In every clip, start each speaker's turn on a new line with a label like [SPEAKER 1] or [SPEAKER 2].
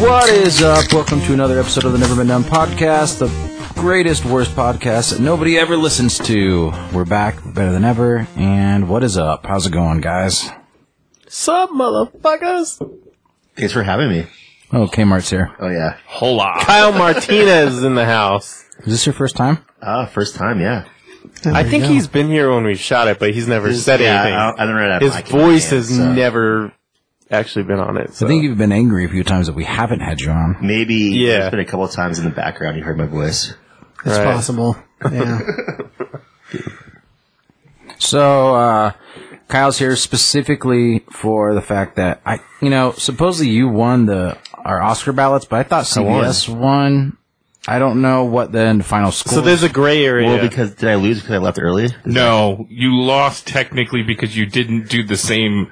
[SPEAKER 1] What is up? Welcome to another episode of the Never Been Done podcast, the greatest, worst podcast that nobody ever listens to. We're back, better than ever, and what is up? How's it going, guys?
[SPEAKER 2] Sup, motherfuckers?
[SPEAKER 3] Thanks for having me.
[SPEAKER 1] Oh, Kmart's here.
[SPEAKER 3] Oh yeah.
[SPEAKER 4] Hola.
[SPEAKER 2] Kyle Martinez is in the house.
[SPEAKER 1] Is this your first time?
[SPEAKER 3] Ah, first time, yeah.
[SPEAKER 2] I think he's been here when we shot it, but he's never said
[SPEAKER 3] yeah,
[SPEAKER 2] anything.
[SPEAKER 3] I, I don't know.
[SPEAKER 2] His voice has
[SPEAKER 3] is
[SPEAKER 2] never actually been on it. So.
[SPEAKER 1] I think you've been angry a few times that we haven't had you on.
[SPEAKER 3] Maybe
[SPEAKER 2] Yeah.
[SPEAKER 3] it's been a couple of times in the background you heard my voice.
[SPEAKER 5] It's
[SPEAKER 2] Right.
[SPEAKER 5] possible. Yeah.
[SPEAKER 1] So, uh, Kyle's here specifically for the fact that I, you know, supposedly you won the our Oscar ballots, but I thought CBS won. I don't know what the final score.
[SPEAKER 2] so there's a gray area.
[SPEAKER 3] Well, because did I lose because I left early?
[SPEAKER 4] No, you lost technically because you didn't do the same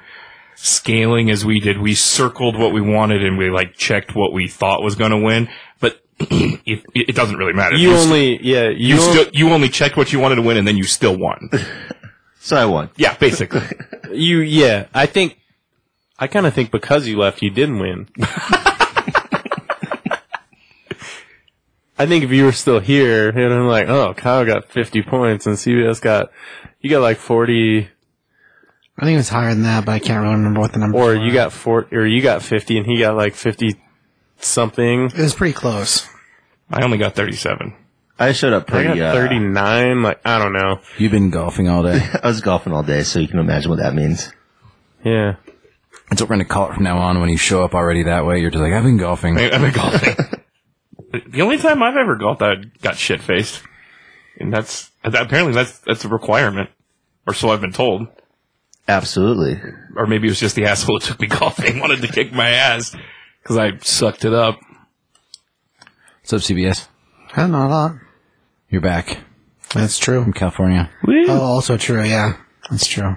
[SPEAKER 4] scaling as we did. We circled what we wanted and we like checked what we thought was going to win, but it, it doesn't really matter.
[SPEAKER 2] you
[SPEAKER 4] st-
[SPEAKER 2] only, yeah, you,
[SPEAKER 4] you,
[SPEAKER 2] on-
[SPEAKER 4] still you only checked what you wanted to win and then you still won.
[SPEAKER 3] So I won.
[SPEAKER 4] yeah, basically.
[SPEAKER 2] you, yeah. I think, I kind of think because you left, you didn't win. I think if you were still here, and I'm like, oh, Kyle got 50 points, and CBS got, you got like 40.
[SPEAKER 5] I think it was higher than that, but I can't really remember what the number.
[SPEAKER 2] or you got four, or you got fifty, and he got like fifty something.
[SPEAKER 5] It was pretty close.
[SPEAKER 4] I only got 37.
[SPEAKER 3] I showed up
[SPEAKER 2] I got
[SPEAKER 3] pretty. uh,
[SPEAKER 2] thirty nine. Like I don't know.
[SPEAKER 1] You've been golfing all day.
[SPEAKER 3] I was golfing all day, so you can imagine what that means.
[SPEAKER 2] Yeah,
[SPEAKER 1] That's what we're going to call it from now on. When you show up already that way, you're just like, I've been golfing.
[SPEAKER 4] I, I've been golfing. the only time I've ever golfed, I got shit faced, and that's that- apparently that's that's a requirement, or so I've been told.
[SPEAKER 3] Absolutely.
[SPEAKER 4] Or maybe it was just the asshole that took me golfing wanted to kick my ass because I sucked it up.
[SPEAKER 1] What's up, CBS?
[SPEAKER 5] I don't know a lot.
[SPEAKER 1] You're back
[SPEAKER 5] That's true.
[SPEAKER 1] from California.
[SPEAKER 5] Oh, also true. Yeah, that's true.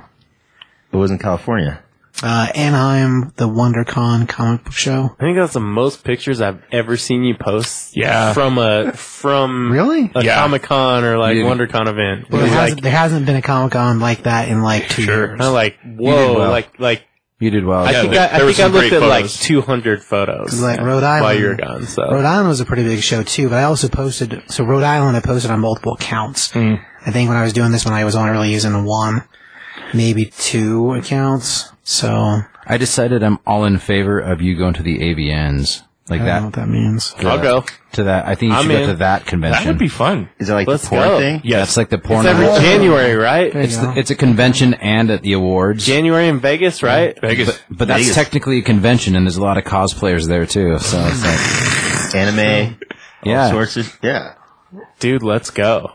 [SPEAKER 3] It was in California.
[SPEAKER 5] Uh, Anaheim, the WonderCon comic book show.
[SPEAKER 2] I think that's the most pictures I've ever seen you post.
[SPEAKER 4] Yeah.
[SPEAKER 2] from a from
[SPEAKER 5] Really?
[SPEAKER 2] a
[SPEAKER 4] Yeah.
[SPEAKER 2] Comic Con or like
[SPEAKER 1] You-
[SPEAKER 2] WonderCon event.
[SPEAKER 5] There
[SPEAKER 2] It was
[SPEAKER 5] hasn't,
[SPEAKER 2] like,
[SPEAKER 5] there hasn't been a comic con like that in like two years.
[SPEAKER 2] I'm like whoa,
[SPEAKER 1] well.
[SPEAKER 2] like like
[SPEAKER 1] You did well.
[SPEAKER 2] I
[SPEAKER 4] Yeah,
[SPEAKER 2] think
[SPEAKER 4] there-
[SPEAKER 2] I, I
[SPEAKER 4] there were
[SPEAKER 2] think I
[SPEAKER 4] some
[SPEAKER 2] looked
[SPEAKER 4] great
[SPEAKER 2] at like
[SPEAKER 4] photos.
[SPEAKER 2] two hundred photos
[SPEAKER 5] Like
[SPEAKER 2] at-
[SPEAKER 5] Rhode
[SPEAKER 2] while
[SPEAKER 5] Island-
[SPEAKER 2] you were gone. So
[SPEAKER 5] Rhode Island was a pretty big show too, but I also posted. So Rhode Island, I posted on multiple accounts. I think when I was doing this one, I was only really using one, maybe two accounts. So
[SPEAKER 1] I decided I'm all in favor of you going to the AVNs. Like
[SPEAKER 5] I don't know
[SPEAKER 1] that.
[SPEAKER 5] what that means.
[SPEAKER 2] I'll go.
[SPEAKER 1] To that. I think you
[SPEAKER 2] I'm
[SPEAKER 1] should go
[SPEAKER 2] in.
[SPEAKER 1] to that convention.
[SPEAKER 4] That would be fun.
[SPEAKER 3] Is it like
[SPEAKER 2] Let's
[SPEAKER 3] the porn
[SPEAKER 2] go.
[SPEAKER 3] thing?
[SPEAKER 1] yeah, it's like the porn.
[SPEAKER 2] It's every
[SPEAKER 1] awards.
[SPEAKER 2] January, right?
[SPEAKER 1] It's, the- it's a convention and at the awards.
[SPEAKER 2] January in Vegas, right?
[SPEAKER 4] Vegas.
[SPEAKER 1] but that's
[SPEAKER 3] Vegas.
[SPEAKER 1] technically a convention, and there's a lot of cosplayers there too. So it's like,
[SPEAKER 3] Anime.
[SPEAKER 1] yeah,
[SPEAKER 3] Sorts of, yeah.
[SPEAKER 2] Dude, let's go.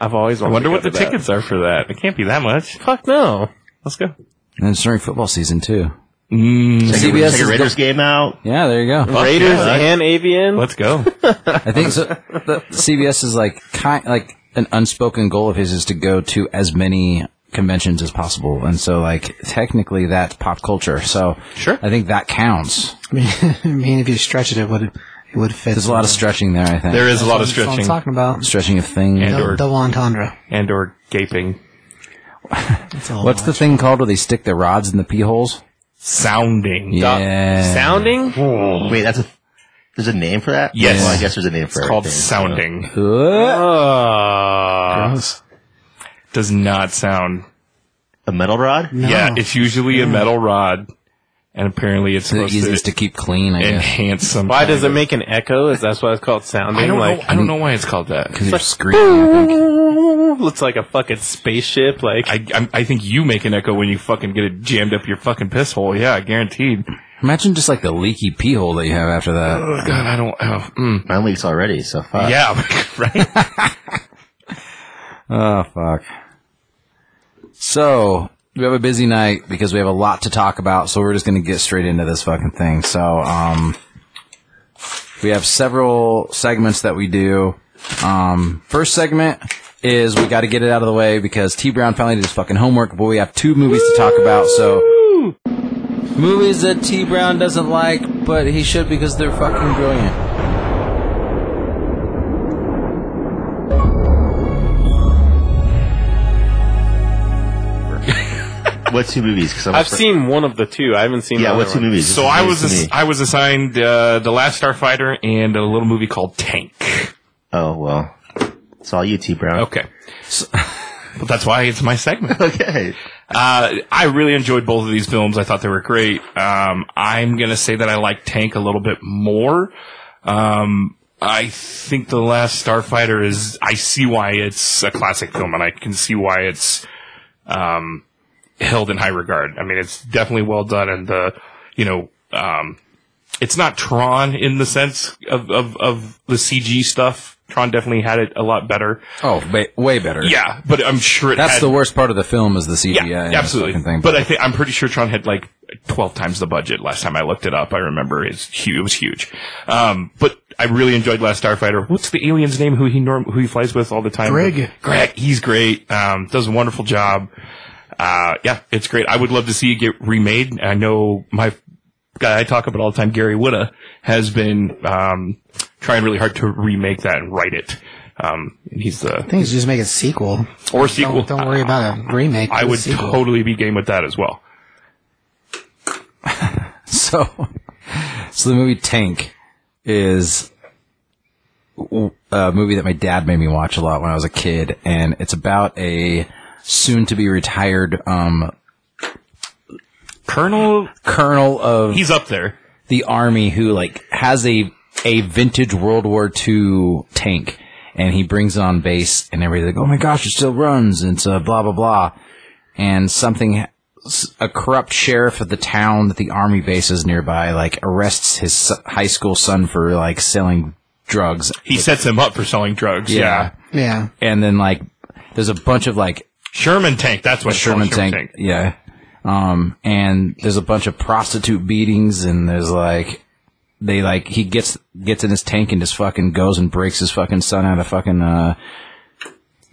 [SPEAKER 2] I've always
[SPEAKER 4] I
[SPEAKER 2] wanted to
[SPEAKER 4] wonder
[SPEAKER 2] go
[SPEAKER 4] what the
[SPEAKER 2] to that.
[SPEAKER 4] tickets are for that. It can't be that much.
[SPEAKER 2] Fuck no.
[SPEAKER 4] Let's go.
[SPEAKER 1] and it's during football season too.
[SPEAKER 4] Mm,
[SPEAKER 3] Check, a-
[SPEAKER 1] CBS
[SPEAKER 3] check a
[SPEAKER 1] is
[SPEAKER 3] Raiders game out.
[SPEAKER 1] Yeah, there you go.
[SPEAKER 2] Raiders
[SPEAKER 4] yeah.
[SPEAKER 2] and AVN?
[SPEAKER 4] let's go.
[SPEAKER 1] I think so. The CBS is like kind like an unspoken goal of his is to go to as many conventions as possible, and so like technically that's pop culture. So
[SPEAKER 4] Sure.
[SPEAKER 1] I think that counts.
[SPEAKER 5] I mean, I mean, if you stretch it, it would it would fit.
[SPEAKER 1] There's a lot of stretching there. I think
[SPEAKER 4] There is a lot of
[SPEAKER 5] That's what I'm
[SPEAKER 4] stretching
[SPEAKER 5] talking about
[SPEAKER 1] stretching of things.
[SPEAKER 4] Yeah.
[SPEAKER 5] Dou-
[SPEAKER 4] Or-
[SPEAKER 5] double entendre.
[SPEAKER 4] and or gaping.
[SPEAKER 5] That's all
[SPEAKER 1] What's
[SPEAKER 5] I
[SPEAKER 1] the thing called where they stick their rods in the pee holes?
[SPEAKER 4] Sounding.
[SPEAKER 2] Doc-
[SPEAKER 1] Yeah.
[SPEAKER 2] Sounding? Oh.
[SPEAKER 3] Wait, that's a. There's a name for that.
[SPEAKER 4] Yes.
[SPEAKER 3] Well, I guess there's a name for
[SPEAKER 4] It's called
[SPEAKER 3] everything.
[SPEAKER 4] sounding.
[SPEAKER 1] Uh,
[SPEAKER 4] Oh,
[SPEAKER 2] Uh,
[SPEAKER 5] Gross.
[SPEAKER 4] Does not sound
[SPEAKER 3] A metal rod.
[SPEAKER 5] No.
[SPEAKER 4] Yeah, it's usually a metal rod, and apparently it's
[SPEAKER 1] the
[SPEAKER 4] supposed
[SPEAKER 1] easiest
[SPEAKER 4] to,
[SPEAKER 1] to keep clean, I guess.
[SPEAKER 4] enhance some.
[SPEAKER 2] why does it make an echo? Is that why it's called sounding?
[SPEAKER 4] I don't
[SPEAKER 2] like,
[SPEAKER 4] know. I don't know why it's called that.
[SPEAKER 1] Because you're screaming. I think.
[SPEAKER 2] looks like a fucking spaceship. Like,
[SPEAKER 4] I, I I think you make an echo when you fucking get it jammed up your fucking piss hole. Yeah, guaranteed.
[SPEAKER 1] Imagine just like the leaky pee hole that you have after that.
[SPEAKER 4] Oh, God, I don't. Oh, mm.
[SPEAKER 3] Mine leaks already, so fuck.
[SPEAKER 4] yeah, right.
[SPEAKER 1] Oh fuck. So we have a busy night because we have a lot to talk about. So we're just going to get straight into this fucking thing. So um, we have several segments that we do. Um, first segment is we got to get it out of the way because T Brown finally did his fucking homework, but we have two movies to talk about. So movies that T Brown doesn't like, but he should because they're fucking brilliant.
[SPEAKER 3] what two movies? Because
[SPEAKER 2] I've seen one of the two. I haven't seen.
[SPEAKER 3] Yeah,
[SPEAKER 2] the
[SPEAKER 3] what
[SPEAKER 2] other
[SPEAKER 3] two
[SPEAKER 2] one.
[SPEAKER 3] movies?
[SPEAKER 4] So
[SPEAKER 3] This is
[SPEAKER 4] I
[SPEAKER 3] news
[SPEAKER 4] was
[SPEAKER 3] to
[SPEAKER 4] ass-
[SPEAKER 3] me.
[SPEAKER 4] I was assigned uh, the Last Starfighter and a little movie called Tank.
[SPEAKER 3] Oh well, it's all you, T Brown.
[SPEAKER 4] Okay, so, well, that's why it's my segment.
[SPEAKER 3] Okay.
[SPEAKER 4] Uh, I really enjoyed both of these films. I thought they were great. Um, I'm gonna say that I like Tank a little bit more. Um, I think the Last Starfighter is. I see why it's a classic film, and I can see why it's um, held in high regard. I mean, it's definitely well done, and the you know. Um, it's not Tron in the sense of, of, of the CG stuff. Tron definitely had it a lot better.
[SPEAKER 1] Oh, ba- way better.
[SPEAKER 4] Yeah, but I'm sure it
[SPEAKER 1] That's
[SPEAKER 4] had
[SPEAKER 1] the worst part of the film is the CGI.
[SPEAKER 4] yeah,
[SPEAKER 1] and this
[SPEAKER 4] absolutely.
[SPEAKER 1] fucking Thing,
[SPEAKER 4] but I think I'm pretty sure Tron had like 12 times the budget last time I looked it up. I remember it's huge. It was huge. Um, but I really enjoyed Last Starfighter. What's the alien's name? Who he norm who he flies with all the time?
[SPEAKER 5] Greg.
[SPEAKER 4] Greg. He's great. Um, does a wonderful job. Uh, yeah, it's great. I would love to see it get remade. I know my guy I talk about all the time, Gary Whitta, has been um, trying really hard to remake that and write it. Um, and he's the
[SPEAKER 5] think you should just make a sequel.
[SPEAKER 4] or sequel.
[SPEAKER 5] Don't, don't worry about a remake.
[SPEAKER 4] I
[SPEAKER 5] do a
[SPEAKER 4] would
[SPEAKER 5] sequel.
[SPEAKER 4] totally be game with that as well.
[SPEAKER 1] so, so the movie Tank is uh, a movie that my dad made me watch a lot when I was a kid, and it's about a soon-to-be retired um,
[SPEAKER 4] Colonel,
[SPEAKER 1] colonel of
[SPEAKER 4] he's up there.
[SPEAKER 1] the army who like has a a vintage World War II tank, and he brings it on base, and everybody's like, "Oh my gosh, it still runs!" And it's uh, blah blah blah, and something s- a corrupt sheriff of the town that the army base is nearby like arrests his s- high school son for like selling drugs,
[SPEAKER 4] He sets him up for selling drugs. Yeah.
[SPEAKER 5] Yeah.
[SPEAKER 1] and then like there's a bunch of like
[SPEAKER 4] Sherman tank. That's what
[SPEAKER 1] Sherman
[SPEAKER 4] Sherman
[SPEAKER 1] tank.
[SPEAKER 4] tank.
[SPEAKER 1] Yeah. Um, and there's a bunch of prostitute beatings and there's like, they like, he gets, gets in his tank and just fucking goes and breaks his fucking son out of fucking, uh,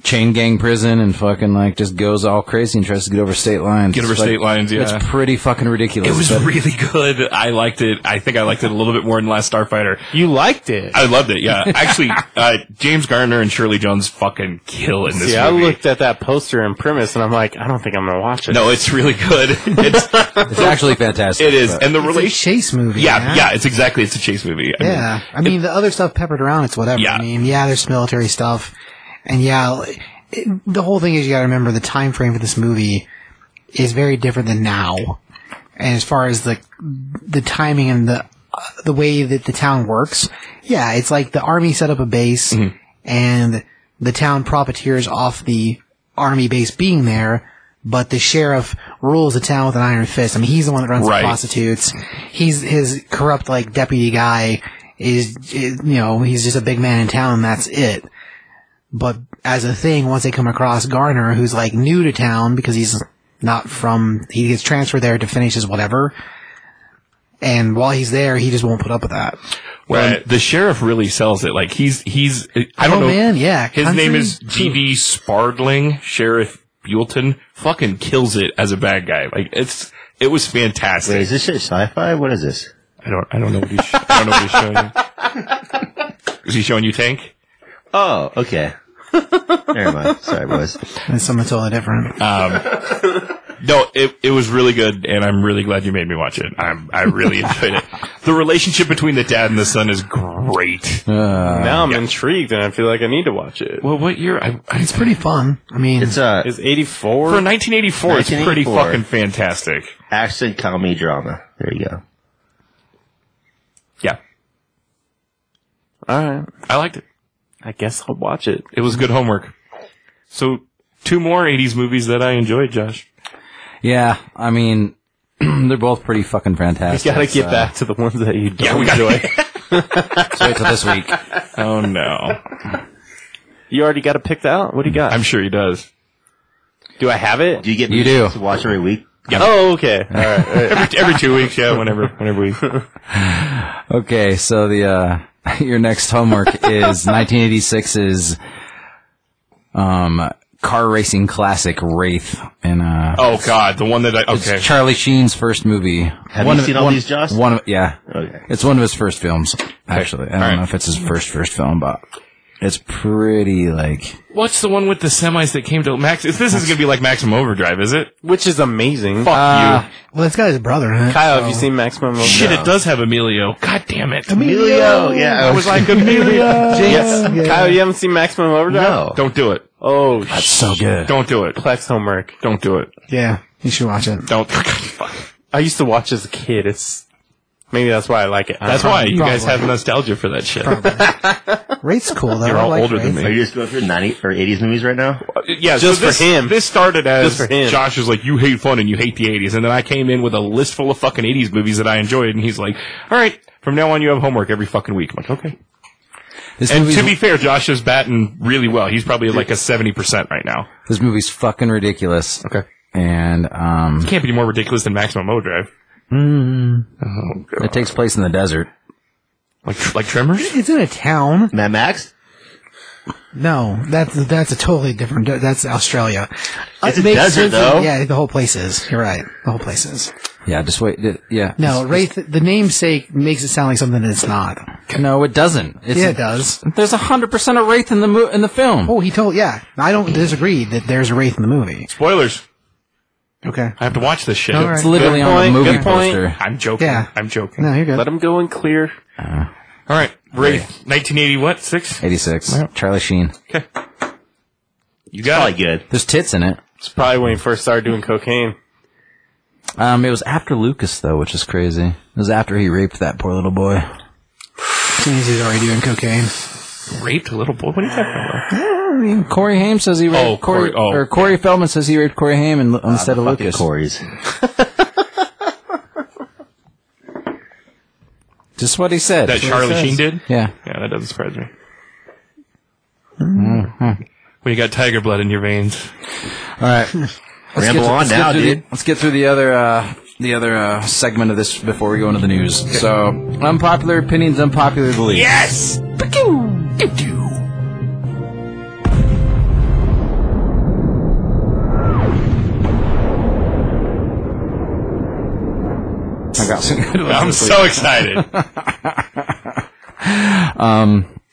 [SPEAKER 1] chain gang prison and fucking like just goes all crazy and tries to get over state lines.
[SPEAKER 4] Get over
[SPEAKER 1] It's, like,
[SPEAKER 4] state lines. Yeah.
[SPEAKER 1] It's pretty fucking ridiculous.
[SPEAKER 4] it was
[SPEAKER 1] but
[SPEAKER 4] really good. I liked it. I think I liked it a little bit more than Last Starfighter.
[SPEAKER 2] You liked it.
[SPEAKER 4] I loved it. Yeah. Actually, uh, James Garner and Shirley Jones fucking kill in this
[SPEAKER 2] See, I
[SPEAKER 4] movie.
[SPEAKER 2] looked at that poster and premise, and I'm like, I don't think I'm gonna watch it.
[SPEAKER 4] no, it's really good. It's,
[SPEAKER 1] it's actually fantastic.
[SPEAKER 4] it is.
[SPEAKER 1] but-
[SPEAKER 4] And the
[SPEAKER 5] It's a
[SPEAKER 4] relation.
[SPEAKER 5] chase movie.
[SPEAKER 4] Yeah. Yeah. It's exactly. It's a chase movie. I mean,
[SPEAKER 5] Yeah, I mean the other stuff peppered around. It's whatever.
[SPEAKER 4] Yeah.
[SPEAKER 5] I mean, yeah, there's military stuff, and yeah, it, the whole thing is you got to remember the time frame for this movie is very different than now. And as far as the the timing and the uh, the way that the town works, yeah, it's like the army set up a base, and the town profiteers off the army base being there. But the sheriff rules the town with an iron fist. I mean, he's the one that runs
[SPEAKER 4] Right.
[SPEAKER 5] the prostitutes. He's his corrupt like deputy guy. Is is, you know he's just a big man in town. and That's it. But as a thing, once they come across Garner, who's like new to town because he's not from, he gets transferred there to finish his whatever. And while he's there, he just won't put up with that.
[SPEAKER 4] Well, the sheriff really sells it. Like he's he's I don't
[SPEAKER 5] oh
[SPEAKER 4] know.
[SPEAKER 5] man, yeah.
[SPEAKER 4] His
[SPEAKER 5] country-
[SPEAKER 4] name is G.D. Spardling, Sheriff Buellton. Fucking kills it as a bad guy. Like it's it was fantastic.
[SPEAKER 3] Wait, is this shit sci-fi? What is this?
[SPEAKER 4] I don't I don't know what he's I don't know what he's showing you. Is he showing you Tank?
[SPEAKER 3] Oh, okay. Never mind. Sorry, boys.
[SPEAKER 5] It's something totally
[SPEAKER 4] Uh,
[SPEAKER 5] different.
[SPEAKER 4] No, it it was really good, and I'm really glad you made me watch it. I'm I really enjoyed it. The relationship between the dad and the son is great.
[SPEAKER 2] now I'm intrigued, and I feel like I need to watch it.
[SPEAKER 4] Well, what year? I, I,
[SPEAKER 5] it's pretty fun. I mean,
[SPEAKER 3] It's a
[SPEAKER 2] Is 84?
[SPEAKER 4] for 1984, it's pretty
[SPEAKER 3] 1984.
[SPEAKER 4] fucking fantastic.
[SPEAKER 3] action comedy drama. There you go.
[SPEAKER 4] Yeah,
[SPEAKER 2] All right.
[SPEAKER 4] I liked it.
[SPEAKER 2] I guess I'll watch it.
[SPEAKER 4] It was good homework. So, two more 80s movies that I enjoyed, Josh.
[SPEAKER 1] yeah. I mean, they're both pretty fucking fantastic.
[SPEAKER 2] Gotta get
[SPEAKER 1] so-
[SPEAKER 2] back to the ones that you don't
[SPEAKER 4] we gotta-
[SPEAKER 2] enjoy.
[SPEAKER 1] so wait till this week.
[SPEAKER 4] Oh no.
[SPEAKER 2] you already got to pick that out. What do you got?
[SPEAKER 4] I'm sure he does.
[SPEAKER 2] do I have it?
[SPEAKER 3] Do you get
[SPEAKER 1] You
[SPEAKER 3] me
[SPEAKER 1] do.
[SPEAKER 3] to watch every week?
[SPEAKER 2] Oh, okay. All right.
[SPEAKER 4] Every, every two weeks, yeah, whenever, whenever we.
[SPEAKER 1] Okay, so the uh, your next homework is 1986's um, car racing classic Wraith, and uh,
[SPEAKER 4] Oh god, the one that I, okay.
[SPEAKER 1] it's Charlie Sheen's first movie.
[SPEAKER 3] Have you seen all these, Josh?
[SPEAKER 1] One, of, yeah,
[SPEAKER 3] Okay.
[SPEAKER 1] it's one of his first films. Actually, I don't
[SPEAKER 4] All right.
[SPEAKER 1] know if it's his first first film, but It's pretty like
[SPEAKER 4] What's the one with the semis that came to Max? This is going to be like Maximum Overdrive, is it?
[SPEAKER 2] which is amazing.
[SPEAKER 4] Fuck
[SPEAKER 1] Uh,
[SPEAKER 5] Well, it's got his brother in it.
[SPEAKER 2] Kyle, have you seen Maximum
[SPEAKER 4] you.
[SPEAKER 2] Overdrive?
[SPEAKER 4] Shit, it does have Emilio. God damn it.
[SPEAKER 3] Emilio. Yeah,
[SPEAKER 4] I was like, Emilio.
[SPEAKER 2] Yes. Kyle, you haven't seen Maximum Overdrive?
[SPEAKER 3] no.
[SPEAKER 4] Don't do it.
[SPEAKER 2] Oh, sh-
[SPEAKER 1] so good.
[SPEAKER 4] Don't do it.
[SPEAKER 2] Plex homework.
[SPEAKER 4] Don't do it.
[SPEAKER 5] Yeah, you should watch it.
[SPEAKER 4] Don't. Fuck.
[SPEAKER 2] I used to watch as a kid. It's maybe that's why I like it. I
[SPEAKER 4] That's
[SPEAKER 2] don't know.
[SPEAKER 4] why you guys
[SPEAKER 5] Probably.
[SPEAKER 4] have nostalgia for that shit.
[SPEAKER 5] Rate's cool though.
[SPEAKER 4] You're
[SPEAKER 5] I
[SPEAKER 4] all
[SPEAKER 5] like
[SPEAKER 4] older than
[SPEAKER 5] Wraith.
[SPEAKER 4] me.
[SPEAKER 3] Are you just going through 90 or 80s movies right now?
[SPEAKER 4] Yeah,
[SPEAKER 2] Just
[SPEAKER 4] so
[SPEAKER 2] for
[SPEAKER 4] this,
[SPEAKER 2] him.
[SPEAKER 4] This started as
[SPEAKER 2] Just for him.
[SPEAKER 4] Josh was like, "You hate fun and you hate the '80s," and then I came in with a list full of fucking '80s movies that I enjoyed, and he's like, "All right, from now on, you have homework every fucking week." I'm like, "Okay."
[SPEAKER 1] This
[SPEAKER 4] And
[SPEAKER 1] movie's,
[SPEAKER 4] to be fair, Josh is batting really well. He's probably like a seventy percent right now.
[SPEAKER 1] this movie's fucking ridiculous.
[SPEAKER 4] Okay,
[SPEAKER 1] And um,
[SPEAKER 4] can't be more ridiculous than Maximum Overdrive.
[SPEAKER 1] it takes place in the desert.
[SPEAKER 4] Like like Tremors.
[SPEAKER 5] It's in a town.
[SPEAKER 3] Mad Max?
[SPEAKER 5] No, that's that's a totally different. That's Australia.
[SPEAKER 3] It's
[SPEAKER 5] It
[SPEAKER 3] a
[SPEAKER 5] makes
[SPEAKER 3] desert,
[SPEAKER 5] sense that-
[SPEAKER 3] though.
[SPEAKER 5] Yeah, the whole place is. You're right. The whole place is.
[SPEAKER 1] Yeah, just wait. d- Yeah,
[SPEAKER 5] No, Wraith. The namesake makes it sound like something that it's not.
[SPEAKER 1] no, it doesn't. It's
[SPEAKER 5] Yeah, it does.
[SPEAKER 1] There's hundred percent of wraith in the mo- in the film.
[SPEAKER 5] Oh, he told. Yeah, I don't disagree that there's a Wraith in the movie.
[SPEAKER 4] Spoilers.
[SPEAKER 5] Okay.
[SPEAKER 4] I have to watch this shit.
[SPEAKER 5] All
[SPEAKER 1] it's
[SPEAKER 5] right.
[SPEAKER 1] literally
[SPEAKER 2] Good
[SPEAKER 1] on
[SPEAKER 2] point,
[SPEAKER 1] the movie
[SPEAKER 2] good point.
[SPEAKER 1] poster.
[SPEAKER 4] I'm joking.
[SPEAKER 5] Yeah.
[SPEAKER 4] I'm joking.
[SPEAKER 5] No, you're good.
[SPEAKER 2] Let him go in clear.
[SPEAKER 4] All right, Wraith, 1980, what six?
[SPEAKER 1] Eighty six. Charlie Sheen.
[SPEAKER 4] You got
[SPEAKER 3] Probably
[SPEAKER 4] it.
[SPEAKER 3] good.
[SPEAKER 1] There's tits in it.
[SPEAKER 2] It's probably when he first started doing cocaine.
[SPEAKER 1] Um, it was after Lucas though, which is crazy. It was after he raped that poor little boy.
[SPEAKER 5] As soon as he's already doing cocaine.
[SPEAKER 4] raped a little boy. What are you talking about?
[SPEAKER 1] I mean, Corey Haim says he raped
[SPEAKER 4] Oh,
[SPEAKER 1] Corey,
[SPEAKER 4] Corey- oh.
[SPEAKER 1] or Corey Feldman says he raped Corey Haim in, instead of
[SPEAKER 3] Fucking
[SPEAKER 1] Lucas.
[SPEAKER 3] Corey's.
[SPEAKER 1] Just what he said.
[SPEAKER 4] That Charlie Sheen did.
[SPEAKER 1] yeah.
[SPEAKER 4] Yeah, that doesn't surprise me. When you got tiger blood in your veins.
[SPEAKER 1] All right. Let's get
[SPEAKER 3] Ramble
[SPEAKER 1] to-
[SPEAKER 3] on
[SPEAKER 1] let's get
[SPEAKER 3] now,
[SPEAKER 1] through
[SPEAKER 3] dude.
[SPEAKER 1] The, let's get through the other uh, the other uh, segment of this before we go into the news. So, unpopular opinions, unpopular beliefs.
[SPEAKER 4] Yes!
[SPEAKER 1] I got some good ones.
[SPEAKER 4] I'm so excited.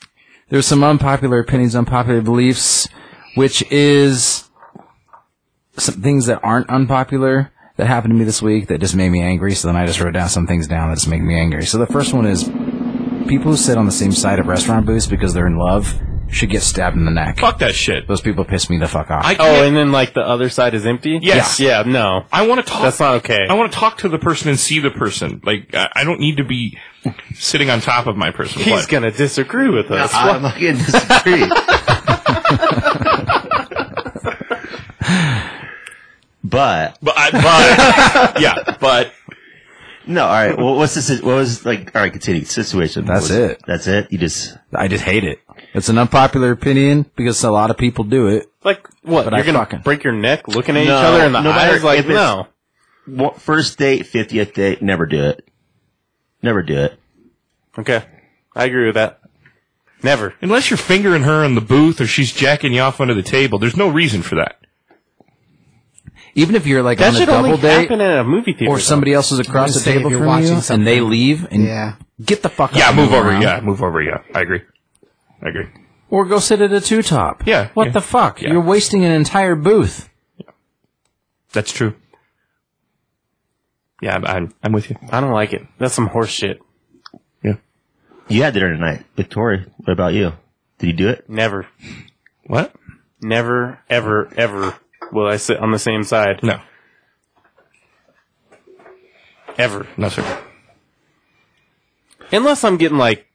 [SPEAKER 1] There's some unpopular opinions, unpopular beliefs, which is some things that aren't unpopular that happened to me this week that just made me angry. So then I just wrote down some things down that just make me angry. So the first one is people who sit on the same side of restaurant booths because they're in love should get stabbed in the neck.
[SPEAKER 4] Fuck that shit.
[SPEAKER 1] Those people piss me the fuck off.
[SPEAKER 4] I
[SPEAKER 2] Oh,
[SPEAKER 4] can't,
[SPEAKER 2] and then like the other side is empty.
[SPEAKER 4] Yes.
[SPEAKER 2] Yeah. yeah, No,
[SPEAKER 4] I want to talk.
[SPEAKER 2] that's not okay.
[SPEAKER 4] I want to talk to the person and see the person. Like, I, I don't need to be sitting on top of my person.
[SPEAKER 2] He's
[SPEAKER 4] What?
[SPEAKER 2] gonna disagree with us.
[SPEAKER 3] I fucking disagree. but
[SPEAKER 4] but, I, but, yeah, but
[SPEAKER 3] no, all right. Well, what's this? What was like? All right, continue. Situation. What
[SPEAKER 1] That's
[SPEAKER 3] was
[SPEAKER 1] it.
[SPEAKER 3] That's it. You just
[SPEAKER 1] I just hate it. It's an unpopular opinion because a lot of people do it.
[SPEAKER 2] Like what?
[SPEAKER 1] But
[SPEAKER 2] You're
[SPEAKER 1] I
[SPEAKER 2] gonna
[SPEAKER 1] fucking-
[SPEAKER 2] break your neck looking at
[SPEAKER 3] No,
[SPEAKER 2] each other in the
[SPEAKER 3] no matter
[SPEAKER 2] eyes? Like
[SPEAKER 3] if it's-
[SPEAKER 2] no.
[SPEAKER 3] wa- first date, fiftieth date. Never do it. Never do it.
[SPEAKER 2] Okay, I agree with that. Never.
[SPEAKER 4] unless you're fingering her in the booth or she's jacking you off under the table, there's no reason for that.
[SPEAKER 1] Even if you're like
[SPEAKER 2] That
[SPEAKER 1] on a
[SPEAKER 2] should
[SPEAKER 1] double
[SPEAKER 2] only
[SPEAKER 1] date
[SPEAKER 2] happen at a movie theater.
[SPEAKER 1] or
[SPEAKER 2] though.
[SPEAKER 1] somebody else is
[SPEAKER 5] I
[SPEAKER 1] across
[SPEAKER 5] was
[SPEAKER 1] the
[SPEAKER 5] gonna say,
[SPEAKER 1] table
[SPEAKER 5] if you're
[SPEAKER 1] from
[SPEAKER 5] watching
[SPEAKER 1] you and
[SPEAKER 5] something-
[SPEAKER 1] they leave and
[SPEAKER 5] Yeah.
[SPEAKER 1] get the fuck
[SPEAKER 4] Yeah,
[SPEAKER 1] up and
[SPEAKER 4] move over.
[SPEAKER 1] around.
[SPEAKER 4] Yeah, move over. Yeah, I agree. I agree.
[SPEAKER 1] Or go sit at a two top.
[SPEAKER 4] Yeah,
[SPEAKER 1] What
[SPEAKER 4] yeah.
[SPEAKER 1] the fuck?
[SPEAKER 4] Yeah.
[SPEAKER 1] You're wasting an entire booth.
[SPEAKER 4] That's true. Yeah, I'm, I'm, I'm with you.
[SPEAKER 2] I don't like it. That's some horse shit.
[SPEAKER 3] You had dinner tonight with Tori. What about you? Did you do it?
[SPEAKER 2] Never,
[SPEAKER 4] What?
[SPEAKER 2] never, ever, ever will I sit on the same side.
[SPEAKER 4] No,
[SPEAKER 2] Ever.
[SPEAKER 4] no, sir.
[SPEAKER 2] Unless I'm getting like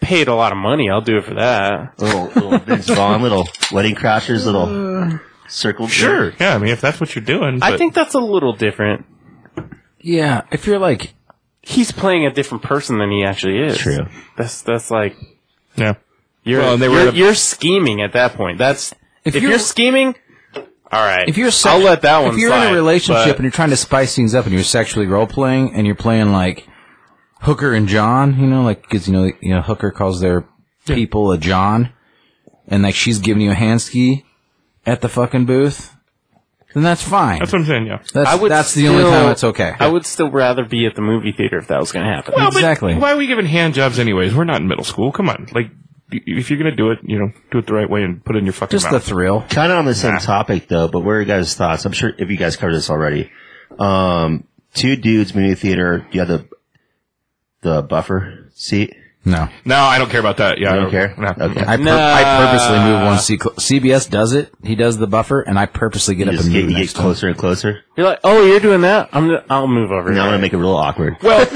[SPEAKER 2] paid a lot of money, I'll do it for that.
[SPEAKER 3] Little, little Vince Vaughn, little wedding crashers, little
[SPEAKER 1] Uh,
[SPEAKER 3] circle. jerk.
[SPEAKER 4] Sure. Yeah, I mean, if that's what you're doing,
[SPEAKER 2] I
[SPEAKER 4] but-
[SPEAKER 2] think that's a little different.
[SPEAKER 1] Yeah. If you're like,
[SPEAKER 2] He's playing a different person than he actually is.
[SPEAKER 3] True.
[SPEAKER 2] That's that's like
[SPEAKER 4] Yeah.
[SPEAKER 2] you're
[SPEAKER 4] Well, and they were
[SPEAKER 2] you're,
[SPEAKER 4] the-
[SPEAKER 2] you're scheming at that point. That's
[SPEAKER 1] If
[SPEAKER 2] if,
[SPEAKER 1] you're-
[SPEAKER 2] you're, scheming. All right.
[SPEAKER 1] if you're,
[SPEAKER 2] I'll let that one.
[SPEAKER 1] If you're in
[SPEAKER 2] slide,
[SPEAKER 1] a relationship
[SPEAKER 2] but-
[SPEAKER 1] and you're trying to spice things up and you're sexually role playing and you're playing like Hooker and John, you know, like because you know, you know, Hooker calls their people a John, and like she's giving you a hand ski at the fucking booth, then that's fine.
[SPEAKER 4] That's what I'm saying, yeah.
[SPEAKER 1] That's,
[SPEAKER 2] I would
[SPEAKER 1] that's the only
[SPEAKER 2] still-
[SPEAKER 1] time it's okay.
[SPEAKER 2] I would still rather be at the movie theater if that was going to happen.
[SPEAKER 4] Well, but
[SPEAKER 1] Exactly.
[SPEAKER 4] Why are we giving hand jobs anyways? We're not in middle school. Come on. Like, if you're gonna do it, you know, do it the right way and put it in your fucking
[SPEAKER 1] Just the
[SPEAKER 4] mouth.
[SPEAKER 1] thrill.
[SPEAKER 3] Kind of on the same topic though, but what are your guys' thoughts? I'm sure if you guys covered this already. Um, two dudes movie theater. Do you have the the buffer seat?
[SPEAKER 1] No.
[SPEAKER 4] no, I don't care about that. Yeah,
[SPEAKER 3] You don't care.
[SPEAKER 4] No.
[SPEAKER 3] Okay.
[SPEAKER 1] I, pur- I purposely move one seat. Cl- CBS does it. He does the buffer, and I purposely get
[SPEAKER 3] You
[SPEAKER 1] up and
[SPEAKER 3] just get,
[SPEAKER 1] move
[SPEAKER 3] you
[SPEAKER 1] next
[SPEAKER 3] get
[SPEAKER 1] to him.
[SPEAKER 3] closer and closer.
[SPEAKER 2] You're like, oh, you're doing that. I'm. Gonna, I'll move over.
[SPEAKER 3] Now I'm
[SPEAKER 2] here.
[SPEAKER 3] gonna make it real awkward.
[SPEAKER 4] Well,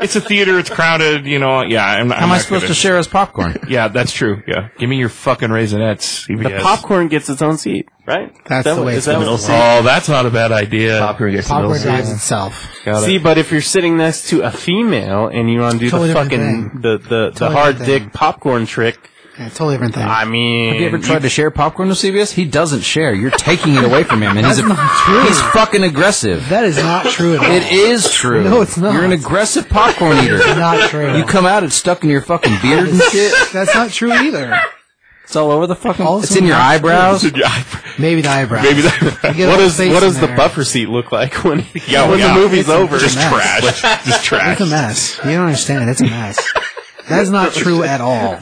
[SPEAKER 4] it's a theater. It's crowded. You know. Yeah. I'm, not-
[SPEAKER 1] How
[SPEAKER 4] I'm
[SPEAKER 1] am I
[SPEAKER 4] not
[SPEAKER 1] supposed
[SPEAKER 4] gonna-
[SPEAKER 1] to share his popcorn?
[SPEAKER 4] Yeah, that's true. Yeah. Give me your fucking E raisinettes.
[SPEAKER 2] the
[SPEAKER 4] CBS.
[SPEAKER 2] popcorn gets its own seat, right?
[SPEAKER 5] That's
[SPEAKER 2] Is
[SPEAKER 5] the
[SPEAKER 2] what-
[SPEAKER 5] way
[SPEAKER 2] is
[SPEAKER 5] it's
[SPEAKER 2] that
[SPEAKER 3] Middle
[SPEAKER 2] what-
[SPEAKER 3] seat.
[SPEAKER 4] Oh, that's not a bad idea.
[SPEAKER 5] Uh,
[SPEAKER 3] Popcorn gets the middle
[SPEAKER 5] Popcorn
[SPEAKER 3] seat.
[SPEAKER 5] dies itself.
[SPEAKER 2] See, but if you're sitting next to a female and you want to do
[SPEAKER 5] Totally
[SPEAKER 2] the
[SPEAKER 5] different
[SPEAKER 2] fucking
[SPEAKER 5] thing.
[SPEAKER 2] the the, the
[SPEAKER 5] Totally
[SPEAKER 2] hard
[SPEAKER 5] different thing.
[SPEAKER 2] dick popcorn trick,
[SPEAKER 5] Yeah, totally different thing.
[SPEAKER 2] I mean,
[SPEAKER 1] Have you ever tried to share popcorn with CBS? He doesn't share. You're taking it away from him, and he's a, he's fucking aggressive.
[SPEAKER 5] that is not true at all.
[SPEAKER 1] It is true.
[SPEAKER 5] No, it's not.
[SPEAKER 1] You're an aggressive popcorn eater.
[SPEAKER 5] not true.
[SPEAKER 1] You come out, it's stuck in your fucking beard and shit.
[SPEAKER 5] That's not true either.
[SPEAKER 1] It's all over the fucking.
[SPEAKER 5] Also
[SPEAKER 1] it's in your
[SPEAKER 5] not true.
[SPEAKER 1] eyebrows.
[SPEAKER 4] Yeah.
[SPEAKER 5] Maybe the eyebrows.
[SPEAKER 4] Maybe that.
[SPEAKER 5] You get a
[SPEAKER 2] what
[SPEAKER 5] little
[SPEAKER 2] is
[SPEAKER 5] face
[SPEAKER 2] what does
[SPEAKER 5] in
[SPEAKER 2] the
[SPEAKER 5] there.
[SPEAKER 2] buffer seat look like when
[SPEAKER 4] Yeah,
[SPEAKER 2] when
[SPEAKER 4] yeah.
[SPEAKER 2] the movie's
[SPEAKER 4] It's
[SPEAKER 2] over?
[SPEAKER 4] Just
[SPEAKER 5] mess.
[SPEAKER 4] trash. Just trash.
[SPEAKER 5] It's a mess. You don't understand. It's a mess. That's not true at all.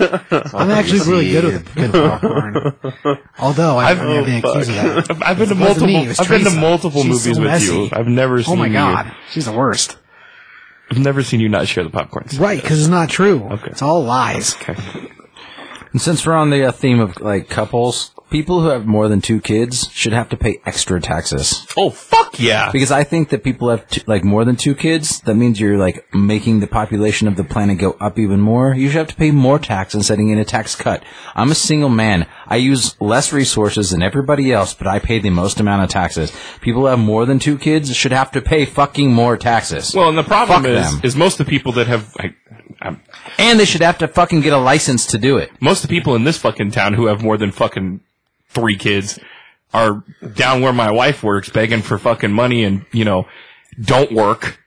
[SPEAKER 5] I'm actually really good with good popcorn. Although I've,
[SPEAKER 4] I've-
[SPEAKER 5] never been accused of that.
[SPEAKER 4] I've, I've been to
[SPEAKER 5] It wasn't
[SPEAKER 4] multiple.
[SPEAKER 5] me, it was
[SPEAKER 4] I've been to
[SPEAKER 5] Teresa.
[SPEAKER 4] multiple
[SPEAKER 5] She's
[SPEAKER 4] movies
[SPEAKER 5] so
[SPEAKER 4] with you.
[SPEAKER 5] messy.
[SPEAKER 4] I've never seen.
[SPEAKER 5] Oh my
[SPEAKER 4] you-
[SPEAKER 5] god, she's the worst.
[SPEAKER 4] I've never seen you not share the popcorns.
[SPEAKER 5] Right? Because it's not true. It's all lies.
[SPEAKER 1] And since we're on the uh, theme of like couples, people who have more than two kids should have to pay extra taxes
[SPEAKER 4] Oh fuck yeah!
[SPEAKER 1] because I think that people have two, like more than two kids. That means you're like making the population of the planet go up even more. You should have to pay more tax and setting in a tax cut. I'm a single man. I use less resources than everybody else, but I pay the most amount of taxes. People who have more than two kids should have to pay fucking more taxes.
[SPEAKER 4] Well, and the problem
[SPEAKER 1] Fuck
[SPEAKER 4] is,
[SPEAKER 1] them.
[SPEAKER 4] is most of the people that have, I, i
[SPEAKER 1] and they should have to fucking get a license to do it.
[SPEAKER 4] most of the people in this fucking town who have more than fucking three kids are down where my wife works, begging for fucking money, and you know, don't work.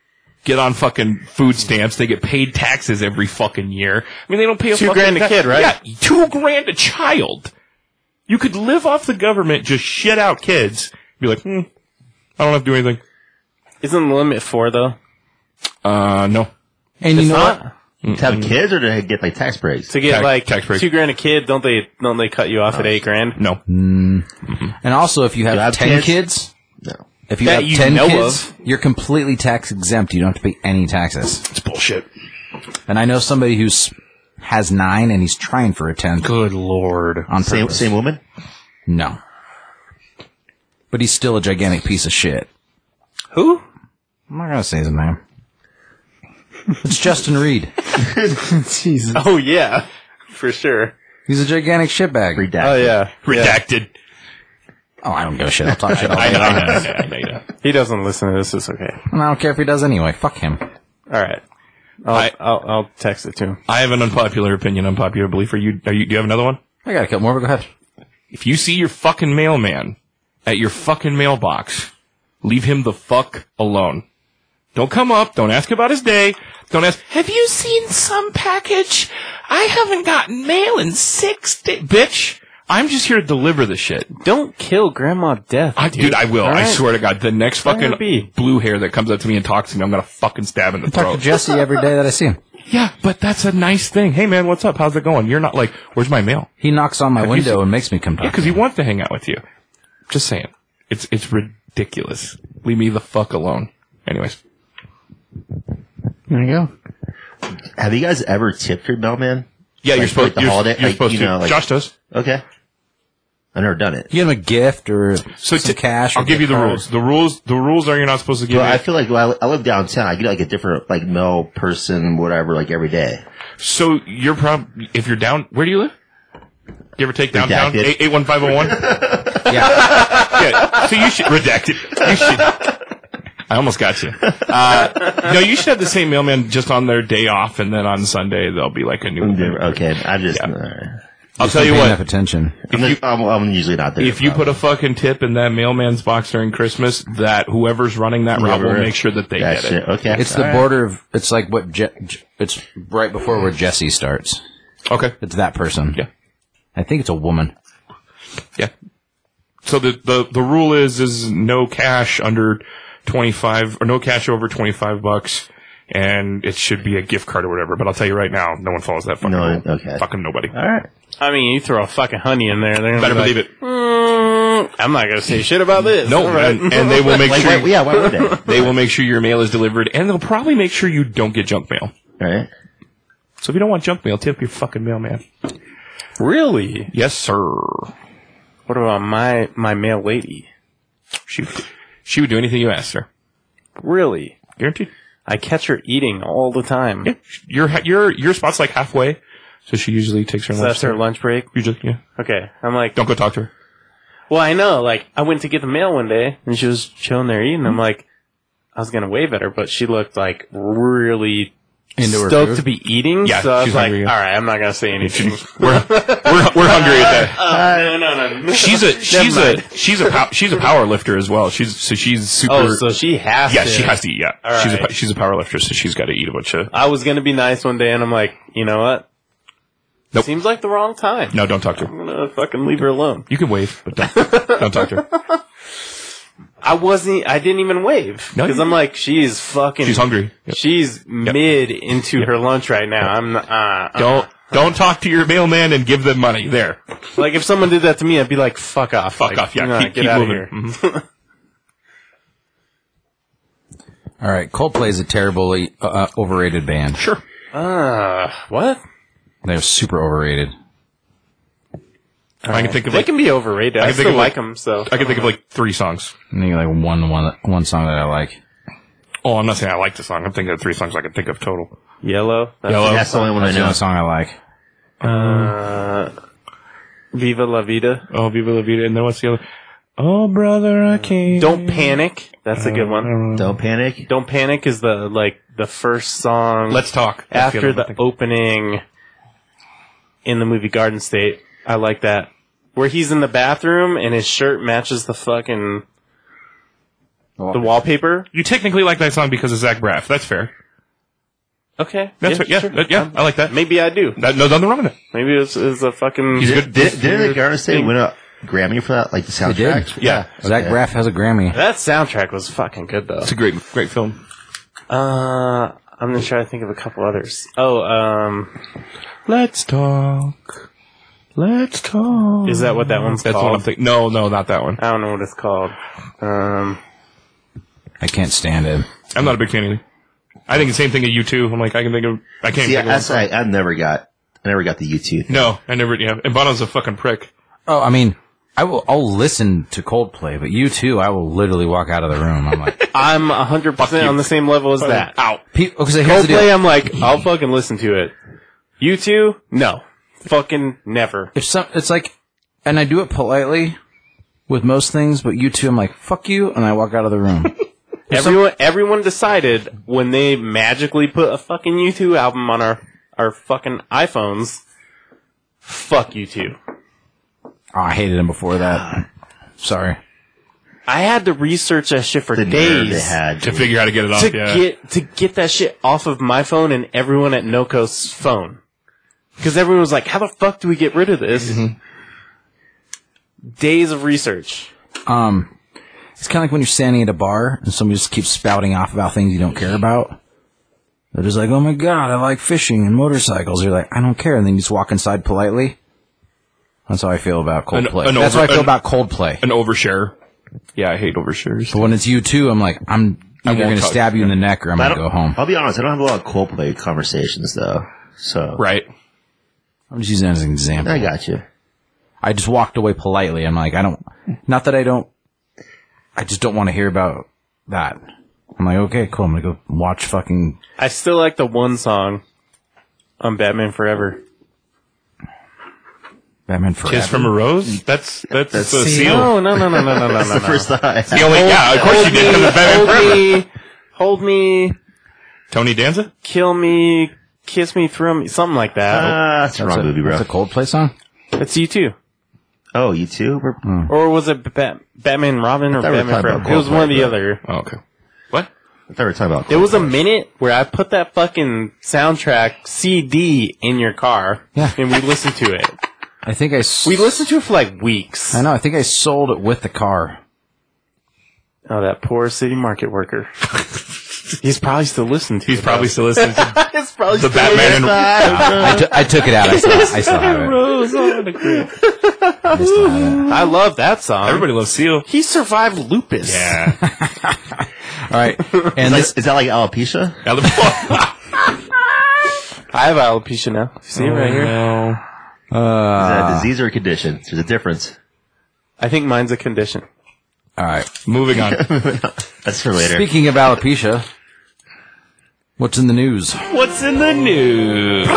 [SPEAKER 4] Get on fucking food stamps. They get paid taxes every fucking year. I mean, they don't pay a
[SPEAKER 2] Two
[SPEAKER 4] fucking
[SPEAKER 2] grand a
[SPEAKER 4] ta-
[SPEAKER 2] kid, right?
[SPEAKER 4] Yeah, two grand a child. You could live off the government, just shit out kids. Be like, hmm, I don't have to do anything.
[SPEAKER 2] Isn't the limit four though?
[SPEAKER 4] Uh, no.
[SPEAKER 1] And you know what?
[SPEAKER 2] Not
[SPEAKER 3] To have kids or to get like tax breaks?
[SPEAKER 2] to get
[SPEAKER 4] Tax-
[SPEAKER 2] like
[SPEAKER 4] tax break.
[SPEAKER 2] two grand a kid. Don't they don't they cut you off at eight grand?
[SPEAKER 4] No.
[SPEAKER 1] And also, if you have,
[SPEAKER 3] You have
[SPEAKER 1] ten
[SPEAKER 3] kids?
[SPEAKER 1] kids
[SPEAKER 3] No.
[SPEAKER 1] If you
[SPEAKER 2] That
[SPEAKER 1] have
[SPEAKER 2] you
[SPEAKER 1] 10
[SPEAKER 2] know
[SPEAKER 1] kids, you're completely tax exempt. You don't have to pay any taxes.
[SPEAKER 4] It's bullshit.
[SPEAKER 1] And I know somebody who's has nine and he's trying for a 10
[SPEAKER 4] Good lord.
[SPEAKER 1] on purpose.
[SPEAKER 3] Same same woman.
[SPEAKER 1] No. But he's still a gigantic piece of shit.
[SPEAKER 2] Who?
[SPEAKER 1] I'm not going to say his name. It's Justin Reed.
[SPEAKER 5] Jesus.
[SPEAKER 2] Oh yeah, for sure.
[SPEAKER 1] He's a gigantic shitbag.
[SPEAKER 3] Redacted.
[SPEAKER 2] Oh yeah,
[SPEAKER 4] Redacted.
[SPEAKER 1] Oh, I don't give a shit. I'll talk shit all
[SPEAKER 4] I
[SPEAKER 1] day
[SPEAKER 4] know,
[SPEAKER 1] long.
[SPEAKER 4] I know, I know, I know, I know.
[SPEAKER 2] He doesn't listen to this. It's okay.
[SPEAKER 1] And I don't care if he does anyway. Fuck him.
[SPEAKER 2] All right. I'll,
[SPEAKER 4] I-
[SPEAKER 2] I'll, I'll text it to him.
[SPEAKER 4] I have an unpopular opinion, unpopular belief. Are you, are you, do you have another one?
[SPEAKER 1] I got a couple more, but go ahead.
[SPEAKER 4] If you see your fucking mailman at your fucking mailbox, leave him the fuck alone. Don't come up. Don't ask about his day. Don't ask, have you seen some package? I haven't gotten mail in six days. Bitch, I'm just here to deliver the shit.
[SPEAKER 2] Don't kill Grandma Death,
[SPEAKER 4] I, dude, I will.
[SPEAKER 2] All
[SPEAKER 4] I
[SPEAKER 2] right.
[SPEAKER 4] swear to God, the next
[SPEAKER 2] Let her
[SPEAKER 4] fucking
[SPEAKER 2] be.
[SPEAKER 4] blue hair that comes up to me and talks to me, I'm gonna fucking stab in the
[SPEAKER 1] Talk to
[SPEAKER 4] throat.
[SPEAKER 1] Oh. Jesse every day that I see him.
[SPEAKER 4] Yeah, but that's a nice thing. Hey man, what's up? How's it going? You're not like, where's my mail?
[SPEAKER 1] He knocks on my
[SPEAKER 4] you
[SPEAKER 1] window
[SPEAKER 4] seen-
[SPEAKER 1] and makes me come talk.
[SPEAKER 4] Yeah, because he wants to hang out with you. Just saying, it's it's ridiculous. Leave me the fuck alone. Anyways,
[SPEAKER 5] There you go.
[SPEAKER 3] Have you guys ever tipped your mailman?
[SPEAKER 4] yeah,
[SPEAKER 3] Like,
[SPEAKER 4] you're supposed
[SPEAKER 3] like the
[SPEAKER 4] you're,
[SPEAKER 3] holiday-
[SPEAKER 4] you're
[SPEAKER 3] like,
[SPEAKER 4] supposed
[SPEAKER 3] you
[SPEAKER 4] to.
[SPEAKER 3] know, like-
[SPEAKER 4] Josh does.
[SPEAKER 3] Okay. I've never done it.
[SPEAKER 1] You give him a gift or
[SPEAKER 4] So
[SPEAKER 1] some
[SPEAKER 4] t-
[SPEAKER 1] cash. or
[SPEAKER 4] I'll give
[SPEAKER 1] gift
[SPEAKER 4] you the
[SPEAKER 1] card.
[SPEAKER 4] rules. The rules. The rules are you're not supposed to give.
[SPEAKER 3] But I
[SPEAKER 4] it.
[SPEAKER 3] feel like well, I live downtown. I get like a different like mail person, whatever, like every day.
[SPEAKER 4] so you're prob if you're down. Where do you live? You ever take downtown
[SPEAKER 3] Redacted.
[SPEAKER 4] eight one five zero one?
[SPEAKER 1] Yeah.
[SPEAKER 4] Yeah. So you should redacted. You should. I almost got you. Uh, no, you should have the same mailman just on their day off, and then on Sunday they'll be like a new.
[SPEAKER 3] Okay, I'm just. alright.
[SPEAKER 4] I'll tell you
[SPEAKER 1] Paying
[SPEAKER 4] what.
[SPEAKER 1] enough attention.
[SPEAKER 3] I'm, just- I'm, I'm usually not there.
[SPEAKER 4] If you put a fucking tip in that mailman's box during Christmas, that whoever's running that route will
[SPEAKER 3] Whoever-
[SPEAKER 4] make sure that they
[SPEAKER 3] that
[SPEAKER 4] get it.
[SPEAKER 3] shit. Okay,
[SPEAKER 1] It's the border of. It's like what. Je- Je- it's right before where Jesse starts.
[SPEAKER 4] Okay.
[SPEAKER 1] It's that person.
[SPEAKER 4] Yeah.
[SPEAKER 1] I think it's a woman.
[SPEAKER 4] Yeah. So the, the, the rule is, is no cash under 25 or no cash over 25 bucks. and it should be a gift card or whatever. But I'll tell you right now, no one follows that fucking
[SPEAKER 3] No,
[SPEAKER 4] rule.
[SPEAKER 3] okay.
[SPEAKER 4] Fuck 'em, nobody.
[SPEAKER 3] All right.
[SPEAKER 2] I mean, you throw a fucking honey in there, they're gonna
[SPEAKER 4] Better
[SPEAKER 2] be like,
[SPEAKER 4] believe it.
[SPEAKER 2] "Mm, I'm not gonna say shit about this.
[SPEAKER 4] No, and, and they will make
[SPEAKER 3] Like,
[SPEAKER 4] sure.
[SPEAKER 3] why- yeah, why would they? All
[SPEAKER 4] They will make sure your mail is delivered, and they'll probably make sure you don't get junk mail.
[SPEAKER 3] right.
[SPEAKER 4] So if you don't want junk mail, tip your fucking mailman.
[SPEAKER 2] really?
[SPEAKER 4] Yes, sir.
[SPEAKER 2] What about my my male lady?
[SPEAKER 4] She she would do anything you asked her.
[SPEAKER 2] Really?
[SPEAKER 4] Guaranteed.
[SPEAKER 2] I catch her eating all the time.
[SPEAKER 4] Yeah, your your your spot's like halfway, so she usually takes her
[SPEAKER 2] So
[SPEAKER 4] lunch.
[SPEAKER 2] that's her lunch break.
[SPEAKER 4] Usually, yeah.
[SPEAKER 2] Okay, I'm like,
[SPEAKER 4] Don't go talk to her.
[SPEAKER 2] well, I know. Like, I went to get the mail one day, and she was chilling there eating. I'm like, I was gonna wave at her, but she looked like really
[SPEAKER 1] Into her
[SPEAKER 2] stoked
[SPEAKER 1] food?
[SPEAKER 2] to be eating.
[SPEAKER 4] Yeah,
[SPEAKER 2] so I was
[SPEAKER 4] she's
[SPEAKER 2] like,
[SPEAKER 4] hungry, yeah.
[SPEAKER 2] all right, I'm not gonna say anything.
[SPEAKER 4] We're we're, we're hungry at that.
[SPEAKER 2] Uh, no, no, no.
[SPEAKER 4] She's a she's a
[SPEAKER 2] mind.
[SPEAKER 4] she's a pow- she's a power lifter as well. She's so she's super.
[SPEAKER 2] oh, so she has.
[SPEAKER 4] yeah,
[SPEAKER 2] to.
[SPEAKER 4] she has to eat. Yeah,
[SPEAKER 2] All
[SPEAKER 4] she's a,
[SPEAKER 2] right.
[SPEAKER 4] pow- she's a power lifter, so she's got to eat a bunch of.
[SPEAKER 2] I was gonna be nice one day, and I'm like, you know what?
[SPEAKER 4] Nope.
[SPEAKER 2] Seems like the wrong time.
[SPEAKER 4] No, don't talk to her.
[SPEAKER 2] I'm gonna fucking leave her alone.
[SPEAKER 4] You can wave, but don't, don't talk to her.
[SPEAKER 2] I wasn't. I didn't even wave
[SPEAKER 4] No,
[SPEAKER 2] because
[SPEAKER 4] you-
[SPEAKER 2] I'm like, she's fucking.
[SPEAKER 4] She's hungry. Yeah.
[SPEAKER 2] She's mid into her lunch right now. I'm not. Uh, uh.
[SPEAKER 4] Don't don't talk to your mailman and give them money. There,
[SPEAKER 2] Like if someone did that to me, I'd be like, "Fuck off,
[SPEAKER 4] fuck
[SPEAKER 2] Like,
[SPEAKER 4] off. Yeah,
[SPEAKER 2] nah,
[SPEAKER 4] keep,
[SPEAKER 2] get
[SPEAKER 4] keep
[SPEAKER 2] out
[SPEAKER 4] moving.
[SPEAKER 2] of here."
[SPEAKER 4] Mhm.
[SPEAKER 1] All right, Coldplay is a terribly uh, uh, overrated band.
[SPEAKER 4] Sure.
[SPEAKER 2] Uh, what?
[SPEAKER 1] They're super overrated.
[SPEAKER 4] I can think of
[SPEAKER 2] They
[SPEAKER 4] like
[SPEAKER 2] can be overrated. I,
[SPEAKER 4] can think
[SPEAKER 2] still
[SPEAKER 4] of, like-
[SPEAKER 2] like them. So
[SPEAKER 4] I can think of like three songs.
[SPEAKER 1] I think like one one one song that I like.
[SPEAKER 4] Oh, I'm not saying I like the song. I'm thinking of three songs I can think of total.
[SPEAKER 2] yellow. That's
[SPEAKER 4] Yellow.
[SPEAKER 3] That's the only one I
[SPEAKER 1] That's the
[SPEAKER 3] know.
[SPEAKER 1] only song I like.
[SPEAKER 2] Uh, Viva la vida.
[SPEAKER 4] Oh, Viva La Vida, and then what's the other? Oh, brother, I can't.
[SPEAKER 2] Don't panic. That's a good one.
[SPEAKER 4] Mm-hmm.
[SPEAKER 3] Don't panic.
[SPEAKER 2] Don't panic is the like the first song.
[SPEAKER 4] Let's talk. That's
[SPEAKER 2] after
[SPEAKER 4] other one I
[SPEAKER 2] the
[SPEAKER 4] think.
[SPEAKER 2] opening in the movie Garden State. I like that. Where he's in the bathroom and his shirt matches the fucking the wallpaper.
[SPEAKER 4] you technically like that song because of Zach Braff. That's fair.
[SPEAKER 2] Okay.
[SPEAKER 4] That's fair. yeah, Um,
[SPEAKER 2] sure.
[SPEAKER 4] that- yeah. I like that.
[SPEAKER 2] Maybe I do.
[SPEAKER 4] That, no, nothing wrong with it.
[SPEAKER 2] Maybe it's, it's a fucking.
[SPEAKER 4] He's
[SPEAKER 3] Did,
[SPEAKER 4] good.
[SPEAKER 3] did, did the Garden State win a Grammy for that? Like the soundtrack?
[SPEAKER 1] They did.
[SPEAKER 4] Yeah.
[SPEAKER 1] Zach Braff has a Grammy.
[SPEAKER 2] That soundtrack was fucking good though.
[SPEAKER 4] It's a great, great film.
[SPEAKER 2] Uh, I'm gonna try to think of a couple others. Oh, um,
[SPEAKER 4] Let's talk. Let's talk.
[SPEAKER 2] is that what that one's
[SPEAKER 4] Hmm, That's
[SPEAKER 2] called?
[SPEAKER 4] what I'm thinking. No, no, not that one.
[SPEAKER 2] I don't know what it's called. Um,
[SPEAKER 1] I can't stand it.
[SPEAKER 4] I'm not a big fan either. I think the same thing of you too. I'm like, I can think of, I can't
[SPEAKER 3] See,
[SPEAKER 4] think of.
[SPEAKER 3] that's I, I never got. I never got the U2.
[SPEAKER 4] No, I never. Yeah, and Bono's a fucking prick.
[SPEAKER 1] Oh, I mean, I will. I'll listen to Coldplay, but you too, I will literally walk out of the room. I'm like,
[SPEAKER 2] I'm 100% on the same level as that.
[SPEAKER 4] Out.
[SPEAKER 1] because here's the
[SPEAKER 2] Coldplay,
[SPEAKER 1] deal.
[SPEAKER 2] I'm like, I'll fucking listen to it. You two, no, fucking never.
[SPEAKER 1] If some, it's like, and I do it politely with most things, but you too, I'm like, fuck you, and I walk out of the room.
[SPEAKER 2] Everyone, everyone decided when they magically put a fucking U two album on our our fucking iPhones. Fuck U two.
[SPEAKER 1] oh, I hated him before that. Sorry.
[SPEAKER 2] I had to research that shit for
[SPEAKER 3] The nerve they
[SPEAKER 2] days
[SPEAKER 3] had.
[SPEAKER 4] To figure out how to get it off.
[SPEAKER 2] to
[SPEAKER 4] yeah.
[SPEAKER 2] get to get that shit off of my phone and everyone at Noco's phone. Because everyone was like, "How the fuck do we get rid of this?"
[SPEAKER 3] Mm-hmm.
[SPEAKER 2] Days of research.
[SPEAKER 1] Um, it's kind of like when you're standing at a bar and somebody just keeps spouting off about things you don't care about. They're just like, oh my god, I like fishing and motorcycles. You're like, I don't care. And then you just walk inside politely. That's how I feel about Coldplay.
[SPEAKER 4] an
[SPEAKER 1] That's
[SPEAKER 4] over-
[SPEAKER 1] how I feel
[SPEAKER 4] an-
[SPEAKER 1] about Coldplay.
[SPEAKER 4] an overshare. Yeah, I hate overshares.
[SPEAKER 1] But when it's you too, I'm like, I'm either
[SPEAKER 4] won't
[SPEAKER 1] going to
[SPEAKER 4] talk-
[SPEAKER 1] stab you in the neck or I'm
[SPEAKER 3] I
[SPEAKER 1] going to
[SPEAKER 3] don't-
[SPEAKER 1] go home.
[SPEAKER 3] I'll be honest. I don't have a lot of Coldplay conversations though. So
[SPEAKER 4] Right.
[SPEAKER 1] I'm just using it as an example.
[SPEAKER 3] I got you.
[SPEAKER 1] I just walked away politely. I'm like, I don't, not that I don't, I just don't want to hear about that. I'm like, okay, cool. I'm going to go watch fucking
[SPEAKER 2] I still like the one song on Batman Forever.
[SPEAKER 1] Batman Forever.
[SPEAKER 4] Kiss from a rose. That's Mm. that's,
[SPEAKER 3] That's-
[SPEAKER 4] the
[SPEAKER 5] See,
[SPEAKER 4] seal.
[SPEAKER 2] Oh, No, no, no, no, no, no, no.
[SPEAKER 3] That's
[SPEAKER 2] no,
[SPEAKER 3] the first thought. I
[SPEAKER 4] The
[SPEAKER 3] had.
[SPEAKER 4] only, yeah, of course you did. 'cause it's Batman
[SPEAKER 2] Hold
[SPEAKER 4] Forever.
[SPEAKER 2] me, hold me,
[SPEAKER 4] Tony Danza.
[SPEAKER 2] kill me, kiss me, throw me, something like that.
[SPEAKER 3] Ah, that's the
[SPEAKER 1] That's
[SPEAKER 3] wrong
[SPEAKER 1] a-
[SPEAKER 3] movie, bro.
[SPEAKER 1] That's a Coldplay song?
[SPEAKER 2] That's you too.
[SPEAKER 3] Oh, you too? We're-
[SPEAKER 2] Or was it Bat- Batman Robin or
[SPEAKER 3] thought we were
[SPEAKER 2] Batman
[SPEAKER 3] talking about
[SPEAKER 2] Forever? It was
[SPEAKER 3] Coldplay,
[SPEAKER 2] one or the
[SPEAKER 3] but- oh
[SPEAKER 2] other.
[SPEAKER 4] Oh, okay. What?
[SPEAKER 3] I thought we were talking about.
[SPEAKER 2] There was a minute where I put that fucking soundtrack CD in your car,
[SPEAKER 1] Yeah.
[SPEAKER 2] and we listened to it.
[SPEAKER 1] I think I. s-
[SPEAKER 2] We listened to it for like weeks.
[SPEAKER 1] I know. I think I sold it with the car.
[SPEAKER 2] Oh, that poor city market worker. He's probably still listening to.
[SPEAKER 4] He's
[SPEAKER 2] it,
[SPEAKER 4] probably
[SPEAKER 2] though.
[SPEAKER 4] still listening to
[SPEAKER 2] It's probably
[SPEAKER 4] the
[SPEAKER 2] still
[SPEAKER 4] Batman and
[SPEAKER 1] I, t- I took it out. I still, I still have it.
[SPEAKER 4] Rose on the grid.
[SPEAKER 1] I still have it.
[SPEAKER 2] I love that song.
[SPEAKER 4] Everybody loves Seal.
[SPEAKER 2] He survived lupus.
[SPEAKER 4] Yeah.
[SPEAKER 1] All right, and this
[SPEAKER 3] Is, that- is that like alopecia?
[SPEAKER 4] Now the-
[SPEAKER 2] I have alopecia now. See it
[SPEAKER 4] Oh,
[SPEAKER 2] right here.
[SPEAKER 3] Is that a disease or a condition? There's a difference.
[SPEAKER 2] I think mine's a condition.
[SPEAKER 1] all right.
[SPEAKER 4] Moving on.
[SPEAKER 3] That's for later.
[SPEAKER 1] Speaking of alopecia, what's in the news?
[SPEAKER 4] What's in the news?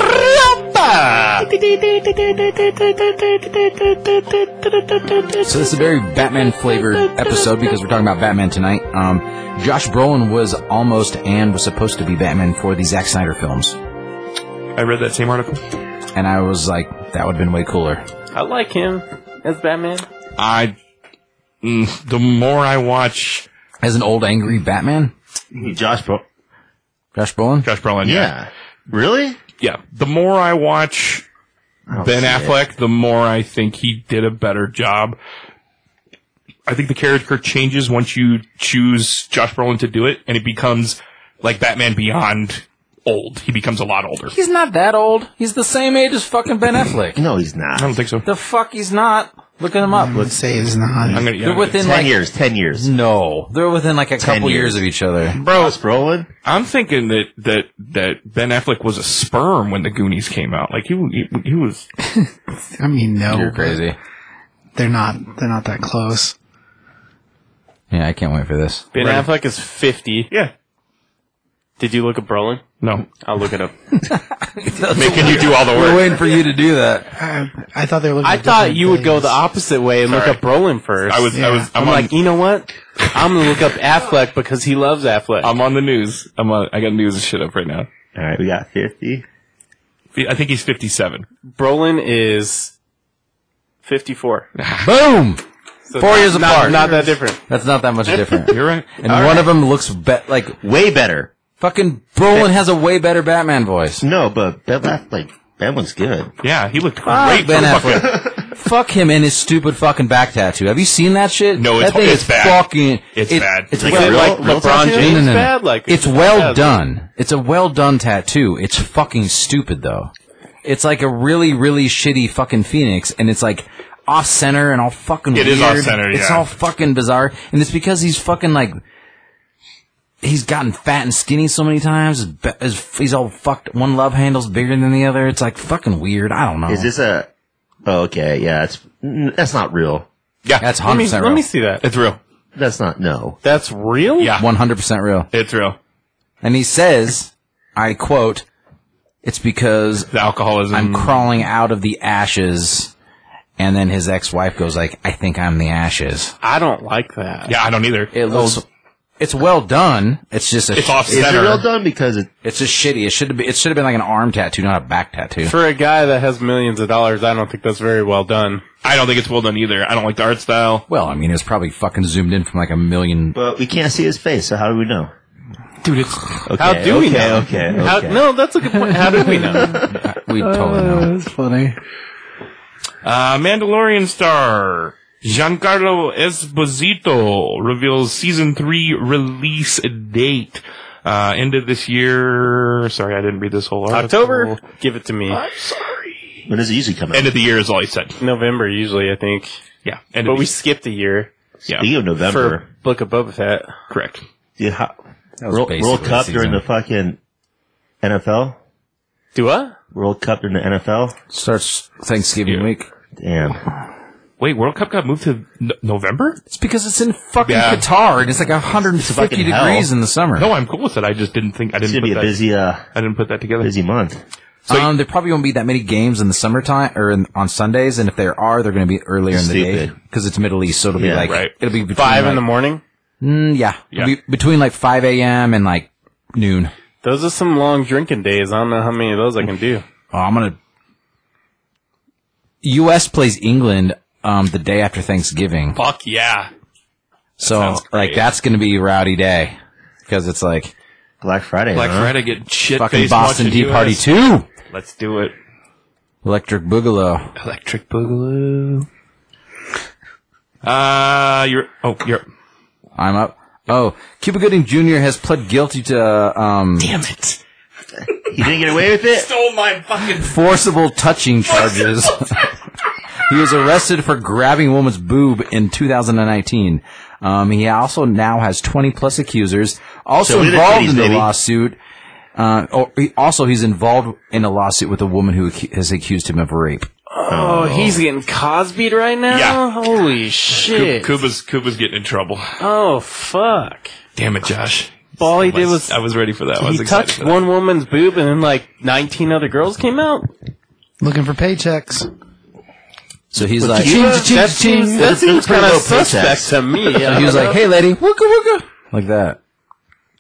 [SPEAKER 1] So this is a very Batman flavored episode because we're talking about Batman tonight. Um, Josh Brolin was almost and was supposed to be Batman for the Zack Snyder films,
[SPEAKER 4] I read that same article.
[SPEAKER 1] and I was like, that would have been way cooler.
[SPEAKER 2] I like him as Batman.
[SPEAKER 4] I. mm, The more I watch
[SPEAKER 1] As an old angry Batman,
[SPEAKER 3] Josh, bro.
[SPEAKER 1] Josh Brolin.
[SPEAKER 4] Josh Brolin,
[SPEAKER 3] Yeah.
[SPEAKER 4] yeah,
[SPEAKER 3] Really? Oh,
[SPEAKER 4] yeah, the more I watch
[SPEAKER 3] I
[SPEAKER 1] Oh,
[SPEAKER 3] don't
[SPEAKER 4] Ben
[SPEAKER 3] see it.
[SPEAKER 4] Affleck, the more I think he did a better job. I think the character changes once you choose Josh Brolin to do it, and it becomes like Batman Beyond old. He becomes a lot older.
[SPEAKER 1] He's not that old. He's the same age as fucking Ben Affleck.
[SPEAKER 3] No, he's
[SPEAKER 4] I don't
[SPEAKER 3] not.
[SPEAKER 4] think so.
[SPEAKER 1] the fuck, he's not. Look at him up.
[SPEAKER 5] Let's say it's not.
[SPEAKER 4] I'm gonna, yeah,
[SPEAKER 1] They're
[SPEAKER 4] I'm gonna-
[SPEAKER 1] within
[SPEAKER 3] Ten
[SPEAKER 1] like Mm,
[SPEAKER 3] years. Ten years.
[SPEAKER 1] no, they're within like a couple years.
[SPEAKER 3] years.
[SPEAKER 1] of each other.
[SPEAKER 4] bro.
[SPEAKER 3] Josh Brolin.
[SPEAKER 4] I'm thinking that that that Ben Affleck was a sperm when the Goonies came out. Like he he, he was.
[SPEAKER 5] I mean, no,
[SPEAKER 1] You're crazy.
[SPEAKER 5] they're not. They're not that close.
[SPEAKER 1] Yeah, I can't wait for this.
[SPEAKER 2] Ben
[SPEAKER 4] Right.
[SPEAKER 2] Affleck is fifty.
[SPEAKER 4] Yeah.
[SPEAKER 2] Did you look at Brolin?
[SPEAKER 4] No.
[SPEAKER 2] I'll look it up.
[SPEAKER 4] Making you do all the
[SPEAKER 1] We're
[SPEAKER 4] work.
[SPEAKER 1] waiting for you to do that.
[SPEAKER 5] I, I thought they were.
[SPEAKER 2] I thought you would go the opposite way and
[SPEAKER 4] Sorry.
[SPEAKER 2] look up Brolin first.
[SPEAKER 4] I was I was
[SPEAKER 2] I'm,
[SPEAKER 4] I'm, on,
[SPEAKER 2] like, you know what? I'm gonna look up Affleck because he loves Affleck.
[SPEAKER 4] I'm on the news. I'm on, I got news and shit up right now.
[SPEAKER 3] All right, we got fifty.
[SPEAKER 4] I think he's 57.
[SPEAKER 2] Brolin is fifty-four.
[SPEAKER 1] Boom.
[SPEAKER 2] So
[SPEAKER 1] Four
[SPEAKER 2] not-
[SPEAKER 1] years
[SPEAKER 2] not-
[SPEAKER 1] apart.
[SPEAKER 2] Not that different.
[SPEAKER 1] That's not that much different.
[SPEAKER 4] You're right.
[SPEAKER 1] And one of them looks be- like
[SPEAKER 3] Way better.
[SPEAKER 1] fucking Brolin has a way better Batman voice.
[SPEAKER 3] No, but Ben Affleck. Ben was good.
[SPEAKER 4] Yeah, he looked great.
[SPEAKER 1] Fuck Ah, Ben
[SPEAKER 4] for fucking-
[SPEAKER 1] Affleck. Fuck him and his stupid fucking back tattoo. Have you seen that shit?
[SPEAKER 4] No,
[SPEAKER 1] that
[SPEAKER 4] it's- it's
[SPEAKER 1] is
[SPEAKER 4] bad.
[SPEAKER 1] Fucking,
[SPEAKER 4] It's
[SPEAKER 1] it-
[SPEAKER 4] bad.
[SPEAKER 1] It's
[SPEAKER 3] Like
[SPEAKER 1] well,
[SPEAKER 3] real-
[SPEAKER 2] like
[SPEAKER 3] real
[SPEAKER 2] LeBron
[SPEAKER 3] tattoo?
[SPEAKER 2] James
[SPEAKER 1] No, no, no.
[SPEAKER 2] bad. Like
[SPEAKER 1] it's well
[SPEAKER 2] yeah,
[SPEAKER 1] done. It's a well done tattoo. It's fucking stupid though. It's like a really really shitty fucking phoenix, and it's like off center and all fucking.
[SPEAKER 4] It
[SPEAKER 1] weird.
[SPEAKER 4] is off-center,
[SPEAKER 1] It's
[SPEAKER 4] yeah.
[SPEAKER 1] all fucking bizarre, and it's because he's fucking like. He's gotten fat and skinny so many times. His, be- his, he's all fucked. One love handle's bigger than the other. It's like fucking weird. I don't know.
[SPEAKER 3] Is this a? Oh, okay, yeah. It's mm, that's not real.
[SPEAKER 4] Yeah.
[SPEAKER 1] That's
[SPEAKER 2] Let me,
[SPEAKER 1] 100%
[SPEAKER 2] let me
[SPEAKER 1] real.
[SPEAKER 2] see that.
[SPEAKER 4] it's real.
[SPEAKER 3] That's not no.
[SPEAKER 2] That's real.
[SPEAKER 4] Yeah.
[SPEAKER 1] 100% real.
[SPEAKER 4] It's real.
[SPEAKER 1] And he says, I quote, it's because
[SPEAKER 4] The alcoholism.
[SPEAKER 1] I'm crawling out of the ashes. And then his ex-wife goes like, I think I'm the ashes.
[SPEAKER 2] I don't like that.
[SPEAKER 4] yeah, I don't either.
[SPEAKER 1] It looks, it's well done. It's just a,
[SPEAKER 4] it's
[SPEAKER 1] sh-
[SPEAKER 4] off
[SPEAKER 3] Is it real
[SPEAKER 4] center.
[SPEAKER 3] done? Because it,
[SPEAKER 1] it's just shitty. It should have been, it should have been like an arm tattoo, not a back tattoo.
[SPEAKER 2] For a guy that has millions of dollars, I don't think that's very well done.
[SPEAKER 4] I don't think it's well done either. I don't like the art style.
[SPEAKER 1] Well, I mean, it's probably fucking zoomed in from like a million.
[SPEAKER 3] but we can't see his face. So how do we know?
[SPEAKER 4] Dude, it's
[SPEAKER 3] Okay,
[SPEAKER 2] How do we
[SPEAKER 3] okay,
[SPEAKER 2] know?
[SPEAKER 3] Okay, okay.
[SPEAKER 2] How, no, that's a good point. How do we know?
[SPEAKER 1] We totally know.
[SPEAKER 5] That's funny.
[SPEAKER 4] uh, Mandalorian star Giancarlo Esposito reveals season three release date. Uh, end of this year. Sorry, I didn't read this whole article.
[SPEAKER 2] October? Give it to me.
[SPEAKER 3] When does it usually come out?
[SPEAKER 4] End of the year is all he said.
[SPEAKER 2] November usually, I think.
[SPEAKER 4] Yeah. End
[SPEAKER 2] But
[SPEAKER 4] of
[SPEAKER 2] we
[SPEAKER 4] the
[SPEAKER 2] skipped a year
[SPEAKER 4] yeah.
[SPEAKER 3] Speaking of November,
[SPEAKER 2] for Book of Boba Fett.
[SPEAKER 4] Correct.
[SPEAKER 3] dude, how,
[SPEAKER 1] was
[SPEAKER 3] World,
[SPEAKER 1] basically
[SPEAKER 3] World
[SPEAKER 1] the
[SPEAKER 3] Cup
[SPEAKER 1] season.
[SPEAKER 3] during the fucking NFL.
[SPEAKER 2] Do what?
[SPEAKER 3] World Cup during the NFL.
[SPEAKER 1] Starts Thanksgiving
[SPEAKER 4] Yeah.
[SPEAKER 1] week.
[SPEAKER 3] Damn.
[SPEAKER 4] Wait, World Cup got moved to no- November?
[SPEAKER 1] It's because it's in fucking
[SPEAKER 4] Yeah.
[SPEAKER 1] Qatar and it's like 150
[SPEAKER 3] fucking
[SPEAKER 1] degrees
[SPEAKER 3] hell.
[SPEAKER 1] in the summer.
[SPEAKER 4] No, I'm cool with it. I just didn't think I
[SPEAKER 3] It's
[SPEAKER 4] didn't
[SPEAKER 3] gonna be
[SPEAKER 4] put
[SPEAKER 3] a
[SPEAKER 4] that.
[SPEAKER 3] busy, uh,
[SPEAKER 4] I didn't put that together.
[SPEAKER 3] busy month.
[SPEAKER 4] So-
[SPEAKER 1] um, there probably won't be that many games in the summertime or in, on Sundays, and if there are, they're going to be earlier in the day
[SPEAKER 3] Stupid.
[SPEAKER 1] because it's Middle East, so it'll be
[SPEAKER 3] Yeah,
[SPEAKER 1] like
[SPEAKER 4] right.
[SPEAKER 1] it'll be between
[SPEAKER 2] Five
[SPEAKER 1] like,
[SPEAKER 2] in the morning?
[SPEAKER 1] Mm, yeah, It'll
[SPEAKER 4] Yeah.
[SPEAKER 1] Be between like five a.m. and like noon.
[SPEAKER 2] Those are some long drinking days. I don't know how many of those I can do.
[SPEAKER 1] Oh, I'm gonna. U.S. plays England um, the day after Thanksgiving,
[SPEAKER 4] Fuck yeah.
[SPEAKER 1] so
[SPEAKER 4] sounds great.
[SPEAKER 1] like that's going to be a rowdy day because it's like
[SPEAKER 3] Black Friday.
[SPEAKER 4] Black
[SPEAKER 3] huh?
[SPEAKER 4] Friday getting shit
[SPEAKER 1] fucking Boston Tea Party two,
[SPEAKER 4] Let's do it.
[SPEAKER 1] Electric Boogaloo.
[SPEAKER 4] Electric Boogaloo. Uh, you're, oh, you're,
[SPEAKER 1] I'm up. Oh, Cuba Gooding Jr. has pled guilty to uh, um,
[SPEAKER 4] Damn it!
[SPEAKER 3] He didn't get away with it.
[SPEAKER 4] Stole my fucking.
[SPEAKER 1] forcible touching charges. he was arrested for grabbing a woman's boob in 2019. Um, he also now has 20 plus accusers, also
[SPEAKER 3] So we did
[SPEAKER 1] involved
[SPEAKER 3] titties,
[SPEAKER 1] in the
[SPEAKER 3] baby.
[SPEAKER 1] lawsuit. Uh, or he, also, he's involved in a lawsuit with a woman who ac- has accused him of rape.
[SPEAKER 2] Oh, he's getting Cosby'd right now.
[SPEAKER 4] Yeah.
[SPEAKER 2] Holy shit.
[SPEAKER 4] Cuba's Cuba's getting in trouble.
[SPEAKER 2] Oh fuck.
[SPEAKER 4] Damn it, Josh!
[SPEAKER 2] All he did
[SPEAKER 4] I
[SPEAKER 2] was
[SPEAKER 4] I was ready for that. I was
[SPEAKER 2] he
[SPEAKER 4] excited
[SPEAKER 2] touched
[SPEAKER 4] for that.
[SPEAKER 2] one woman's boob, and then like 19 other girls came out.
[SPEAKER 5] Looking for paychecks.
[SPEAKER 1] So he's like,
[SPEAKER 5] Ching,
[SPEAKER 2] That
[SPEAKER 5] ching, ching.
[SPEAKER 2] seems, that
[SPEAKER 3] Those- those
[SPEAKER 2] seems kind
[SPEAKER 3] pretty
[SPEAKER 2] of
[SPEAKER 3] low paychecks.
[SPEAKER 2] suspect to me.
[SPEAKER 1] so he was like, hey, lady, wooka wooka, like that.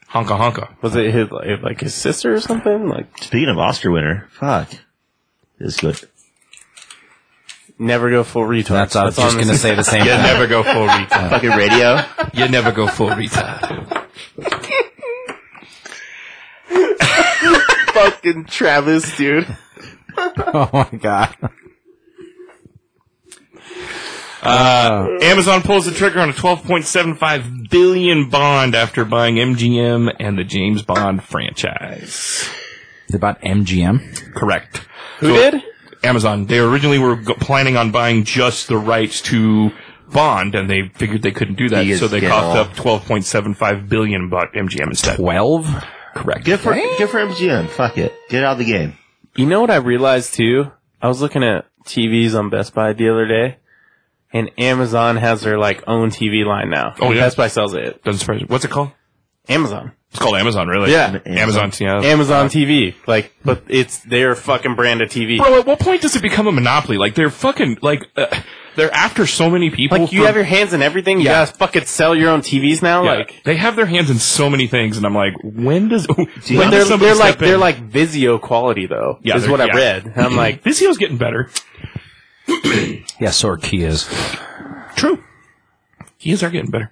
[SPEAKER 4] honka honka.
[SPEAKER 2] was it his like, like his sister or something? Like
[SPEAKER 3] Speaking of Oscar winner, fuck. This is good.
[SPEAKER 2] never go full retard.
[SPEAKER 1] That's, I was just gonna say the same
[SPEAKER 4] You
[SPEAKER 1] thing.
[SPEAKER 4] never go full retard.
[SPEAKER 3] Fucking radio.
[SPEAKER 4] You never go full retard.
[SPEAKER 2] fucking Travis, dude.
[SPEAKER 1] Oh my god.
[SPEAKER 4] Amazon pulls the trigger on a 12.75 billion bond after buying MGM and the James Bond franchise.
[SPEAKER 1] They bought MGM.
[SPEAKER 4] Correct.
[SPEAKER 2] Who
[SPEAKER 4] So-
[SPEAKER 2] did?
[SPEAKER 4] Amazon. They originally were go- planning on buying just the rights to Bond, and they figured they couldn't do that,
[SPEAKER 3] He is
[SPEAKER 4] so they
[SPEAKER 3] getting
[SPEAKER 4] coughed
[SPEAKER 3] all-
[SPEAKER 4] up 12.75 billion and bought MGM instead.
[SPEAKER 1] Twelve.
[SPEAKER 4] Correct.
[SPEAKER 3] Good for good for MGM. Fuck it. Get out of the game.
[SPEAKER 2] You know what I realized too? I was looking at TVs on Best Buy the other day, and Amazon has their like own TV line now.
[SPEAKER 4] Oh, yeah.
[SPEAKER 2] Best Buy sells it.
[SPEAKER 4] Doesn't surprise you. What's it called?
[SPEAKER 2] Amazon.
[SPEAKER 4] It's called Amazon, really.
[SPEAKER 2] Yeah.
[SPEAKER 4] Amazon. Yeah.
[SPEAKER 2] Amazon TV. Like, but it's their fucking brand of TV.
[SPEAKER 4] Bro, at what point does it become a monopoly? Like they're fucking like uh, they're after so many people.
[SPEAKER 2] Like, you
[SPEAKER 4] for-
[SPEAKER 2] have your hands in everything. You
[SPEAKER 4] Yeah.
[SPEAKER 2] guys fucking sell your own TVs now.
[SPEAKER 4] yeah,
[SPEAKER 2] Like,
[SPEAKER 4] they have their hands in so many things, and I'm like, when does when
[SPEAKER 2] but
[SPEAKER 4] does
[SPEAKER 2] they're,
[SPEAKER 4] somebody
[SPEAKER 2] they're like
[SPEAKER 4] step in?
[SPEAKER 2] they're like Vizio quality though.
[SPEAKER 4] Yeah,
[SPEAKER 2] is
[SPEAKER 4] they're-
[SPEAKER 2] what I
[SPEAKER 4] yeah.
[SPEAKER 2] read. And I'm like,
[SPEAKER 4] Vizio's getting better.
[SPEAKER 1] Yes, or Kias.
[SPEAKER 4] True. Kias are getting better.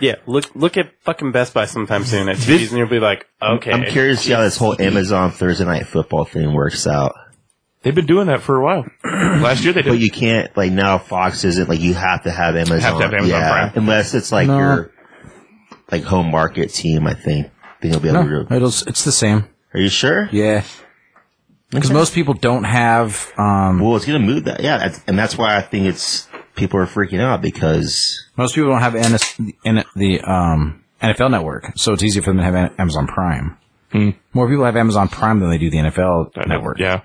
[SPEAKER 2] yeah, look look at fucking Best Buy sometime soon at TVs, and you'll be like, okay,
[SPEAKER 3] I'm curious to see how this whole
[SPEAKER 4] E.
[SPEAKER 3] Amazon Thursday night football thing works out.
[SPEAKER 4] They've been doing that for a while. Last year they did.
[SPEAKER 3] But you can't like now Fox isn't like you have to have Amazon.
[SPEAKER 4] Have to have Amazon
[SPEAKER 3] yeah.
[SPEAKER 4] Prime.
[SPEAKER 3] Unless it's like
[SPEAKER 1] No.
[SPEAKER 3] your like home market team, I think. Then you'll be able
[SPEAKER 1] No,
[SPEAKER 3] to do it.
[SPEAKER 1] it'll, it's the same.
[SPEAKER 3] Are you sure?
[SPEAKER 1] Yeah. Because most people don't have. Um,
[SPEAKER 3] Well, it's gonna move that. Yeah, that's, and that's why I think it's people are freaking out because
[SPEAKER 1] most people don't have NS, N, the um, NFL network, so it's easier for them to have An- Amazon Prime.
[SPEAKER 2] Hmm.
[SPEAKER 1] More people have Amazon Prime than they do the NFL network.
[SPEAKER 4] Yeah.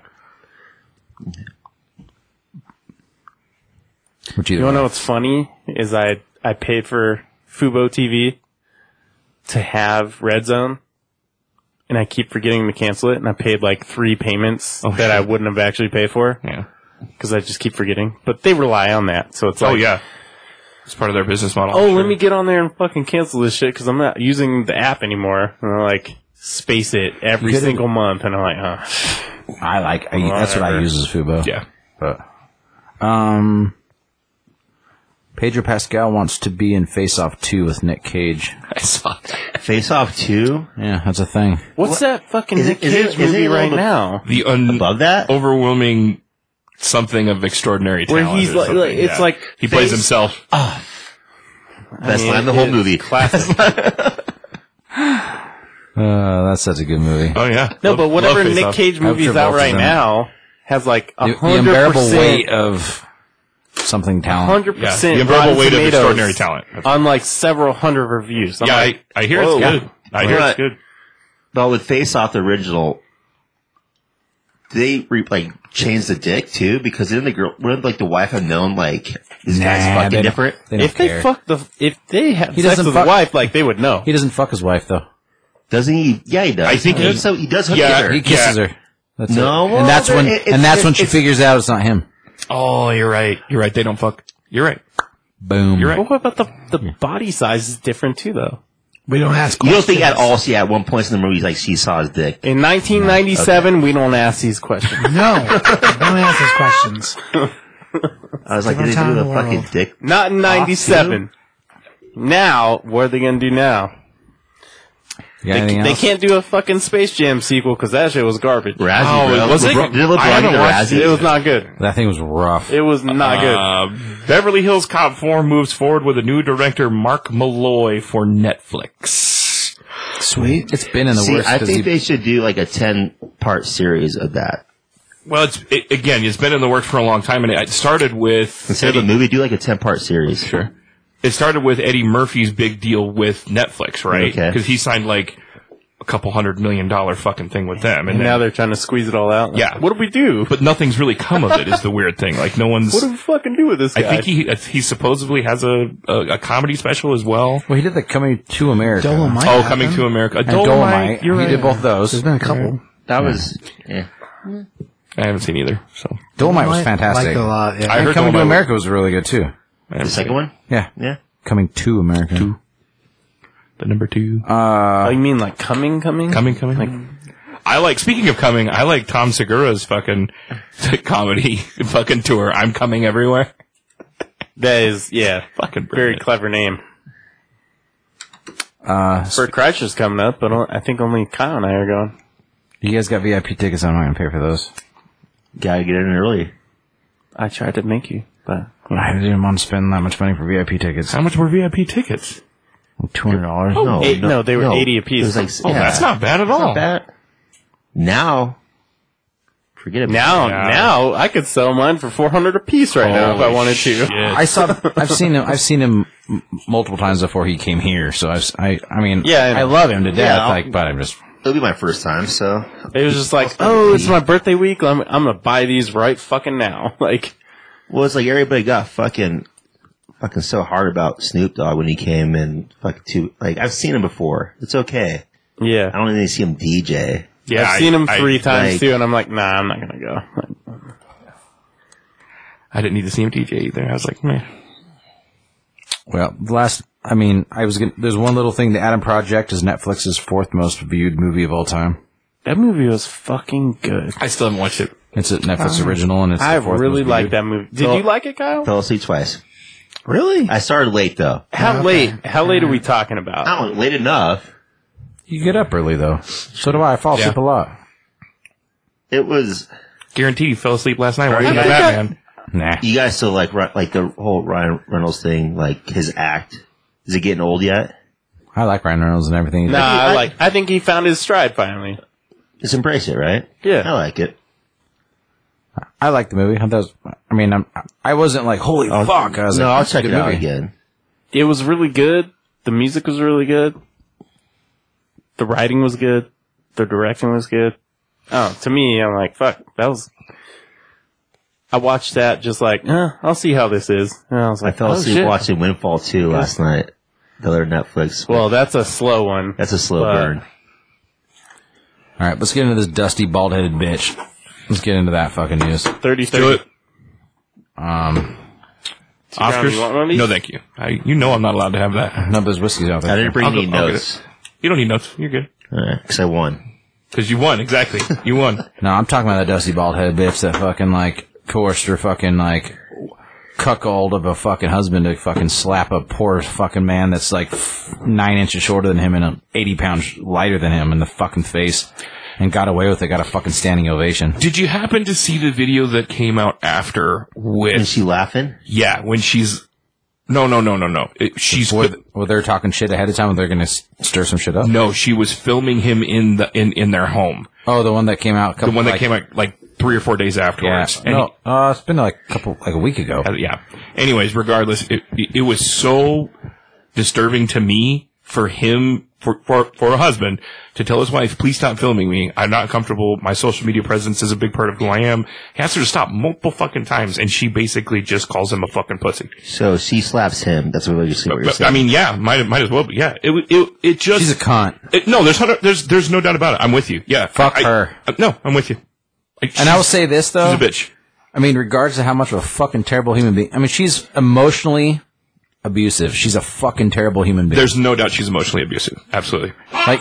[SPEAKER 1] Which
[SPEAKER 2] You
[SPEAKER 1] either
[SPEAKER 2] wanna know what's funny is I I paid for Fubo TV to have Red Zone, and I keep forgetting to cancel it, and I paid like three payments
[SPEAKER 4] Oh,
[SPEAKER 2] that
[SPEAKER 4] shit.
[SPEAKER 2] I wouldn't have actually paid for
[SPEAKER 4] Yeah.
[SPEAKER 2] because I just keep forgetting. But they rely on that, so it's
[SPEAKER 4] Oh
[SPEAKER 2] like,
[SPEAKER 4] yeah. It's part of their business model.
[SPEAKER 2] oh, let me get on there and fucking cancel this shit because I'm not using the app anymore, and I like space it every
[SPEAKER 1] You could've-
[SPEAKER 2] single month, and I'm like, huh.
[SPEAKER 1] I like. I, that's what I
[SPEAKER 2] Whatever.
[SPEAKER 1] use as Fubo.
[SPEAKER 4] Yeah.
[SPEAKER 1] But, um, Pedro Pascal wants to be in Face Off Two with Nick Cage.
[SPEAKER 4] I saw that.
[SPEAKER 3] Face Off two
[SPEAKER 1] Yeah, that's a thing.
[SPEAKER 2] What's that fucking
[SPEAKER 3] Is it-
[SPEAKER 2] Nick
[SPEAKER 3] is it-
[SPEAKER 2] Cage
[SPEAKER 3] is it
[SPEAKER 2] movie
[SPEAKER 3] all
[SPEAKER 2] right
[SPEAKER 3] the-
[SPEAKER 2] now?
[SPEAKER 4] The un-
[SPEAKER 3] above that.
[SPEAKER 4] overwhelming something of extraordinary
[SPEAKER 2] Where
[SPEAKER 4] talent.
[SPEAKER 2] he's
[SPEAKER 4] or
[SPEAKER 2] like-
[SPEAKER 4] something,
[SPEAKER 2] like- it's
[SPEAKER 4] yeah.
[SPEAKER 2] like
[SPEAKER 4] he plays
[SPEAKER 2] face-
[SPEAKER 4] himself.
[SPEAKER 3] Best
[SPEAKER 2] mean,
[SPEAKER 3] line in the whole
[SPEAKER 2] it's
[SPEAKER 3] movie.
[SPEAKER 2] classic.
[SPEAKER 1] Uh, that's such a good movie.
[SPEAKER 4] Oh yeah.
[SPEAKER 2] No,
[SPEAKER 4] Love-
[SPEAKER 2] but whatever
[SPEAKER 4] love Face
[SPEAKER 2] Nick
[SPEAKER 4] Off.
[SPEAKER 2] Cage movie is
[SPEAKER 1] Travolta's
[SPEAKER 2] out right
[SPEAKER 1] in it.
[SPEAKER 2] now has like
[SPEAKER 1] The,
[SPEAKER 2] a
[SPEAKER 1] the
[SPEAKER 2] hundred
[SPEAKER 1] unbearable weight
[SPEAKER 2] percent,
[SPEAKER 1] of something talent.
[SPEAKER 2] hundred
[SPEAKER 4] Yeah,
[SPEAKER 2] percent.
[SPEAKER 4] the unbearable
[SPEAKER 2] Rotten
[SPEAKER 4] weight of
[SPEAKER 2] Tomatoes
[SPEAKER 4] extraordinary talent.
[SPEAKER 2] On like several hundred reviews. I'm
[SPEAKER 4] yeah,
[SPEAKER 2] like,
[SPEAKER 4] I, I hear
[SPEAKER 2] whoa.
[SPEAKER 4] it's good. I hear it's
[SPEAKER 3] Right.
[SPEAKER 4] good.
[SPEAKER 3] But with Face Off the original, they re- like changed the dick too because then the girl wouldn't like the wife have known like this guy's
[SPEAKER 1] Nah, they
[SPEAKER 3] fucking
[SPEAKER 1] don't-
[SPEAKER 3] different.
[SPEAKER 1] They don't
[SPEAKER 2] if they
[SPEAKER 1] care.
[SPEAKER 2] fuck the, if they have
[SPEAKER 1] He
[SPEAKER 2] sex
[SPEAKER 1] doesn't
[SPEAKER 2] with
[SPEAKER 1] fuck-
[SPEAKER 2] the wife, like they would know.
[SPEAKER 1] he doesn't fuck his wife though.
[SPEAKER 3] Doesn't he? Yeah, he does.
[SPEAKER 4] I think
[SPEAKER 3] he,
[SPEAKER 4] he-
[SPEAKER 3] so. He does hook
[SPEAKER 4] yeah,
[SPEAKER 3] with her.
[SPEAKER 1] He kisses her. That's
[SPEAKER 3] No,
[SPEAKER 1] it.
[SPEAKER 3] well,
[SPEAKER 1] and that's when
[SPEAKER 3] it- it-
[SPEAKER 1] and that's
[SPEAKER 3] it-
[SPEAKER 1] when she
[SPEAKER 3] it's-
[SPEAKER 1] figures out it's not him.
[SPEAKER 4] Oh, you're right. You're right. They don't fuck. You're right.
[SPEAKER 1] Boom.
[SPEAKER 4] You're
[SPEAKER 2] But
[SPEAKER 4] right.
[SPEAKER 2] what about the the body size is different too though.
[SPEAKER 5] We don't ask.
[SPEAKER 3] you don't think at all? She at one point in the movie like she saw his dick.
[SPEAKER 2] In 1997, we don't ask these questions.
[SPEAKER 5] No, we don't ask those questions.
[SPEAKER 3] I was like, did
[SPEAKER 5] Different
[SPEAKER 3] they
[SPEAKER 5] time
[SPEAKER 3] do
[SPEAKER 5] in
[SPEAKER 3] the
[SPEAKER 5] the
[SPEAKER 3] fucking
[SPEAKER 5] world.
[SPEAKER 3] dick?
[SPEAKER 2] Not in 97. Now, what are they gonna do now?
[SPEAKER 1] got
[SPEAKER 2] They,
[SPEAKER 1] anything
[SPEAKER 2] they
[SPEAKER 1] else?
[SPEAKER 2] can't do a fucking Space Jam sequel because that shit was garbage.
[SPEAKER 3] Razzie,
[SPEAKER 4] Oh,
[SPEAKER 3] bro.
[SPEAKER 4] was it-
[SPEAKER 3] Did LeBron
[SPEAKER 4] I haven't
[SPEAKER 3] get
[SPEAKER 4] watched
[SPEAKER 3] Razzie?
[SPEAKER 2] It was not good.
[SPEAKER 1] That thing was rough.
[SPEAKER 2] It was not good.
[SPEAKER 4] Uh, Beverly Hills Cop 4 moves forward with a new director, Mark Malloy, for Netflix.
[SPEAKER 5] Sweet.
[SPEAKER 1] It's been in the
[SPEAKER 3] See,
[SPEAKER 1] works.
[SPEAKER 3] I
[SPEAKER 1] 'cause
[SPEAKER 3] think
[SPEAKER 1] he-
[SPEAKER 3] they should do like a ten part series of that.
[SPEAKER 4] Well, it's it, again, it's been in the works for a long time, and it started with
[SPEAKER 3] Instead of a movie, do like a ten part series. Sure.
[SPEAKER 4] it started with Eddie Murphy's big deal with Netflix, right?
[SPEAKER 3] Okay.
[SPEAKER 4] Because he signed like a couple hundred million dollar fucking thing with them, and,
[SPEAKER 2] And now
[SPEAKER 4] then,
[SPEAKER 2] they're trying to squeeze it all out.
[SPEAKER 4] Yeah.
[SPEAKER 2] What do we do?
[SPEAKER 4] but nothing's really come of it. Is the weird thing. Like no one's.
[SPEAKER 2] What do we fucking do with this
[SPEAKER 4] I
[SPEAKER 2] guy?
[SPEAKER 4] think he uh, he supposedly has a, a a comedy special as well.
[SPEAKER 1] well, he did the Coming to America.
[SPEAKER 5] Dolomite.
[SPEAKER 4] Oh,
[SPEAKER 5] happened.
[SPEAKER 4] coming to America.
[SPEAKER 1] And
[SPEAKER 4] Dolomite.
[SPEAKER 1] Dolomite.
[SPEAKER 4] You're
[SPEAKER 1] he
[SPEAKER 4] right.
[SPEAKER 1] did both
[SPEAKER 5] There's
[SPEAKER 1] those.
[SPEAKER 5] been a couple.
[SPEAKER 3] That was. Yeah.
[SPEAKER 4] I haven't seen either. So
[SPEAKER 1] Dolomite was
[SPEAKER 5] Liked
[SPEAKER 1] fantastic.
[SPEAKER 5] it a lot. Yeah.
[SPEAKER 4] I
[SPEAKER 1] And
[SPEAKER 4] heard
[SPEAKER 1] Coming to
[SPEAKER 4] Dolomite-
[SPEAKER 1] America was really good too.
[SPEAKER 4] I haven't
[SPEAKER 3] The
[SPEAKER 4] seen
[SPEAKER 3] second one.
[SPEAKER 1] Yeah.
[SPEAKER 3] Yeah.
[SPEAKER 1] Coming to America.
[SPEAKER 4] To. the number two.
[SPEAKER 2] oh, you mean like coming, coming?
[SPEAKER 4] coming, coming. I like. Speaking of coming, I like Tom Segura's fucking comedy fucking tour. I'm coming everywhere.
[SPEAKER 2] That is, yeah.
[SPEAKER 4] Fucking
[SPEAKER 2] Very
[SPEAKER 4] brilliant.
[SPEAKER 2] clever name.
[SPEAKER 1] Uh,
[SPEAKER 2] Bert Kreischer's coming up, but I think only Kyle and I are going.
[SPEAKER 1] you guys got VIP tickets. I'm not gonna pay for those.
[SPEAKER 3] Gotta get in early.
[SPEAKER 2] I tried to make you, but
[SPEAKER 1] I didn't want to spend that much money for VIP tickets.
[SPEAKER 4] How much were VIP tickets?
[SPEAKER 1] Two hundred dollars.
[SPEAKER 3] no,
[SPEAKER 2] eight- no, they were 80 apiece.
[SPEAKER 3] It was like,
[SPEAKER 4] Oh,
[SPEAKER 3] yeah,
[SPEAKER 4] that's not bad at all.
[SPEAKER 3] not bad. Now, forget it.
[SPEAKER 2] now,
[SPEAKER 4] Yeah.
[SPEAKER 2] now I could sell mine for four hundred a piece right now if I
[SPEAKER 4] Holy
[SPEAKER 2] wanted to.
[SPEAKER 4] shit.
[SPEAKER 1] I saw. I've seen him. I've seen him m- multiple times before he came here. So I've, si mean,
[SPEAKER 2] Yeah, I know.
[SPEAKER 1] I, love him to death.
[SPEAKER 3] I'll-
[SPEAKER 1] like, but I'm just.
[SPEAKER 3] it'll be my first time, so
[SPEAKER 2] It was just like, oh, it's my birthday week. I'm, I'm gonna buy these right fucking now. Like,
[SPEAKER 3] well, it's like everybody got fucking, fucking so hard about Snoop Dogg when he came and fucking two. Like I've seen him before. It's okay. I
[SPEAKER 2] yeah,
[SPEAKER 3] don't even need to see him DJ.
[SPEAKER 4] Yeah,
[SPEAKER 2] I've seen him
[SPEAKER 4] I-
[SPEAKER 2] three times
[SPEAKER 3] like-
[SPEAKER 2] too, and I'm like, nah, I'm not gonna go. Like,
[SPEAKER 4] I didn't need to see him DJ either. I was like, man.
[SPEAKER 1] Well, the last. I mean, I was. Gonna, there's one little thing. The Adam Project is Netflix's fourth most viewed movie of all time.
[SPEAKER 2] that movie was fucking good.
[SPEAKER 4] I still haven't watched it.
[SPEAKER 1] It's a Netflix original, and it's.
[SPEAKER 2] I
[SPEAKER 1] the fourth
[SPEAKER 2] really
[SPEAKER 1] most
[SPEAKER 2] like
[SPEAKER 1] viewed.
[SPEAKER 2] that movie. Did you like it, Kyle?
[SPEAKER 3] Fell asleep twice.
[SPEAKER 2] Really?
[SPEAKER 3] I started late though.
[SPEAKER 2] How late? How late are we talking about?
[SPEAKER 3] Not late enough.
[SPEAKER 1] You get up early though. So do I. I fall asleep
[SPEAKER 4] Yeah.
[SPEAKER 1] a lot.
[SPEAKER 3] It was.
[SPEAKER 4] Guaranteed you fell asleep last night watching
[SPEAKER 2] I think
[SPEAKER 4] Batman.
[SPEAKER 1] Nah.
[SPEAKER 3] You guys still like Ry- like the whole Ryan Reynolds thing, like his act. Is it getting old yet?
[SPEAKER 1] I like Ryan Reynolds and everything.
[SPEAKER 2] Nah,
[SPEAKER 3] I-
[SPEAKER 2] I like. I think he found his stride finally.
[SPEAKER 3] Just embrace it, right?
[SPEAKER 2] Yeah.
[SPEAKER 3] I like it.
[SPEAKER 1] I like the movie. I, thought it was, I mean, I'm, I wasn't like holy fuck. I was
[SPEAKER 3] no,
[SPEAKER 1] like,
[SPEAKER 3] I'll
[SPEAKER 1] "That's a
[SPEAKER 3] check
[SPEAKER 1] good
[SPEAKER 3] it out
[SPEAKER 1] movie."
[SPEAKER 3] again.
[SPEAKER 2] It was really good. The music was really good. The writing was good. The directing was good. Oh, to me, I'm like, fuck, that was. I watched that just like, eh, I'll see how this is. And I was
[SPEAKER 3] I
[SPEAKER 2] like,
[SPEAKER 3] fell
[SPEAKER 2] oh,
[SPEAKER 3] asleep
[SPEAKER 2] shit.
[SPEAKER 3] watching Windfall 2 last night. The other Netflix.
[SPEAKER 2] Well, that's a slow one. Uh,
[SPEAKER 3] that's a slow
[SPEAKER 4] uh,
[SPEAKER 2] but-
[SPEAKER 3] burn.
[SPEAKER 1] All right, let's get into this dusty bald headed bitch. Let's get into that fucking news.
[SPEAKER 2] 30
[SPEAKER 4] Do it.
[SPEAKER 2] 30.
[SPEAKER 1] Um,
[SPEAKER 2] Brown, you want one of
[SPEAKER 4] Oscars?
[SPEAKER 2] these?
[SPEAKER 4] No, thank you. I, you know I'm not allowed to have that.
[SPEAKER 1] no, there's whiskeys out
[SPEAKER 3] I
[SPEAKER 1] there.
[SPEAKER 3] didn't bring
[SPEAKER 4] I'll
[SPEAKER 3] any
[SPEAKER 4] go- I'll get
[SPEAKER 3] notes.
[SPEAKER 4] You don't need notes. You're good.
[SPEAKER 3] Because I won.
[SPEAKER 4] Because you won. Exactly. You won.
[SPEAKER 1] No, I'm talking about that dusty bald headed bitch that fucking like coerced her fucking like cuckold of a fucking husband to fucking slap a poor fucking man that's like f- nine inches shorter than him and um, 80 pounds lighter than him in the fucking face and got away with it. Got a fucking standing ovation.
[SPEAKER 4] Did you happen to see the video that came out after
[SPEAKER 3] Is
[SPEAKER 4] with,
[SPEAKER 3] she laughing?
[SPEAKER 4] yeah, when she's, no, no, no, no, no. It, she's,
[SPEAKER 1] What, well, they're talking shit ahead of time and they're going to stir some shit up.
[SPEAKER 4] no, she was filming him in the, in, in their home.
[SPEAKER 1] Oh, the one that came out. a
[SPEAKER 4] The
[SPEAKER 1] Couple,
[SPEAKER 4] one that
[SPEAKER 1] like-
[SPEAKER 4] came out like three or four days
[SPEAKER 1] Yeah.
[SPEAKER 4] afterwards. And he-
[SPEAKER 1] No, uh, it's been like a couple, like a week ago.
[SPEAKER 4] Uh, yeah. Anyways, regardless, it, it was so disturbing to me for him, for, for, for a husband to tell his wife, please stop filming me. I'm not comfortable. My social media presence is a big part of who I am. He asked her to stop multiple fucking times and she basically just calls him a fucking pussy.
[SPEAKER 3] So she slaps him. That's what you're saying. What you're
[SPEAKER 4] But, I
[SPEAKER 3] saying.
[SPEAKER 4] mean, yeah, might, might as well be. Yeah. It, w- it, it
[SPEAKER 1] She's a
[SPEAKER 4] just,
[SPEAKER 1] cunt.
[SPEAKER 4] it- no, there's, hundred- there's, there's no doubt about it. I'm with you. Yeah.
[SPEAKER 1] Fuck
[SPEAKER 4] I-
[SPEAKER 1] her.
[SPEAKER 4] I- no, I'm with you.
[SPEAKER 1] And I will say uh, this
[SPEAKER 4] she's
[SPEAKER 1] though.
[SPEAKER 4] a bitch.
[SPEAKER 1] I mean, regards to how much of a fucking terrible human being. I mean, she's emotionally abusive. She's a fucking terrible human being.
[SPEAKER 4] There's no doubt she's emotionally abusive. Absolutely.
[SPEAKER 1] like,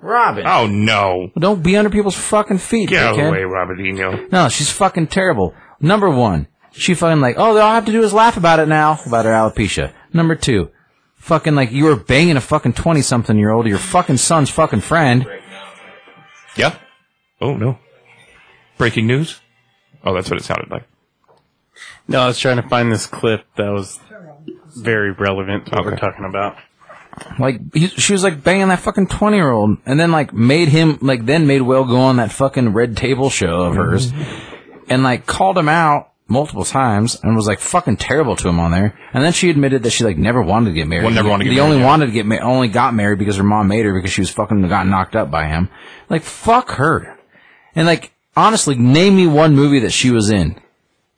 [SPEAKER 1] Robin,
[SPEAKER 4] Oh no.
[SPEAKER 1] don't be under people's fucking feet.
[SPEAKER 4] Get out of
[SPEAKER 1] dickhead.
[SPEAKER 4] the way, Robertino.
[SPEAKER 1] No, she's fucking terrible. Number one, she fucking like, oh, all I have to do is laugh about it now about her alopecia. Number two, fucking like you were banging a fucking twenty something year old, your fucking son's fucking friend.
[SPEAKER 4] Yeah. Oh no. Breaking news. Oh, that's what it sounded like.
[SPEAKER 2] No, I was trying to find this clip that was very relevant to what we're
[SPEAKER 4] Okay.
[SPEAKER 2] talking about.
[SPEAKER 1] Like he, she was like banging that fucking twenty year old, and then like made him like then made Will go on that fucking red table show of hers,
[SPEAKER 4] Mm-hmm.
[SPEAKER 1] and like called him out multiple times and was like fucking terrible to him on there. And then she admitted that she like never wanted to get married.
[SPEAKER 4] Well, never wanted to get
[SPEAKER 1] They
[SPEAKER 4] married,
[SPEAKER 1] only
[SPEAKER 4] yeah.
[SPEAKER 1] wanted to get ma- only got married because her mom made her because she was fucking got knocked up by him. Like fuck her. And like honestly, name me one movie that she was in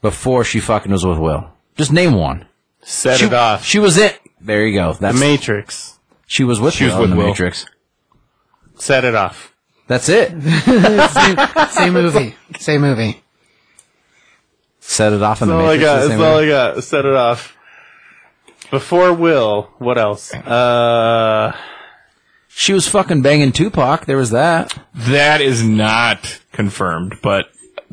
[SPEAKER 1] before she fucking was with Will. Just name one.
[SPEAKER 2] Set
[SPEAKER 1] She,
[SPEAKER 2] it off.
[SPEAKER 1] she was it. There you go.
[SPEAKER 2] The
[SPEAKER 1] That's
[SPEAKER 2] Matrix.
[SPEAKER 1] she was with
[SPEAKER 4] She
[SPEAKER 1] Will
[SPEAKER 4] was with
[SPEAKER 1] in the
[SPEAKER 4] Will.
[SPEAKER 1] Matrix.
[SPEAKER 2] Set it off.
[SPEAKER 1] That's it.
[SPEAKER 5] Same movie. Same movie.
[SPEAKER 1] Set it off in
[SPEAKER 2] That's
[SPEAKER 1] the
[SPEAKER 2] all I
[SPEAKER 1] Matrix.
[SPEAKER 2] got.
[SPEAKER 1] the same
[SPEAKER 2] That's all
[SPEAKER 1] way.
[SPEAKER 2] I got. Set it off. Before Will, what else? Uh,
[SPEAKER 1] She was fucking banging Tupac. There was that.
[SPEAKER 4] That is not confirmed, but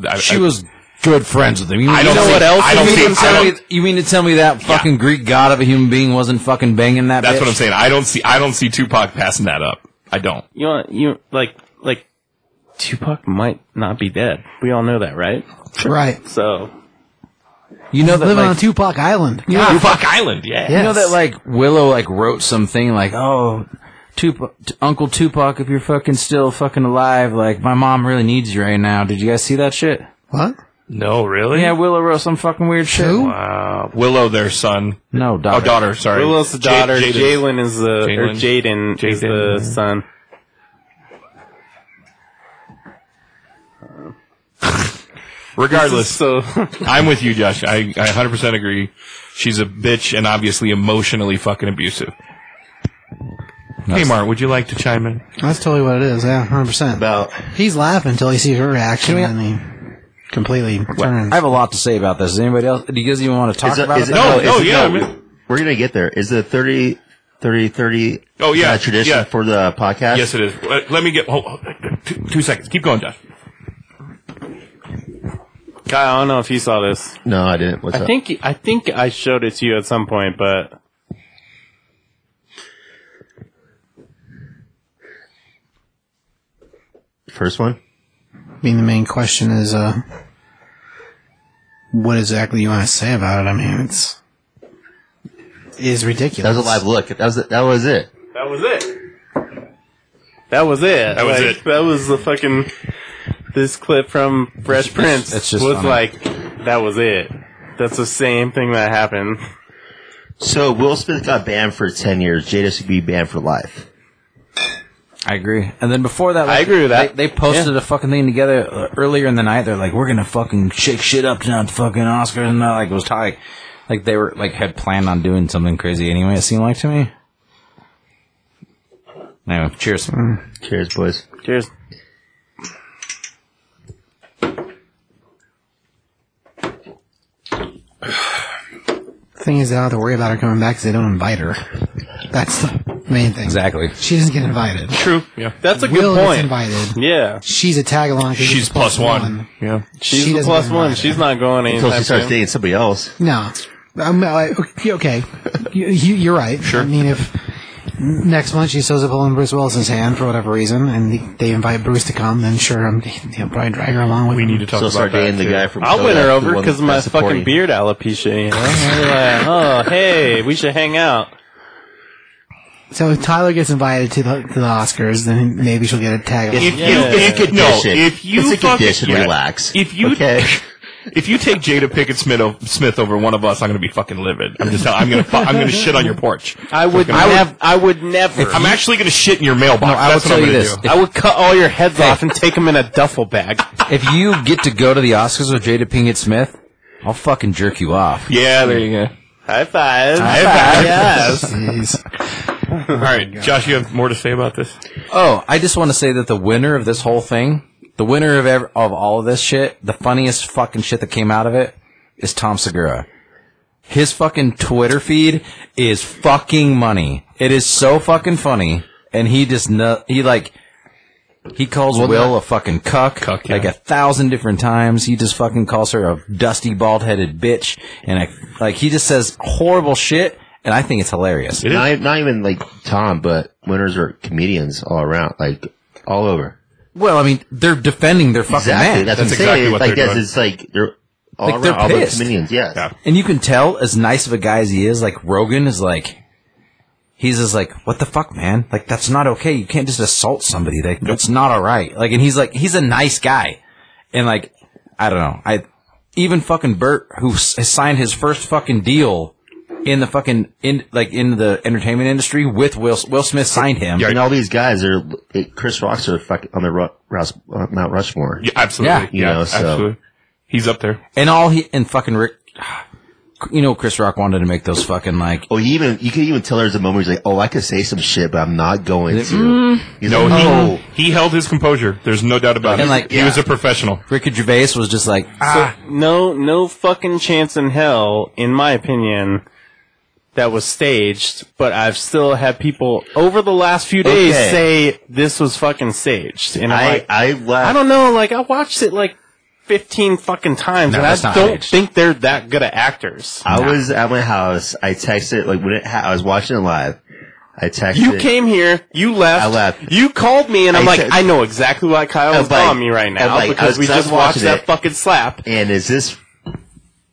[SPEAKER 4] I,
[SPEAKER 1] She
[SPEAKER 4] I-
[SPEAKER 1] was good friends with him. You
[SPEAKER 4] I
[SPEAKER 1] mean
[SPEAKER 4] don't
[SPEAKER 1] to tell
[SPEAKER 4] think-
[SPEAKER 1] me-
[SPEAKER 4] I don't
[SPEAKER 1] you mean
[SPEAKER 4] think-
[SPEAKER 1] to tell
[SPEAKER 4] I
[SPEAKER 1] me-
[SPEAKER 4] don't-
[SPEAKER 1] You mean to tell me that fucking Greek god of a human being wasn't fucking banging that?
[SPEAKER 4] That's
[SPEAKER 1] bitch?
[SPEAKER 4] what I'm saying. I don't see. I don't see Tupac passing that up. I don't.
[SPEAKER 2] you want you like like Tupac might not be dead. We all know that, right?
[SPEAKER 5] Right.
[SPEAKER 2] So
[SPEAKER 1] You know that
[SPEAKER 5] Living on
[SPEAKER 1] like,
[SPEAKER 5] Tupac Island.
[SPEAKER 4] Tupac Island. Yeah.
[SPEAKER 1] you know
[SPEAKER 5] Yes.
[SPEAKER 1] that like Willow like wrote something like oh. Tupac, t- Uncle Tupac, if you're fucking still fucking alive, like my mom really needs you right now. Did you guys see that shit?
[SPEAKER 5] What?
[SPEAKER 4] No, really.
[SPEAKER 1] Yeah, Willow wrote some fucking weird shit.
[SPEAKER 5] Who?
[SPEAKER 4] Wow. Uh, Willow, their son.
[SPEAKER 1] No,
[SPEAKER 4] Oh,
[SPEAKER 1] daughter.
[SPEAKER 4] daughter. Sorry.
[SPEAKER 2] Willow's the
[SPEAKER 4] Ja-
[SPEAKER 2] daughter.
[SPEAKER 4] Jaden.
[SPEAKER 2] Jalen is the or Jaden is
[SPEAKER 4] Jaden.
[SPEAKER 2] the son.
[SPEAKER 4] Regardless,
[SPEAKER 2] So
[SPEAKER 4] I'm with you, Josh. I, I 100% agree. She's a bitch and obviously emotionally fucking abusive. Hey, Mark, would you like to chime in?
[SPEAKER 5] That's totally what it is. Yeah, hundred percent.
[SPEAKER 3] About
[SPEAKER 5] He's laughing until he sees her reaction, and he completely turns.
[SPEAKER 1] I have a lot to say about this. Does anybody else? Do you guys even want to talk
[SPEAKER 3] Is it-
[SPEAKER 1] about
[SPEAKER 3] is
[SPEAKER 1] it?
[SPEAKER 3] it-
[SPEAKER 4] No,
[SPEAKER 3] is
[SPEAKER 4] no,
[SPEAKER 3] it-
[SPEAKER 4] yeah,
[SPEAKER 3] we-
[SPEAKER 4] we-
[SPEAKER 3] we're gonna get there. Is the 30, 30, 30
[SPEAKER 4] Oh, yeah,
[SPEAKER 3] uh, tradition
[SPEAKER 4] yeah.
[SPEAKER 3] for the podcast?
[SPEAKER 4] Yes, it is. Uh, Let let me get. Hold, hold, two, two seconds. Keep going, Josh.
[SPEAKER 2] Kyle, I don't know if you saw this.
[SPEAKER 3] No, I didn't. What's
[SPEAKER 2] I
[SPEAKER 3] up?
[SPEAKER 2] think I think I showed it to you at some point, but
[SPEAKER 3] First one.
[SPEAKER 5] being the main question is uh what exactly you want to say about it i mean it's is
[SPEAKER 3] That
[SPEAKER 5] ridiculous
[SPEAKER 3] was a live look. That was that was it.
[SPEAKER 2] that was it. That was it.
[SPEAKER 4] That was
[SPEAKER 2] Like,
[SPEAKER 4] it.
[SPEAKER 2] That was the fucking this clip from Fresh Prince
[SPEAKER 1] it's just
[SPEAKER 2] was
[SPEAKER 1] funny.
[SPEAKER 2] like that was it. That's the same thing that happened.
[SPEAKER 3] So Will Smith got banned for ten years. Jada should be banned for life.
[SPEAKER 1] I agree. And then before that,
[SPEAKER 2] I agree with that.
[SPEAKER 1] They, they posted a fucking thing together uh, earlier in the night. They're like, "We're gonna fucking shake shit up tonight, fucking Oscars." And uh, like it was tight. Like they were like had planned on doing something crazy anyway. It seemed like to me. Anyway, cheers.
[SPEAKER 2] Mm.
[SPEAKER 3] Cheers, boys.
[SPEAKER 2] Cheers.
[SPEAKER 5] the thing is they don't have to worry about her coming back because they don't invite her that's the main thing
[SPEAKER 1] Exactly.
[SPEAKER 5] she doesn't get invited
[SPEAKER 4] True. Yeah.
[SPEAKER 2] That's a good
[SPEAKER 5] will gets
[SPEAKER 2] point.
[SPEAKER 5] invited
[SPEAKER 2] Yeah,
[SPEAKER 5] she's a tag along 'cause
[SPEAKER 4] She's
[SPEAKER 5] it's
[SPEAKER 4] plus one. Yeah.
[SPEAKER 2] she's
[SPEAKER 5] She
[SPEAKER 2] the
[SPEAKER 5] doesn't
[SPEAKER 2] plus
[SPEAKER 5] get
[SPEAKER 2] one.
[SPEAKER 5] invited.
[SPEAKER 2] She's not going
[SPEAKER 3] Until she
[SPEAKER 2] anytime
[SPEAKER 3] starts
[SPEAKER 2] soon.
[SPEAKER 3] dating somebody else.
[SPEAKER 5] no I'm, I, okay you, you, you're right sure i mean if next month she shows up holding bruce willis's hand for whatever reason and they, they invite bruce to come then sure I'm, he'll probably drag her along with
[SPEAKER 4] We
[SPEAKER 5] him.
[SPEAKER 4] need to talk
[SPEAKER 3] So
[SPEAKER 4] about
[SPEAKER 3] start
[SPEAKER 4] that.
[SPEAKER 3] dating the
[SPEAKER 4] too.
[SPEAKER 3] guy from.
[SPEAKER 2] I'll win
[SPEAKER 3] Kodak,
[SPEAKER 2] her
[SPEAKER 3] the
[SPEAKER 2] over
[SPEAKER 3] one
[SPEAKER 2] because of my
[SPEAKER 3] that's supporting.
[SPEAKER 2] fucking beard alopecia. You know, I'll be like, oh hey, we should hang out.
[SPEAKER 5] So if Tyler gets invited to the, to the Oscars, then maybe she'll get a tag.
[SPEAKER 3] If
[SPEAKER 2] Yeah.
[SPEAKER 3] you,
[SPEAKER 2] It's
[SPEAKER 3] it's
[SPEAKER 2] a
[SPEAKER 3] a condition.
[SPEAKER 4] No, if you
[SPEAKER 3] it's a
[SPEAKER 4] fucking-
[SPEAKER 3] condition,
[SPEAKER 4] yeah.
[SPEAKER 3] relax.
[SPEAKER 4] If you-
[SPEAKER 3] okay,
[SPEAKER 4] If you take Jada Pickett Smith, o- Smith over one of us, I'm going to be fucking livid. I'm just. I'm going to. I'm going to shit on your porch.
[SPEAKER 2] I would,
[SPEAKER 4] I would-
[SPEAKER 2] nev- I would never.
[SPEAKER 4] I'm actually going to shit in your mailbox.
[SPEAKER 1] No, I will
[SPEAKER 4] That's
[SPEAKER 1] tell
[SPEAKER 4] what I'm
[SPEAKER 1] you
[SPEAKER 4] gonna
[SPEAKER 1] this.
[SPEAKER 4] do.
[SPEAKER 2] I would cut all your heads off and take them in a duffel bag.
[SPEAKER 1] If you get to go to the Oscars with Jada Pinkett Smith, I'll fucking jerk you off.
[SPEAKER 4] Yeah. There you go.
[SPEAKER 2] High five.
[SPEAKER 4] High five.
[SPEAKER 2] Yes.
[SPEAKER 5] Jeez.
[SPEAKER 4] All right, Josh. You have more to say about this?
[SPEAKER 1] Oh, I just want to say that the winner of this whole thing, the winner of ev- of all of this shit, the funniest fucking shit that came out of it is Tom Segura. His fucking Twitter feed is fucking money. It is so fucking funny, and he just no, he like he calls Will a fucking cuck,
[SPEAKER 4] Cuck, yeah.
[SPEAKER 1] like a thousand different times. He just fucking calls her a dusty bald headed bitch, and I, like he just says horrible shit. and I think it's hilarious.
[SPEAKER 4] It is.
[SPEAKER 3] Not, not even like Tom, but winners are comedians all around, like all over.
[SPEAKER 1] Well, I mean, they're defending their fucking
[SPEAKER 3] Exactly.
[SPEAKER 1] man,
[SPEAKER 3] That's, what I'm
[SPEAKER 4] That's
[SPEAKER 3] saying.
[SPEAKER 4] exactly what
[SPEAKER 3] like
[SPEAKER 4] they're
[SPEAKER 3] this,
[SPEAKER 4] doing.
[SPEAKER 3] it's like they're all
[SPEAKER 1] Like,
[SPEAKER 3] around,
[SPEAKER 1] they're
[SPEAKER 3] all the
[SPEAKER 1] pissed.
[SPEAKER 3] comedians. Yes.
[SPEAKER 4] Yeah.
[SPEAKER 1] and you can tell as nice of a guy as he is, like Rogan is like. He's just like, what the fuck, man? Like, that's not okay. You can't just assault somebody. Like, that's not all right. Like, and he's like, he's a nice guy. And like, I don't know. I, even fucking Bert, who s- signed his first fucking deal in the fucking, in, like, in the entertainment industry with Will, Will Smith signed him.
[SPEAKER 4] Yeah.
[SPEAKER 3] And all these guys are it, Chris Rock's are fucking on the Ru- Rouse, uh, Mount Rushmore.
[SPEAKER 4] Yeah, absolutely.
[SPEAKER 3] Yeah,
[SPEAKER 4] Yeah,
[SPEAKER 3] you know, so-
[SPEAKER 4] absolutely. He's up there.
[SPEAKER 1] And all he, and fucking Rick, you know, Chris Rock wanted to make those fucking like,
[SPEAKER 3] Oh, he even you can even tell there's a moment where he's like, "Oh, I could say some shit, but I'm not going to." He's
[SPEAKER 4] No,
[SPEAKER 3] like,
[SPEAKER 4] he,
[SPEAKER 3] "Oh."
[SPEAKER 4] he held his composure. There's no doubt about
[SPEAKER 1] And
[SPEAKER 4] it.
[SPEAKER 1] like-
[SPEAKER 4] he was a professional.
[SPEAKER 1] Ricky Gervais was just like,
[SPEAKER 2] So, no, no fucking chance in hell, in my opinion, that was staged. But I've still had people over the last few days
[SPEAKER 3] Okay.
[SPEAKER 2] say this was fucking staged, and
[SPEAKER 4] Mm.
[SPEAKER 2] I'm
[SPEAKER 3] I
[SPEAKER 2] like,
[SPEAKER 3] I laughed.
[SPEAKER 2] I don't know. Like I watched it like fifteen fucking times,
[SPEAKER 1] No,
[SPEAKER 2] and I
[SPEAKER 1] that's not
[SPEAKER 2] don't
[SPEAKER 1] staged.
[SPEAKER 2] think they're that good at actors.
[SPEAKER 3] I was at my house. I texted like when it ha- I was watching it live. I texted.
[SPEAKER 2] You came here, you left,
[SPEAKER 3] I left.
[SPEAKER 2] you called me, and I'm
[SPEAKER 3] I
[SPEAKER 2] like,
[SPEAKER 3] said-
[SPEAKER 2] I know exactly why Kyle
[SPEAKER 3] I
[SPEAKER 2] is
[SPEAKER 3] was like-
[SPEAKER 2] calling me right
[SPEAKER 3] I
[SPEAKER 2] now
[SPEAKER 3] was like- I
[SPEAKER 2] because
[SPEAKER 3] was-
[SPEAKER 2] we
[SPEAKER 3] I was
[SPEAKER 2] just watched
[SPEAKER 3] watching
[SPEAKER 2] that
[SPEAKER 3] it.
[SPEAKER 2] fucking slap.
[SPEAKER 3] And is this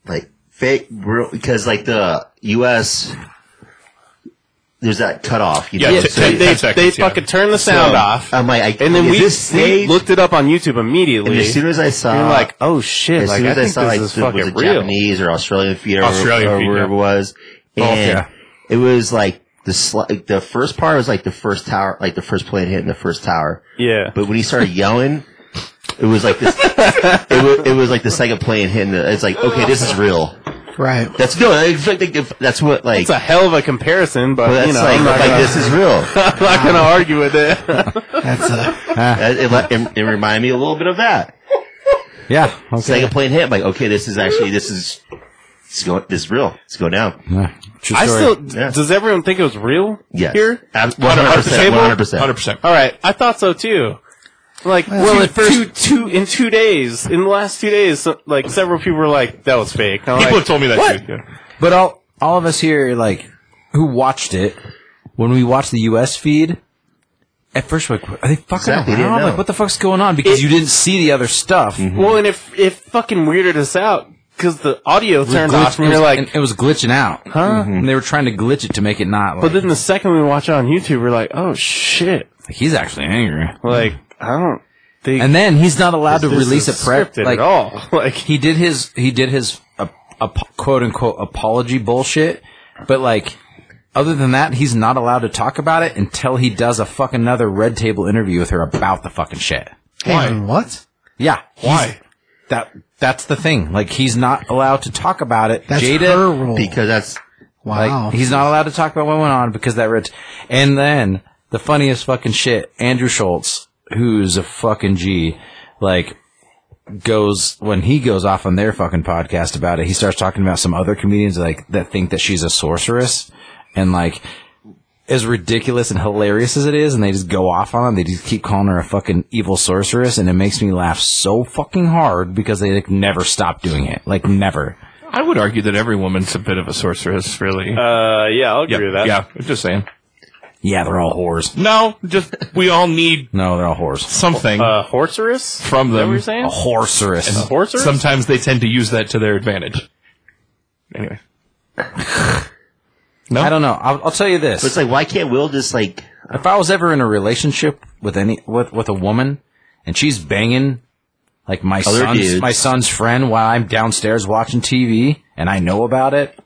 [SPEAKER 3] like fake? Real? Because like the U.S. There's that cutoff. You
[SPEAKER 4] Yeah,
[SPEAKER 3] know,
[SPEAKER 4] t-
[SPEAKER 3] so-
[SPEAKER 4] ten
[SPEAKER 2] They, they,
[SPEAKER 4] seconds,
[SPEAKER 2] they
[SPEAKER 4] yeah.
[SPEAKER 2] fucking turned the sound
[SPEAKER 3] so
[SPEAKER 2] off.
[SPEAKER 3] I'm like, I,
[SPEAKER 2] And then
[SPEAKER 3] is
[SPEAKER 2] we,
[SPEAKER 3] this
[SPEAKER 2] we
[SPEAKER 3] staged?
[SPEAKER 2] looked it up on YouTube
[SPEAKER 3] and
[SPEAKER 2] immediately.
[SPEAKER 3] as soon as I saw,
[SPEAKER 2] you're like, oh shit!
[SPEAKER 3] Uh, as
[SPEAKER 2] Like
[SPEAKER 3] soon
[SPEAKER 2] I
[SPEAKER 3] as I,
[SPEAKER 2] think
[SPEAKER 3] saw,
[SPEAKER 2] this
[SPEAKER 3] like,
[SPEAKER 2] is
[SPEAKER 3] the, was
[SPEAKER 2] fucking
[SPEAKER 3] it
[SPEAKER 2] real.
[SPEAKER 3] Japanese or Australian feet or,
[SPEAKER 4] Australian
[SPEAKER 3] or
[SPEAKER 4] feet, yeah.
[SPEAKER 3] whatever it was,
[SPEAKER 4] Oh,
[SPEAKER 3] and
[SPEAKER 4] yeah.
[SPEAKER 3] it was like the sl- like, the first part was like the first tower, like the first plane hitting the first tower.
[SPEAKER 2] Yeah,
[SPEAKER 3] But when he started yelling, it was like this. it, was, it was like the second plane hitting. The, it's like okay, this is real.
[SPEAKER 5] Right.
[SPEAKER 3] That's no. I think that- that's what like.
[SPEAKER 2] it's a hell of a comparison, but,
[SPEAKER 3] but that's
[SPEAKER 2] you know,
[SPEAKER 3] like,
[SPEAKER 2] I'm, not
[SPEAKER 3] like
[SPEAKER 2] gonna,
[SPEAKER 3] this is real.
[SPEAKER 2] I'm not gonna argue with it.
[SPEAKER 5] That's uh,
[SPEAKER 3] That- it, let- it, it reminded me a little bit of that.
[SPEAKER 1] yeah,
[SPEAKER 3] It's like a plane hit. I'm like okay, this is actually this is. It's going. This is real. It's going down.
[SPEAKER 1] Yeah. True
[SPEAKER 2] I
[SPEAKER 1] story.
[SPEAKER 2] still.
[SPEAKER 3] Yeah.
[SPEAKER 2] Does everyone think it was real?
[SPEAKER 3] Yes.
[SPEAKER 2] Here.
[SPEAKER 3] Ab-
[SPEAKER 2] table?
[SPEAKER 3] 100%. 100%.
[SPEAKER 4] 100%.
[SPEAKER 2] All right, I thought so too. Like,
[SPEAKER 1] Well,
[SPEAKER 2] two,
[SPEAKER 1] at first-
[SPEAKER 2] two, two, in two days, in the last two days, so, like several people were like, "That was fake." I'm
[SPEAKER 4] People
[SPEAKER 2] like,
[SPEAKER 4] have told me that
[SPEAKER 2] what?
[SPEAKER 4] too. yeah.
[SPEAKER 1] But all all of us here, like who watched it, when we watched the U.S. feed, at first we're like, are they fucking
[SPEAKER 3] Exactly, didn't
[SPEAKER 1] around?
[SPEAKER 3] know.
[SPEAKER 1] Like, what the fuck's going on? Because
[SPEAKER 2] It-
[SPEAKER 1] you didn't see the other stuff.
[SPEAKER 2] Well, and if it fucking weirded us out because the audio
[SPEAKER 1] It was
[SPEAKER 2] turned
[SPEAKER 1] glitch-
[SPEAKER 2] off, and
[SPEAKER 1] it
[SPEAKER 2] we
[SPEAKER 1] was,
[SPEAKER 2] were like,
[SPEAKER 1] and it was glitching out, Mm-hmm.
[SPEAKER 2] "Huh?"
[SPEAKER 1] And they were trying to glitch it to make it not. Like,
[SPEAKER 2] But then the second we watch it on YouTube, we're like, "Oh shit!"
[SPEAKER 1] like, he's actually angry.
[SPEAKER 2] Like, I don't think
[SPEAKER 1] And then he's not allowed to
[SPEAKER 2] this
[SPEAKER 1] release a
[SPEAKER 2] is
[SPEAKER 1] prep
[SPEAKER 2] scripted
[SPEAKER 1] like,
[SPEAKER 2] at all. Like,
[SPEAKER 1] he did his he did his uh, ap- quote unquote apology bullshit, but like other than that, he's not allowed to talk about it until he does a fucking another red table interview with her about the fucking shit.
[SPEAKER 5] hang on, what?
[SPEAKER 1] Yeah, he's-
[SPEAKER 4] Why?
[SPEAKER 1] That that's the thing. Like he's not allowed to talk about it.
[SPEAKER 5] That's
[SPEAKER 1] Jada,
[SPEAKER 5] her rule.
[SPEAKER 3] Because that's
[SPEAKER 1] like,
[SPEAKER 5] wow.
[SPEAKER 1] he's not allowed to talk about what went on because that red. And then the funniest fucking shit, Andrew Schultz, who's a fucking G, like goes when he goes off on their fucking podcast about it. He starts talking about some other comedians like that think that she's a sorceress and like as ridiculous and hilarious as it is, and they just go off on it. They just keep calling her a fucking evil sorceress, and it makes me laugh so fucking hard because they like never stop doing it, like never.
[SPEAKER 4] I would argue that every woman's a bit of a sorceress, really.
[SPEAKER 2] uh, yeah, I'll agree
[SPEAKER 4] yeah,
[SPEAKER 2] with that.
[SPEAKER 4] yeah, I'm just saying.
[SPEAKER 1] Yeah, they're all whores.
[SPEAKER 4] No, just we all need
[SPEAKER 1] No, they're all whores.
[SPEAKER 4] something
[SPEAKER 2] Uh, Horserus?
[SPEAKER 4] from
[SPEAKER 2] Is that what
[SPEAKER 4] them.
[SPEAKER 2] you're
[SPEAKER 1] A
[SPEAKER 2] saying?
[SPEAKER 1] horseress.
[SPEAKER 2] Horserus?
[SPEAKER 4] Sometimes they tend to use that to their advantage. Anyway,
[SPEAKER 1] I don't know. I'll, I'll tell you this:
[SPEAKER 3] but it's like why can't Will just like
[SPEAKER 1] if I was ever in a relationship with any with with a woman, and she's banging like my
[SPEAKER 3] Other
[SPEAKER 1] son's
[SPEAKER 3] dudes.
[SPEAKER 1] my son's friend while I'm downstairs watching TV, and I know about it,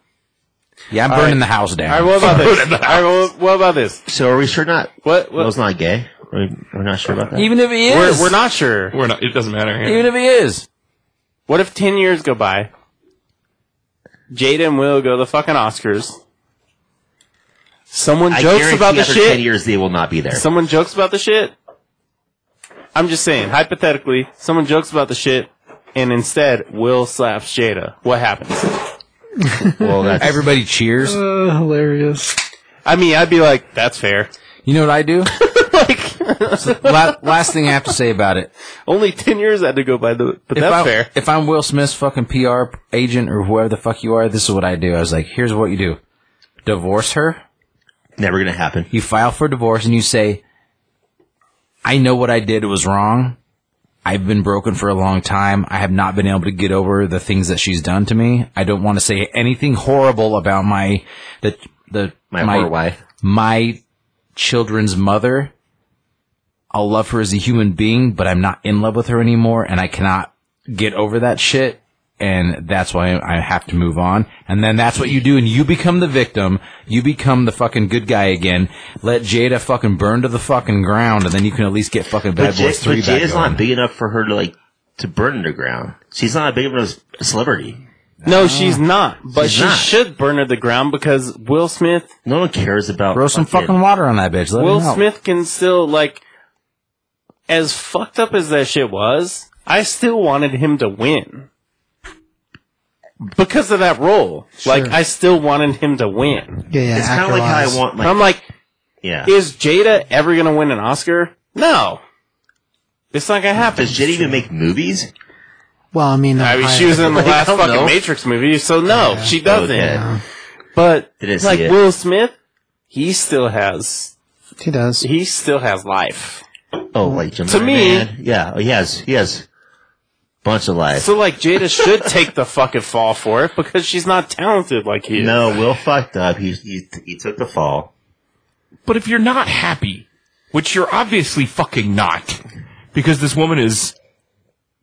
[SPEAKER 1] yeah, I'm burning
[SPEAKER 2] right.
[SPEAKER 1] the house down.
[SPEAKER 2] All right, what about this? All right, what, what about this?
[SPEAKER 3] so are we sure not
[SPEAKER 2] What? what
[SPEAKER 3] Will's not gay? We're, we're not sure about that.
[SPEAKER 1] even if he
[SPEAKER 2] we're,
[SPEAKER 1] is,
[SPEAKER 2] we're not sure.
[SPEAKER 4] we're not. It doesn't matter. yeah.
[SPEAKER 1] Even if he is,
[SPEAKER 2] What if 10 years go by? Jada and Will go to the fucking Oscars. Someone
[SPEAKER 3] I
[SPEAKER 2] jokes
[SPEAKER 3] guarantee
[SPEAKER 2] about the
[SPEAKER 3] after
[SPEAKER 2] shit.
[SPEAKER 3] ten years they will not be there.
[SPEAKER 2] Someone jokes about the shit. I'm just saying, hypothetically, someone jokes about the shit, and instead, Will slaps Jada. What happens?
[SPEAKER 3] well, that's,
[SPEAKER 1] everybody cheers.
[SPEAKER 2] Uh.
[SPEAKER 5] Uh, hilarious.
[SPEAKER 2] I mean, I'd be like, that's fair.
[SPEAKER 1] You know what I do? like La- last thing I have to say about it.
[SPEAKER 2] Only 10 years had to go by, the, but
[SPEAKER 1] If
[SPEAKER 2] that's
[SPEAKER 1] I,
[SPEAKER 2] fair.
[SPEAKER 1] If I'm Will Smith's fucking PR agent or whoever the fuck you are, this is what I do. I was like, here's what you do. divorce her.
[SPEAKER 3] Never gonna happen.
[SPEAKER 1] You file for divorce and you say, I know what I did was wrong. I've been broken for a long time. I have not been able to get over the things that she's done to me. I don't want to say anything horrible about my, the, the,
[SPEAKER 3] My, poor wife.
[SPEAKER 1] my children's mother. I'll love her as a human being, but I'm not in love with her anymore, and I cannot get over that shit. And that's why I have to move on. And then that's what you do, and you become the victim. You become the fucking good guy again. Let Jada fucking burn to the fucking ground, and then you can at least get fucking Bad
[SPEAKER 3] But,
[SPEAKER 1] Boys
[SPEAKER 3] Jada,
[SPEAKER 1] Three
[SPEAKER 3] but
[SPEAKER 1] back.
[SPEAKER 3] Jada's
[SPEAKER 1] going.
[SPEAKER 3] not big enough for her to like to burn underground. She's not big enough of a celebrity.
[SPEAKER 2] No, she's not. But
[SPEAKER 3] She's
[SPEAKER 2] she
[SPEAKER 3] not.
[SPEAKER 2] should burn to the ground because Will Smith
[SPEAKER 3] No one cares about
[SPEAKER 1] Throw some fucking water on that bitch. Let
[SPEAKER 2] Will
[SPEAKER 1] him out.
[SPEAKER 2] Smith can still like as fucked up as that shit was, I still wanted him to win. Because of that role. Like I still wanted him to win.
[SPEAKER 5] Yeah, yeah.
[SPEAKER 3] It's kind of like how I want. Like,
[SPEAKER 2] I'm like,
[SPEAKER 3] yeah.
[SPEAKER 2] is Jada ever gonna win an Oscar? No. It's not gonna happen.
[SPEAKER 3] Does Jada even make movies?
[SPEAKER 5] Well, I mean,
[SPEAKER 2] I mean she was in the last
[SPEAKER 3] don't
[SPEAKER 2] fucking
[SPEAKER 3] know. Oh,
[SPEAKER 2] Matrix movie, so no, she doesn't.
[SPEAKER 3] Okay.
[SPEAKER 2] But
[SPEAKER 3] Didn't see
[SPEAKER 2] like
[SPEAKER 3] it.
[SPEAKER 2] Will Smith, he still has
[SPEAKER 5] he does.
[SPEAKER 2] he still has life.
[SPEAKER 3] Oh, like Gemini
[SPEAKER 2] To me-
[SPEAKER 3] Man? Yeah. Oh, yes. Yes. Bunch of lies.
[SPEAKER 2] So like Jada should take the fucking fall for it because she's not talented like he is.
[SPEAKER 3] No, Will fucked up. He, he he took the fall.
[SPEAKER 4] But if you're not happy, which you're obviously fucking not, because this woman is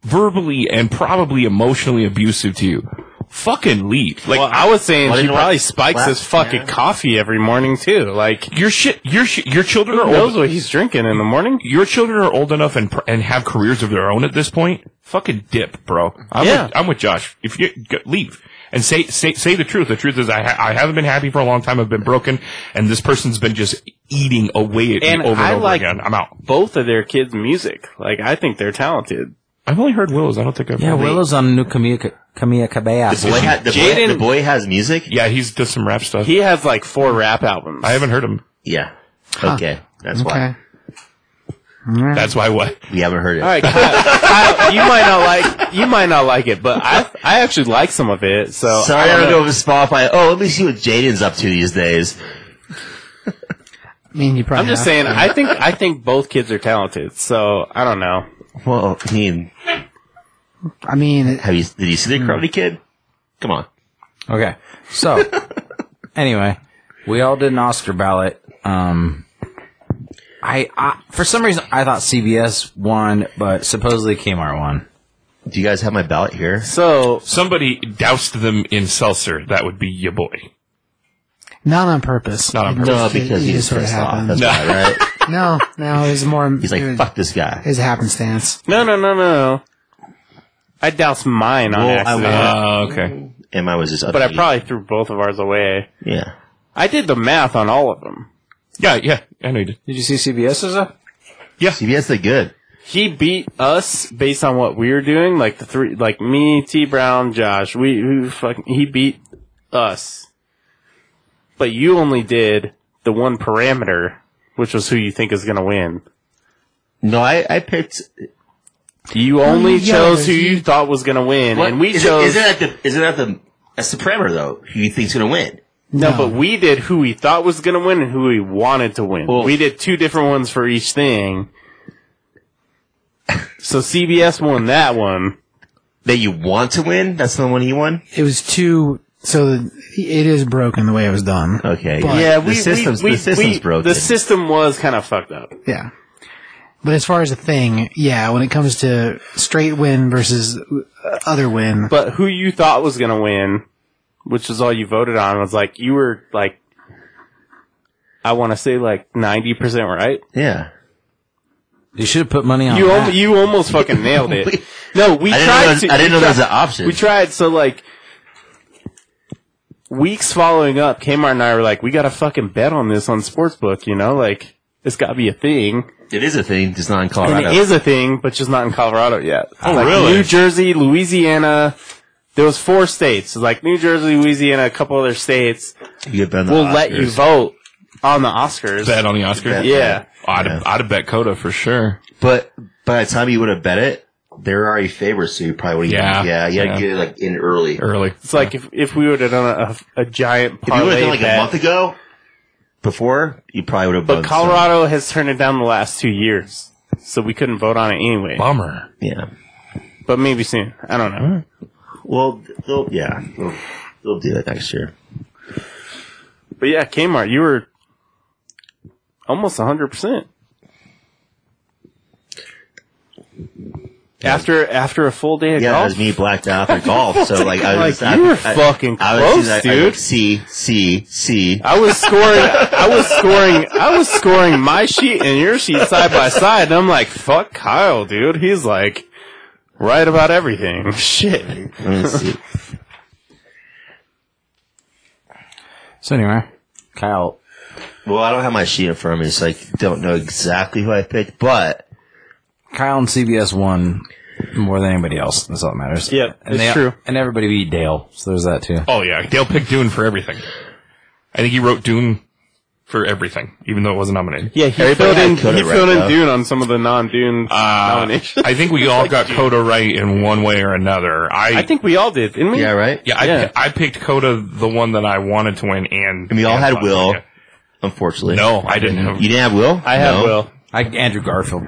[SPEAKER 4] verbally and probably emotionally abusive to you, fucking leave. Like
[SPEAKER 2] Well, I was saying
[SPEAKER 3] Well,
[SPEAKER 2] she
[SPEAKER 3] you know
[SPEAKER 2] probably
[SPEAKER 3] what?
[SPEAKER 2] spikes
[SPEAKER 3] Last-
[SPEAKER 2] his fucking
[SPEAKER 3] yeah.
[SPEAKER 2] coffee every morning too. Like
[SPEAKER 4] your shit, your shit, your children
[SPEAKER 2] who
[SPEAKER 4] are
[SPEAKER 2] knows
[SPEAKER 4] old.
[SPEAKER 2] what he's drinking in the morning?
[SPEAKER 4] Your children are old enough and pr- and have careers of their own at this point. Fucking dip, bro. I'm
[SPEAKER 2] Yeah.
[SPEAKER 4] with, I'm with Josh. If you g- leave and say say say the truth, the truth is I ha- I haven't been happy for a long time. I've been broken, and this person's been just eating away at
[SPEAKER 2] And
[SPEAKER 4] me over
[SPEAKER 2] I
[SPEAKER 4] and over
[SPEAKER 2] like-
[SPEAKER 4] again. I'm out.
[SPEAKER 2] Both of their kids' music. Like I think they're talented.
[SPEAKER 4] I've only heard Willow's. I don't think I've
[SPEAKER 1] Yeah,
[SPEAKER 4] heard
[SPEAKER 1] Willow's on new Camilla, Camilla Cabello.
[SPEAKER 3] The boy, ha- the, boy,
[SPEAKER 2] Jaden-
[SPEAKER 3] the boy has music.
[SPEAKER 4] Yeah, he's does some rap stuff.
[SPEAKER 2] He has like four rap albums.
[SPEAKER 4] I haven't heard him.
[SPEAKER 3] Yeah. Okay. That's why
[SPEAKER 5] Okay.
[SPEAKER 4] That's why what?
[SPEAKER 3] we haven't heard it.
[SPEAKER 2] All right, Kyle, Kyle, you might not like you might not like it, but I I actually like some of it. So
[SPEAKER 3] Sorry, I don't know if it's Spotify. Oh, let me see what Jaden's up to these days.
[SPEAKER 5] I mean, you probably.
[SPEAKER 2] I'm just
[SPEAKER 5] have-
[SPEAKER 2] saying I think I think both kids are talented. So I don't know.
[SPEAKER 3] Well, I mean,
[SPEAKER 5] I mean, it-
[SPEAKER 3] have you did you see the Karate Kid? Come on.
[SPEAKER 1] Okay. So, anyway, we all did an Oscar ballot. Um, I, I for some reason I thought CBS won, but supposedly Kmart won.
[SPEAKER 3] Do you guys have my ballot here?
[SPEAKER 2] So
[SPEAKER 4] Somebody doused them in seltzer. That would be your boy.
[SPEAKER 5] not on purpose.
[SPEAKER 4] Not on purpose.
[SPEAKER 3] No,
[SPEAKER 5] It-
[SPEAKER 3] because
[SPEAKER 5] it
[SPEAKER 3] he's
[SPEAKER 5] just sort of
[SPEAKER 3] pissed off.
[SPEAKER 5] happened.
[SPEAKER 3] That's why, right?
[SPEAKER 5] No, no, it was more.
[SPEAKER 3] He's like, fuck this guy.
[SPEAKER 5] It's a happenstance.
[SPEAKER 2] No, no, no, no, no. I doused mine on
[SPEAKER 3] Well, I
[SPEAKER 2] accident,
[SPEAKER 3] will.
[SPEAKER 4] Uh, okay.
[SPEAKER 3] And I was just
[SPEAKER 2] but I
[SPEAKER 3] upbeat.
[SPEAKER 2] probably threw both of ours away.
[SPEAKER 3] Yeah.
[SPEAKER 2] I did the math on all of them.
[SPEAKER 4] Yeah, yeah. I know you did.
[SPEAKER 1] Did you see CBS's up?
[SPEAKER 3] CBS did good.
[SPEAKER 2] He beat us based on what we were doing, like the three, like me, T Brown, Josh. We, who fucking, he beat us. But you only did the one parameter, which was who you think is going to win.
[SPEAKER 3] No, I, I picked.
[SPEAKER 2] You
[SPEAKER 3] Oh,
[SPEAKER 2] only
[SPEAKER 5] yeah,
[SPEAKER 2] chose
[SPEAKER 5] but
[SPEAKER 2] who
[SPEAKER 5] he-
[SPEAKER 2] you thought was going to win, and we
[SPEAKER 3] is
[SPEAKER 2] chose.
[SPEAKER 3] It, isn't that the? Isn't that the? That's the parameter though. Who you think's gonna win?
[SPEAKER 2] No, but we did who we thought was going to win and who we wanted to win.
[SPEAKER 3] Well-
[SPEAKER 2] we did two different ones for each thing. so CBS won that one.
[SPEAKER 3] That you want to win? That's the one he won.
[SPEAKER 5] It was too. So the, it is broken the way it was done.
[SPEAKER 3] Okay.
[SPEAKER 5] But-
[SPEAKER 2] Yeah,
[SPEAKER 3] the
[SPEAKER 2] we,
[SPEAKER 3] system's
[SPEAKER 2] we, we,
[SPEAKER 3] the system's
[SPEAKER 2] we-
[SPEAKER 3] broken.
[SPEAKER 2] The system was kind of fucked up.
[SPEAKER 5] Yeah. But as far as the thing, yeah, when it comes to straight win versus uh, other win,
[SPEAKER 2] But who you thought was going to win, which was all you voted on, was like you were like, I want to say like ninety percent right.
[SPEAKER 3] yeah.
[SPEAKER 1] You should have put money on.
[SPEAKER 2] You
[SPEAKER 1] that.
[SPEAKER 2] al- you almost fucking nailed it. No, we
[SPEAKER 3] Uh-huh. I
[SPEAKER 2] tried
[SPEAKER 3] didn't know. That was,
[SPEAKER 2] to.
[SPEAKER 3] I didn't
[SPEAKER 2] we
[SPEAKER 3] know that
[SPEAKER 2] tried-
[SPEAKER 3] was an option.
[SPEAKER 2] We tried, so like weeks following up, Kmart and I were like, we gotta fucking bet on this on sportsbook, you know, like it's gotta be a thing.
[SPEAKER 3] It is a thing, just not in
[SPEAKER 2] And
[SPEAKER 3] Colorado.
[SPEAKER 2] it is a thing, but just not in Colorado yet.
[SPEAKER 4] Oh,
[SPEAKER 2] Like,
[SPEAKER 4] really?
[SPEAKER 2] New Jersey, Louisiana. There was four states, like New Jersey, Louisiana, a couple other states.
[SPEAKER 3] you get
[SPEAKER 2] We'll let you vote on the Oscars.
[SPEAKER 4] Bet on the Oscars.
[SPEAKER 3] Bet.
[SPEAKER 2] Yeah.
[SPEAKER 4] I'd, have, I'd have bet Coda for sure.
[SPEAKER 3] But by the time you would have bet it, they're already favorites, so you probably would
[SPEAKER 4] Yeah.
[SPEAKER 3] yeah, yeah, you had
[SPEAKER 4] Yeah.
[SPEAKER 3] to get it like in early.
[SPEAKER 4] early.
[SPEAKER 2] It's like if, if we would have done a, a giant
[SPEAKER 3] If you would have
[SPEAKER 2] parlay
[SPEAKER 3] done like
[SPEAKER 2] bet,
[SPEAKER 3] a month ago, before you probably would have.
[SPEAKER 2] but
[SPEAKER 3] bugged
[SPEAKER 2] Colorado has turned it down the last two years, so we couldn't vote on it anyway.
[SPEAKER 4] Bummer.
[SPEAKER 3] some. Yeah.
[SPEAKER 2] But maybe soon. I don't know.
[SPEAKER 3] Well, they'll yeah, they'll, they'll do it next year.
[SPEAKER 2] But yeah, Kmart, you were almost hundred percent. After after a full day of
[SPEAKER 3] Yeah, that
[SPEAKER 2] golf,
[SPEAKER 3] was me blacked out for golf. So like, I
[SPEAKER 2] like
[SPEAKER 3] was I-
[SPEAKER 2] you were
[SPEAKER 3] I-
[SPEAKER 2] fucking
[SPEAKER 3] I was,
[SPEAKER 2] close,
[SPEAKER 3] I, I,
[SPEAKER 2] dude.
[SPEAKER 3] C C C.
[SPEAKER 2] I was scoring. I was scoring. I was scoring my sheet and your sheet side by side, and I'm like, "Fuck Kyle, dude. He's like right about everything." Shit.
[SPEAKER 3] Let me see.
[SPEAKER 1] So anyway, Kyle.
[SPEAKER 3] Well, I don't have my sheet in front of me, so I don't know exactly who I picked. But
[SPEAKER 1] Kyle and CBS won more than anybody else. That's all that matters.
[SPEAKER 2] Yep,
[SPEAKER 1] and
[SPEAKER 2] it's true.
[SPEAKER 1] And everybody beat Dale, so there's that too.
[SPEAKER 4] Oh yeah, Dale picked Dune for everything. I think he wrote Dune for everything, even though it wasn't nominated.
[SPEAKER 2] Yeah, he filled in.
[SPEAKER 3] had Coda
[SPEAKER 2] He
[SPEAKER 3] right
[SPEAKER 2] filled in
[SPEAKER 3] now.
[SPEAKER 2] Dune on some of the non-Dune
[SPEAKER 4] Uh,
[SPEAKER 2] nominations.
[SPEAKER 4] I think we all got Coda right in one way or another. I,
[SPEAKER 2] I think we all did, didn't we?
[SPEAKER 3] yeah, right.
[SPEAKER 4] yeah, I,
[SPEAKER 2] yeah.
[SPEAKER 4] I picked Coda the one that I wanted to win, and
[SPEAKER 3] And we all
[SPEAKER 4] and
[SPEAKER 3] had
[SPEAKER 4] Bob,
[SPEAKER 3] Will.
[SPEAKER 4] yeah.
[SPEAKER 3] Unfortunately,
[SPEAKER 4] No, I didn't have.
[SPEAKER 3] You didn't have Will.
[SPEAKER 2] I have
[SPEAKER 3] No?
[SPEAKER 2] Will.
[SPEAKER 1] I Andrew Garfield.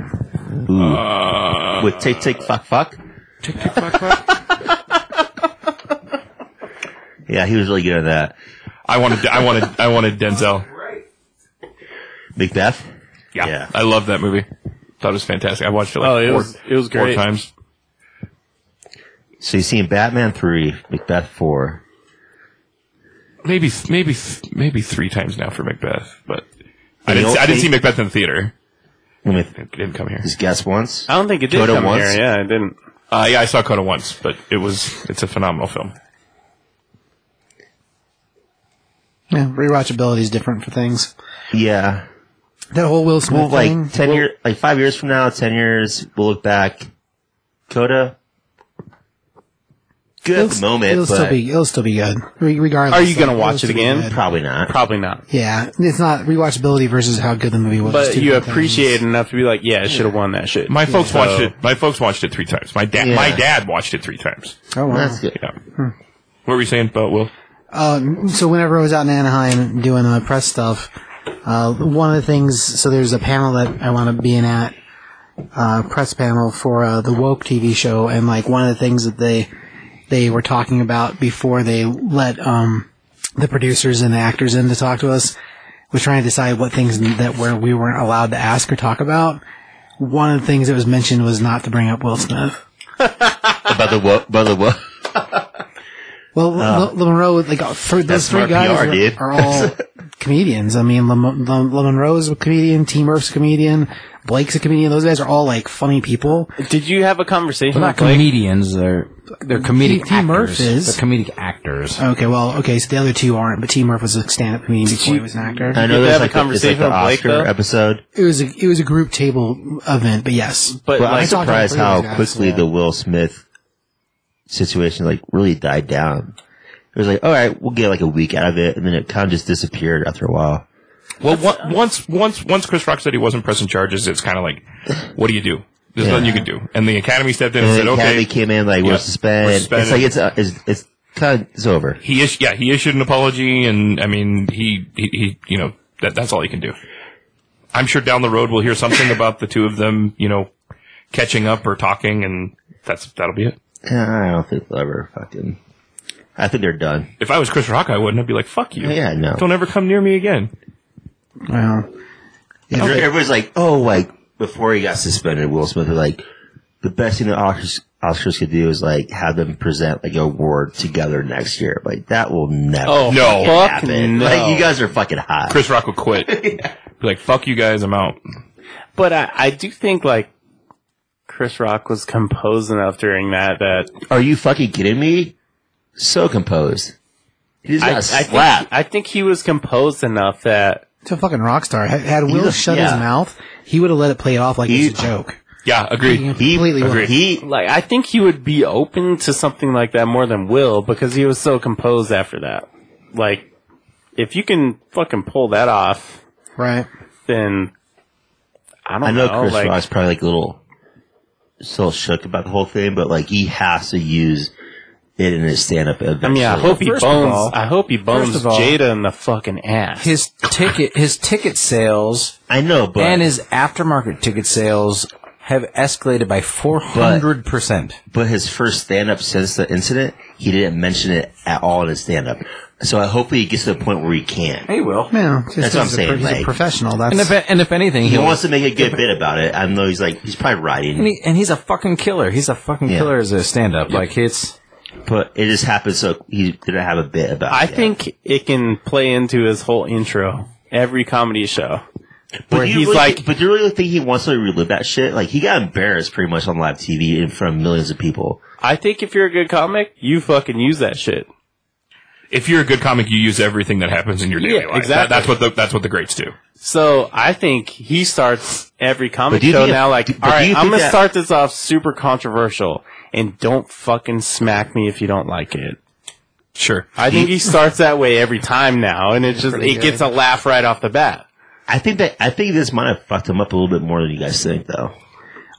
[SPEAKER 3] Ooh.
[SPEAKER 4] Uh,
[SPEAKER 3] With take take fuck fuck. Yeah, he was really good at that.
[SPEAKER 4] I wanted, I wanted, I wanted Denzel.
[SPEAKER 3] Macbeth.
[SPEAKER 4] Yeah,
[SPEAKER 3] Yeah.
[SPEAKER 4] I love that movie. Thought it was fantastic. I watched it like
[SPEAKER 2] Oh, it
[SPEAKER 4] four-
[SPEAKER 2] was it was
[SPEAKER 4] four
[SPEAKER 2] great.
[SPEAKER 4] times.
[SPEAKER 3] So you've seen Batman three, Macbeth four.
[SPEAKER 4] maybe maybe maybe three times now for Macbeth, but I
[SPEAKER 3] And
[SPEAKER 4] didn't
[SPEAKER 3] you'll
[SPEAKER 4] see, I didn't see
[SPEAKER 3] think-
[SPEAKER 4] Macbeth in the theater.
[SPEAKER 3] Let me
[SPEAKER 4] It didn't come here.
[SPEAKER 3] just guess once.
[SPEAKER 2] I don't think it did
[SPEAKER 3] Coda
[SPEAKER 2] come
[SPEAKER 3] once?
[SPEAKER 2] here. Yeah, it didn't.
[SPEAKER 4] Uh, yeah, I saw Coda once, but it was it's a phenomenal film.
[SPEAKER 5] Yeah, rewatchability is different for things.
[SPEAKER 3] Yeah.
[SPEAKER 5] That whole Will Smith
[SPEAKER 3] Well, like
[SPEAKER 5] thing.
[SPEAKER 3] ten year, like five years from now, ten years, we'll look back. Coda, good at the moment,
[SPEAKER 5] it'll
[SPEAKER 3] but
[SPEAKER 5] still be it'll still be good re- regardless.
[SPEAKER 2] Are you gonna
[SPEAKER 5] It'll
[SPEAKER 2] watch it
[SPEAKER 5] still be
[SPEAKER 2] again?
[SPEAKER 5] good.
[SPEAKER 3] probably not.
[SPEAKER 2] Probably not.
[SPEAKER 5] Yeah, it's not rewatchability versus how good the movie was. It's
[SPEAKER 2] But
[SPEAKER 5] two
[SPEAKER 2] you
[SPEAKER 5] different
[SPEAKER 2] appreciate
[SPEAKER 5] things.
[SPEAKER 2] it enough to be like, "Yeah, I should have won that shit."
[SPEAKER 4] My folks
[SPEAKER 2] So-
[SPEAKER 4] watched it. My folks watched it three times. My dad
[SPEAKER 3] Yeah. Hmm.
[SPEAKER 4] my dad watched it three times.
[SPEAKER 5] Oh wow.
[SPEAKER 3] That's good.
[SPEAKER 4] Yeah. What were you saying about Will?
[SPEAKER 5] Um, so whenever I was out in Anaheim doing uh, press stuff, uh, one of the things, so there's a panel that I wound up being at, uh, press panel for uh, the woke TV show, and like one of the things that they they were talking about before they let um, the producers and the actors in to talk to us was trying to decide what things that were we weren't allowed to ask or talk about. One of the things that was mentioned was not to bring up Will Smith.
[SPEAKER 3] About the what? About the what?
[SPEAKER 5] Well, uh, Monroe, like uh, for those
[SPEAKER 3] Ah. that's
[SPEAKER 5] three
[SPEAKER 3] smart
[SPEAKER 5] guys
[SPEAKER 3] PR, dude.
[SPEAKER 5] are, are all comedians. I mean, Le, Le, Le Monroe's a comedian, T. Murph's a comedian, Blake's a comedian. Those guys are all like funny people.
[SPEAKER 2] Did you have a conversation?
[SPEAKER 1] They're not
[SPEAKER 2] with Blake?
[SPEAKER 1] comedians. They're they're comedic
[SPEAKER 5] T. Oh.
[SPEAKER 1] actors.
[SPEAKER 5] Murph is.
[SPEAKER 1] They're comedic actors.
[SPEAKER 5] Okay, well, okay, so the other two aren't, but T. Murph was a stand-up comedian before he was an
[SPEAKER 3] I
[SPEAKER 5] actor.
[SPEAKER 3] know
[SPEAKER 2] Did they have
[SPEAKER 3] there's
[SPEAKER 2] a
[SPEAKER 3] like, the- it's like
[SPEAKER 2] conversation
[SPEAKER 3] the
[SPEAKER 2] with Blake,
[SPEAKER 3] Oscar
[SPEAKER 2] though?
[SPEAKER 3] episode,
[SPEAKER 5] It was a it was a group table event, but yes,
[SPEAKER 2] But
[SPEAKER 3] but I'm
[SPEAKER 2] like,
[SPEAKER 5] saw- talked to
[SPEAKER 3] surprised
[SPEAKER 5] three of
[SPEAKER 3] how
[SPEAKER 5] those guys,
[SPEAKER 3] quickly
[SPEAKER 5] yeah.
[SPEAKER 3] the Will Smith situation like really died down. It was like, all right, we'll get like a week out of it, and then it kind of just disappeared after a while.
[SPEAKER 4] Well, one, once once once Chris Rock said he wasn't pressing charges, it's kind of like, what do you do? There's nothing you can do. And the Academy stepped in and,
[SPEAKER 3] And
[SPEAKER 4] said,
[SPEAKER 3] the
[SPEAKER 4] okay,
[SPEAKER 3] Academy came in like
[SPEAKER 4] Yeah,
[SPEAKER 3] we're suspended.
[SPEAKER 4] we're
[SPEAKER 3] It's like it's uh, it's it's kind of it's over.
[SPEAKER 4] he is, yeah he issued an apology and I mean he he, he you know that that's all he can do. I'm sure down the road we'll hear something about the two of them you know catching up or talking and that's that'll be it.
[SPEAKER 3] Uh, I don't think they'll ever fucking. I think they're done.
[SPEAKER 4] If I was Chris Rock, I wouldn't. I'd be like fuck you.
[SPEAKER 3] Yeah, no.
[SPEAKER 4] Don't ever come near me again.
[SPEAKER 5] well,
[SPEAKER 3] Every- Everybody's like, oh, like before he got suspended, Will Smith was like, the best thing the Oscars, Oscars could do is like have them present like a award together next year. Like that will never
[SPEAKER 2] oh
[SPEAKER 4] No.
[SPEAKER 2] fuck
[SPEAKER 3] happen.
[SPEAKER 2] no.
[SPEAKER 3] Like you guys are fucking hot.
[SPEAKER 4] Chris Rock would quit. Be like fuck you guys, I'm out.
[SPEAKER 2] But I, I do think like Chris Rock was composed enough during that that
[SPEAKER 3] are you fucking kidding me? So composed. He just
[SPEAKER 2] I,
[SPEAKER 3] got
[SPEAKER 2] I think
[SPEAKER 3] slapped.
[SPEAKER 2] I think he was composed enough that
[SPEAKER 5] to a fucking rock star. Had, had Will
[SPEAKER 3] a-
[SPEAKER 5] shut
[SPEAKER 3] yeah.
[SPEAKER 5] his mouth, he would have let it play it off like it was a
[SPEAKER 3] He-
[SPEAKER 5] joke.
[SPEAKER 4] Yeah, agreed.
[SPEAKER 3] he
[SPEAKER 5] completely won.
[SPEAKER 3] agreed. he
[SPEAKER 2] like I think he would be open to something like that more than Will because he was so composed after that. Like if you can fucking pull that off,
[SPEAKER 5] Right.
[SPEAKER 2] then I don't
[SPEAKER 3] I know Chris
[SPEAKER 2] like
[SPEAKER 3] Rock's probably like a little so shook about the whole thing, but like he has to use it in his stand up eventually.
[SPEAKER 2] I mean, I hope he bones.
[SPEAKER 1] First of all-
[SPEAKER 2] I hope he bones
[SPEAKER 1] of all-
[SPEAKER 2] Jada in the fucking ass.
[SPEAKER 1] His ticket, his ticket sales
[SPEAKER 3] I know, but
[SPEAKER 1] and his aftermarket ticket sales have escalated by 400%.
[SPEAKER 3] but his first stand up since the incident, he didn't mention it at all in his stand up. So I hope he gets to the point where he can.
[SPEAKER 1] He will.
[SPEAKER 5] Yeah, just
[SPEAKER 3] That's what I'm
[SPEAKER 5] he's a
[SPEAKER 3] saying,
[SPEAKER 5] pro- He's
[SPEAKER 3] like-
[SPEAKER 5] a professional. That's
[SPEAKER 1] And if, and if anything,
[SPEAKER 3] He
[SPEAKER 1] he'll,
[SPEAKER 3] wants to make a good bit about it. I know he's like he's probably
[SPEAKER 1] and,
[SPEAKER 3] writing,
[SPEAKER 1] he, and he's a fucking killer. He's a fucking
[SPEAKER 3] Yeah.
[SPEAKER 1] killer as a stand up. Like, it's,
[SPEAKER 3] but it just happened so he didn't have a bit about.
[SPEAKER 2] I
[SPEAKER 3] it yet.
[SPEAKER 2] think it can play into his whole intro. Every comedy show.
[SPEAKER 3] But
[SPEAKER 2] where
[SPEAKER 3] do you
[SPEAKER 2] he's
[SPEAKER 3] really-
[SPEAKER 2] like-
[SPEAKER 3] but do you really think he wants to relive that shit? Like he got embarrassed pretty much on live TV in front of millions of people.
[SPEAKER 2] I think if you're a good comic, you fucking use that shit.
[SPEAKER 4] If you're a good comic, you use everything that happens in your daily
[SPEAKER 2] Yeah,
[SPEAKER 4] life.
[SPEAKER 2] exactly.
[SPEAKER 4] That- that's what the that's what the greats do.
[SPEAKER 2] So I think he starts every
[SPEAKER 3] But
[SPEAKER 2] comedy
[SPEAKER 3] do you
[SPEAKER 2] show
[SPEAKER 3] think it-
[SPEAKER 2] now like,
[SPEAKER 3] but do
[SPEAKER 2] all
[SPEAKER 3] you
[SPEAKER 2] right, I'm
[SPEAKER 3] think
[SPEAKER 2] gonna
[SPEAKER 3] that-
[SPEAKER 2] start this off super controversial and don't fucking smack me if you don't like it.
[SPEAKER 4] Sure.
[SPEAKER 2] I think he starts that way every time now, and it just
[SPEAKER 5] pretty
[SPEAKER 2] it
[SPEAKER 5] good.
[SPEAKER 2] gets a laugh right off the bat.
[SPEAKER 3] I think that I think this might have fucked him up a little bit more than you guys think, though.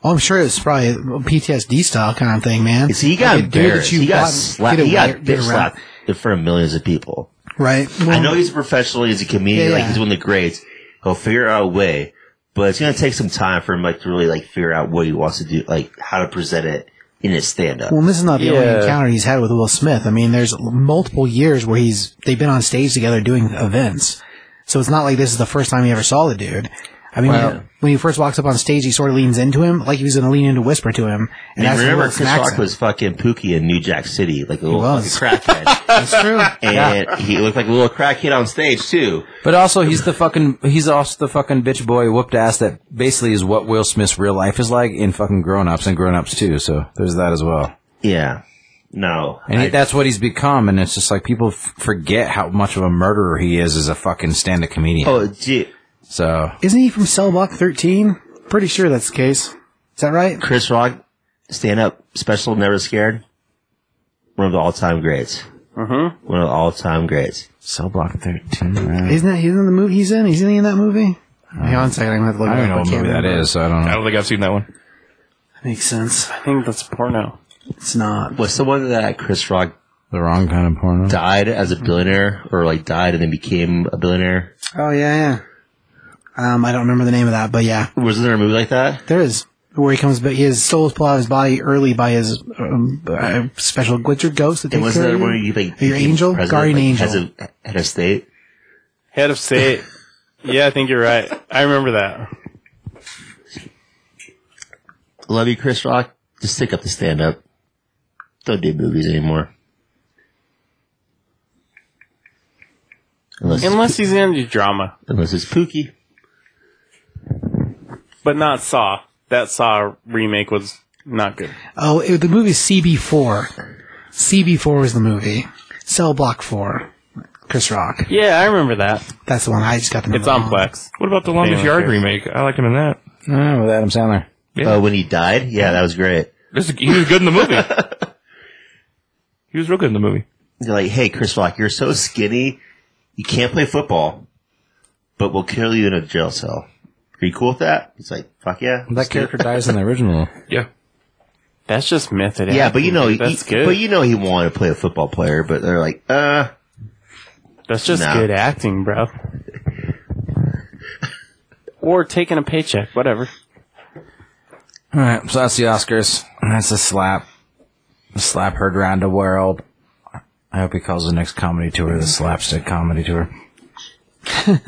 [SPEAKER 5] oh, I'm sure it's probably a PTSD style kind of thing, man.
[SPEAKER 3] See, he got
[SPEAKER 5] Like a dude that
[SPEAKER 3] embarrassed.
[SPEAKER 5] you
[SPEAKER 3] He got
[SPEAKER 5] bought-
[SPEAKER 3] slapped.
[SPEAKER 5] get
[SPEAKER 3] He
[SPEAKER 5] away-
[SPEAKER 3] got
[SPEAKER 5] get
[SPEAKER 3] bitch
[SPEAKER 5] around.
[SPEAKER 3] slapped in front of millions of people.
[SPEAKER 5] Right.
[SPEAKER 3] I
[SPEAKER 5] Well,
[SPEAKER 3] know he's a professional. He's a comedian.
[SPEAKER 5] Yeah,
[SPEAKER 3] Like
[SPEAKER 5] yeah.
[SPEAKER 3] he's one of the greats. He'll figure out a way, but it's gonna take some time for him like to really like figure out what he wants to do, like how to present it in his stand up.
[SPEAKER 5] Well, and this is not the
[SPEAKER 2] Yeah.
[SPEAKER 5] only encounter he's had with Will Smith. I mean, there's multiple years where he's they've been on stage together doing events, so it's not like this is the first time he ever saw the dude. I mean,
[SPEAKER 1] Well-
[SPEAKER 5] when, when he first walks up on stage, he sort of leans into him like he was going to lean in to whisper to him, and
[SPEAKER 3] And
[SPEAKER 5] that's
[SPEAKER 3] remember,
[SPEAKER 5] remember
[SPEAKER 3] Chris Rock was fucking Pookie in New Jack City, like a little fucking
[SPEAKER 5] was.
[SPEAKER 3] crackhead,
[SPEAKER 5] That's true.
[SPEAKER 3] and he looked like a little crackhead on stage too.
[SPEAKER 1] but also he's the fucking, he's also the fucking bitch boy whooped ass that basically is what Will Smith's real life is like in fucking grown ups and grown ups too. So there's that as well.
[SPEAKER 3] Yeah, no,
[SPEAKER 1] And he,
[SPEAKER 3] I-
[SPEAKER 1] that's what he's become. And it's just like people f- forget how much of a murderer he is as a fucking stand up comedian.
[SPEAKER 3] oh, dude,
[SPEAKER 1] So
[SPEAKER 5] Isn't he from Cell Block 13? Pretty sure that's the case. Is that right?
[SPEAKER 3] Chris Rock stand up special, never scared. One of the all time greats. Mm-hmm. One of the all time greats.
[SPEAKER 1] cell block thirteen. I
[SPEAKER 5] Isn't that he's in the movie he's in? He's in that movie. Hang on a second, I'm gonna have to look
[SPEAKER 1] don't
[SPEAKER 5] it
[SPEAKER 1] even
[SPEAKER 5] up.
[SPEAKER 1] know what
[SPEAKER 5] can't
[SPEAKER 1] movie that
[SPEAKER 5] remember.
[SPEAKER 1] is. So I don't
[SPEAKER 4] I
[SPEAKER 1] know.
[SPEAKER 4] don't think I've seen that one.
[SPEAKER 5] Makes sense.
[SPEAKER 2] I think that's porno.
[SPEAKER 5] It's not.
[SPEAKER 3] What's the one that Chris Rock
[SPEAKER 1] The wrong kind of porno.
[SPEAKER 3] died as a billionaire, or like died and then became a billionaire?
[SPEAKER 5] Oh yeah, yeah. Um, I don't remember the name of that, but yeah,
[SPEAKER 3] Wasn't there a movie like that?
[SPEAKER 5] there is where he comes, but his soul is pulled out of his body early by his um, uh, special glitcher ghost. That
[SPEAKER 3] And
[SPEAKER 5] takes
[SPEAKER 3] wasn't
[SPEAKER 5] care
[SPEAKER 3] there
[SPEAKER 5] of
[SPEAKER 3] one where
[SPEAKER 5] you.
[SPEAKER 3] you like
[SPEAKER 5] Your
[SPEAKER 3] became
[SPEAKER 5] angel?
[SPEAKER 3] president,
[SPEAKER 5] Guardian
[SPEAKER 3] like,
[SPEAKER 5] angel.
[SPEAKER 3] heads of- head of state?
[SPEAKER 2] Head of state. yeah, I think you're right. I remember that.
[SPEAKER 3] Love you, Chris Rock. Just stick up the stand up. Don't do movies anymore. Unless,
[SPEAKER 2] Unless he's into drama,
[SPEAKER 3] unless it's Pookie.
[SPEAKER 2] but not Saw. That Saw remake was not good.
[SPEAKER 5] Oh, it, the movie's CB4. CB4 was the movie. Cell Block 4. Chris Rock.
[SPEAKER 2] Yeah, I remember that.
[SPEAKER 5] That's the one I just got the number
[SPEAKER 2] It's on
[SPEAKER 5] wrong.
[SPEAKER 2] Plex.
[SPEAKER 4] What about the Longest
[SPEAKER 2] Anyone
[SPEAKER 4] Yard
[SPEAKER 2] cares?
[SPEAKER 4] remake? I liked him in that.
[SPEAKER 1] Oh, with Adam Sandler.
[SPEAKER 3] Uh, when he died? Yeah, that was great.
[SPEAKER 4] This is- he was good in the movie. he was real good in the movie.
[SPEAKER 3] They're like, hey, Chris Rock, you're so skinny, you can't play football, but we'll kill you in a jail cell. Are you cool with that? He's like, fuck yeah.
[SPEAKER 1] That character dies in the original.
[SPEAKER 4] Yeah.
[SPEAKER 2] That's just method.
[SPEAKER 3] Yeah,
[SPEAKER 2] acting,
[SPEAKER 3] but you know,
[SPEAKER 2] dude. that's
[SPEAKER 3] he-
[SPEAKER 2] good.
[SPEAKER 3] but you know, he wanted to play a football player, but they're like, uh,
[SPEAKER 2] that's just
[SPEAKER 3] Nah.
[SPEAKER 2] good acting, bro. or taking a paycheck, whatever.
[SPEAKER 1] All right, so that's the Oscars. That's a slap. A slap heard around the world. I hope he calls the next comedy tour the slapstick comedy tour.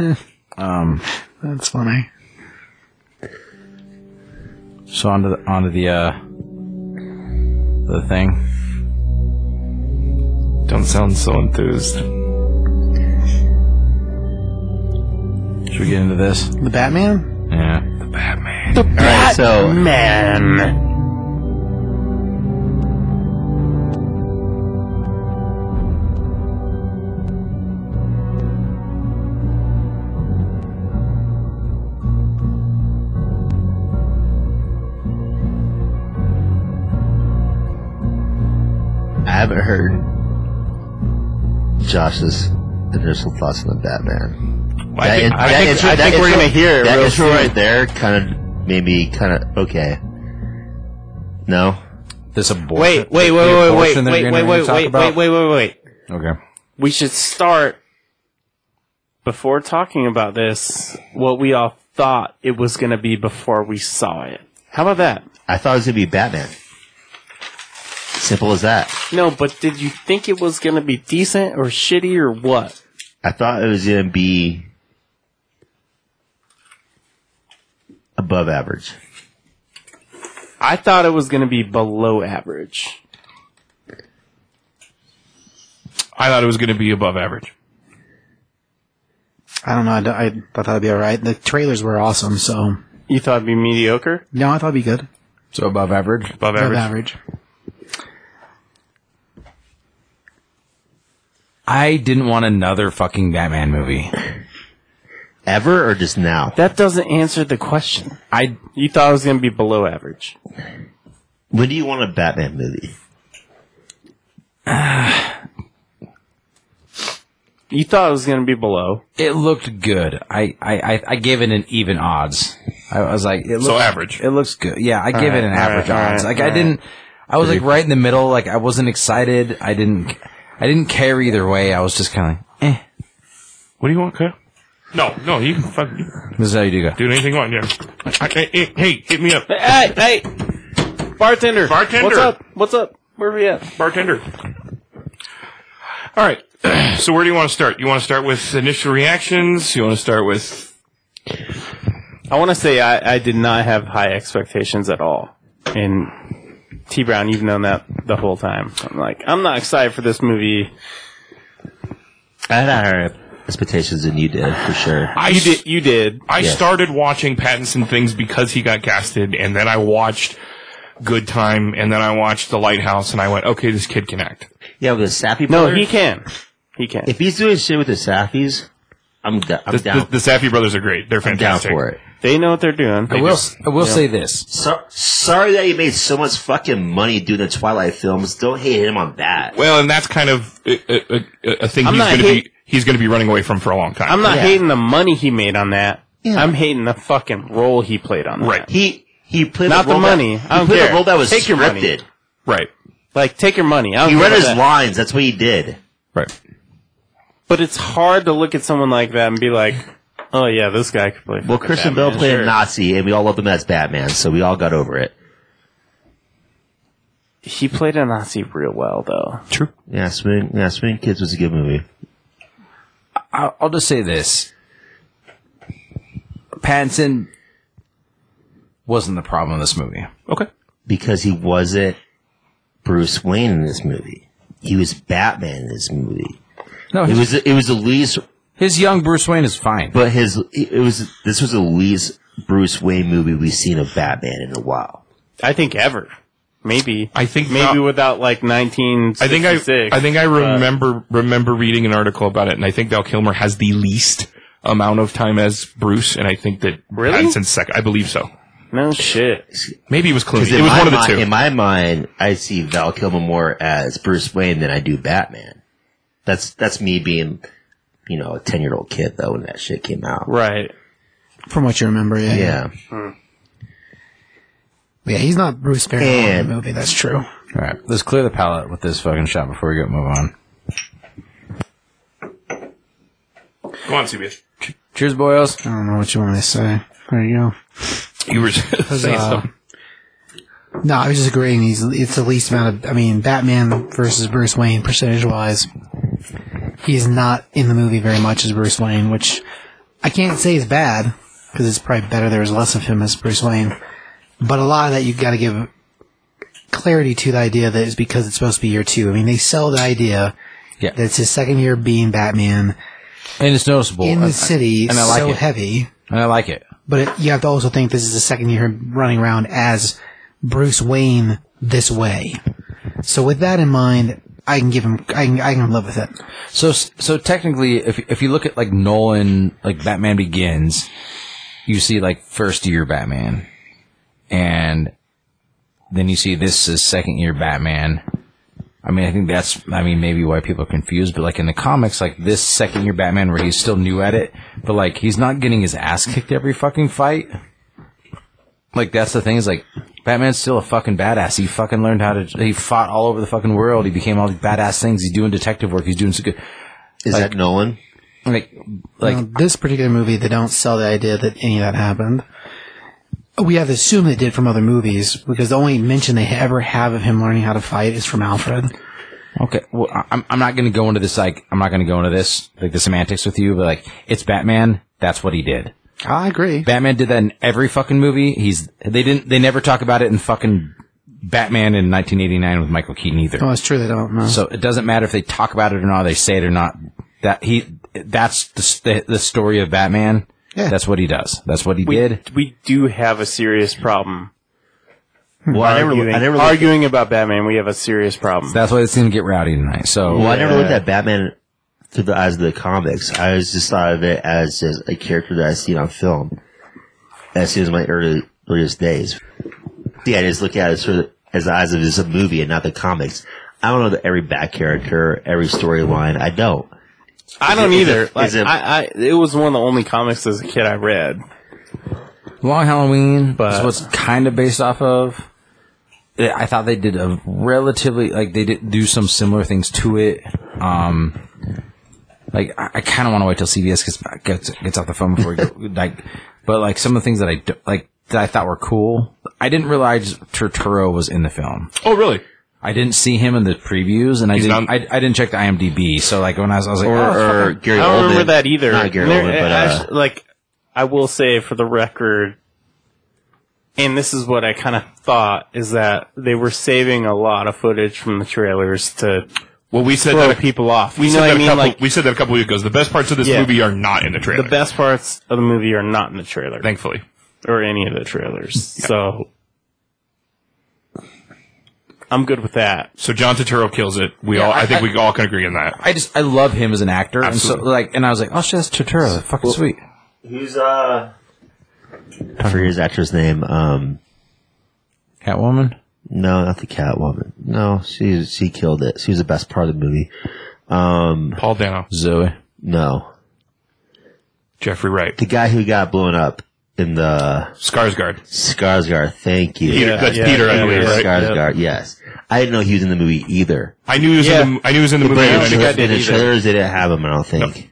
[SPEAKER 5] That's funny.
[SPEAKER 1] So onto the onto the uh the thing.
[SPEAKER 4] Don't sound so enthused.
[SPEAKER 1] Should we get into this?
[SPEAKER 5] The Batman?
[SPEAKER 1] Yeah.
[SPEAKER 3] all right, so
[SPEAKER 2] Man,
[SPEAKER 3] I haven't heard Josh's initial thoughts on the Batman.
[SPEAKER 4] I think, I
[SPEAKER 3] that
[SPEAKER 4] think,
[SPEAKER 3] intro-
[SPEAKER 4] I
[SPEAKER 3] that
[SPEAKER 4] think we're
[SPEAKER 3] intro-
[SPEAKER 4] gonna hear it
[SPEAKER 3] that
[SPEAKER 4] real
[SPEAKER 3] intro
[SPEAKER 4] soon.
[SPEAKER 3] right there. Kind of made me kind of okay. No?
[SPEAKER 1] This abortion.
[SPEAKER 2] Wait, wait, wait,
[SPEAKER 1] the
[SPEAKER 2] wait, wait,
[SPEAKER 1] abortion that
[SPEAKER 2] wait,
[SPEAKER 1] you're
[SPEAKER 2] wait,
[SPEAKER 1] gonna
[SPEAKER 2] wait,
[SPEAKER 1] talk
[SPEAKER 2] wait, wait,
[SPEAKER 1] about?
[SPEAKER 2] wait, wait, wait.
[SPEAKER 1] Okay.
[SPEAKER 2] We should start before talking about this. What we all thought it was going to be before we saw it. How about that?
[SPEAKER 3] I thought it was going to be Batman. Simple as that.
[SPEAKER 2] No, but did you think it was going to be decent or shitty or what?
[SPEAKER 3] I thought it was going to be above average.
[SPEAKER 2] I thought it was going to be below average.
[SPEAKER 4] I thought it was going to be above average.
[SPEAKER 5] I don't know. I, don't- I thought that'd be all right. The trailers were awesome, so
[SPEAKER 2] You thought it'd be mediocre?
[SPEAKER 5] no, I thought it'd be good.
[SPEAKER 1] So above average.
[SPEAKER 4] Above
[SPEAKER 5] Above
[SPEAKER 4] average.
[SPEAKER 5] average.
[SPEAKER 1] I didn't want another fucking Batman movie.
[SPEAKER 3] Ever or just now?
[SPEAKER 2] That doesn't answer the question.
[SPEAKER 1] I
[SPEAKER 2] You thought it was going to be below average.
[SPEAKER 3] When do you want a Batman movie?
[SPEAKER 2] You thought it was going to be below.
[SPEAKER 1] it looked good. I I, I, I gave it an even odds. I was like, it looks,
[SPEAKER 4] So average.
[SPEAKER 1] It looks good. Yeah, I gave it an
[SPEAKER 2] right,
[SPEAKER 1] average
[SPEAKER 2] all right,
[SPEAKER 1] odds. Like
[SPEAKER 2] all
[SPEAKER 1] I didn't. I was like right in the middle. Like I wasn't excited. I didn't. I didn't care either way. I was just kind of like, eh.
[SPEAKER 4] What do you want, Kyle? No, no, you can fuck, you can
[SPEAKER 1] This is how you do go.
[SPEAKER 4] do anything you want. Yeah. I, I, I- hey, hit me up,
[SPEAKER 2] Hey, hey, bartender,
[SPEAKER 4] Bartender.
[SPEAKER 2] what's up? What's up? Where we at?
[SPEAKER 4] bartender. All right. So where do you want to start? You want to start with initial reactions? You want to start with
[SPEAKER 2] I want to say I, I did not have high expectations at all in T Brown, even though that the whole time I'm like I'm not excited for this movie.
[SPEAKER 3] I had higher expectations than you did, for sure.
[SPEAKER 4] I
[SPEAKER 2] You did, you did.
[SPEAKER 4] I
[SPEAKER 3] Yeah.
[SPEAKER 4] started watching Pattinson things because he got casted, and then I watched Good Time, and then I watched The Lighthouse, and I went, okay, this kid can act.
[SPEAKER 3] Yeah, with the Sappy
[SPEAKER 2] No,
[SPEAKER 3] brothers-
[SPEAKER 2] he can, he can.
[SPEAKER 3] If he's doing shit with the Sappies, I'm, d- I'm
[SPEAKER 4] The,
[SPEAKER 3] down.
[SPEAKER 4] the, the Safdie brothers are great; they're
[SPEAKER 3] I'm down
[SPEAKER 4] fantastic.
[SPEAKER 3] for it.
[SPEAKER 2] They know what they're doing.
[SPEAKER 1] I will. s- I will say this.
[SPEAKER 3] So, sorry that he made so much fucking money doing the Twilight films. Don't hate him on that.
[SPEAKER 4] Well, and that's kind of a, a, a- a thing
[SPEAKER 2] I'm
[SPEAKER 4] he's
[SPEAKER 2] not
[SPEAKER 4] going to
[SPEAKER 2] hate-
[SPEAKER 4] be he's going to be running away from for a long time.
[SPEAKER 2] I'm not
[SPEAKER 3] Yeah.
[SPEAKER 2] hating the money he made on that.
[SPEAKER 3] Yeah.
[SPEAKER 2] I'm hating the fucking role he played on that.
[SPEAKER 4] Right.
[SPEAKER 3] He he played
[SPEAKER 2] Not
[SPEAKER 3] a
[SPEAKER 2] the
[SPEAKER 3] role
[SPEAKER 2] money.
[SPEAKER 3] That,
[SPEAKER 2] I don't
[SPEAKER 3] he played
[SPEAKER 2] care.
[SPEAKER 3] a role that was
[SPEAKER 2] Take your money.
[SPEAKER 3] scripted.
[SPEAKER 4] right,
[SPEAKER 2] Like, take your money. I don't
[SPEAKER 3] He
[SPEAKER 2] care
[SPEAKER 3] read
[SPEAKER 2] about
[SPEAKER 3] his
[SPEAKER 2] that.
[SPEAKER 3] lines. That's what he did.
[SPEAKER 4] right.
[SPEAKER 2] But it's hard to look at someone like that and be like, oh yeah, this guy could play.
[SPEAKER 3] Well,
[SPEAKER 2] fucking
[SPEAKER 3] Christian
[SPEAKER 2] Batman,
[SPEAKER 3] Bell played
[SPEAKER 2] sure.
[SPEAKER 3] a Nazi, and we all loved him as Batman, so we all got over it.
[SPEAKER 2] He played a Nazi real well, though.
[SPEAKER 4] True.
[SPEAKER 3] Yeah, Swing, yeah, Swing Kids was a good movie.
[SPEAKER 1] I'll, I'll just say this. Pattinson wasn't the problem in this movie.
[SPEAKER 4] Okay.
[SPEAKER 3] because he wasn't Bruce Wayne in this movie. He was Batman in this movie.
[SPEAKER 1] No,
[SPEAKER 3] It
[SPEAKER 1] his,
[SPEAKER 3] was it was the least,
[SPEAKER 1] his young Bruce Wayne is fine.
[SPEAKER 3] but his it was this was the least Bruce Wayne movie we've seen of Batman in a while.
[SPEAKER 2] I think ever. Maybe.
[SPEAKER 4] I think
[SPEAKER 2] maybe
[SPEAKER 4] not-
[SPEAKER 2] without like 1966.
[SPEAKER 4] I think I, I think I remember remember reading an article about it, and I think Val Kilmer has the least amount of time as Bruce, and I think that
[SPEAKER 2] Really?
[SPEAKER 4] Pattinson's second. I believe so.
[SPEAKER 2] No shit.
[SPEAKER 4] Maybe it was Clooney.
[SPEAKER 3] Because
[SPEAKER 4] It
[SPEAKER 3] in
[SPEAKER 4] was
[SPEAKER 3] my
[SPEAKER 4] one of the
[SPEAKER 3] mind,
[SPEAKER 4] two.
[SPEAKER 3] in my mind, I see Val Kilmer more as Bruce Wayne than I do Batman. That's that's me being, you know, a ten year old kid though when that shit came out.
[SPEAKER 2] Right.
[SPEAKER 5] From what you remember, yeah.
[SPEAKER 3] Yeah,
[SPEAKER 5] But yeah, he's not Bruce Banner in
[SPEAKER 3] And-
[SPEAKER 5] the movie. That's true.
[SPEAKER 1] All right, let's clear the palette with this fucking shot before we go move on.
[SPEAKER 4] Go on, CBS.
[SPEAKER 1] Cheers, boys.
[SPEAKER 5] I don't know what you want me to say. There you go.
[SPEAKER 4] You were saying
[SPEAKER 5] uh,
[SPEAKER 4] something.
[SPEAKER 5] No, I was just agreeing. He's it's the least amount of. I mean, Batman versus Bruce Wayne percentage wise, he's not in the movie very much as Bruce Wayne, which I can't say is bad because it's probably better there was less of him as Bruce Wayne. But a lot of that you've got to give clarity to the idea that it's because it's supposed to be year two. I mean, they sell the idea
[SPEAKER 1] Yeah.
[SPEAKER 5] that it's his second year being Batman
[SPEAKER 1] And it's noticeable.
[SPEAKER 5] in
[SPEAKER 1] I-
[SPEAKER 5] the city,
[SPEAKER 1] and I like
[SPEAKER 5] so
[SPEAKER 1] it.
[SPEAKER 5] heavy.
[SPEAKER 1] and I like it.
[SPEAKER 5] But it, you have to also think this is the second year him running around as Bruce Wayne this way. So with that in mind, I can give him. I can. I can live with it.
[SPEAKER 1] So, so technically, if if you look at like Nolan, like Batman Begins, you see like first year Batman, and then you see this is second year Batman. I mean, I think that's I mean maybe why people are confused, but like in the comics, like this second year Batman where he's still new at it, but like he's not getting his ass kicked every fucking fight. Like that's the thing is like Batman's still a fucking badass. He fucking learned how to. He fought all over the fucking world. He became all these badass things. He's doing detective work. He's doing so good.
[SPEAKER 3] Is that Nolan?
[SPEAKER 1] Like, like
[SPEAKER 5] Now, this particular movie, they don't sell the idea that any of that happened. We have to assume they did from other movies because the only mention they ever have of him learning how to fight is from Alfred.
[SPEAKER 1] Okay, well, I- I'm I'm not going to go into this like I'm not going to go into this like the semantics with you, but like it's Batman. That's what he did.
[SPEAKER 5] I agree.
[SPEAKER 1] Batman did that in every fucking movie. He's they didn't they never talk about it in fucking Batman in 1989 with Michael Keaton either.
[SPEAKER 5] Oh, it's true. They don't know.
[SPEAKER 1] So it doesn't matter if they talk about it or not. They say it or not. That he that's the s- the, the story of Batman.
[SPEAKER 5] Yeah.
[SPEAKER 1] That's what he does. That's what he
[SPEAKER 2] We,
[SPEAKER 1] did.
[SPEAKER 2] we do have a serious problem.
[SPEAKER 3] Well, I never,
[SPEAKER 2] arguing
[SPEAKER 3] I never, looked,
[SPEAKER 2] arguing about Batman, we have a serious problem.
[SPEAKER 1] That's why it's going to get rowdy tonight. So
[SPEAKER 3] well, I never looked at Batman through the eyes of the comics. I always just thought of it as just a character that I seen on film. As soon as my early, earliest days, yeah, I just look at it sort of as the eyes of just a movie and not the comics. I don't know that every back character, every storyline. I don't.
[SPEAKER 2] I don't
[SPEAKER 3] Is it-
[SPEAKER 2] either.
[SPEAKER 3] is
[SPEAKER 2] Like,
[SPEAKER 3] it-
[SPEAKER 2] I, I, it was one of the only comics as a kid I read.
[SPEAKER 1] Long Halloween
[SPEAKER 2] But-
[SPEAKER 1] is what's kind of based off of. I I thought they did a relatively like they did do some similar things to it. Um, like I, I kind of want to wait till CBS gets back- gets gets off the phone before we go, like, but like some of the things that I do, like that I thought were cool. I didn't realize Turturro was in the film.
[SPEAKER 4] Oh, really?
[SPEAKER 1] I didn't see him in the previews, and I didn't.
[SPEAKER 4] not-
[SPEAKER 1] I, I didn't check the IMDb. So like when I was, I was like,
[SPEAKER 3] Or,
[SPEAKER 1] oh, fuck,
[SPEAKER 3] or Gary
[SPEAKER 2] I don't
[SPEAKER 3] Oldman.
[SPEAKER 2] remember that either.
[SPEAKER 3] Not Gary
[SPEAKER 2] There-
[SPEAKER 3] Oldman, but
[SPEAKER 2] I- I
[SPEAKER 3] uh,
[SPEAKER 2] s- like, I will say for the record, and this is what I kind of thought is that they were saving a lot of footage from the trailers to
[SPEAKER 4] Well, we said
[SPEAKER 2] throw
[SPEAKER 4] that. A,
[SPEAKER 2] people off.
[SPEAKER 4] we
[SPEAKER 2] you
[SPEAKER 4] said
[SPEAKER 2] know what
[SPEAKER 4] that
[SPEAKER 2] I mean?
[SPEAKER 4] a couple,
[SPEAKER 2] like
[SPEAKER 4] we said that a couple weeks ago. The best parts of this
[SPEAKER 2] Yeah.
[SPEAKER 4] movie are not in the trailer.
[SPEAKER 2] the best parts of the movie are not in the trailer
[SPEAKER 4] thankfully.
[SPEAKER 2] or any of the trailers. So I'm good with that.
[SPEAKER 4] So John Turturro kills it. We
[SPEAKER 1] Yeah,
[SPEAKER 4] all, I,
[SPEAKER 1] I-
[SPEAKER 4] think we all can agree on that.
[SPEAKER 1] I just I love him as an actor, and so
[SPEAKER 4] Absolutely.
[SPEAKER 1] like, and I was like, oh shit, that's Turturro, that's fucking sweet.
[SPEAKER 3] Who's uh? I forget his actress name. Um,
[SPEAKER 1] Catwoman.
[SPEAKER 3] no, not the Catwoman. No, she she killed it. She was the best part of the movie. Um,
[SPEAKER 4] Paul Dano,
[SPEAKER 1] Zoe.
[SPEAKER 3] no,
[SPEAKER 4] Jeffrey Wright,
[SPEAKER 3] the guy who got blown up in the
[SPEAKER 4] Skarsgård.
[SPEAKER 3] Skarsgård. Thank you,
[SPEAKER 4] Peter,
[SPEAKER 2] Yeah,
[SPEAKER 4] that's
[SPEAKER 2] yeah,
[SPEAKER 4] Peter, I
[SPEAKER 2] yeah,
[SPEAKER 4] believe,
[SPEAKER 3] Peter
[SPEAKER 4] right?
[SPEAKER 3] Skarsgård. Yes, I didn't know he was in the movie either.
[SPEAKER 4] I knew he was in the, I knew he was in the movie.
[SPEAKER 3] But
[SPEAKER 4] and I
[SPEAKER 3] in
[SPEAKER 4] knew-
[SPEAKER 3] the,
[SPEAKER 2] I did
[SPEAKER 3] in the
[SPEAKER 2] either.
[SPEAKER 3] trailers, they didn't have him. I don't think.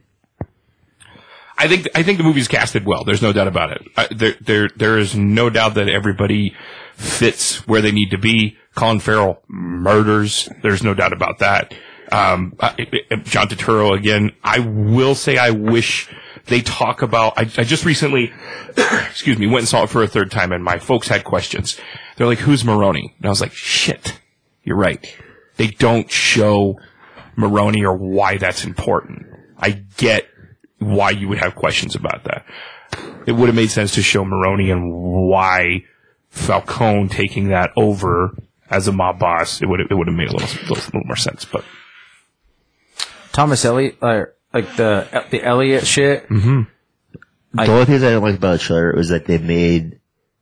[SPEAKER 4] I think I think the movie's casted well. There's no doubt about it. I, there there there is no doubt that everybody fits where they need to be. Colin Farrell murders. There's no doubt about that. Um, I, I- I- John Turturro again. I will say I wish they talk about. I, I just recently, excuse me, went and saw it for a third time, and my folks had questions. They're like, "Who's Maroney?" And I was like, "Shit, you're right." They don't show Maroney or why that's important. I get why you would have questions about that. It would have made sense to show Maroney and why Falcone taking that over as a mob boss. It would have, it would have made a little, little, little more sense. But
[SPEAKER 1] Thomas Elliot,
[SPEAKER 3] uh,
[SPEAKER 1] or like the the Elliot shit.
[SPEAKER 3] the only things I didn't like about the trailer was that they made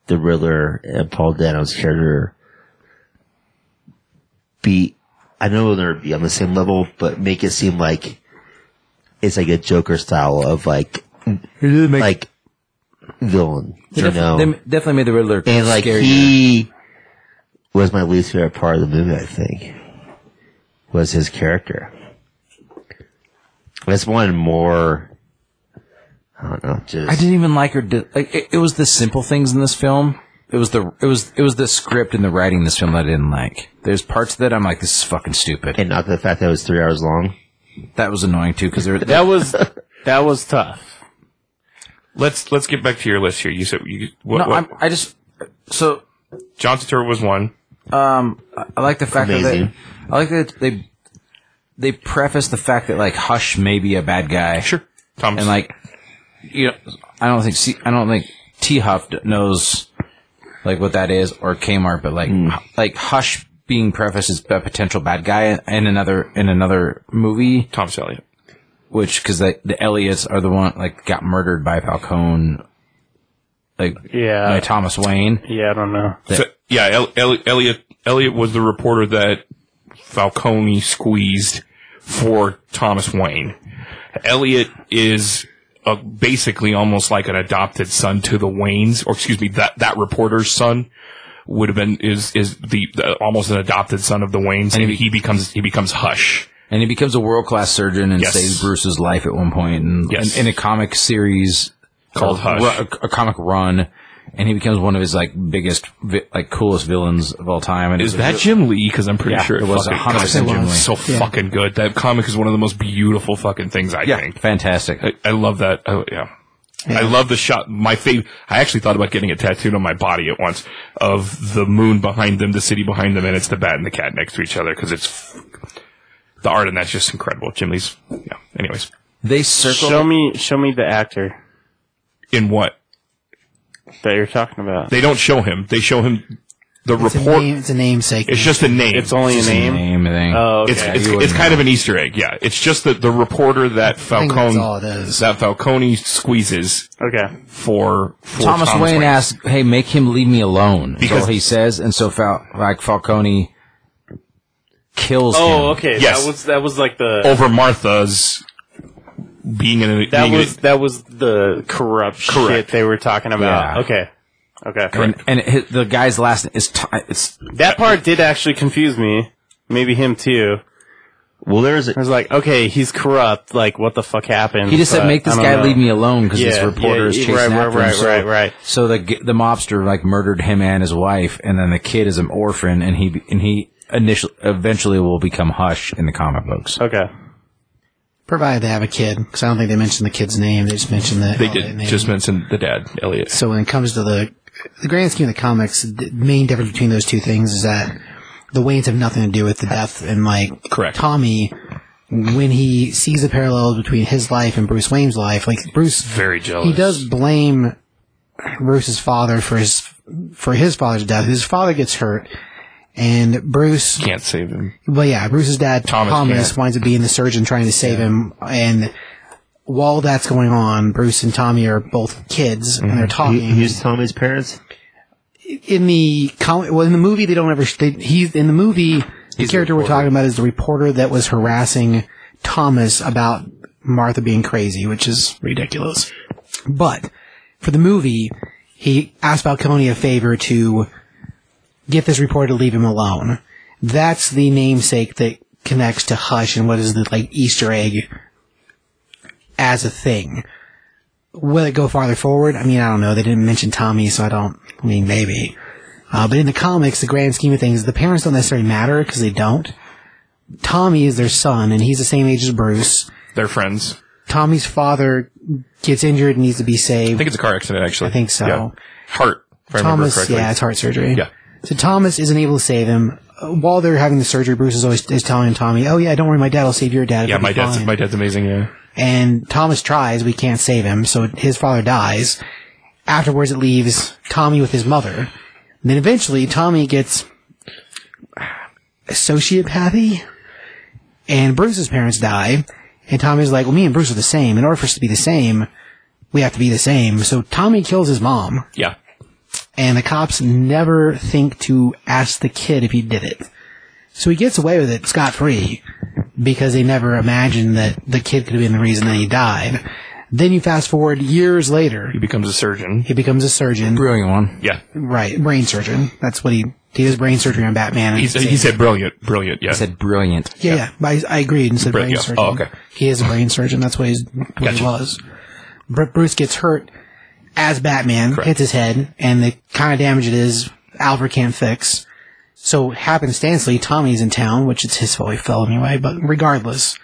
[SPEAKER 3] the Riddler and Paul Dano's character be, I know they're be on the same level, but make it seem like it's like a Joker style of like, like villain, you
[SPEAKER 1] Def-
[SPEAKER 3] know?
[SPEAKER 1] they definitely made the Riddler
[SPEAKER 3] and like
[SPEAKER 1] scarier.
[SPEAKER 3] he was my least favorite part of the movie, I think, was his character. That's one more, I don't know, just.
[SPEAKER 1] I didn't even like her. di- Like it, it was the simple things in this film. It was the it was it was the script and the writing in this film that I didn't like. There's parts that I'm like, this is fucking stupid.
[SPEAKER 3] and not the fact that it was three hours long.
[SPEAKER 1] That was annoying too because there.
[SPEAKER 2] That was that was tough.
[SPEAKER 4] let's, let's get back to your list here. You said, you, what,
[SPEAKER 1] no,
[SPEAKER 4] what-
[SPEAKER 1] I'm, I just so
[SPEAKER 4] John Turturro was one.
[SPEAKER 1] um, I- I like the fact that they,
[SPEAKER 3] Amazing.
[SPEAKER 1] I like that they they preface the fact that like Hush may be a bad guy.
[SPEAKER 4] Sure. Thomas.
[SPEAKER 1] and like you know, I don't think C- I don't think T Huff d- knows like what that is or Kmart, but like hu- like Hush being prefaced as a potential bad guy in another in another movie,
[SPEAKER 4] Thomas Elliot.
[SPEAKER 1] which because like the Elliots are the one like got murdered by Falcone, like
[SPEAKER 2] Yeah.
[SPEAKER 1] by Thomas Wayne.
[SPEAKER 2] Yeah, I don't know.
[SPEAKER 4] So, yeah. El, El, Elliot, Elliot was the reporter that Falcone squeezed for Thomas Wayne. Elliot is uh basically almost like an adopted son to the Waynes, or excuse me, that that reporter's son. would have been is is the, the almost an adopted son of the Waynes, and he becomes he becomes Hush.
[SPEAKER 1] And he becomes a world class surgeon and
[SPEAKER 4] Yes.
[SPEAKER 1] saves Bruce's life at one point, and
[SPEAKER 4] Yes.
[SPEAKER 1] in, in a comic series
[SPEAKER 4] Called
[SPEAKER 1] or
[SPEAKER 4] Hush.
[SPEAKER 1] ru- a, a comic run, and he becomes one of his like biggest, vi- like coolest villains of all time. And
[SPEAKER 4] Is
[SPEAKER 1] it's a-
[SPEAKER 4] that Jim Lee? Because I'm pretty
[SPEAKER 1] Yeah,
[SPEAKER 4] sure
[SPEAKER 1] it was
[SPEAKER 4] fucking-
[SPEAKER 1] 100%
[SPEAKER 4] God,
[SPEAKER 1] Jim Lee.
[SPEAKER 4] So fucking good. That comic is one of the most beautiful fucking things I
[SPEAKER 1] yeah,
[SPEAKER 4] think.
[SPEAKER 1] fantastic?
[SPEAKER 4] I, I love that. Oh yeah. I love the shot. My favorite. I actually thought about getting it tattooed on my body at once of the moon behind them, the city behind them, and it's the bat and the cat next to each other because it's the art and that's just incredible. Jim Lee's. Yeah. Anyways,
[SPEAKER 1] They circle.
[SPEAKER 2] Show me, show me the actor
[SPEAKER 4] in what
[SPEAKER 2] that you're talking about.
[SPEAKER 4] they don't show him, they show him the
[SPEAKER 5] It's a,
[SPEAKER 4] report.
[SPEAKER 5] name, it's a namesake.
[SPEAKER 4] It's just a name.
[SPEAKER 2] It's only a
[SPEAKER 1] It's the name
[SPEAKER 2] name.
[SPEAKER 1] thing.
[SPEAKER 2] Oh, okay.
[SPEAKER 4] It's it's,
[SPEAKER 1] you
[SPEAKER 4] it's
[SPEAKER 1] wouldn't
[SPEAKER 4] kind of an Easter egg, yeah. It's just that the reporter that
[SPEAKER 5] think
[SPEAKER 4] Falcone
[SPEAKER 5] that's all it is.
[SPEAKER 4] that Falcone squeezes
[SPEAKER 2] okay.
[SPEAKER 4] for, for
[SPEAKER 1] Thomas, Wayne, asks, "Hey, make him leave me alone." Because
[SPEAKER 4] Because-
[SPEAKER 1] he says, and so Fal- like Falcone kills him.
[SPEAKER 2] Oh, okay.
[SPEAKER 4] Yes. Oh,
[SPEAKER 2] That was that was like the
[SPEAKER 4] over Martha's being in
[SPEAKER 2] that
[SPEAKER 4] being
[SPEAKER 2] was
[SPEAKER 4] in,
[SPEAKER 2] that was the corrupt shit
[SPEAKER 4] Correct.
[SPEAKER 2] they were talking about.
[SPEAKER 1] Yeah.
[SPEAKER 2] Okay. Okay.
[SPEAKER 1] And, and hi- the guy's last name is T- it's
[SPEAKER 2] That part did actually confuse me. Maybe him too.
[SPEAKER 3] Well, there's a,
[SPEAKER 2] I was like, okay, he's corrupt. Like, what the fuck happened?
[SPEAKER 1] He just said,
[SPEAKER 2] But
[SPEAKER 1] "Make this
[SPEAKER 2] Uh, I don't
[SPEAKER 1] guy
[SPEAKER 2] know.
[SPEAKER 1] leave me alone because this
[SPEAKER 2] Yeah,
[SPEAKER 1] reporter
[SPEAKER 2] yeah,
[SPEAKER 1] is
[SPEAKER 2] yeah,
[SPEAKER 1] chasing
[SPEAKER 2] right,
[SPEAKER 1] after
[SPEAKER 2] right,
[SPEAKER 1] him." So,
[SPEAKER 2] right, right.
[SPEAKER 1] so the g- the mobster like murdered him and his wife, and then the kid is an orphan, and he and he initially eventually will become Hush in the comic books.
[SPEAKER 2] Okay.
[SPEAKER 5] provided they have a kid, because I don't think they mentioned the kid's name. They just mentioned that
[SPEAKER 4] they
[SPEAKER 5] oh, that
[SPEAKER 4] did
[SPEAKER 5] name.
[SPEAKER 4] just mention the dad, Elliot.
[SPEAKER 5] So when it comes to the the grand scheme of the comics, the main difference between those two things is that the Waynes have nothing to do with the death, and like
[SPEAKER 4] Correct.
[SPEAKER 5] Tommy, when he sees the parallels between his life and Bruce Wayne's life, like Bruce,
[SPEAKER 4] Very jealous.
[SPEAKER 5] he does blame Bruce's father for his for his father's death. His father gets hurt, and Bruce
[SPEAKER 4] can't save him.
[SPEAKER 5] well, yeah, Bruce's dad,
[SPEAKER 4] Thomas
[SPEAKER 5] Thomas,
[SPEAKER 4] Kent.
[SPEAKER 5] winds up being the surgeon trying to save him. And while that's going on, Bruce and Tommy are both kids and they're talking.
[SPEAKER 3] he, he's telling his parents.
[SPEAKER 5] in the comic, well, in the movie, they don't ever. They, he's in the movie. the character we're talking about is the reporter that was harassing Thomas about Martha being crazy, which is ridiculous. But for the movie, he asked Balcony a favor to get this reporter to leave him alone. That's the namesake that connects to Hush and what is the like Easter egg as a thing. Will it go farther forward? I mean, I don't know. They didn't mention Tommy, so I don't. I mean, maybe. Uh, but in the comics, the grand scheme of things, the parents don't necessarily matter because they don't. Tommy is their son, and he's the same age as Bruce.
[SPEAKER 4] They're friends.
[SPEAKER 5] Tommy's father gets injured and needs to be saved.
[SPEAKER 4] I think it's a car accident, actually.
[SPEAKER 5] I think so.
[SPEAKER 4] Yeah. Heart. If I remember
[SPEAKER 5] Thomas,
[SPEAKER 4] correctly.
[SPEAKER 5] yeah, it's heart surgery.
[SPEAKER 4] Yeah.
[SPEAKER 5] So Thomas isn't able to save him. Uh, While they're having the surgery, Bruce is always is telling Tommy, "Oh yeah, don't worry, my dad will save your dad."
[SPEAKER 4] Yeah,
[SPEAKER 5] It'll
[SPEAKER 4] my
[SPEAKER 5] be
[SPEAKER 4] dad's
[SPEAKER 5] fine."
[SPEAKER 4] my dad's amazing. Yeah,
[SPEAKER 5] and Thomas tries, we can't save him, so his father dies. Afterwards, it leaves Tommy with his mother. And then eventually, Tommy gets sociopathy, and Bruce's parents die. And Tommy's like, well, me and Bruce are the same. In order for us to be the same, we have to be the same. So Tommy kills his mom,
[SPEAKER 4] yeah.
[SPEAKER 5] and the cops never think to ask the kid if he did it. So he gets away with it scot free because they never imagined that the kid could have been the reason that he died. Then you fast forward years later,
[SPEAKER 4] He becomes a surgeon.
[SPEAKER 5] he becomes a surgeon.
[SPEAKER 1] Brilliant one.
[SPEAKER 4] Yeah,
[SPEAKER 5] Right, brain surgeon. That's what he he does brain surgery on Batman. and
[SPEAKER 4] he's,
[SPEAKER 5] it's-
[SPEAKER 4] he said brilliant, brilliant. Yeah,
[SPEAKER 1] I said brilliant.
[SPEAKER 5] yeah, yeah. but I, I agreed and said
[SPEAKER 4] Bra-
[SPEAKER 5] brain
[SPEAKER 4] yeah.
[SPEAKER 5] surgeon.
[SPEAKER 4] Oh, okay.
[SPEAKER 5] He is a brain surgeon. That's what, he's, what
[SPEAKER 4] Gotcha.
[SPEAKER 5] he was. Br- Bruce gets hurt as Batman, hits his head, and the kind of damage it is, Alfred can't fix. So happenstancely, Tommy's in town, which it's his fault he fell anyway, but regardless,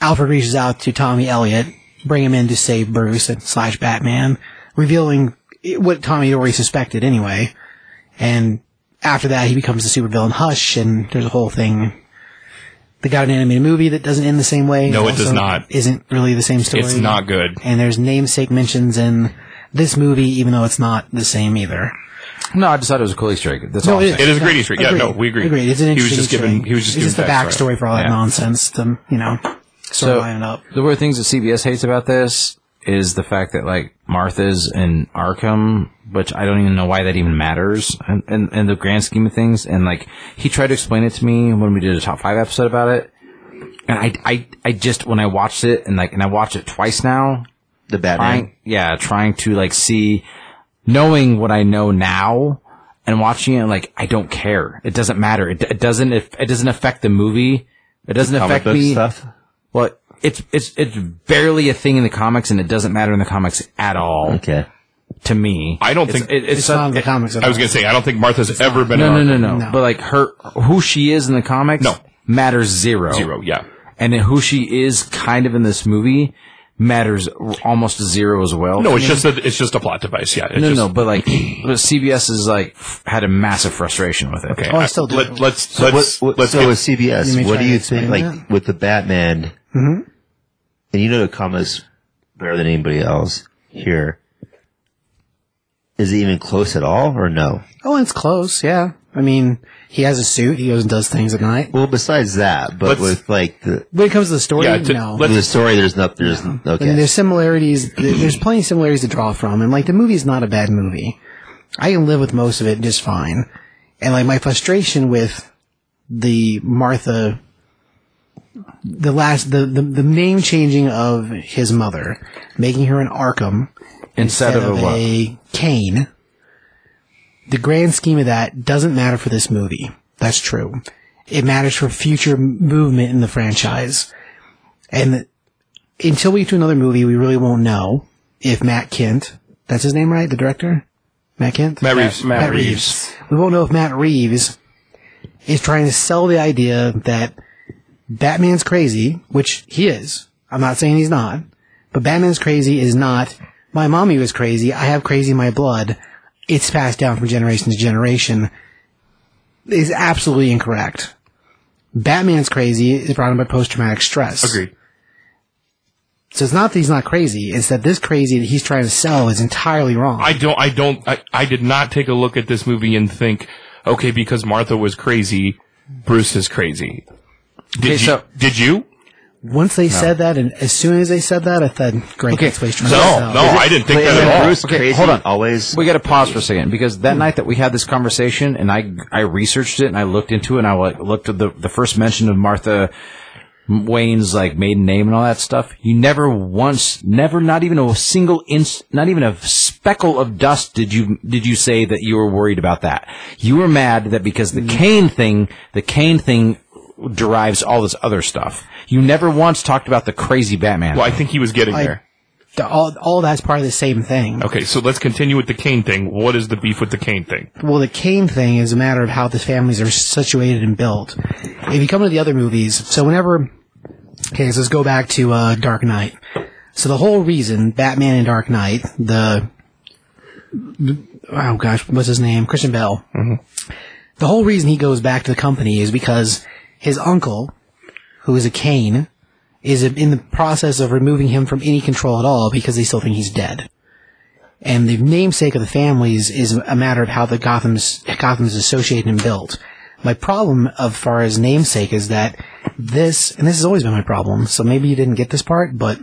[SPEAKER 5] Alfred reaches out to Tommy Elliot, bring him in to save Bruce and slash Batman, revealing what Tommy had already suspected anyway. And after that, he becomes the supervillain Hush, and there's a whole thing. They got an animated movie that doesn't end the same way.
[SPEAKER 4] No,
[SPEAKER 5] and
[SPEAKER 4] it does
[SPEAKER 5] also
[SPEAKER 4] not.
[SPEAKER 5] Isn't really the same story.
[SPEAKER 4] it's not good.
[SPEAKER 5] And there's namesake mentions in this movie, even though it's not the same either.
[SPEAKER 1] No, I just thought it was a cool Easter egg. That's
[SPEAKER 5] No,
[SPEAKER 1] all. I'm
[SPEAKER 5] it
[SPEAKER 1] saying.
[SPEAKER 4] It is a great Easter. egg. Yeah,
[SPEAKER 5] Agreed.
[SPEAKER 4] no, we agree.
[SPEAKER 5] Agreed. It's an
[SPEAKER 4] he
[SPEAKER 5] interesting
[SPEAKER 4] was just
[SPEAKER 5] Easter
[SPEAKER 4] giving.
[SPEAKER 5] egg.
[SPEAKER 4] He was just
[SPEAKER 5] it's
[SPEAKER 4] giving
[SPEAKER 5] just the backstory for all that
[SPEAKER 4] Yeah.
[SPEAKER 5] nonsense to you know sort
[SPEAKER 1] So-
[SPEAKER 5] of line it up.
[SPEAKER 1] The weird things that CBS hates about this is the fact that like Martha's in Arkham, which I don't even know why that even matters in, in, in the grand scheme of things. And like he tried to explain it to me when we did a top five episode about it. And I, I, I just when I watched it and like and I watched it twice now,
[SPEAKER 3] The Batman.
[SPEAKER 1] trying yeah, trying to like see knowing what I know now and watching it like I don't care. It doesn't matter. It, it doesn't. It, it doesn't affect the movie. It doesn't
[SPEAKER 3] Comic
[SPEAKER 1] affect
[SPEAKER 3] book
[SPEAKER 1] me.
[SPEAKER 3] stuff.
[SPEAKER 1] Well, it's it's it's barely a thing in the comics, and it doesn't matter in the comics at all
[SPEAKER 3] Okay.
[SPEAKER 1] to me.
[SPEAKER 4] I don't
[SPEAKER 1] It's-
[SPEAKER 4] think-
[SPEAKER 1] it, it's,
[SPEAKER 5] It's not in the
[SPEAKER 1] it-
[SPEAKER 5] comics. At
[SPEAKER 4] I was
[SPEAKER 5] all.
[SPEAKER 4] gonna say I don't think Martha's ever been
[SPEAKER 1] no, no,
[SPEAKER 4] an
[SPEAKER 1] no, no,
[SPEAKER 5] No.
[SPEAKER 1] But like her, who she is in the comics,
[SPEAKER 4] No.
[SPEAKER 1] matters zero.
[SPEAKER 4] zero. Yeah,
[SPEAKER 1] and then who she is kind of in this movie matters almost zero as well.
[SPEAKER 4] no, it's just a, it's just a plot device. Yeah, it's
[SPEAKER 1] no,
[SPEAKER 4] just,
[SPEAKER 1] no, but like, but CBS is like f- had a massive frustration with it.
[SPEAKER 4] Okay,
[SPEAKER 5] Oh, I
[SPEAKER 4] I-
[SPEAKER 5] still do.
[SPEAKER 4] Let, let's
[SPEAKER 3] What,
[SPEAKER 4] let's
[SPEAKER 3] what,
[SPEAKER 4] let's
[SPEAKER 3] so
[SPEAKER 4] get-
[SPEAKER 3] with
[SPEAKER 5] You may
[SPEAKER 3] CBS, what
[SPEAKER 5] try
[SPEAKER 3] do
[SPEAKER 5] to
[SPEAKER 3] you think? Like
[SPEAKER 5] explain
[SPEAKER 3] with the Batman, and you know the comics better than anybody else here. Is it even close at all, or no?
[SPEAKER 5] Oh, it's close. Yeah. I mean, he has a suit. He goes and does things at night.
[SPEAKER 3] Well, besides that, but
[SPEAKER 4] Let's-
[SPEAKER 3] with like the,
[SPEAKER 5] When it comes to the story,
[SPEAKER 4] Yeah, to-
[SPEAKER 5] no.
[SPEAKER 4] let's-
[SPEAKER 3] the story, there's not there's
[SPEAKER 5] I mean,
[SPEAKER 3] okay.
[SPEAKER 5] there's similarities. there- There's plenty of similarities to draw from, and like the movie's not a bad movie. I can live with most of it just fine. And like my frustration with the Martha, the last, the the, the name changing of his mother, making her an Arkham
[SPEAKER 1] Instead, of, a, what?
[SPEAKER 5] a cane. The grand scheme of that doesn't matter for this movie. That's true. It matters for future m- movement in the franchise. And th- until we do another movie, we really won't know if Matt Kent, that's his name, right? The director? Matt Kent?
[SPEAKER 4] Matt Reeves.
[SPEAKER 2] Matt
[SPEAKER 5] Matt Reeves. We won't know if Matt Reeves is trying to sell the idea that Batman's crazy, which he is. I'm not saying he's not, but Batman's crazy is not. My mommy was crazy. I have crazy in my blood. It's passed down from generation to generation. Is absolutely incorrect. Batman's crazy is brought on by post traumatic stress.
[SPEAKER 4] Agreed.
[SPEAKER 5] So it's not that he's not crazy. It's that this crazy that he's trying to sell is entirely wrong.
[SPEAKER 4] I don't. I don't. I, I did not take a look at this movie and think, okay, because Martha was crazy, Bruce is crazy. Did
[SPEAKER 1] Okay,
[SPEAKER 4] you?
[SPEAKER 1] so-
[SPEAKER 4] did you?
[SPEAKER 5] Once they said that, and as soon as they said that, I thought, "Great, that's what he's trying
[SPEAKER 4] No,
[SPEAKER 5] to sell.
[SPEAKER 4] no, I didn't think
[SPEAKER 3] Wait,
[SPEAKER 4] that
[SPEAKER 3] wait,
[SPEAKER 4] at all.
[SPEAKER 3] Bruce
[SPEAKER 1] Okay,
[SPEAKER 3] crazy
[SPEAKER 1] hold on.
[SPEAKER 3] always.
[SPEAKER 1] We got to pause for a second because that night that we had this conversation, and I I researched it and I looked into it and I like looked at the the first mention of Martha Wayne's like maiden name and all that stuff. You never once, never, not even a single inch, not even a speckle of dust did you did you say that you were worried about that. You were mad that because the cane thing, the cane thing derives all this other stuff. You never once talked about the crazy Batman.
[SPEAKER 4] Well, I think he was getting
[SPEAKER 5] I-
[SPEAKER 4] there.
[SPEAKER 5] The- all, all that's part of the same thing.
[SPEAKER 4] Okay, so let's continue with the cane thing. What is the beef with the cane thing?
[SPEAKER 5] Well, the Kane thing is a matter of how the families are situated and built. If you come to the other movies, so whenever, okay, so let's go back to uh, Dark Knight. So the whole reason Batman and Dark Knight, the oh gosh, what's his name, Christian Bell. The whole reason he goes back to the company is because his uncle, who is a Kane, is in the process of removing him from any control at all because they still think he's dead and the namesake of the families is a matter of how the Gotham's Gotham's associated and built. My problem, as far as namesake, is that this, and this has always been my problem. So maybe you didn't get this part, but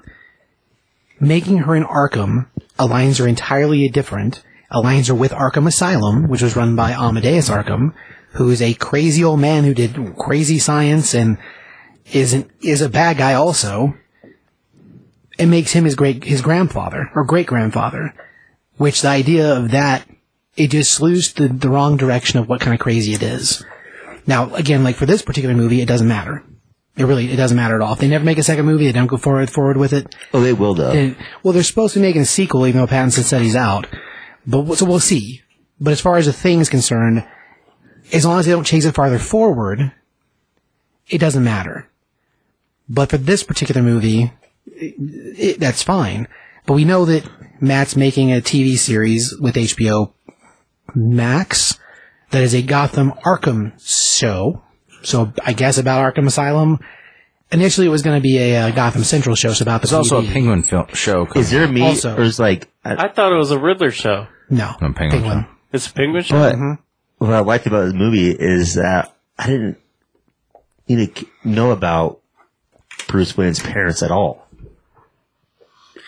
[SPEAKER 5] making her in Arkham aligns her entirely different. Aligns her with Arkham Asylum, which was run by Amadeus Arkham, who is a crazy old man who did crazy science and is an, is a bad guy also. It makes him his great his grandfather or great grandfather which the idea of that it just slews the, the wrong direction of what kind of crazy it is. Now, again, like for this particular movie, it doesn't matter. It really it doesn't matter at all. If they never make a second movie, they don't go forward forward with it.
[SPEAKER 3] oh, they will though.
[SPEAKER 5] And- well, they're supposed to be making a sequel, even though Pattinson said he's out. But w- so we'll see. But as far as the thing is concerned, as long as they don't chase it farther forward, it doesn't matter. But for this particular movie, it, it, that's fine. But we know that Matt's making a TV series with HBO Max that is a Gotham Arkham show. So I guess about Arkham Asylum. Initially, it was going to be a, uh Gotham Central show, so about the
[SPEAKER 1] There's also a
[SPEAKER 5] PD.
[SPEAKER 1] penguin film show.
[SPEAKER 3] is there me
[SPEAKER 5] Also-
[SPEAKER 3] or is like? I,
[SPEAKER 2] I thought it was a Riddler show.
[SPEAKER 5] No.
[SPEAKER 1] No, Penguin Show.
[SPEAKER 2] It's a penguin show.
[SPEAKER 3] but what I liked about this movie is that I didn't even know about Bruce Wayne's parents at all.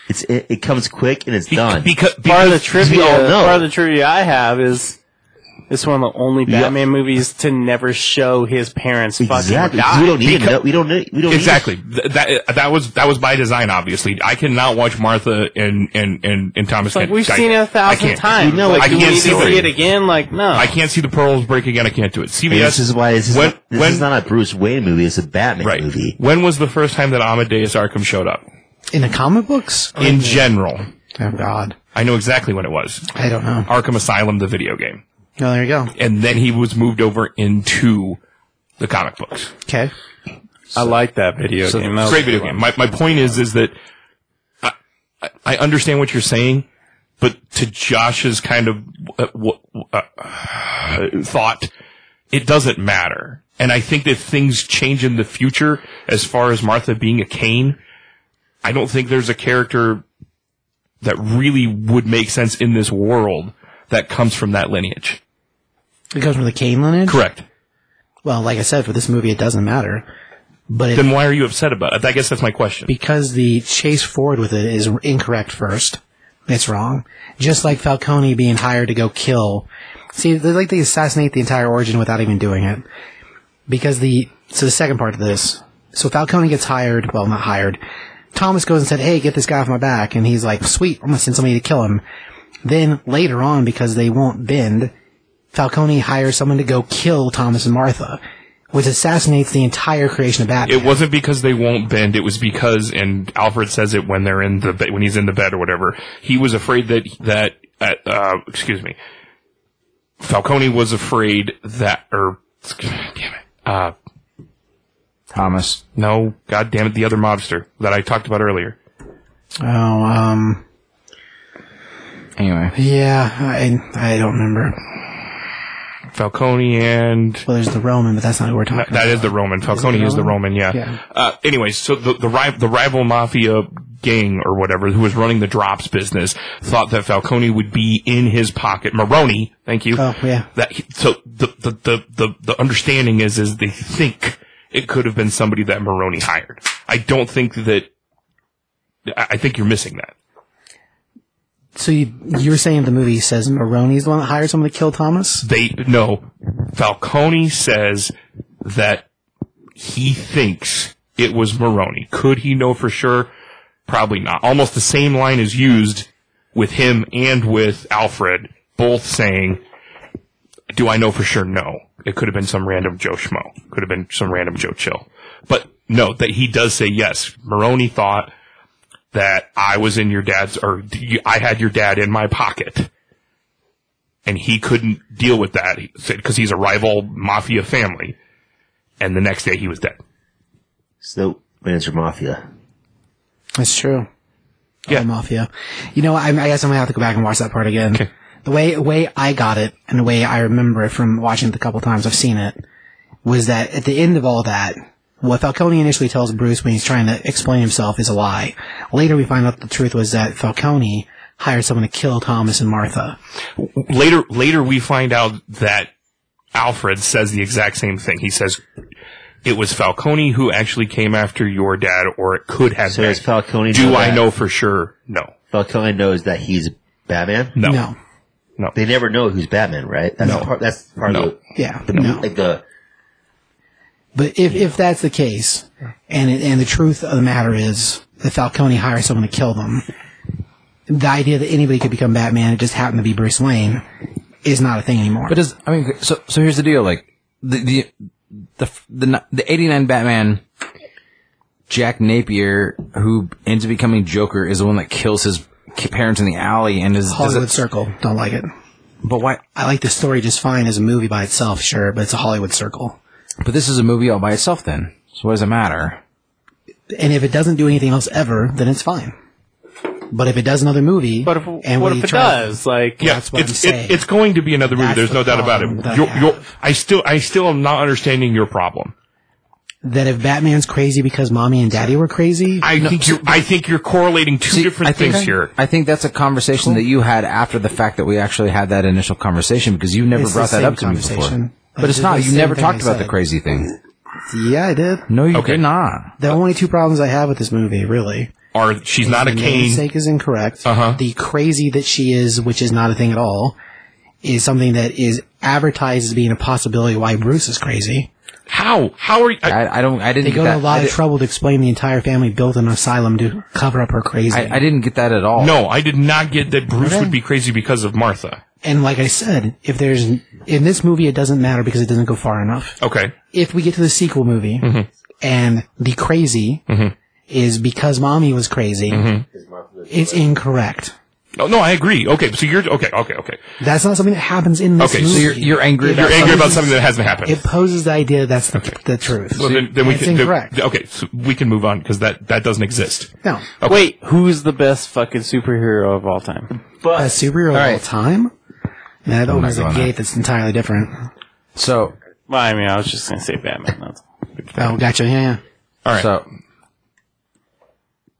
[SPEAKER 3] It's it, it comes quick and it's done.
[SPEAKER 4] Because,
[SPEAKER 2] part of the trivia,
[SPEAKER 3] all know.
[SPEAKER 2] part of the trivia I have is It's one of the only Batman movies to never show his parents
[SPEAKER 3] Exactly.
[SPEAKER 2] fucking die.
[SPEAKER 3] We don't need to
[SPEAKER 4] Because-
[SPEAKER 3] know. We don't need. We don't need-
[SPEAKER 4] Exactly. Th- that that was that was by design. Obviously, I cannot watch Martha and and and, and Thomas.
[SPEAKER 2] It's like
[SPEAKER 4] Kent.
[SPEAKER 2] we've
[SPEAKER 4] I-
[SPEAKER 2] seen it a
[SPEAKER 4] I
[SPEAKER 2] thousand
[SPEAKER 4] can't.
[SPEAKER 2] times.
[SPEAKER 3] You know
[SPEAKER 2] like,
[SPEAKER 3] it. I
[SPEAKER 2] do we
[SPEAKER 4] can't
[SPEAKER 2] need
[SPEAKER 4] see
[SPEAKER 2] to
[SPEAKER 4] it.
[SPEAKER 2] see it again? Like, no.
[SPEAKER 4] I can't see the pearls break again. I can't do it.
[SPEAKER 3] And
[SPEAKER 4] CBS
[SPEAKER 3] This is why this is,
[SPEAKER 4] When-
[SPEAKER 3] this
[SPEAKER 4] when-
[SPEAKER 3] is not a Bruce Wayne movie. It's a Batman
[SPEAKER 4] right.
[SPEAKER 3] movie.
[SPEAKER 4] When was the first time that Amadeus Arkham showed up
[SPEAKER 5] in the comic books.
[SPEAKER 4] in general?
[SPEAKER 5] oh God,
[SPEAKER 4] I know exactly when it was.
[SPEAKER 5] I don't know.
[SPEAKER 4] Arkham Asylum, the video game,
[SPEAKER 5] Oh, there you go.
[SPEAKER 4] and then he was moved over into the comic books.
[SPEAKER 5] Okay,
[SPEAKER 2] I like that video game. That was
[SPEAKER 4] Great video game. My my point is is that I I- I understand what you're saying, but to Josh's kind of uh, w- uh, thought, it doesn't matter. And I think that things change in the future as far as Martha being a Kane. I don't think there's a character that really would make sense in this world that comes from that lineage.
[SPEAKER 5] it comes from the Kane lineage.
[SPEAKER 4] Correct.
[SPEAKER 5] Well, like I said, for this movie, it doesn't matter. But it,
[SPEAKER 4] Then why are you upset about it? I guess that's my question.
[SPEAKER 5] because the chase forward with it is incorrect first. It's wrong. Just like Falcone being hired to go kill. See, they like they assassinate the entire origin without even doing it. Because the so the second part of this. So Falcone gets hired, well not hired. Thomas goes and said, Hey, get this guy off my back and he's like, Sweet, I'm gonna send somebody to kill him. Then later on, because they won't bend, Falcone hires someone to go kill Thomas and Martha, which assassinates the entire creation of Batman.
[SPEAKER 4] It wasn't because they won't bend. It was because, and Alfred says it when they're in the bed, when he's in the bed or whatever. He was afraid that that uh, uh, excuse me, Falcone was afraid that or damn it, uh,
[SPEAKER 1] Thomas.
[SPEAKER 4] no, god damn it, the other mobster that I talked about earlier.
[SPEAKER 5] oh, um
[SPEAKER 1] Anyway,
[SPEAKER 5] Yeah, I I don't remember.
[SPEAKER 4] Falcone and
[SPEAKER 5] Well, there's the Roman, but that's not what we're talking.
[SPEAKER 4] No, that is the Roman. Falcone is the Roman, yeah.
[SPEAKER 5] Yeah.
[SPEAKER 4] Uh, anyways, so the the, ri- the rival mafia gang or whatever who was running the drops business thought that Falcone would be in his pocket. Maroni, thank you.
[SPEAKER 5] Oh, yeah.
[SPEAKER 4] That he- so the the, the the the understanding is is they think it could have been somebody that Maroni hired. I don't think that. I I think you're missing that.
[SPEAKER 5] So you you were saying the movie says Maroni's the one that hired someone to kill Thomas?
[SPEAKER 4] They no. Falcone says that he thinks it was Maroni. Could he know for sure? Probably not. Almost the same line is used with him and with Alfred, both saying, "Do I know for sure? No. It could have been some random Joe Schmo. Could have been some random Joe Chill. But no, that he does say yes. Maroni thought." That I was in your dad's, or I had your dad in my pocket and he couldn't deal with that because he's a rival mafia family. And the next day he was dead.
[SPEAKER 5] Oh,
[SPEAKER 3] So Vance or Mafia.
[SPEAKER 5] That's true.
[SPEAKER 4] Yeah.
[SPEAKER 5] The mafia. You know, I, I guess I'm gonna have to go back and watch that part again.
[SPEAKER 4] Okay.
[SPEAKER 5] The way way I got it, and the way I remember it from watching it the couple times I've seen it, was that at the end of all that, what Falcone initially tells Bruce when he's trying to explain himself is a lie. Later, we find out the truth was that Falcone hired someone to kill Thomas and Martha.
[SPEAKER 4] Later, later we find out that Alfred says the exact same thing. He says it was Falcone who actually came after your dad, or it could have
[SPEAKER 3] So
[SPEAKER 4] been.
[SPEAKER 3] does Falcone?
[SPEAKER 4] Do
[SPEAKER 3] know
[SPEAKER 4] I
[SPEAKER 3] that-
[SPEAKER 4] know for sure? No,
[SPEAKER 3] Falcone knows that he's Batman.
[SPEAKER 4] no,
[SPEAKER 5] No.
[SPEAKER 3] They never know who's Batman, right? That's part. That's part
[SPEAKER 4] No.
[SPEAKER 3] of
[SPEAKER 5] Yeah.
[SPEAKER 3] the, the
[SPEAKER 5] no.
[SPEAKER 3] like the
[SPEAKER 5] But if, if that's the case, and it, and the truth of the matter is that Falcone hired someone to kill them, the idea that anybody could become Batman, it just happened to be Bruce Wayne, is not a thing anymore.
[SPEAKER 1] but does I mean? So so here's the deal. Like the the the the, the '89 Batman. Jack Napier, who ends up becoming Joker, is the one that kills his ki- parents in the alley, and is, does
[SPEAKER 5] Hollywood
[SPEAKER 1] it,
[SPEAKER 5] Circle, don't like it.
[SPEAKER 1] but why?
[SPEAKER 5] I like the story just fine as a movie by itself, sure, but it's a Hollywood Circle.
[SPEAKER 1] But this is a movie all by itself. Then, so what does it matter?
[SPEAKER 5] And if it doesn't do anything else ever, then it's fine. But if it does another movie,
[SPEAKER 2] But if,
[SPEAKER 5] and
[SPEAKER 2] what
[SPEAKER 5] we
[SPEAKER 2] if it
[SPEAKER 5] try-
[SPEAKER 2] does? Like,
[SPEAKER 4] Yeah,
[SPEAKER 5] That's what
[SPEAKER 4] it's,
[SPEAKER 5] I'm
[SPEAKER 4] it-
[SPEAKER 5] saying.
[SPEAKER 4] it's going to be another movie.
[SPEAKER 5] That's
[SPEAKER 4] There's
[SPEAKER 5] the
[SPEAKER 4] no doubt about
[SPEAKER 5] problem that I
[SPEAKER 4] it. You're-
[SPEAKER 5] have.
[SPEAKER 4] you're- I still, I still am not understanding your problem.
[SPEAKER 5] That if Batman's crazy because mommy and daddy were crazy,
[SPEAKER 4] I think you, I think you're correlating two
[SPEAKER 1] See,
[SPEAKER 4] different
[SPEAKER 1] I think-
[SPEAKER 4] things here.
[SPEAKER 1] I think that's a conversation that you had after the fact that we actually had that initial conversation because you never
[SPEAKER 5] It's the
[SPEAKER 1] brought that
[SPEAKER 5] same
[SPEAKER 1] up to me before.
[SPEAKER 5] conversation.
[SPEAKER 1] but
[SPEAKER 5] Like,
[SPEAKER 1] it's
[SPEAKER 5] it's
[SPEAKER 1] not.
[SPEAKER 5] the
[SPEAKER 1] You
[SPEAKER 5] same
[SPEAKER 1] never
[SPEAKER 5] thing
[SPEAKER 1] talked
[SPEAKER 5] I
[SPEAKER 1] about the
[SPEAKER 5] said.
[SPEAKER 1] crazy thing.
[SPEAKER 5] yeah, I did.
[SPEAKER 1] No, you
[SPEAKER 4] Okay.
[SPEAKER 1] did not.
[SPEAKER 5] The only two problems I have with this movie, really,
[SPEAKER 4] Are she's not a
[SPEAKER 5] the
[SPEAKER 4] cane?
[SPEAKER 5] namesake is incorrect.
[SPEAKER 4] Uh-huh.
[SPEAKER 5] The crazy that she is, which is not a thing at all, is something that is advertised as being a possibility why Bruce is crazy.
[SPEAKER 4] How? How are you? I,
[SPEAKER 1] I, I don't. I didn't.
[SPEAKER 5] They
[SPEAKER 1] get
[SPEAKER 5] go
[SPEAKER 1] that.
[SPEAKER 5] to a
[SPEAKER 1] I,
[SPEAKER 5] lot of
[SPEAKER 1] di-
[SPEAKER 5] trouble to explain the entire family built an asylum to cover up her crazy.
[SPEAKER 1] I, I didn't get that at all.
[SPEAKER 4] no, I did not get that Bruce
[SPEAKER 5] Okay.
[SPEAKER 4] would be crazy because of Martha.
[SPEAKER 5] and like I said, if there's in this movie, it doesn't matter because it doesn't go far enough.
[SPEAKER 4] Okay.
[SPEAKER 5] if we get to the sequel movie
[SPEAKER 1] Mm-hmm.
[SPEAKER 5] and the crazy is because mommy was crazy,
[SPEAKER 1] Mm-hmm.
[SPEAKER 5] it's incorrect.
[SPEAKER 4] No, Oh, no, I agree. Okay, so you're okay. Okay, okay.
[SPEAKER 5] That's not something that happens in this
[SPEAKER 4] Okay, so
[SPEAKER 5] movie.
[SPEAKER 1] You're, you're angry.
[SPEAKER 5] You're
[SPEAKER 1] about
[SPEAKER 4] You're angry about
[SPEAKER 5] poses-
[SPEAKER 4] something that hasn't happened.
[SPEAKER 5] it poses the idea that's the, the truth.
[SPEAKER 4] well, then, then we
[SPEAKER 5] It's
[SPEAKER 4] can. then-
[SPEAKER 5] incorrect.
[SPEAKER 4] okay, so we can move on because that that doesn't exist.
[SPEAKER 5] no,
[SPEAKER 4] Okay.
[SPEAKER 2] Wait, who's the best fucking superhero of all time?
[SPEAKER 5] a superhero
[SPEAKER 1] All
[SPEAKER 5] all
[SPEAKER 1] right.
[SPEAKER 5] all time. That opens a
[SPEAKER 1] going
[SPEAKER 5] gate that's entirely different.
[SPEAKER 1] So
[SPEAKER 2] Well, I mean, I was just gonna say Batman. That's
[SPEAKER 5] Oh, gotcha. Yeah, yeah.
[SPEAKER 4] All right,
[SPEAKER 1] so.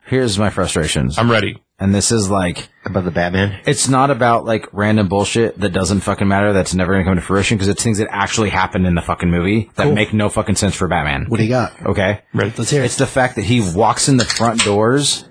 [SPEAKER 1] Here's my frustrations,
[SPEAKER 4] I'm ready.
[SPEAKER 1] and this is like
[SPEAKER 3] About the Batman?
[SPEAKER 1] it's not about like random bullshit that doesn't fucking matter. That's never gonna come to fruition because it's things that actually happened in the fucking movie that make no fucking sense for Batman.
[SPEAKER 5] What do you got?
[SPEAKER 1] Okay,
[SPEAKER 5] Let's hear
[SPEAKER 1] It's
[SPEAKER 5] it.
[SPEAKER 1] the fact that he walks in the front doors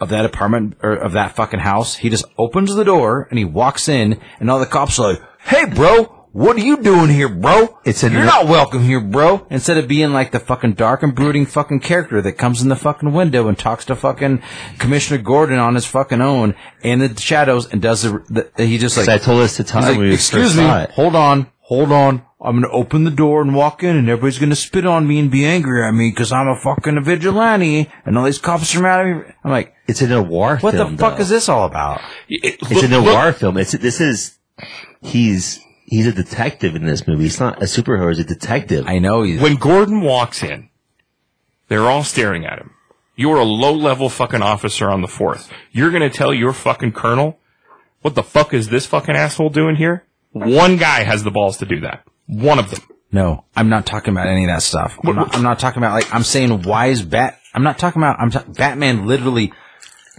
[SPEAKER 1] of that apartment or of that fucking house. He just opens the door and he walks in, and all the cops are like, "Hey, bro." What are you doing here, bro?
[SPEAKER 3] It's a
[SPEAKER 1] You're
[SPEAKER 3] no-
[SPEAKER 1] not welcome here, bro. Instead of being like the fucking dark and brooding fucking character that comes in the fucking window and talks to fucking Commissioner Gordon on his fucking own in the shadows and does the, the he just like
[SPEAKER 3] So I told us to
[SPEAKER 1] He's
[SPEAKER 3] time
[SPEAKER 1] like,
[SPEAKER 3] when we
[SPEAKER 1] excuse
[SPEAKER 3] first
[SPEAKER 1] me,
[SPEAKER 3] saw it.
[SPEAKER 1] hold on, hold on. I'm gonna open the door and walk in, and everybody's gonna spit on me and be angry at me because I'm a fucking vigilante, and all these cops are mad at me. I'm like,
[SPEAKER 3] It's a noir
[SPEAKER 1] what
[SPEAKER 3] film.
[SPEAKER 1] the fuck
[SPEAKER 3] though.
[SPEAKER 1] is this all about?
[SPEAKER 4] It-
[SPEAKER 3] It's
[SPEAKER 4] look-
[SPEAKER 3] a
[SPEAKER 4] look-
[SPEAKER 3] noir film. It's this is he's he's a detective in this movie. He's not a superhero. He's a detective.
[SPEAKER 1] I know you.
[SPEAKER 4] When Gordon walks in, they're all staring at him. You're a low level fucking officer on the fourth. You're gonna tell your fucking colonel, what the fuck is this fucking asshole doing here? One guy has the balls to do that. One of them.
[SPEAKER 1] No, I'm not talking about any of that stuff. I'm not, I'm not talking about like I'm saying why is Bat? I'm not talking about. I'm ta- Batman literally.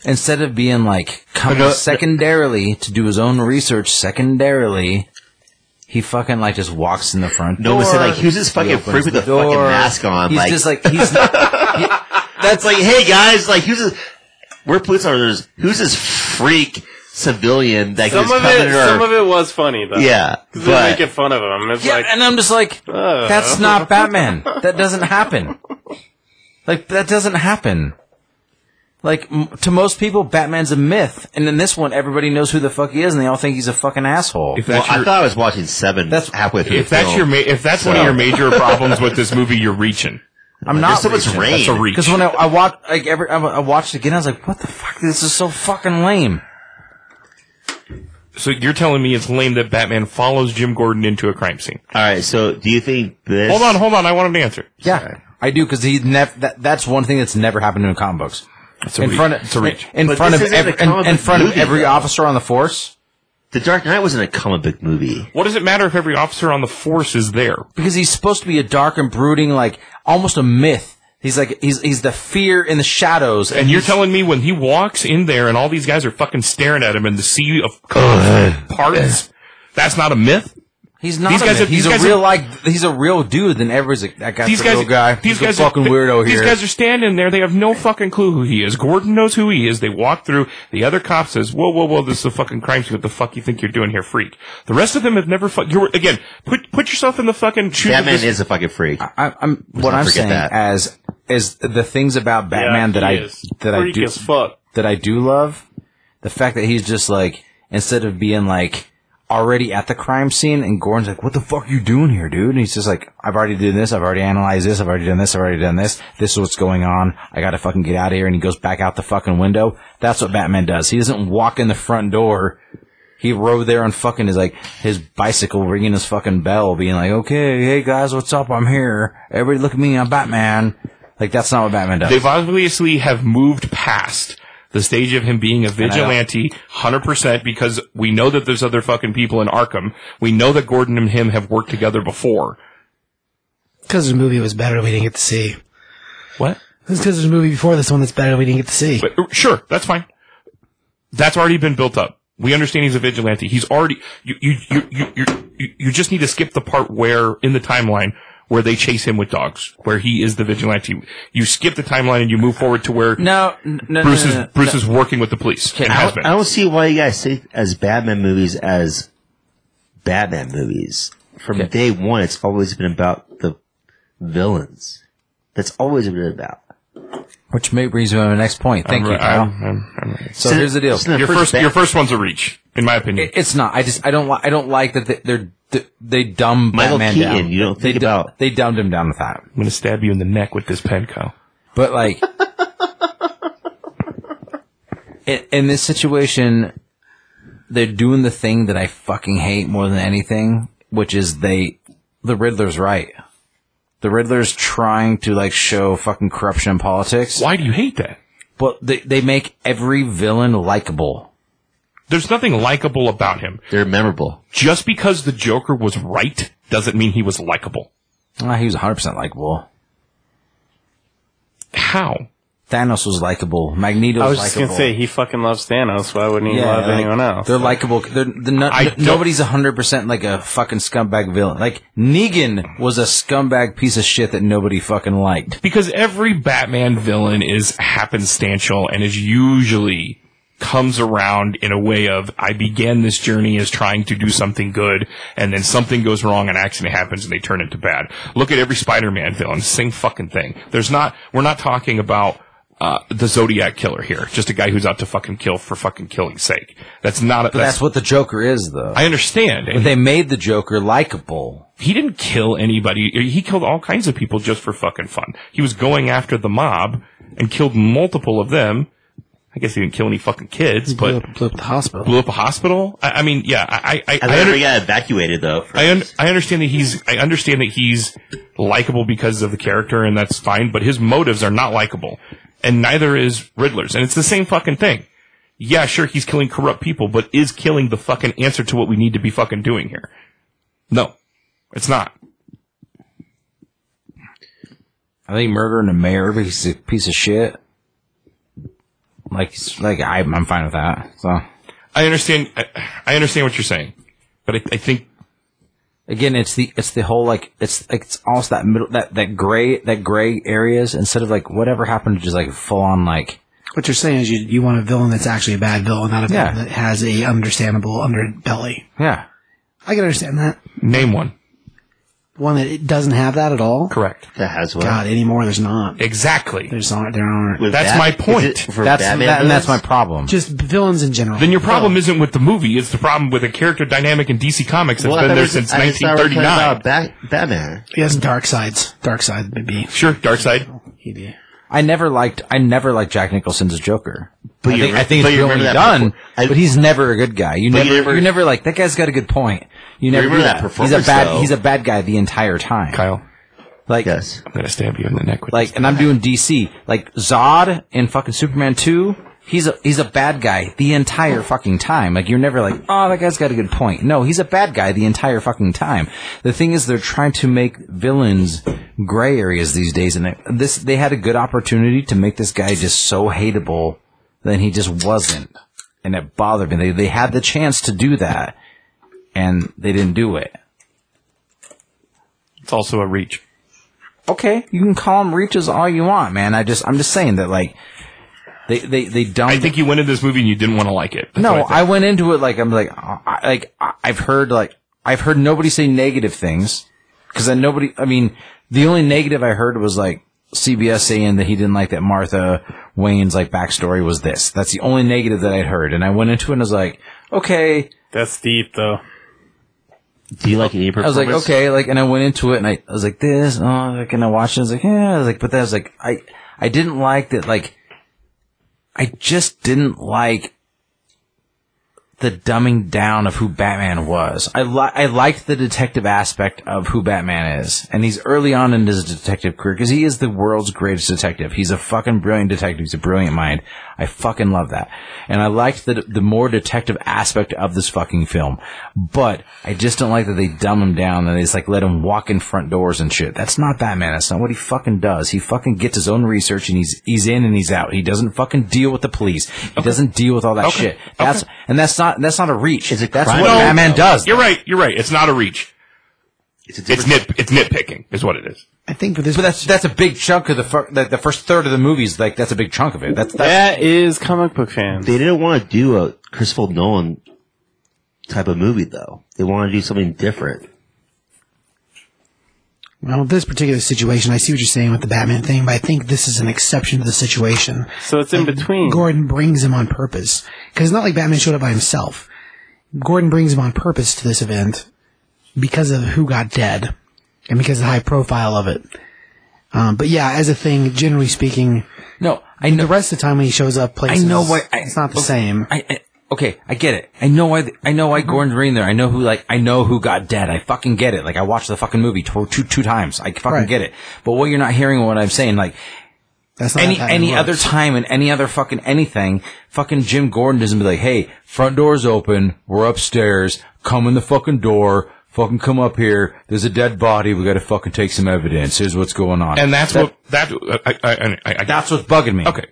[SPEAKER 1] Instead of being like coming
[SPEAKER 3] no, no.
[SPEAKER 1] secondarily to do his own research, secondarily, he fucking like just walks in the front
[SPEAKER 3] no one said like who's this
[SPEAKER 1] He
[SPEAKER 3] fucking
[SPEAKER 1] opens
[SPEAKER 3] freak with a fucking
[SPEAKER 1] door.
[SPEAKER 3] mask on?
[SPEAKER 1] He's
[SPEAKER 3] like
[SPEAKER 1] just like he's not.
[SPEAKER 3] that's like hey guys, like who's this? We're police officers. Who's this freak civilian that
[SPEAKER 2] some
[SPEAKER 3] comes
[SPEAKER 2] of
[SPEAKER 3] coming
[SPEAKER 2] it.
[SPEAKER 3] to our?
[SPEAKER 2] Some of it was funny though.
[SPEAKER 3] yeah,
[SPEAKER 2] 'Cause they're
[SPEAKER 3] but
[SPEAKER 2] making fun of him. It's
[SPEAKER 1] yeah,
[SPEAKER 2] like
[SPEAKER 1] and I'm just like,
[SPEAKER 3] Uh.
[SPEAKER 1] that's not Batman. That doesn't happen. Like that doesn't happen. Like m- to most people, Batman's a myth, and in this one, everybody knows who the fuck he is, and they all think he's a fucking asshole.
[SPEAKER 4] If
[SPEAKER 3] well,
[SPEAKER 4] that's
[SPEAKER 3] I
[SPEAKER 4] your,
[SPEAKER 3] thought I was watching Seven.
[SPEAKER 1] That's-
[SPEAKER 3] That's halfway through.
[SPEAKER 4] if
[SPEAKER 3] the
[SPEAKER 4] that's
[SPEAKER 3] film.
[SPEAKER 4] your ma- if that's one of
[SPEAKER 3] So-
[SPEAKER 4] your major problems with this movie, you're reaching.
[SPEAKER 1] I'm
[SPEAKER 3] there's
[SPEAKER 1] not
[SPEAKER 3] so much rain.
[SPEAKER 4] That's a reach.
[SPEAKER 1] because when I, I watched like every I, I watched it again, I was like, what the fuck? This is so fucking lame.
[SPEAKER 4] So you're telling me it's lame that Batman follows Jim Gordon into a crime scene.
[SPEAKER 3] All right, so do you think this?
[SPEAKER 4] Hold on, hold on. I want him to answer.
[SPEAKER 1] Yeah, I do because he never. That, that's one thing that's never happened in comic books.
[SPEAKER 4] a
[SPEAKER 1] in
[SPEAKER 4] reach.
[SPEAKER 1] front of
[SPEAKER 4] It's a reach.
[SPEAKER 1] in
[SPEAKER 3] But
[SPEAKER 1] front of
[SPEAKER 3] this isn't
[SPEAKER 1] every,
[SPEAKER 3] a comic
[SPEAKER 1] in, in
[SPEAKER 3] book
[SPEAKER 1] front of
[SPEAKER 3] movie,
[SPEAKER 1] every
[SPEAKER 3] though.
[SPEAKER 1] officer on the force.
[SPEAKER 3] The Dark Knight wasn't a comic book movie.
[SPEAKER 4] What does it matter if every officer on the force is there?
[SPEAKER 1] because he's supposed to be a dark and brooding, like almost a myth. He's like he's he's the fear in the shadows,
[SPEAKER 4] And
[SPEAKER 1] and
[SPEAKER 4] you're telling me when he walks in there and all these guys are fucking staring at him in the sea of colours, parts, that's not a myth.
[SPEAKER 1] he's not.
[SPEAKER 4] These
[SPEAKER 1] a
[SPEAKER 4] guys
[SPEAKER 1] myth.
[SPEAKER 4] have-
[SPEAKER 1] he's
[SPEAKER 4] these
[SPEAKER 1] a
[SPEAKER 4] guys
[SPEAKER 1] real
[SPEAKER 4] have-
[SPEAKER 1] like he's a real dude. Then everybody's like that guy's
[SPEAKER 4] These
[SPEAKER 1] a
[SPEAKER 4] guys,
[SPEAKER 1] real guy.
[SPEAKER 4] these
[SPEAKER 1] he's
[SPEAKER 4] guys,
[SPEAKER 1] a fucking
[SPEAKER 4] are,
[SPEAKER 1] weirdo
[SPEAKER 4] These
[SPEAKER 1] here.
[SPEAKER 4] guys are standing there. They have no fucking clue who he is. Gordon knows who he is. They walk through. The other cop says, "Whoa, whoa, whoa! This is a fucking crime scene. What the fuck you think you're doing here, freak?" The rest of them have never. Fu- you're again. Put put yourself in the fucking shoes. of
[SPEAKER 3] Batman
[SPEAKER 4] this-
[SPEAKER 3] is a fucking freak.
[SPEAKER 1] I, I'm what
[SPEAKER 3] not
[SPEAKER 1] I'm
[SPEAKER 3] forget
[SPEAKER 1] saying
[SPEAKER 3] that.
[SPEAKER 1] as is the things about Batman
[SPEAKER 2] yeah,
[SPEAKER 1] that I
[SPEAKER 2] he is
[SPEAKER 1] that I
[SPEAKER 2] freak
[SPEAKER 1] do
[SPEAKER 2] as fuck.
[SPEAKER 1] that I do love. The fact that he's just like instead of being like already at the crime scene and Gordon's like, What the fuck you doing here, dude? And he's just like, I've already done this, I've already analyzed this, I've already done this, I've already done this, this is what's going on, I gotta fucking get out of here and he goes back out the fucking window. That's what Batman does. He doesn't walk in the front door. He rode there on fucking his like his bicycle ringing his fucking bell, being like, Okay, hey guys, what's up? I'm here. Everybody look at me, I'm Batman. Like that's not what Batman does.
[SPEAKER 4] They've obviously have moved past the stage of him being a vigilante 100% because we know that there's other fucking people in Arkham. We know that Gordon and him have worked together before.
[SPEAKER 5] Because the movie was better, we didn't get to see.
[SPEAKER 4] What?
[SPEAKER 5] It's because there's a movie before this one that's better, we didn't get to see.
[SPEAKER 4] But uh, sure, that's fine. That's already been built up. We understand he's a vigilante. He's already you you you you you, you- you just need to skip the part where in the timeline where they chase him with dogs, where he is the vigilante. You skip the timeline and you move forward to where
[SPEAKER 1] no, n- no,
[SPEAKER 4] Bruce
[SPEAKER 1] no,
[SPEAKER 4] is
[SPEAKER 1] no, no.
[SPEAKER 4] Bruce is working with the police and
[SPEAKER 3] I
[SPEAKER 4] has
[SPEAKER 3] don't,
[SPEAKER 4] been.
[SPEAKER 3] I don't see why you guys say as Batman movies as Batman movies. From day one, it's always been about the villains. That's always been about.
[SPEAKER 1] Which may brings me to my next point. Thank you, Kyle.
[SPEAKER 4] I'm- I'm- I'm-
[SPEAKER 1] so here's the deal.
[SPEAKER 3] It's not
[SPEAKER 4] your first,
[SPEAKER 3] Bat-
[SPEAKER 4] your first one's a reach, in my opinion.
[SPEAKER 1] It- It's not. I just I don't li- I don't like that they- they're they- they dumb
[SPEAKER 3] Michael
[SPEAKER 1] Batman
[SPEAKER 3] Keaton,
[SPEAKER 1] down.
[SPEAKER 3] you don't
[SPEAKER 1] they
[SPEAKER 3] think
[SPEAKER 1] du-
[SPEAKER 3] about-
[SPEAKER 1] they dumbed him down with that.
[SPEAKER 4] I'm gonna stab you in the neck with this pen, Kyle.
[SPEAKER 1] But like in, in this situation, they're doing the thing that I fucking hate more than anything, which is they the Riddler's right. The Riddler's trying to like show fucking corruption in politics.
[SPEAKER 4] Why do you hate that?
[SPEAKER 1] But they they make every villain likable.
[SPEAKER 4] There's nothing likable about him.
[SPEAKER 3] They're memorable.
[SPEAKER 4] Just because the Joker was right doesn't mean he was likable.
[SPEAKER 1] Ah, he was 100% likable.
[SPEAKER 4] How?
[SPEAKER 1] Thanos was likable. Magneto
[SPEAKER 2] I
[SPEAKER 1] was,
[SPEAKER 2] was just
[SPEAKER 1] likable.
[SPEAKER 2] gonna say he fucking loves Thanos. Why wouldn't he love
[SPEAKER 1] like,
[SPEAKER 2] anyone else?
[SPEAKER 1] They're likable. They're, they're not,
[SPEAKER 4] I
[SPEAKER 1] n-
[SPEAKER 4] don't-
[SPEAKER 1] nobody's hundred percent like a fucking scumbag villain. Like Negan was a scumbag piece of shit that nobody fucking liked.
[SPEAKER 4] Because every Batman villain is happenstantial and is usually comes around in a way of I began this journey as trying to do something good and then something goes wrong an accident happens and they turn into bad. Look at every Spider-Man villain, same fucking thing. There's not we're not talking about uh, the Zodiac killer here, just a guy who's out to fucking kill for fucking killing's sake. That's not. A,
[SPEAKER 1] But that's,
[SPEAKER 4] that's,
[SPEAKER 1] what the Joker is, though.
[SPEAKER 4] I understand. And
[SPEAKER 1] they made the Joker likable.
[SPEAKER 4] he didn't kill anybody. He killed all kinds of people just for fucking fun. He was going after the mob and killed multiple of them. I guess he didn't kill any fucking kids,
[SPEAKER 5] blew
[SPEAKER 4] but
[SPEAKER 5] up, blew up the hospital.
[SPEAKER 4] blew up a hospital. I, I mean, yeah, I, I, I,
[SPEAKER 3] I
[SPEAKER 4] I,
[SPEAKER 3] think
[SPEAKER 4] under-
[SPEAKER 3] they got evacuated though.
[SPEAKER 4] I, un- I understand that he's, I understand that he's likable because of the character and that's fine, but his motives are not likable. And neither is Riddler's. And it's the same fucking thing. Yeah, sure, he's killing corrupt people, but is killing the fucking answer to what we need to be fucking doing here? No, it's not.
[SPEAKER 1] I think murdering a mayor because he's a piece of shit. Like, like I, I'm fine with that. So
[SPEAKER 4] I understand. I, I understand what you're saying, but I, I think
[SPEAKER 1] again, it's the it's the whole like it's like it's almost that middle that that gray that gray areas instead of like whatever happened to just like full on like
[SPEAKER 5] What you're saying is you, you want a villain that's actually a bad villain, not a villain
[SPEAKER 1] Yeah.
[SPEAKER 5] that has a understandable underbelly.
[SPEAKER 1] yeah
[SPEAKER 5] I can understand that.
[SPEAKER 4] name one
[SPEAKER 5] One that it doesn't have that at all.
[SPEAKER 4] correct.
[SPEAKER 3] That has one.
[SPEAKER 5] God, anymore there's not.
[SPEAKER 4] Exactly.
[SPEAKER 5] There's not. There aren't.
[SPEAKER 3] With
[SPEAKER 4] That's
[SPEAKER 3] Bat-
[SPEAKER 4] my
[SPEAKER 3] is it
[SPEAKER 4] point.
[SPEAKER 3] for
[SPEAKER 1] that's
[SPEAKER 3] Batman
[SPEAKER 1] that, and that's my
[SPEAKER 3] villains?
[SPEAKER 1] problem.
[SPEAKER 5] Just villains in general.
[SPEAKER 4] Then your problem isn't with the movie; it's the problem with the character dynamic in DC Comics. that
[SPEAKER 3] Well,
[SPEAKER 4] has
[SPEAKER 3] I
[SPEAKER 4] been
[SPEAKER 3] thought
[SPEAKER 4] there
[SPEAKER 3] we-
[SPEAKER 4] since
[SPEAKER 3] I just thought we were talking
[SPEAKER 4] 1939.
[SPEAKER 3] about Bat- Batman.
[SPEAKER 5] he has dark sides. Dark side would be.
[SPEAKER 4] Sure, Dark Side.
[SPEAKER 5] He'd be.
[SPEAKER 1] I never liked I never liked Jack Nicholson's Joker.
[SPEAKER 3] But
[SPEAKER 1] I
[SPEAKER 3] you
[SPEAKER 1] think,
[SPEAKER 3] re-
[SPEAKER 1] I think
[SPEAKER 3] but
[SPEAKER 1] it's
[SPEAKER 3] you
[SPEAKER 1] brilliantly
[SPEAKER 3] remember that
[SPEAKER 1] done,
[SPEAKER 3] perfor- I-
[SPEAKER 1] but he's never a good guy. You
[SPEAKER 3] But
[SPEAKER 1] never,
[SPEAKER 3] you
[SPEAKER 1] you
[SPEAKER 3] never-
[SPEAKER 1] never, like that guy's got a good point. You never
[SPEAKER 3] remember that
[SPEAKER 1] He's a
[SPEAKER 3] performance,
[SPEAKER 1] bad
[SPEAKER 3] though.
[SPEAKER 1] he's a bad guy the entire time.
[SPEAKER 4] Kyle,
[SPEAKER 1] Like
[SPEAKER 3] Yes.
[SPEAKER 4] I'm gonna stab you in the neck with
[SPEAKER 1] like, and I'm doing DC. Like Zod in fucking Superman two. He's a he's a bad guy the entire fucking time. Like you're never like, oh, that guy's got a good point. No, he's a bad guy the entire fucking time. The thing is, they're trying to make villains gray areas these days, and it, this they had a good opportunity to make this guy just so hateable, then he just wasn't, and it bothered me. They they had the chance to do that, and they didn't do it.
[SPEAKER 4] It's also a reach.
[SPEAKER 1] okay, you can call them reaches all you want, man. I just, I'm just saying that like they, they, they dumped.
[SPEAKER 4] I think you went into this movie and you didn't want to like it. That's
[SPEAKER 1] no,
[SPEAKER 4] what I think.
[SPEAKER 1] I, went into it like I'm like, uh, I, like I- I've heard like I've heard nobody say negative things because then nobody. I mean, the only negative I heard was like CBS saying that he didn't like that Martha Wayne's like backstory was this. That's the only negative that I'd heard, and I went into it and was like, okay,
[SPEAKER 2] That's deep though.
[SPEAKER 3] Do you like an E
[SPEAKER 1] I was like, okay, like, and I went into it and I, I was like, this, oh, like, and I watched it, I was like, yeah, I was like, but then I was like, I, I didn't like that, like, I just didn't like the dumbing down of who Batman was. I li- I liked the detective aspect of who Batman is, and he's early on in his detective career because he is the world's greatest detective. He's a fucking brilliant detective. He's a brilliant mind. I fucking love that, and I liked the the more detective aspect of this fucking film. But I just don't like that they dumb him down and they just like let him walk in front doors and shit. That's not Batman. That's not what he fucking does. He fucking gets his own research and he's he's in and he's out. He doesn't fucking deal with the police. He doesn't deal with all that shit. That's and that's not that's not a reach.
[SPEAKER 3] It's a
[SPEAKER 1] that's
[SPEAKER 3] crime.
[SPEAKER 1] what
[SPEAKER 3] No.
[SPEAKER 1] Batman does.
[SPEAKER 4] You're right. You're right. It's not a reach.
[SPEAKER 3] It's a
[SPEAKER 4] It's
[SPEAKER 3] different.
[SPEAKER 4] nit. It's nitpicking. Is what it is.
[SPEAKER 5] I think for this.
[SPEAKER 1] But that's that's a big chunk of the fir- the, the first third of the movie is like that's a big chunk of it. That's, that's
[SPEAKER 2] That is comic book fans.
[SPEAKER 3] they didn't want to do a Christopher Nolan type of movie, though. They want to do something different.
[SPEAKER 5] Well, this particular situation, I see what you're saying with the Batman thing, but I think this is an exception to the situation.
[SPEAKER 2] So it's in between.
[SPEAKER 5] Gordon brings him on purpose. Because it's not like Batman showed up by himself. Gordon brings him on purpose to this event because of who got dead and because of the high profile of it. Um, but yeah, as a thing, generally speaking,
[SPEAKER 1] No, I know.
[SPEAKER 5] the rest of the time when he shows up,
[SPEAKER 1] I
[SPEAKER 5] places,
[SPEAKER 1] know why. I,
[SPEAKER 5] it's not the
[SPEAKER 1] okay,
[SPEAKER 5] same. Mm-hmm.
[SPEAKER 1] I, I, okay, I get it. I know why. I know why Gordon's reading there. I know who. Like I know who got dead. I fucking get it. Like I watched the fucking movie tw- two two times. I fucking
[SPEAKER 5] Right.
[SPEAKER 1] get it. But what you're not hearing what I'm saying, like
[SPEAKER 5] That's not
[SPEAKER 1] any
[SPEAKER 5] how it
[SPEAKER 1] any
[SPEAKER 5] works.
[SPEAKER 1] other time and any other fucking anything, fucking Jim Gordon doesn't be like, hey, front door's open, we're upstairs, come in the fucking door, fucking come up here, there's a dead body, we gotta fucking take some evidence, here's what's going on.
[SPEAKER 4] And that's what that I, I, I, I, I
[SPEAKER 1] that's what's bugging me.
[SPEAKER 4] okay.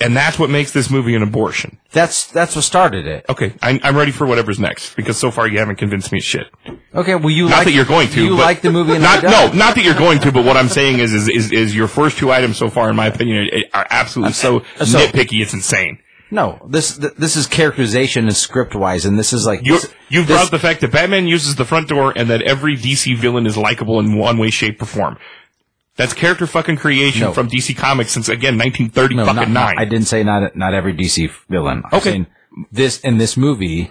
[SPEAKER 4] And that's what makes this movie an abortion.
[SPEAKER 1] That's that's what started it.
[SPEAKER 4] Okay, I'm, I'm ready for whatever's next because so far you haven't convinced me shit.
[SPEAKER 1] Okay, well you
[SPEAKER 4] Not
[SPEAKER 1] like
[SPEAKER 4] that you're going to.
[SPEAKER 1] you
[SPEAKER 4] but
[SPEAKER 1] like the movie and
[SPEAKER 4] not
[SPEAKER 1] I'm
[SPEAKER 4] no,
[SPEAKER 1] done.
[SPEAKER 4] not that you're going to. But what I'm saying is, is, is, is your first two items so far, in my opinion, are- are absolutely so,
[SPEAKER 1] Uh, so-
[SPEAKER 4] nitpicky. It's insane.
[SPEAKER 1] No, this th- this is characterization and script wise, and this is like
[SPEAKER 4] You
[SPEAKER 1] this-
[SPEAKER 4] you
[SPEAKER 1] this-
[SPEAKER 4] brought up the fact that Batman uses the front door, and that every DC villain is likable in one way, shape, or form. That's character fucking creation
[SPEAKER 1] No.
[SPEAKER 4] from DC Comics since again 1930
[SPEAKER 1] no,
[SPEAKER 4] fucking
[SPEAKER 1] not,
[SPEAKER 4] nine.
[SPEAKER 1] not- I didn't say not not every DC villain. I'm
[SPEAKER 4] Okay.
[SPEAKER 1] saying this in this movie,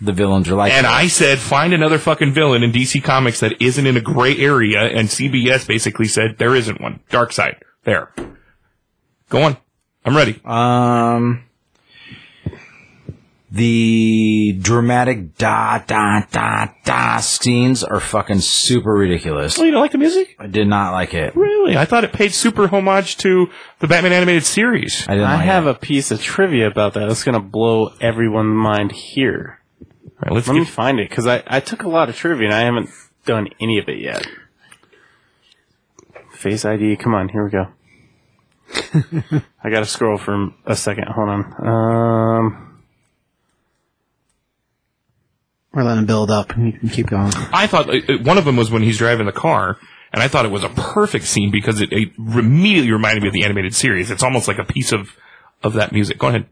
[SPEAKER 1] the villains are like
[SPEAKER 4] And I said, find another fucking villain in DC Comics that isn't in a gray area, and CBS basically said there isn't one. Dark Side. There. Go on. I'm ready.
[SPEAKER 1] Um, the dramatic da da da da scenes are fucking super ridiculous.
[SPEAKER 4] Oh, you don't like the music?
[SPEAKER 1] I did not like it.
[SPEAKER 4] Really? I thought it paid super homage to the Batman animated series.
[SPEAKER 1] I didn't.
[SPEAKER 2] I
[SPEAKER 1] like
[SPEAKER 2] have
[SPEAKER 1] it.
[SPEAKER 2] a piece of trivia about that that's going to blow everyone's mind here.
[SPEAKER 4] All right, let's
[SPEAKER 2] Let me
[SPEAKER 4] get,
[SPEAKER 2] find it because I, I took a lot of trivia and I haven't done any of it yet. Face ID, come on, here we go. I got to scroll for a second. Hold on. Um,
[SPEAKER 5] We're letting it build up and you can keep going.
[SPEAKER 4] I thought uh, uh, one of them was when he's driving the car, and I thought it was a perfect scene because it, it immediately reminded me of the animated series. It's almost like a piece of, of that music. Go ahead.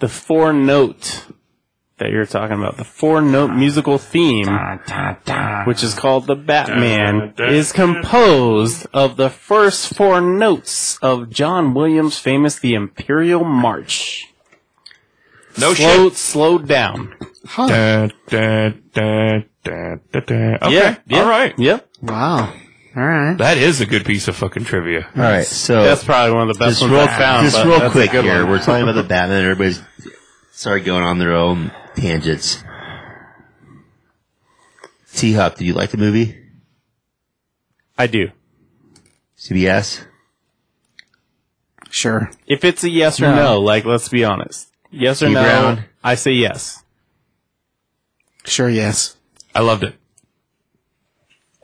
[SPEAKER 2] the four note that you're talking about, the four note musical theme, which is called the Batman, is composed of the first four notes of John Williams' famous The Imperial March.
[SPEAKER 4] No
[SPEAKER 2] slow, slow down.
[SPEAKER 4] Da, da, da, da, da, da. Okay.
[SPEAKER 2] Yeah, yeah.
[SPEAKER 4] All right.
[SPEAKER 2] Yep.
[SPEAKER 5] Wow. All right.
[SPEAKER 4] That is a good piece of fucking trivia.
[SPEAKER 3] All right, so
[SPEAKER 2] That's probably one of the best
[SPEAKER 3] just
[SPEAKER 2] ones
[SPEAKER 3] real,
[SPEAKER 2] I found.
[SPEAKER 3] just
[SPEAKER 2] but
[SPEAKER 3] real
[SPEAKER 2] that's a
[SPEAKER 3] quick
[SPEAKER 2] good
[SPEAKER 3] here.
[SPEAKER 2] one.
[SPEAKER 3] We're talking about the Batman. Everybody's sorry going on their own tangents. T Hop, did you like the movie?
[SPEAKER 2] I do.
[SPEAKER 3] CBS.
[SPEAKER 5] Sure.
[SPEAKER 2] If it's a yes or no, like let's be honest. Yes or
[SPEAKER 3] Steve
[SPEAKER 2] no,
[SPEAKER 3] Brown.
[SPEAKER 2] I say yes.
[SPEAKER 5] Sure, yes.
[SPEAKER 4] I loved it.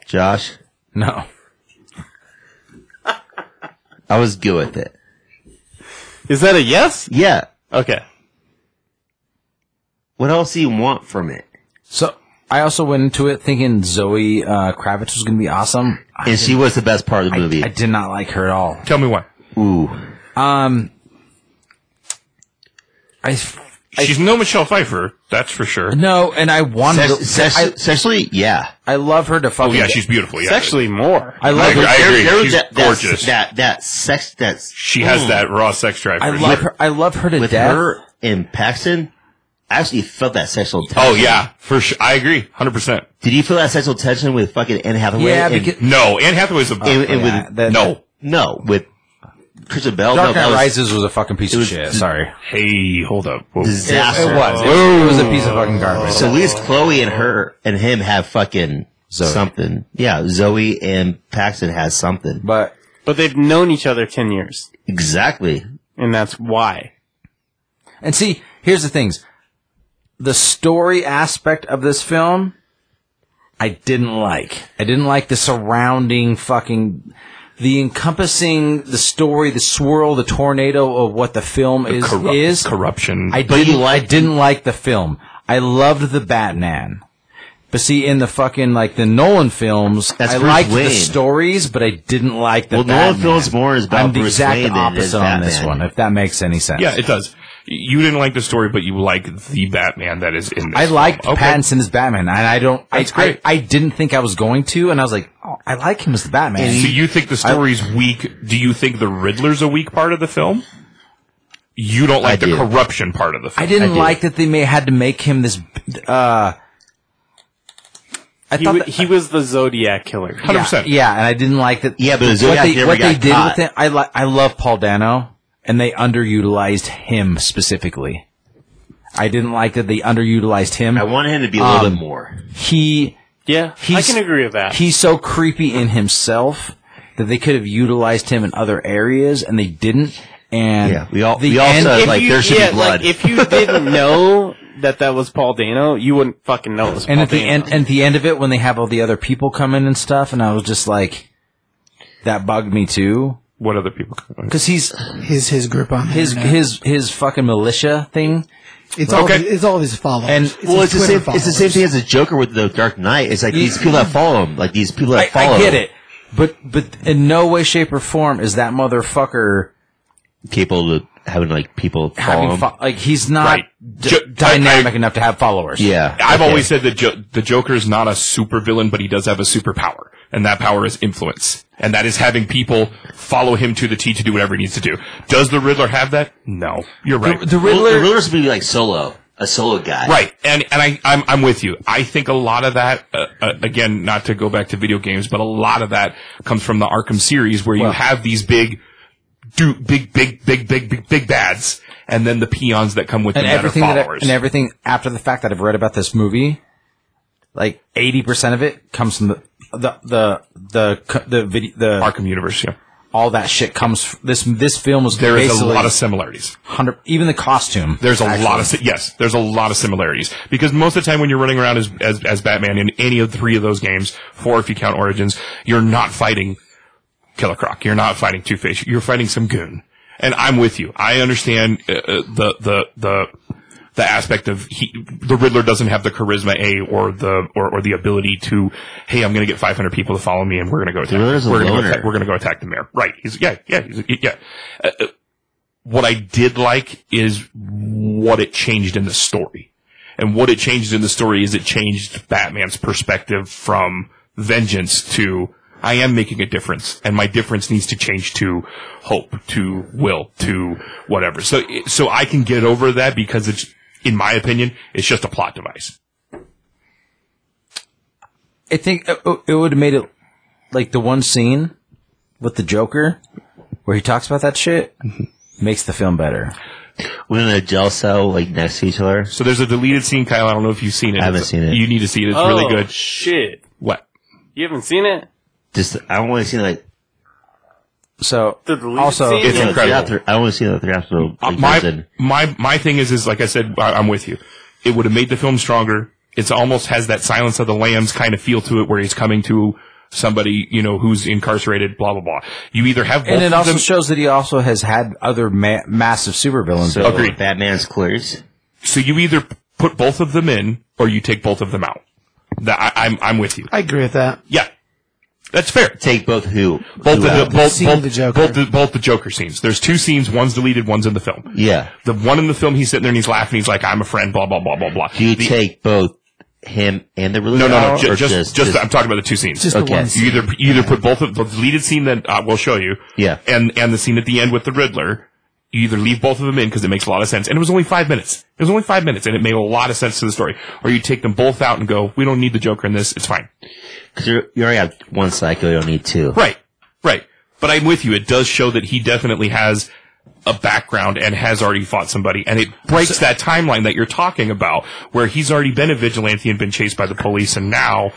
[SPEAKER 3] Josh,
[SPEAKER 1] no.
[SPEAKER 3] I was good with it.
[SPEAKER 2] Is that a yes?
[SPEAKER 3] Yeah.
[SPEAKER 2] Okay.
[SPEAKER 3] What else do you want from it?
[SPEAKER 1] So I also went into it thinking Zoe uh, Kravitz was going to be awesome. I,
[SPEAKER 3] And she was the best part of the movie.
[SPEAKER 1] I did not like her at all.
[SPEAKER 4] Tell me why.
[SPEAKER 3] Ooh.
[SPEAKER 1] Um, I f-
[SPEAKER 4] She's no Michelle Pfeiffer, that's for sure.
[SPEAKER 1] no, and I wanted.
[SPEAKER 3] Sex-
[SPEAKER 1] to-
[SPEAKER 3] sex- sexually, yeah.
[SPEAKER 1] I, I love her to
[SPEAKER 4] Oh
[SPEAKER 1] fucking.
[SPEAKER 4] yeah, she's beautiful. Yeah,
[SPEAKER 2] It's actually more.
[SPEAKER 1] I
[SPEAKER 4] I
[SPEAKER 1] love
[SPEAKER 4] agree.
[SPEAKER 1] her.
[SPEAKER 4] I agree.
[SPEAKER 3] There was
[SPEAKER 4] She's
[SPEAKER 3] that, that-
[SPEAKER 4] gorgeous.
[SPEAKER 3] That, that sex, that's
[SPEAKER 4] she has that raw sex drive.
[SPEAKER 1] I
[SPEAKER 4] for
[SPEAKER 1] love
[SPEAKER 4] sure.
[SPEAKER 1] her. I love her to
[SPEAKER 3] with
[SPEAKER 1] death.
[SPEAKER 3] her and Paxton. I actually felt that sexual tension.
[SPEAKER 4] Oh yeah, for sure. I agree, hundred percent.
[SPEAKER 3] Did you feel that sexual tension with fucking Anne Hathaway?
[SPEAKER 1] yeah,
[SPEAKER 3] and-
[SPEAKER 1] because
[SPEAKER 4] No, Anne Hathaway's a
[SPEAKER 3] and, and
[SPEAKER 1] yeah,
[SPEAKER 3] with
[SPEAKER 1] that-
[SPEAKER 4] no.
[SPEAKER 3] no with Christian Bell. Oh, no,
[SPEAKER 1] Dark
[SPEAKER 3] that
[SPEAKER 1] Knight
[SPEAKER 3] was
[SPEAKER 1] Rises was a fucking piece of
[SPEAKER 3] was
[SPEAKER 1] shit.
[SPEAKER 3] d-
[SPEAKER 1] Sorry,
[SPEAKER 4] Hey, hold up. Whoa.
[SPEAKER 3] disaster.
[SPEAKER 1] It, it was a piece of fucking garbage.
[SPEAKER 3] So at least Chloe and her and him have fucking
[SPEAKER 1] Zoe.
[SPEAKER 3] something. Yeah, Zoe and Paxton has something.
[SPEAKER 1] But
[SPEAKER 2] But they've known each other 10 years.
[SPEAKER 3] Exactly.
[SPEAKER 2] And that's why.
[SPEAKER 1] and see, here's the things: the story aspect of this film, I didn't like. I didn't like the surrounding fucking. The encompassing, the story, the swirl, the tornado of what the film is
[SPEAKER 4] Corrup-
[SPEAKER 1] is.
[SPEAKER 4] corruption.
[SPEAKER 1] I
[SPEAKER 3] But
[SPEAKER 1] didn't,
[SPEAKER 3] you liked-
[SPEAKER 1] I didn't like the film. I loved the Batman. But see, in the fucking like the Nolan films,
[SPEAKER 3] That's
[SPEAKER 1] I
[SPEAKER 3] Bruce
[SPEAKER 1] liked
[SPEAKER 3] Wayne.
[SPEAKER 1] the stories, but I didn't like the
[SPEAKER 3] Well, Nolan
[SPEAKER 1] Batman.
[SPEAKER 3] films more is about
[SPEAKER 1] I'm the
[SPEAKER 3] Bruce
[SPEAKER 1] exact
[SPEAKER 3] Wayne than it is
[SPEAKER 1] opposite on this
[SPEAKER 3] Batman.
[SPEAKER 1] one, if that makes any sense.
[SPEAKER 4] yeah, it does. you didn't like the story, but you like the Batman that is in. This
[SPEAKER 1] I liked
[SPEAKER 4] film. Okay.
[SPEAKER 1] Pattinson's Batman, and I don't. I,
[SPEAKER 4] That's
[SPEAKER 1] I,
[SPEAKER 4] great.
[SPEAKER 1] I didn't think I was going to, and I was like, oh, I like him as the Batman.
[SPEAKER 4] So you think the story's weak? Do you think the Riddler's a weak part of the film? You don't like
[SPEAKER 3] I
[SPEAKER 4] the
[SPEAKER 3] do.
[SPEAKER 4] corruption part of the
[SPEAKER 1] I
[SPEAKER 4] film.
[SPEAKER 1] didn't
[SPEAKER 3] I did.
[SPEAKER 1] like that they may had to make him this. Uh, I thought
[SPEAKER 2] He, w-
[SPEAKER 1] that-
[SPEAKER 2] he was the Zodiac killer.
[SPEAKER 4] Hundred percent.
[SPEAKER 1] Yeah, and I didn't like that.
[SPEAKER 3] Yeah, but
[SPEAKER 1] what
[SPEAKER 3] Zodiac
[SPEAKER 1] they,
[SPEAKER 3] never
[SPEAKER 1] what
[SPEAKER 3] got
[SPEAKER 1] they did
[SPEAKER 3] caught.
[SPEAKER 1] with him, I li- I love Paul Dano, and they underutilized him specifically. I didn't like that they underutilized him.
[SPEAKER 3] I wanted him to be a little
[SPEAKER 1] Um,
[SPEAKER 3] bit more.
[SPEAKER 1] he
[SPEAKER 2] Yeah, I
[SPEAKER 1] He's-
[SPEAKER 2] can agree with that.
[SPEAKER 1] he's so creepy in himself that they could have utilized him in other areas, and they didn't. And
[SPEAKER 3] Yeah, we all-
[SPEAKER 1] the
[SPEAKER 3] we all
[SPEAKER 1] end-
[SPEAKER 3] said- like, there should be
[SPEAKER 2] yeah,
[SPEAKER 3] blood.
[SPEAKER 2] Like, if you didn't know that that was Paul Dano, you wouldn't fucking know it was
[SPEAKER 1] and
[SPEAKER 2] Paul
[SPEAKER 1] at the
[SPEAKER 2] Dano.
[SPEAKER 1] end, and at the end of it, when they have all the other people come in and stuff, and I was just like, that bugged me too,
[SPEAKER 4] What other people?
[SPEAKER 1] because he's
[SPEAKER 5] His his grip on the
[SPEAKER 1] his
[SPEAKER 5] internet.
[SPEAKER 1] his his fucking militia thing.
[SPEAKER 5] it's all
[SPEAKER 4] Okay.
[SPEAKER 5] it's all of his followers.
[SPEAKER 1] And-
[SPEAKER 5] it's
[SPEAKER 3] Well,
[SPEAKER 5] his
[SPEAKER 3] it's the,
[SPEAKER 5] Twitter
[SPEAKER 3] same, it's the
[SPEAKER 5] followers.
[SPEAKER 3] same thing as the Joker with the Dark Knight. It's like these people that follow him, like these people
[SPEAKER 1] I,
[SPEAKER 3] that follow.
[SPEAKER 1] I get
[SPEAKER 3] him,
[SPEAKER 1] it, but but in no way, shape, or form is that motherfucker
[SPEAKER 3] Capable of having like people follow
[SPEAKER 1] having
[SPEAKER 3] him.
[SPEAKER 1] fo- like he's not
[SPEAKER 4] Right.
[SPEAKER 1] d-
[SPEAKER 4] Ju- I-
[SPEAKER 1] dynamic
[SPEAKER 4] I-
[SPEAKER 1] enough to have followers.
[SPEAKER 3] yeah,
[SPEAKER 4] I've
[SPEAKER 3] okay.
[SPEAKER 4] always said that jo- the Joker's not a super villain, but he does have a superpower, and that power is influence, and that is having people follow him to the T to do whatever he needs to do. Does the Riddler have that? No, you're right.
[SPEAKER 1] the
[SPEAKER 3] Well,
[SPEAKER 1] Riddler.
[SPEAKER 3] The Riddler's supposed to be like solo, a solo guy.
[SPEAKER 4] Right, and and I I'm I'm with you. I think a lot of that, uh, uh, again, not to go back to video games, but a lot of that comes from the Arkham series, where you have these big, do big big big big big big bads, and then the peons that come with
[SPEAKER 1] and
[SPEAKER 4] them that are
[SPEAKER 1] everything that I-
[SPEAKER 4] followers.
[SPEAKER 1] and everything after the fact that I've read about this movie, like eighty percent of it comes from the the the the co- the, video, the
[SPEAKER 4] Arkham universe, yeah.
[SPEAKER 1] all that shit comes. f- This this film was
[SPEAKER 4] There is a
[SPEAKER 1] basically
[SPEAKER 4] lot of similarities.
[SPEAKER 1] hundred, even the costume.
[SPEAKER 4] There's a
[SPEAKER 1] Mm-hmm. actually.
[SPEAKER 4] lot of si- yes. There's a lot of similarities because most of the time when you're running around as, as as Batman in any of three of those games, four if you count Origins, you're not fighting Killer Croc. You're not fighting Two Face. You're fighting some goon. And I'm with you. I understand uh, uh, the the the the aspect of he, the Riddler doesn't have the charisma a or the or, or the ability to hey I'm going to get 500 people to follow me and we're going to go attack
[SPEAKER 3] Riddler's a
[SPEAKER 4] we're going to
[SPEAKER 3] loner.
[SPEAKER 4] attack, we're going to go attack the mayor right he's yeah yeah he's, yeah Uh, uh, what I did like is what it changed in the story. And what it changed in the story is it changed Batman's perspective from vengeance to I am making a difference and my difference needs to change to hope, to will, to whatever. So, so I can get over that because it's, in my opinion, it's just a plot device.
[SPEAKER 1] I think it, it would have made it like the one scene with the Joker where he talks about that shit
[SPEAKER 4] Mm-hmm.
[SPEAKER 1] makes the film better.
[SPEAKER 3] We're in a jail cell, like next to each other.
[SPEAKER 4] So there's a deleted scene, Kyle. I don't know if you've seen it.
[SPEAKER 3] I haven't
[SPEAKER 4] It's-
[SPEAKER 3] seen it.
[SPEAKER 4] You need to see it. It's
[SPEAKER 2] oh,
[SPEAKER 4] really good.
[SPEAKER 2] Shit,
[SPEAKER 4] What?
[SPEAKER 2] you haven't seen it?
[SPEAKER 3] Just I want to see like
[SPEAKER 1] So
[SPEAKER 2] The deleted
[SPEAKER 1] also
[SPEAKER 2] scene?
[SPEAKER 4] It's
[SPEAKER 3] you know,
[SPEAKER 4] incredible.
[SPEAKER 3] the after- I want to see the three episode.
[SPEAKER 4] Uh,
[SPEAKER 3] Like,
[SPEAKER 4] my,
[SPEAKER 3] person.
[SPEAKER 4] my my thing is is like I said, I, I'm with you. It would have made the film stronger. It's almost has that Silence of the Lambs kind of feel to it, where he's coming to somebody you know who's incarcerated. Blah blah blah. You either have both
[SPEAKER 1] and it
[SPEAKER 4] of
[SPEAKER 1] also
[SPEAKER 4] them-
[SPEAKER 1] shows that he also has had other ma- massive supervillains.
[SPEAKER 3] so
[SPEAKER 4] Agreed.
[SPEAKER 3] Batman's clears.
[SPEAKER 4] so you either put both of them in or you take both of them out. That I, I'm I'm with you.
[SPEAKER 5] I agree with that.
[SPEAKER 4] Yeah, that's fair.
[SPEAKER 3] Take both who
[SPEAKER 4] Both
[SPEAKER 3] who
[SPEAKER 4] the,
[SPEAKER 3] out.
[SPEAKER 4] both, both,
[SPEAKER 5] scene with the Joker.
[SPEAKER 4] both the both the Joker scenes. There's two scenes. One's deleted. One's in the film.
[SPEAKER 3] yeah.
[SPEAKER 4] The one in the film, he's sitting there and he's laughing. He's like, "I'm a friend." Blah blah blah blah blah.
[SPEAKER 3] Do you
[SPEAKER 4] The-
[SPEAKER 3] take both him and the really
[SPEAKER 4] no no no.
[SPEAKER 3] out,
[SPEAKER 4] ju-
[SPEAKER 3] or
[SPEAKER 4] just, just I'm talking about the two scenes.
[SPEAKER 5] Just the
[SPEAKER 3] Okay.
[SPEAKER 5] one.
[SPEAKER 4] You either you either put both of the deleted scene that uh, we'll show you,
[SPEAKER 3] Yeah.
[SPEAKER 4] and and the scene at the end with the Riddler. You either leave both of them in because it makes a lot of sense, and it was only five minutes. It was only five minutes, and it made a lot of sense to the story. Or you take them both out and go, we don't need the Joker in this. It's fine.
[SPEAKER 3] 'Cause you're- you already have one psycho. You don't need two.
[SPEAKER 4] Right, right. But I'm with you. It does show that he definitely has a background and has already fought somebody, and it breaks that timeline that you're talking about, where he's already been a vigilante and been chased by the police, and now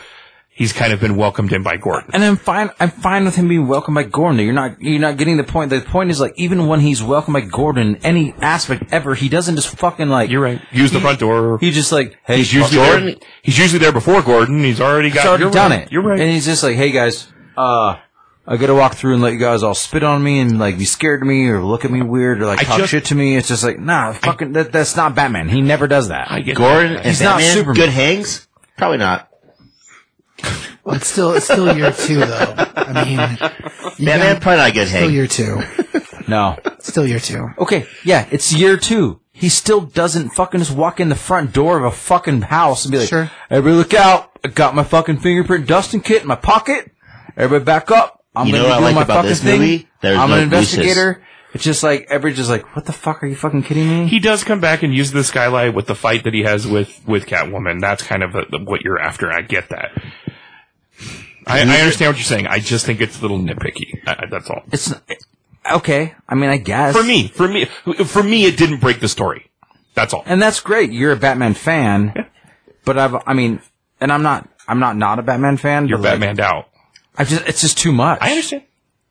[SPEAKER 4] he's kind of been welcomed in by Gordon.
[SPEAKER 1] and I'm fine. I'm fine with him being welcomed by Gordon. You're not. You're not getting the point. The point is like even when he's welcomed by Gordon, in any aspect ever, he doesn't just fucking like.
[SPEAKER 4] You're right. Use the front door.
[SPEAKER 1] He just like hey,
[SPEAKER 4] He's usually
[SPEAKER 3] Gordon-
[SPEAKER 4] there. He's usually there before Gordon. He's already got.
[SPEAKER 1] he's already
[SPEAKER 4] you're
[SPEAKER 1] done
[SPEAKER 4] right.
[SPEAKER 1] it.
[SPEAKER 4] You're right.
[SPEAKER 1] And he's just like, hey guys, uh, I gotta walk through and let you guys all spit on me and like be scared of me or look at me weird or like
[SPEAKER 4] I
[SPEAKER 1] talk
[SPEAKER 4] just-
[SPEAKER 1] shit to me. It's just like nah, fucking that, that's not Batman. He never does that.
[SPEAKER 4] I get
[SPEAKER 3] Gordon and
[SPEAKER 1] He's not
[SPEAKER 3] Batman,
[SPEAKER 1] Superman.
[SPEAKER 3] good hangs. Probably not.
[SPEAKER 5] Well, it's still it's still year two though. I mean, you
[SPEAKER 3] Batman
[SPEAKER 5] gotta-
[SPEAKER 3] probably not a good
[SPEAKER 5] still
[SPEAKER 3] hang.
[SPEAKER 5] year two.
[SPEAKER 1] no.
[SPEAKER 5] Still year two.
[SPEAKER 1] Okay. Yeah, it's year two. He he still doesn't fucking just walk in the front door of a fucking house and be like,
[SPEAKER 5] Sure.
[SPEAKER 1] everybody look out. I got my fucking fingerprint dusting kit in my pocket. Everybody back up. I'm
[SPEAKER 3] You
[SPEAKER 1] gonna
[SPEAKER 3] know
[SPEAKER 1] be
[SPEAKER 3] what I
[SPEAKER 1] doing
[SPEAKER 3] like
[SPEAKER 1] my
[SPEAKER 3] about
[SPEAKER 1] fucking
[SPEAKER 3] this
[SPEAKER 1] thing.
[SPEAKER 3] movie? There's
[SPEAKER 1] I'm
[SPEAKER 3] no
[SPEAKER 1] an
[SPEAKER 3] glitches."
[SPEAKER 1] investigator. It's just like, everybody's just like, what the fuck are you fucking kidding me?
[SPEAKER 4] He does come back and use the skylight with the fight that he has with with Catwoman. That's kind of uh what you're after. I get that. I, I understand what you're saying. I just think it's a little nitpicky. I, I- that's all.
[SPEAKER 1] it's okay. I mean, I guess
[SPEAKER 4] For me, for me, for me, it didn't break the story. That's all.
[SPEAKER 1] and that's great. You're a Batman fan, but I've, I mean, and I'm not, I'm not not a Batman fan.
[SPEAKER 4] You're
[SPEAKER 1] but like,
[SPEAKER 4] Batmaned out.
[SPEAKER 1] I just, it's just too much.
[SPEAKER 4] I understand.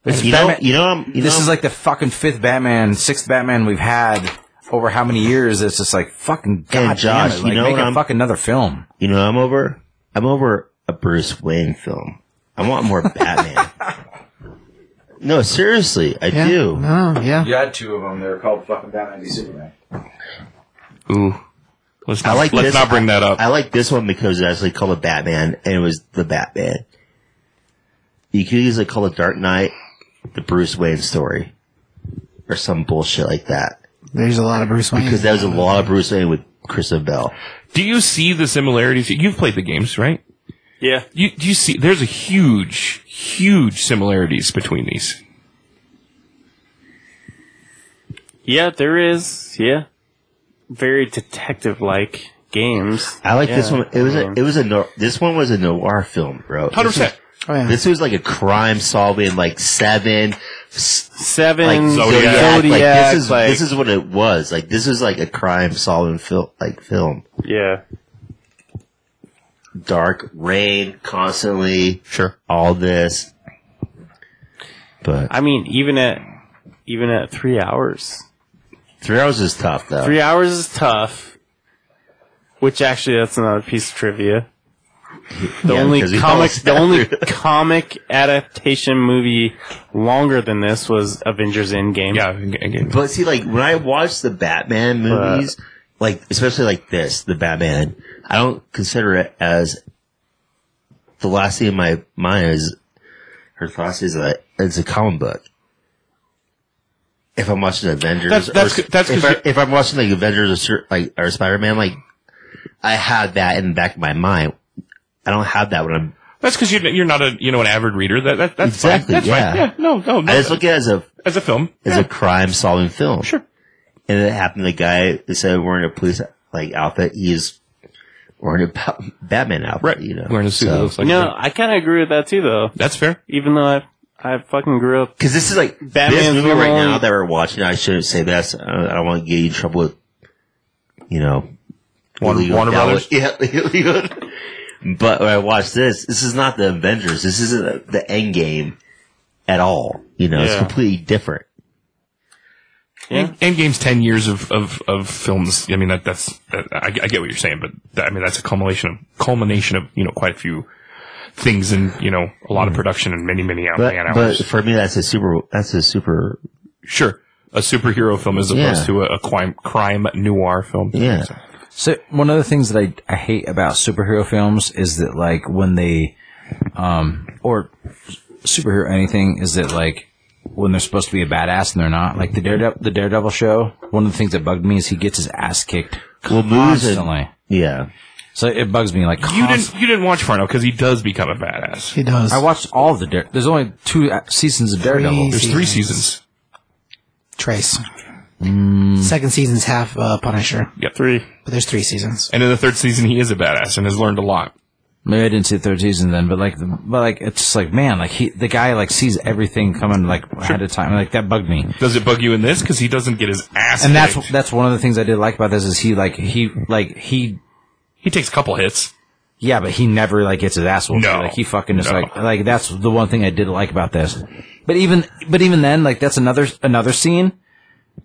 [SPEAKER 1] It's
[SPEAKER 3] You know,
[SPEAKER 1] Batman-
[SPEAKER 3] you know, I'm- you
[SPEAKER 1] this
[SPEAKER 3] know,
[SPEAKER 1] is like the fucking fifth Batman, sixth Batman we've had over how many years? It's just like fucking god damn
[SPEAKER 3] Josh,
[SPEAKER 1] it,
[SPEAKER 3] you
[SPEAKER 1] like
[SPEAKER 3] know
[SPEAKER 1] make
[SPEAKER 3] what
[SPEAKER 1] a
[SPEAKER 3] I'm-
[SPEAKER 1] fucking another film.
[SPEAKER 3] you know, I'm over. I'm over a Bruce Wayne film. I want more Batman. No, seriously, I
[SPEAKER 5] Yeah.
[SPEAKER 3] do.
[SPEAKER 5] No, Oh, yeah.
[SPEAKER 1] You had two of them. They were called fucking Batman v Superman.
[SPEAKER 4] Ooh, let's not,
[SPEAKER 3] I like
[SPEAKER 4] let's
[SPEAKER 3] this-
[SPEAKER 4] not bring that up.
[SPEAKER 3] I like this one because it actually called it Batman, and it was the Batman. You could easily call it Dark Knight, the Bruce Wayne story, or some bullshit like that.
[SPEAKER 5] There's a lot of Bruce Wayne.
[SPEAKER 3] Because that was a lot of Bruce Wayne with Kristen Bell.
[SPEAKER 4] do you see the similarities? You've played the games, right?
[SPEAKER 2] Yeah.
[SPEAKER 4] You do you see? There's a huge, huge similarities between these.
[SPEAKER 2] Yeah, there is. Yeah. Very detective like games.
[SPEAKER 3] I like this
[SPEAKER 2] Yeah.
[SPEAKER 3] one. It was a, it was a no, this one was a noir film, bro.
[SPEAKER 4] Hundred
[SPEAKER 3] This was,
[SPEAKER 4] percent.
[SPEAKER 5] oh, yeah.
[SPEAKER 3] this was like a crime solving, like seven, s-
[SPEAKER 2] Seven.
[SPEAKER 3] like Zodiac.
[SPEAKER 4] Zodiac,
[SPEAKER 3] like,
[SPEAKER 2] Zodiac,
[SPEAKER 3] this is
[SPEAKER 2] like-
[SPEAKER 3] this is what it was. Like this was like a crime solving film, like film.
[SPEAKER 2] yeah.
[SPEAKER 3] Dark rain constantly.
[SPEAKER 4] Sure.
[SPEAKER 3] all this. But
[SPEAKER 2] I mean, even at even at three hours,
[SPEAKER 3] three hours is tough though.
[SPEAKER 2] three hours is tough. Which actually, that's another piece of trivia. The
[SPEAKER 3] Yeah,
[SPEAKER 2] only
[SPEAKER 3] because he
[SPEAKER 2] comic,
[SPEAKER 3] almost
[SPEAKER 2] the only
[SPEAKER 3] got through.
[SPEAKER 2] comic adaptation movie longer than this was Avengers Endgame.
[SPEAKER 4] Yeah. Again.
[SPEAKER 3] but see, like when I watch the Batman movies, like especially like this, the Batman, I don't consider it as the last thing in my mind is her last is a it's a comic book. If I'm watching Avengers,
[SPEAKER 4] That's- that's
[SPEAKER 3] or,
[SPEAKER 4] c- that's
[SPEAKER 3] if,
[SPEAKER 4] 'cause
[SPEAKER 3] I, if I'm watching like Avengers or Sur- like or Spider Man, like I have that in the back of my mind. I don't have that when I'm
[SPEAKER 4] That's because you're, you're not a you know an avid reader. That, that that's
[SPEAKER 3] Exactly,
[SPEAKER 4] Fine. That's
[SPEAKER 3] yeah.
[SPEAKER 4] Fine. Yeah. No. No. no
[SPEAKER 3] I just look at it as a
[SPEAKER 4] as a film.
[SPEAKER 3] It's
[SPEAKER 4] yeah.
[SPEAKER 3] a crime solving film.
[SPEAKER 4] Sure.
[SPEAKER 3] And it happened. The guy instead of wearing a police like outfit, he's wearing a Ba- Batman outfit.
[SPEAKER 4] right.
[SPEAKER 3] You know,
[SPEAKER 4] Wearing a suit. that looks like
[SPEAKER 2] No, I kind of agree with that too, though.
[SPEAKER 4] That's fair.
[SPEAKER 2] Even though I I fucking grew up.
[SPEAKER 3] because this is like this
[SPEAKER 2] Batman's
[SPEAKER 3] movie
[SPEAKER 2] the
[SPEAKER 3] right
[SPEAKER 2] only-
[SPEAKER 3] now that we're watching. I shouldn't say this. I don't, I don't want to get you in trouble with you know
[SPEAKER 4] Warner-
[SPEAKER 3] illegal
[SPEAKER 4] Warner
[SPEAKER 3] download-
[SPEAKER 4] Brothers?
[SPEAKER 3] Yeah, illegal. But when I watch this, this is not the Avengers. This isn't the end game at all. You know, it's
[SPEAKER 2] Yeah.
[SPEAKER 3] completely different.
[SPEAKER 2] Yeah.
[SPEAKER 4] Endgame's ten years of, of, of films. I mean that that's that, I, I get what you're saying, but that, I mean that's a culmination of culmination of you know quite a few things and you know a lot of production and many many out-
[SPEAKER 3] But,
[SPEAKER 4] man
[SPEAKER 3] but
[SPEAKER 4] hours.
[SPEAKER 3] for me, that's a super. That's a super
[SPEAKER 4] sure, a superhero film as opposed
[SPEAKER 3] Yeah.
[SPEAKER 4] to a, a crime crime noir film.
[SPEAKER 3] Yeah.
[SPEAKER 1] So one of the things that I, I hate about superhero films is that like when they, um, or superhero anything is that like when they're supposed to be a badass and they're not. Like the Daredevil, the Daredevil show. One of the things that bugged me is he gets his ass kicked
[SPEAKER 3] Well, movies and-
[SPEAKER 1] constantly.
[SPEAKER 3] Yeah.
[SPEAKER 1] So it bugs me like
[SPEAKER 4] You
[SPEAKER 1] constantly.
[SPEAKER 4] didn't you didn't watch Farno because he does become a badass.
[SPEAKER 5] he does.
[SPEAKER 1] I watched all of the Dare. There's only two uh, seasons of Daredevil.
[SPEAKER 5] Three
[SPEAKER 4] There's three seasons.
[SPEAKER 5] Trace. Second season's half uh, Punisher,
[SPEAKER 4] Yeah, three.
[SPEAKER 5] but there's three seasons.
[SPEAKER 4] And in the third season, he is a badass and has learned a lot.
[SPEAKER 1] Maybe I didn't see the third season then, but like, the- but like, it's just like man, like he, the guy like sees everything coming like ahead of time. Like that bugged me.
[SPEAKER 4] Does it bug you in this? Because he doesn't get his ass.
[SPEAKER 1] and that's
[SPEAKER 4] kicked.
[SPEAKER 1] that's one of the things I did like about this is he like he like he
[SPEAKER 4] he takes a couple hits.
[SPEAKER 1] yeah, but he never like gets his ass whooped.
[SPEAKER 4] No.
[SPEAKER 1] like he fucking just
[SPEAKER 4] No.
[SPEAKER 1] like like that's the one thing I did like about this. But even but even then, like that's another another scene.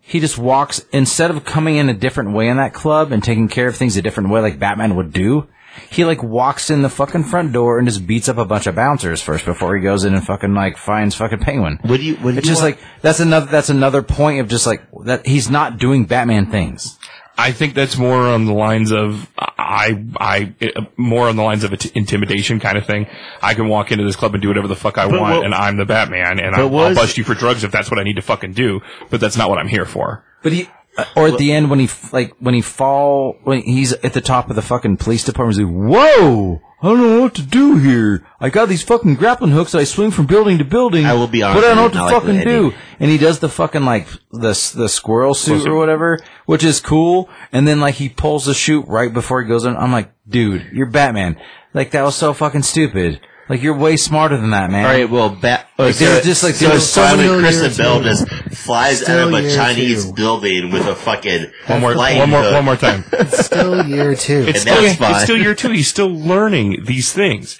[SPEAKER 1] He just walks instead of coming in a different way in that club and taking care of things a different way, like Batman would do. He like walks in the fucking front door and just beats up a bunch of bouncers first before he goes in and fucking like finds fucking Penguin.
[SPEAKER 3] What do you? What do
[SPEAKER 1] It's
[SPEAKER 3] you
[SPEAKER 1] just
[SPEAKER 3] want-
[SPEAKER 1] like that's another that's another point of just like that he's not doing Batman things.
[SPEAKER 4] I think that's more on the lines of I I it, more on the lines of it- intimidation kind of thing. I can walk into this club and do whatever the fuck I want,
[SPEAKER 3] what-
[SPEAKER 4] and I'm the Batman, and
[SPEAKER 3] But
[SPEAKER 4] I'll,
[SPEAKER 3] was-
[SPEAKER 4] I'll bust you for drugs if that's what I need to fucking do. But that's not what I'm here for.
[SPEAKER 1] But he uh, or at the end when he f- like when he fall when he's at the top of the fucking police department. He's like, "Whoa, I don't know what to do here. I got these fucking grappling hooks. I swing from building to building.
[SPEAKER 3] I will be honest
[SPEAKER 1] but I don't know what to
[SPEAKER 3] with you, I like the
[SPEAKER 1] fucking do."
[SPEAKER 3] ending.
[SPEAKER 1] And he does the fucking like the s- the squirrel suit or whatever, which is cool. And then like he pulls the chute right before he goes in. I'm like, dude, you're Batman. Like that was so fucking stupid. Like you're way smarter than that, man.
[SPEAKER 3] All right, well, bat. Oh,
[SPEAKER 1] Like, there was just, like,
[SPEAKER 3] so
[SPEAKER 1] there was
[SPEAKER 3] it's finally
[SPEAKER 5] still year
[SPEAKER 3] Kristen
[SPEAKER 5] two.
[SPEAKER 3] Bell just flies
[SPEAKER 5] Still
[SPEAKER 3] out of a
[SPEAKER 5] year
[SPEAKER 3] Chinese
[SPEAKER 5] two.
[SPEAKER 3] building with a fucking
[SPEAKER 4] One more,
[SPEAKER 3] flight
[SPEAKER 4] one more,
[SPEAKER 3] hook.
[SPEAKER 4] one more time.
[SPEAKER 5] Still year two.
[SPEAKER 4] It's
[SPEAKER 3] And that's
[SPEAKER 4] still,
[SPEAKER 3] fine.
[SPEAKER 4] it's still year two. He's still learning these things.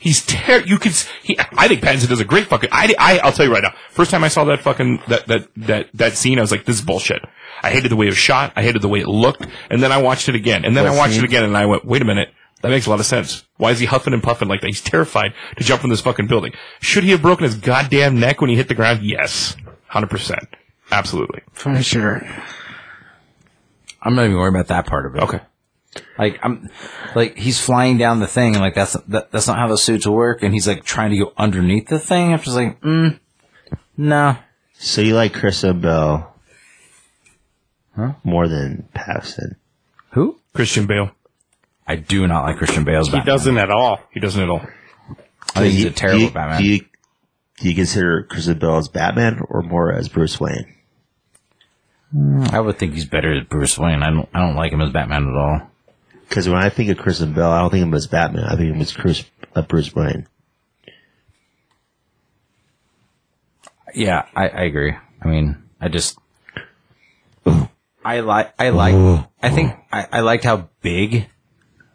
[SPEAKER 4] He's ter- you could s- he, I think Pattinson does a great fucking I, I I'll tell you right now. First time I saw that fucking that that that that scene I was like this is bullshit. I hated the way it was shot, I hated the way it looked, and then I watched it again. And then I watched it again and I went, "Wait a minute. That makes a lot of sense. Why is he huffing and puffing like that? He's terrified to jump from this fucking building. Should he have broken his goddamn neck when he hit the ground? Yes. 100%. Absolutely.
[SPEAKER 5] For sure.
[SPEAKER 1] I'm not even worried about that part of it.
[SPEAKER 4] Okay.
[SPEAKER 1] Like I'm, like he's flying down the thing, and like that's that, that's not how those suits work. And he's like trying to go underneath the thing. I'm just like, mm, no.
[SPEAKER 3] So you like Kristen Bell more than Patterson?
[SPEAKER 1] Who?
[SPEAKER 4] Christian Bale.
[SPEAKER 1] I do not like Christian Bale's
[SPEAKER 2] He
[SPEAKER 1] Batman.
[SPEAKER 2] doesn't at all.
[SPEAKER 4] He doesn't at all.
[SPEAKER 1] I think he's
[SPEAKER 3] Do
[SPEAKER 1] a
[SPEAKER 3] you-
[SPEAKER 1] terrible
[SPEAKER 3] do you-
[SPEAKER 1] Batman.
[SPEAKER 3] Do you, do you consider Kristen Bell as Batman or more as Bruce Wayne?
[SPEAKER 1] I would think he's better as Bruce Wayne. I don't. I don't like him as Batman at all.
[SPEAKER 3] Because when I think of Kristen Bell, I don't think of him as Batman. I think of him as Chris, uh, Bruce Wayne.
[SPEAKER 1] Yeah, I, I agree. I mean, I just. I like. I like. I think I, I liked how big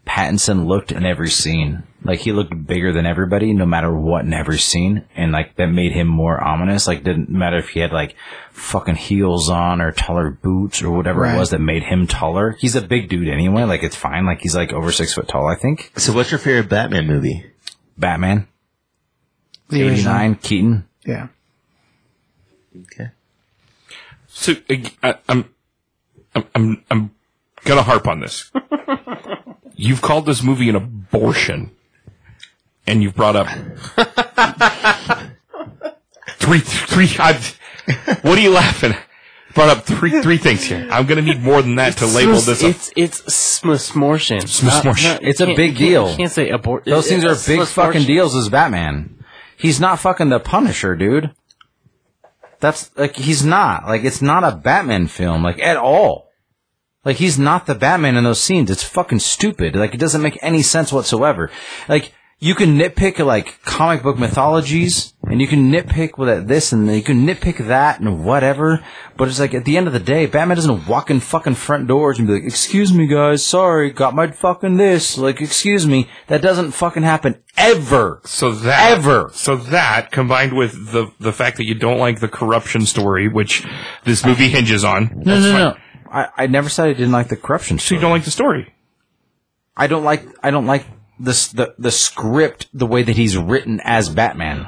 [SPEAKER 1] Pattinson looked in every scene. Like he looked bigger than everybody, no matter what in every scene, and like that made him more ominous. Like didn't matter if he had like fucking heels on or taller boots or whatever
[SPEAKER 5] Right.
[SPEAKER 1] it was that made him taller. He's a big dude anyway. Like it's fine. Like he's like over six foot tall. I think
[SPEAKER 3] So what's your favorite Batman movie?
[SPEAKER 1] Batman
[SPEAKER 5] The
[SPEAKER 1] eighty
[SPEAKER 5] original.
[SPEAKER 1] nine Keaton.
[SPEAKER 5] Yeah.
[SPEAKER 3] Okay.
[SPEAKER 4] So ag- I, I'm, I'm, I'm, I'm gonna harp on this. you've called this movie an abortion, and you've brought up three, three. I've, what are you laughing? at? Brought up three, three things here. I'm gonna need more than that to label
[SPEAKER 2] Smus-
[SPEAKER 4] this. A,
[SPEAKER 2] It's it's smusmortion.
[SPEAKER 4] Smusmortion.
[SPEAKER 2] you
[SPEAKER 1] It's a
[SPEAKER 2] can't-
[SPEAKER 1] big
[SPEAKER 2] you can't-
[SPEAKER 1] deal.
[SPEAKER 2] You can't say abort.
[SPEAKER 1] Those things are
[SPEAKER 2] it's
[SPEAKER 1] big fucking
[SPEAKER 2] smusmortion.
[SPEAKER 1] deals as Batman. He's not fucking the Punisher, dude. That's like he's not. Like it's not a Batman film, like at all. Like he's not the Batman in those scenes. It's fucking stupid. Like it doesn't make any sense whatsoever. Like you can nitpick like comic book mythologies, and you can nitpick with that- this, and you can nitpick that, and whatever. But it's like at the end of the day, Batman doesn't walk in fucking front doors and be like, "Excuse me, guys, sorry, got my fucking this." Like, excuse me, that doesn't fucking happen ever.
[SPEAKER 4] so that
[SPEAKER 1] Ever.
[SPEAKER 4] so that combined with the the fact that you don't like the corruption story, which this movie hinges on.
[SPEAKER 1] No, no, no. I, I never said I didn't like the corruption.
[SPEAKER 4] So you don't like the story.
[SPEAKER 1] I don't like I don't like this the the script the way that he's written as Batman.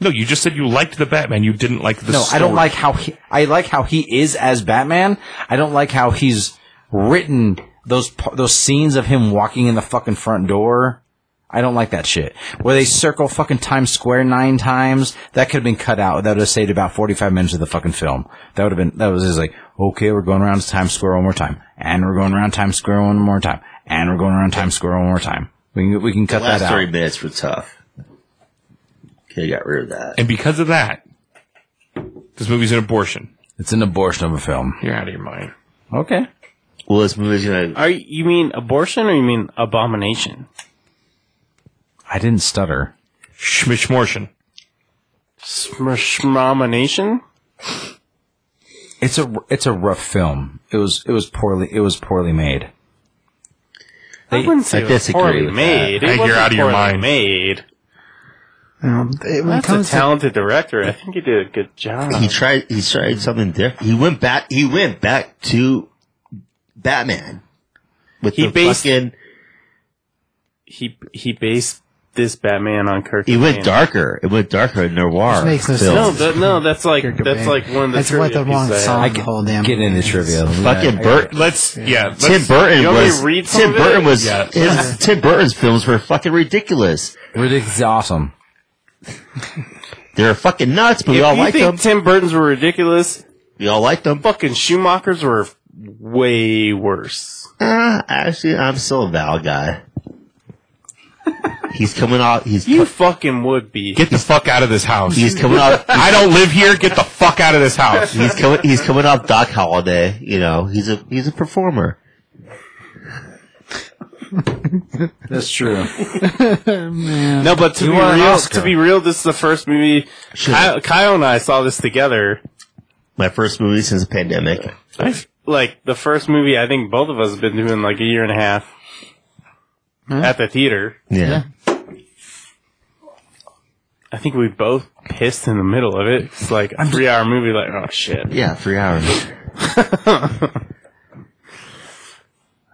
[SPEAKER 4] No, you just said you liked the Batman. You didn't like the.
[SPEAKER 1] No, I don't
[SPEAKER 4] story.
[SPEAKER 1] like how he I like how he is as Batman. I don't like how he's written those pa- those scenes of him walking in the fucking front door. I don't like that shit. Where they circle fucking Times Square nine times, that could have been cut out. That would have saved about forty five minutes of the fucking film. That would have been that was just like, okay, we're going around Times Square one more time, and we're going around Times Square one more time, and we're going around Times Square one more time. We can we can cut that
[SPEAKER 3] Last
[SPEAKER 1] out.
[SPEAKER 3] three minutes were tough. Could have got rid of that.
[SPEAKER 4] And because of that, this movie's an abortion.
[SPEAKER 1] It's an abortion of a film.
[SPEAKER 4] You're out of your mind.
[SPEAKER 1] Okay.
[SPEAKER 3] Well, this movie's gonna.
[SPEAKER 2] Are you, you mean abortion or you mean abomination?
[SPEAKER 1] I didn't stutter.
[SPEAKER 4] Schmishmortion.
[SPEAKER 2] Smushmomination?
[SPEAKER 1] It's a it's a rough film. It was it was poorly it was poorly made.
[SPEAKER 2] I wouldn't say
[SPEAKER 3] I
[SPEAKER 2] it was
[SPEAKER 3] disagree
[SPEAKER 2] poorly
[SPEAKER 3] with
[SPEAKER 2] made.
[SPEAKER 4] that. I
[SPEAKER 2] It
[SPEAKER 4] think
[SPEAKER 2] wasn't
[SPEAKER 4] you're out of your
[SPEAKER 2] poorly
[SPEAKER 4] mind.
[SPEAKER 2] Made.
[SPEAKER 5] Um, it, when it
[SPEAKER 2] That's a
[SPEAKER 5] comes to
[SPEAKER 2] talented director. I think he did a good job.
[SPEAKER 3] He tried. He tried something different. He went back. He went back to Batman with
[SPEAKER 2] He
[SPEAKER 3] the
[SPEAKER 2] based-
[SPEAKER 3] fucking.
[SPEAKER 2] He he based this Batman on Kurt.
[SPEAKER 3] He went
[SPEAKER 2] Cobain.
[SPEAKER 3] darker. It went darker in noir.
[SPEAKER 5] Which makes no
[SPEAKER 3] films.
[SPEAKER 2] No, that, no, that's like
[SPEAKER 5] Kurt
[SPEAKER 2] that's
[SPEAKER 5] Cobain.
[SPEAKER 2] like one of the.
[SPEAKER 5] That's what
[SPEAKER 2] trivia
[SPEAKER 5] the wrong
[SPEAKER 2] pieces I
[SPEAKER 5] song.
[SPEAKER 2] have.
[SPEAKER 5] I the
[SPEAKER 1] Oh,
[SPEAKER 5] whole damn
[SPEAKER 1] get into
[SPEAKER 5] thing.
[SPEAKER 1] trivia.
[SPEAKER 3] Fucking Burt.
[SPEAKER 4] Let's yeah. let's-
[SPEAKER 3] Tim Burton
[SPEAKER 2] you want me to
[SPEAKER 3] was.
[SPEAKER 2] read some
[SPEAKER 3] Tim
[SPEAKER 2] of it?
[SPEAKER 3] Burton was.
[SPEAKER 4] Yeah.
[SPEAKER 3] His, Tim Burton's films were fucking ridiculous.
[SPEAKER 1] Ridiculous, awesome.
[SPEAKER 3] They're fucking nuts, but we
[SPEAKER 2] If
[SPEAKER 3] all
[SPEAKER 2] you
[SPEAKER 3] like
[SPEAKER 2] think
[SPEAKER 3] them.
[SPEAKER 2] Tim Burton's were ridiculous,
[SPEAKER 3] We all liked them.
[SPEAKER 2] Fucking Schumachers were way worse.
[SPEAKER 3] Uh, actually, I'm still a Val guy. He's coming off. He's
[SPEAKER 2] You fucking would be.
[SPEAKER 4] Get the fuck out of this house.
[SPEAKER 3] he's coming off.
[SPEAKER 4] I don't live here. Get the fuck out of this house.
[SPEAKER 3] He's coming. He's coming off Doc Holliday. You know, he's a he's a performer.
[SPEAKER 1] That's true.
[SPEAKER 2] no, but to be
[SPEAKER 1] want an
[SPEAKER 2] real,
[SPEAKER 1] Oscar.
[SPEAKER 2] to be real, this is the first movie.
[SPEAKER 3] Shit.
[SPEAKER 2] Kyle, Kyle and I saw this together.
[SPEAKER 3] My first movie since the pandemic.
[SPEAKER 2] Like the first movie, I think both of us have been doing like a year and a half at the theater.
[SPEAKER 3] Yeah.
[SPEAKER 2] I think we both pissed in the middle of it. It's like a three-hour movie. Like, oh shit.
[SPEAKER 3] Yeah, three hours.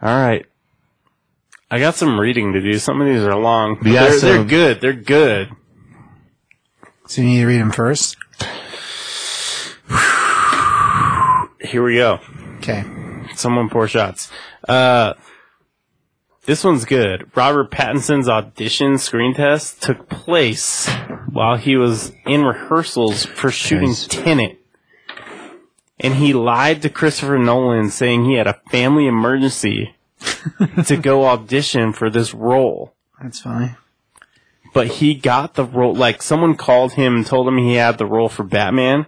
[SPEAKER 2] All right. I got some reading to do. Some of these are long. but
[SPEAKER 3] We got
[SPEAKER 2] They're, they're
[SPEAKER 3] some-
[SPEAKER 2] good. They're good.
[SPEAKER 5] So you need to read them first.
[SPEAKER 2] Here we go.
[SPEAKER 5] Okay.
[SPEAKER 2] Someone pour shots. Uh, this one's good. Robert Pattinson's audition screen test took place while he was in rehearsals for shooting
[SPEAKER 3] Nice.
[SPEAKER 2] Tenet. And he lied to Christopher Nolan saying he had a family emergency to go audition for this role
[SPEAKER 5] That's funny.
[SPEAKER 2] but he got the role. Like someone called him and told him he had the role for Batman,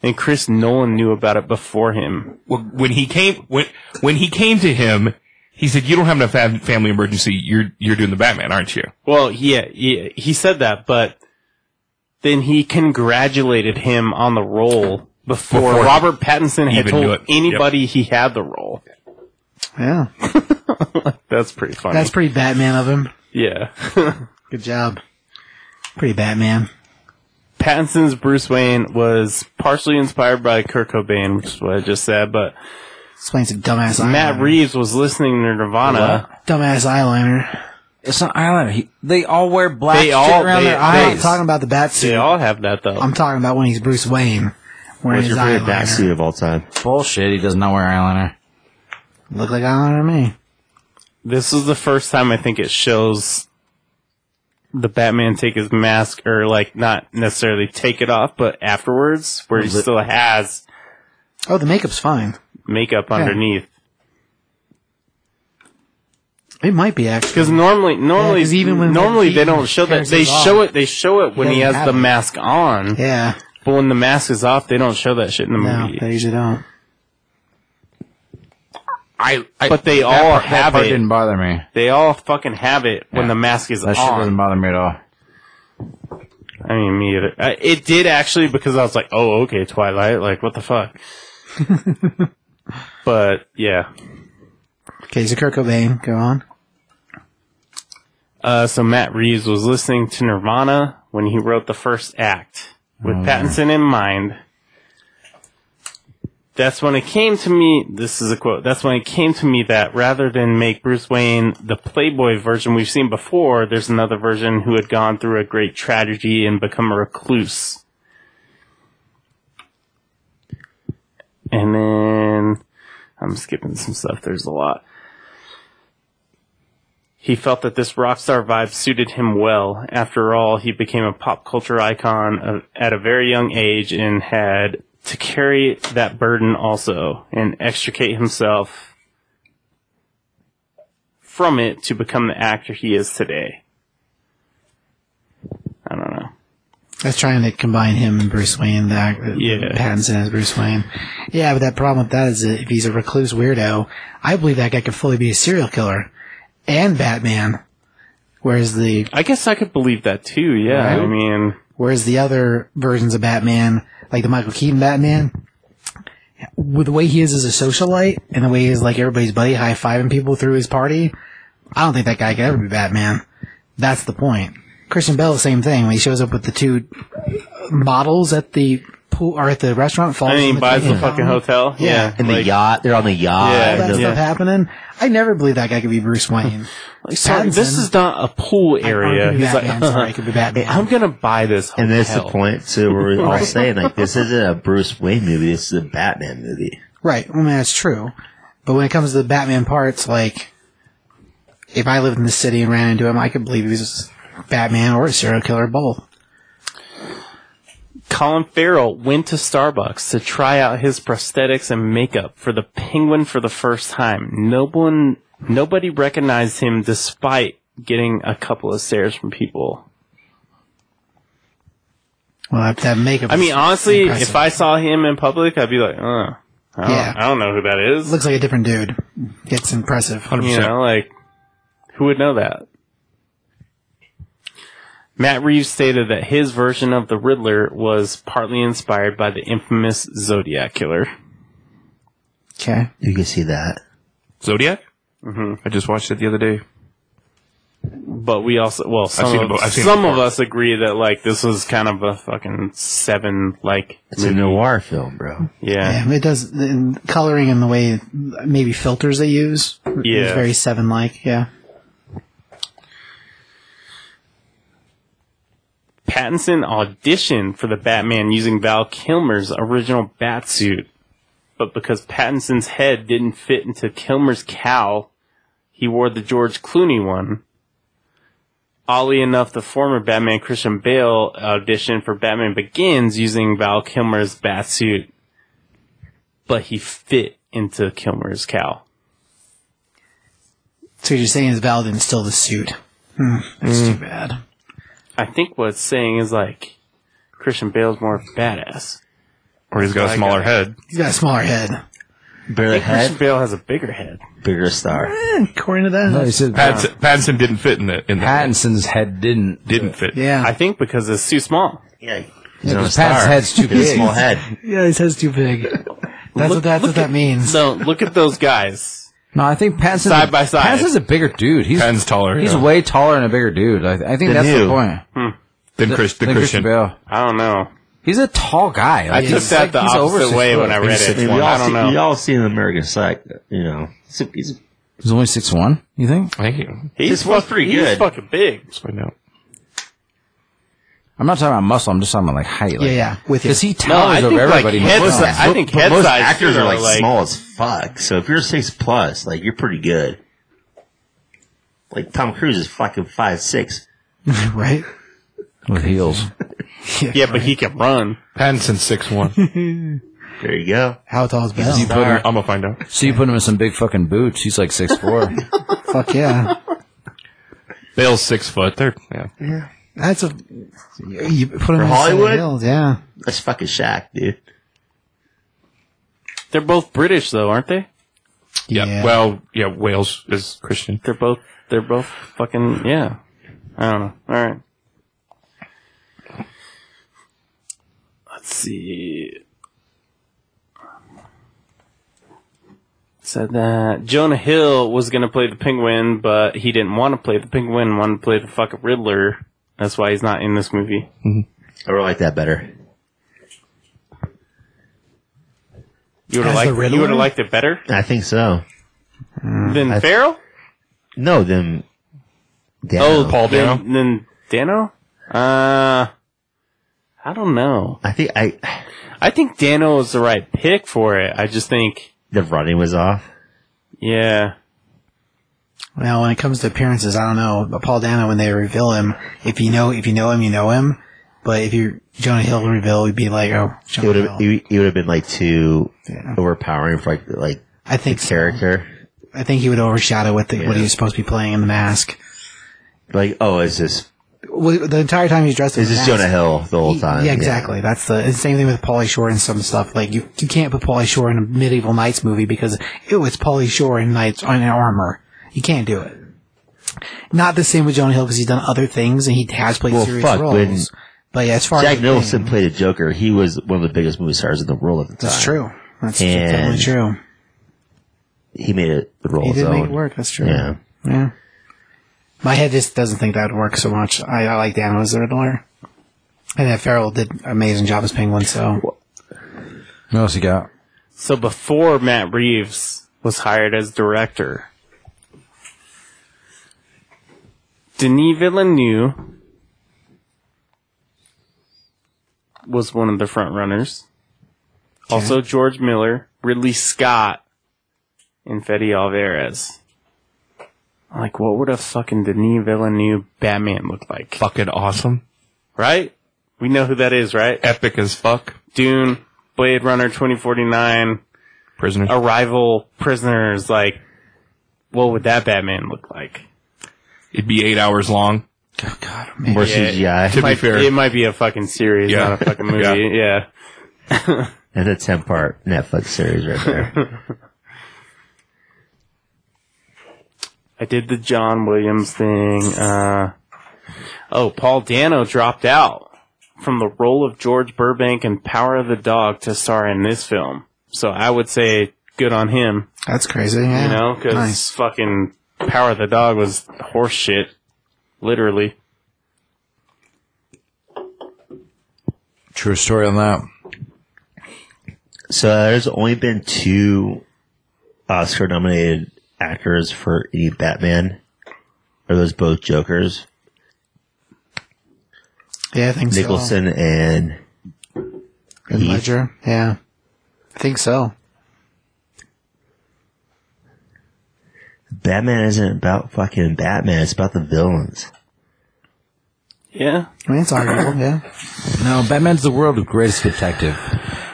[SPEAKER 2] and Chris Nolan knew about it before him.
[SPEAKER 4] Wh- When he came, when when he came to him, he said, "You don't have enough fam- family emergency. You're you're doing the Batman, aren't you?"
[SPEAKER 2] Well, yeah, yeah, he said that, but then he congratulated him on the role before,
[SPEAKER 4] Before
[SPEAKER 2] Robert Pattinson had
[SPEAKER 4] even knew
[SPEAKER 2] told
[SPEAKER 4] it. Yep.
[SPEAKER 2] anybody he had the role.
[SPEAKER 5] Yeah.
[SPEAKER 2] That's pretty funny.
[SPEAKER 5] That's pretty Batman of him.
[SPEAKER 2] yeah.
[SPEAKER 5] Good job. Pretty Batman.
[SPEAKER 2] Pattinson's Bruce Wayne was partially inspired by Kurt Cobain, which is what I just said,
[SPEAKER 5] Explains a dumbass
[SPEAKER 2] but Matt
[SPEAKER 5] eyeliner.
[SPEAKER 2] Reeves was listening to Nirvana.
[SPEAKER 5] dumbass eyeliner.
[SPEAKER 1] It's not eyeliner. He, they all wear black
[SPEAKER 2] They
[SPEAKER 1] shit
[SPEAKER 2] all-
[SPEAKER 1] around
[SPEAKER 2] they-
[SPEAKER 1] their
[SPEAKER 5] I'm not
[SPEAKER 1] eyes.
[SPEAKER 5] talking about the bat
[SPEAKER 2] They
[SPEAKER 5] suit.
[SPEAKER 2] all have that though.
[SPEAKER 5] I'm talking about when he's Bruce Wayne wearing
[SPEAKER 3] What's
[SPEAKER 5] his
[SPEAKER 3] your favorite
[SPEAKER 5] eyeliner.
[SPEAKER 3] backseat of all time?
[SPEAKER 1] Bullshit. He does not wear eyeliner.
[SPEAKER 5] Look like eyeliner to me.
[SPEAKER 2] this is the first time I think it shows the Batman take his mask, or like not necessarily take it off, but afterwards, where he
[SPEAKER 1] Lit-
[SPEAKER 2] still has
[SPEAKER 5] Oh, the makeup's fine.
[SPEAKER 2] makeup underneath.
[SPEAKER 5] It might be actually.
[SPEAKER 2] Because normally, normally,
[SPEAKER 5] 'cause even when
[SPEAKER 2] normally
[SPEAKER 5] he
[SPEAKER 2] they don't show that.
[SPEAKER 5] tears
[SPEAKER 2] They
[SPEAKER 5] it off,
[SPEAKER 2] show it. They show it when
[SPEAKER 5] he
[SPEAKER 2] he has
[SPEAKER 5] doesn't
[SPEAKER 2] the
[SPEAKER 5] have it.
[SPEAKER 2] mask on,
[SPEAKER 5] Yeah.
[SPEAKER 2] but when the mask is off, they don't show that shit in the
[SPEAKER 5] No,
[SPEAKER 2] movie.
[SPEAKER 5] they usually don't.
[SPEAKER 4] I, I
[SPEAKER 2] but they all
[SPEAKER 1] part-
[SPEAKER 2] have
[SPEAKER 1] part
[SPEAKER 2] it.
[SPEAKER 1] didn't bother me.
[SPEAKER 2] They all fucking have it when
[SPEAKER 1] Yeah.
[SPEAKER 2] the mask is
[SPEAKER 1] That shit
[SPEAKER 2] on.
[SPEAKER 1] doesn't bother me at all.
[SPEAKER 2] I mean, me either. Uh, it did actually because I was like, oh, okay, Twilight. Like, what the fuck? but yeah.
[SPEAKER 5] Okay, so Kurt Cobain, go on.
[SPEAKER 2] Uh, so Matt Reeves was listening to Nirvana when he wrote the first act with Pattinson in mind. That's when it came to me. This is a quote. That's when it came to me that rather than make Bruce Wayne the Playboy version we've seen before, there's another version who had gone through a great tragedy and become a recluse. And then I'm skipping some stuff. There's a lot. He felt that this rock star vibe suited him well. After all, he became a pop culture icon of, at a very young age and had to carry that burden also and extricate himself from it to become the actor he is today. I don't know.
[SPEAKER 5] That's trying to combine him and Bruce Wayne. That
[SPEAKER 2] Yeah.
[SPEAKER 5] Pattinson as Bruce Wayne. Yeah, but that problem with that is that if he's a recluse weirdo, I believe that guy could fully be a serial killer and Batman. Whereas the
[SPEAKER 2] I guess I could believe that too. Yeah. I
[SPEAKER 5] Right.
[SPEAKER 2] mean,
[SPEAKER 5] Whereas the other versions of Batman, like the Michael Keaton Batman, with the way he is as a socialite and the way he is like everybody's buddy, high fiving people through his party, I don't think that guy could ever be Batman. That's the point. Christian Bell, same thing. When he shows up with the two models at the pool or at the restaurant, falls.
[SPEAKER 2] I mean,
[SPEAKER 5] in
[SPEAKER 2] he buys the
[SPEAKER 5] fountain,
[SPEAKER 2] fucking hotel. Yeah.
[SPEAKER 3] And
[SPEAKER 2] Like-
[SPEAKER 3] the yacht. They're on the yacht.
[SPEAKER 2] Yeah,
[SPEAKER 5] All that
[SPEAKER 3] The-
[SPEAKER 5] stuff happening. I never believed that guy could be Bruce Wayne.
[SPEAKER 2] like, sorry, this
[SPEAKER 5] Pattinson.
[SPEAKER 2] is not a pool
[SPEAKER 5] Or it
[SPEAKER 2] area.
[SPEAKER 5] could be
[SPEAKER 2] He's
[SPEAKER 5] Batman.
[SPEAKER 2] like,
[SPEAKER 5] Sorry, it could be Batman.
[SPEAKER 2] I'm gonna buy this. Hotel.
[SPEAKER 3] And that's the point too, where we're all saying like, this isn't a Bruce Wayne movie. This is a Batman movie.
[SPEAKER 5] Right. I mean, that's true. But when it comes to the Batman parts, like, if I lived in the city and ran into him, I could believe he was Batman or a serial killer, both.
[SPEAKER 2] Colin Farrell went to Starbucks to try out his prosthetics and makeup for the penguin for the first time. No one, nobody recognized him despite getting a couple of stares from people.
[SPEAKER 5] Well, that, that makeup.
[SPEAKER 2] I mean, honestly,
[SPEAKER 5] Impressive.
[SPEAKER 2] if I saw him in public, I'd be like, uh, I don't,
[SPEAKER 5] Yeah.
[SPEAKER 2] I don't know who that is.
[SPEAKER 5] looks like a different dude. It's impressive.
[SPEAKER 2] You
[SPEAKER 4] 100%.
[SPEAKER 2] know, like, who would know that? Matt Reeves stated that his version of the Riddler was partly inspired by the infamous Zodiac Killer.
[SPEAKER 5] Okay.
[SPEAKER 3] You can see that.
[SPEAKER 4] Zodiac?
[SPEAKER 2] Mhm.
[SPEAKER 4] I just watched it the other day.
[SPEAKER 2] But we also, well, some,
[SPEAKER 4] seen
[SPEAKER 2] of,
[SPEAKER 4] it bo- I've seen it
[SPEAKER 2] some of
[SPEAKER 4] before.
[SPEAKER 2] us agree that, like, this was kind of a fucking seven, like,
[SPEAKER 3] It's a noir film, bro.
[SPEAKER 2] yeah.
[SPEAKER 5] Yeah, it does the coloring and the way maybe filters they use. is
[SPEAKER 2] Yeah.
[SPEAKER 5] very seven like. Yeah.
[SPEAKER 2] Pattinson auditioned for the Batman using Val Kilmer's original Batsuit, but because Pattinson's head didn't fit into Kilmer's cowl, he wore the George Clooney one. Oddly enough, the former Batman Christian Bale auditioned for Batman Begins using Val Kilmer's Batsuit, but he fit into Kilmer's cowl.
[SPEAKER 5] So what you're saying is Val didn't steal the suit. Hmm, that's too bad.
[SPEAKER 2] I think what it's saying is like Christian Bale's more badass.
[SPEAKER 4] Or he's got a smaller head.
[SPEAKER 5] He's got a smaller head.
[SPEAKER 3] Bigger
[SPEAKER 2] Christian
[SPEAKER 3] head,
[SPEAKER 2] Bale has a bigger head.
[SPEAKER 3] bigger star.
[SPEAKER 5] Eh, according to that,
[SPEAKER 1] No, he
[SPEAKER 5] that's-
[SPEAKER 1] said
[SPEAKER 4] Pattinson, Pattinson didn't fit in the in the
[SPEAKER 1] Pattinson's head didn't.
[SPEAKER 4] didn't fit.
[SPEAKER 5] yeah,
[SPEAKER 2] I think because it's too small.
[SPEAKER 3] Yeah.
[SPEAKER 1] Yeah, 'cause Pat's head's too
[SPEAKER 3] He's a
[SPEAKER 1] big.
[SPEAKER 3] small head.
[SPEAKER 5] yeah, his head's too big. That's what that's what that means.
[SPEAKER 2] So look at those guys.
[SPEAKER 1] No, I think Pattinson's
[SPEAKER 2] Side by side.
[SPEAKER 1] Pattinson's a bigger dude. He's
[SPEAKER 4] Pattinson's taller.
[SPEAKER 1] He's
[SPEAKER 4] yeah.
[SPEAKER 1] way taller and a bigger dude. I, I think
[SPEAKER 3] Than
[SPEAKER 1] that's the
[SPEAKER 3] who?
[SPEAKER 1] point.
[SPEAKER 4] than Chris, than
[SPEAKER 1] Than
[SPEAKER 4] Christian.
[SPEAKER 1] Bale.
[SPEAKER 2] I don't know.
[SPEAKER 1] He's a tall guy.
[SPEAKER 2] I
[SPEAKER 1] Like,
[SPEAKER 2] took
[SPEAKER 1] he's
[SPEAKER 2] that
[SPEAKER 1] like-
[SPEAKER 2] the
[SPEAKER 1] he's over
[SPEAKER 2] opposite
[SPEAKER 1] six
[SPEAKER 2] way
[SPEAKER 1] foot.
[SPEAKER 2] when I
[SPEAKER 3] Maybe
[SPEAKER 2] read
[SPEAKER 3] six-
[SPEAKER 2] it.
[SPEAKER 3] we
[SPEAKER 2] Well,
[SPEAKER 3] all
[SPEAKER 2] I don't
[SPEAKER 3] see-
[SPEAKER 2] know.
[SPEAKER 3] We all seen American Psych, you know. It's a- He's,
[SPEAKER 1] He's only six one. You think?
[SPEAKER 4] Thank you.
[SPEAKER 2] He's
[SPEAKER 3] This one's
[SPEAKER 2] fuck-
[SPEAKER 3] pretty
[SPEAKER 2] he's
[SPEAKER 3] good.
[SPEAKER 2] fucking big.
[SPEAKER 4] Let's find out.
[SPEAKER 1] I'm not talking about muscle. I'm just talking about like height. Like,
[SPEAKER 5] Yeah, yeah, with you.
[SPEAKER 1] Because he
[SPEAKER 2] No,
[SPEAKER 1] towers
[SPEAKER 2] I think
[SPEAKER 1] over
[SPEAKER 2] like
[SPEAKER 1] everybody.
[SPEAKER 2] head
[SPEAKER 1] most
[SPEAKER 2] si-
[SPEAKER 1] times.
[SPEAKER 2] I think head
[SPEAKER 3] most
[SPEAKER 2] size
[SPEAKER 3] actors
[SPEAKER 2] too,
[SPEAKER 3] are like, small as fuck. So if you're six plus, like you're pretty good. Like Tom Cruise is fucking five six.
[SPEAKER 5] right?
[SPEAKER 1] with heels.
[SPEAKER 2] Yeah, but he can run.
[SPEAKER 4] Pattinson's six one.
[SPEAKER 3] There you go.
[SPEAKER 5] How tall is Val?
[SPEAKER 1] You put him-
[SPEAKER 4] I'm gonna find out.
[SPEAKER 1] so you put him in some big fucking boots. He's like six four.
[SPEAKER 5] Fuck yeah,
[SPEAKER 4] Bale's six foot. They're yeah.
[SPEAKER 5] that's a you put him in
[SPEAKER 3] Hollywood?
[SPEAKER 5] Hollywood. Hills, yeah,
[SPEAKER 3] That's fucking Shaq, dude.
[SPEAKER 2] They're both British though, aren't they?
[SPEAKER 4] yeah,
[SPEAKER 5] Yeah.
[SPEAKER 4] Well, yeah. Wales is Christian.
[SPEAKER 2] They're both. They're both fucking. Yeah. I don't know. All right. Let's see. Said that Jonah Hill was going to play the Penguin, but he didn't want to play the Penguin. Wanted to play the fucking Riddler. That's why he's not in this movie.
[SPEAKER 3] I really like that better.
[SPEAKER 2] You would have liked.
[SPEAKER 5] As the
[SPEAKER 2] You would
[SPEAKER 5] Riddler? Mm,
[SPEAKER 2] have liked it better
[SPEAKER 3] I think so.
[SPEAKER 2] than
[SPEAKER 3] I-
[SPEAKER 2] Farrell.
[SPEAKER 3] No, then. Damn.
[SPEAKER 2] Oh,
[SPEAKER 4] Paul Dano.
[SPEAKER 2] Than, than Dano. Uh, I don't know.
[SPEAKER 3] I think I.
[SPEAKER 2] I think Dano was the right pick for it. I just think,
[SPEAKER 3] The running was off.
[SPEAKER 2] yeah,
[SPEAKER 5] Well, when it comes to appearances, I don't know. But Paul Dano, when they reveal him, if you know, if you know him, you know him. But if you Jonah Hill reveal, you'd be like, oh,
[SPEAKER 3] It
[SPEAKER 5] Jonah
[SPEAKER 3] would have.
[SPEAKER 5] Hill.
[SPEAKER 3] It would have been like too
[SPEAKER 5] Yeah.
[SPEAKER 3] overpowering for like the- like
[SPEAKER 5] I think so.
[SPEAKER 3] character.
[SPEAKER 5] I think he would overshadow what the, what
[SPEAKER 3] Yeah.
[SPEAKER 5] he was supposed to be playing in the mask.
[SPEAKER 3] Like, oh, is this
[SPEAKER 5] Well, the entire time he's dressed. in
[SPEAKER 3] is
[SPEAKER 5] the
[SPEAKER 3] this
[SPEAKER 5] mask,
[SPEAKER 3] Jonah Hill the whole time?
[SPEAKER 5] Yeah, exactly. That's the it's the same thing with Pauly Shore and some stuff. Like you, you can't put Pauly Shore in a medieval knights movie because ew, it's Pauly Shore in knights on an armor. You can't do it. Not the same with Jonah Hill because he's done other things and he has played
[SPEAKER 3] Well,
[SPEAKER 5] serious
[SPEAKER 3] fuck, when
[SPEAKER 5] roles. But yeah, as far
[SPEAKER 3] Jack
[SPEAKER 5] as
[SPEAKER 3] Nicholson played a Joker. He was one of the biggest movie stars in the world at the time.
[SPEAKER 5] that's true. That's
[SPEAKER 3] And-
[SPEAKER 5] definitely true.
[SPEAKER 3] He made it the role
[SPEAKER 5] He
[SPEAKER 3] his
[SPEAKER 5] did make
[SPEAKER 3] own.
[SPEAKER 5] it work. That's true.
[SPEAKER 3] Yeah.
[SPEAKER 5] Yeah. My head just doesn't think that would work so much. I, I like Dan as the Riddler. And then Farrell did an amazing job as Penguin, so.
[SPEAKER 1] What else you got?
[SPEAKER 2] So before Matt Reeves was hired as director, Denis Villeneuve was one of the front runners. Also George Miller, Ridley Scott, and Fede Alvarez. Like, what would a fucking Denis Villeneuve Batman look like?
[SPEAKER 4] Fucking awesome.
[SPEAKER 2] Right? We know who that is, right?
[SPEAKER 4] Epic as fuck.
[SPEAKER 2] Dune, Blade Runner 2049,
[SPEAKER 4] Prisoner.
[SPEAKER 2] Oh. Arrival, Prisoners. Like, what would that Batman look like?
[SPEAKER 4] It'd be eight hours long.
[SPEAKER 3] More
[SPEAKER 2] Yeah.
[SPEAKER 3] CGI.
[SPEAKER 4] To be
[SPEAKER 2] Might-
[SPEAKER 4] fair.
[SPEAKER 2] It might be a fucking series,
[SPEAKER 4] Yeah.
[SPEAKER 2] not a fucking movie. yeah.
[SPEAKER 3] That's a 10 part Netflix series right there.
[SPEAKER 2] I did the John Williams thing. Uh, oh, Paul Dano dropped out from the role of George Burbank in Power of the Dog to star in this film. So I would say good on him,
[SPEAKER 5] That's crazy. Yeah.
[SPEAKER 2] you know, because
[SPEAKER 5] nice.
[SPEAKER 2] fucking Power of the Dog was horse shit, literally.
[SPEAKER 1] True story on that.
[SPEAKER 3] so there's only been two Oscar nominated actors for any Batman. Are those both Jokers?
[SPEAKER 5] Yeah, I think so.
[SPEAKER 3] Nicholson and
[SPEAKER 5] And
[SPEAKER 3] Heath.
[SPEAKER 5] Ledger. Yeah. I think so.
[SPEAKER 3] Batman isn't about fucking Batman. It's about the villains.
[SPEAKER 2] Yeah.
[SPEAKER 5] I mean, it's arguable. yeah.
[SPEAKER 1] No, Batman's the world's greatest detective,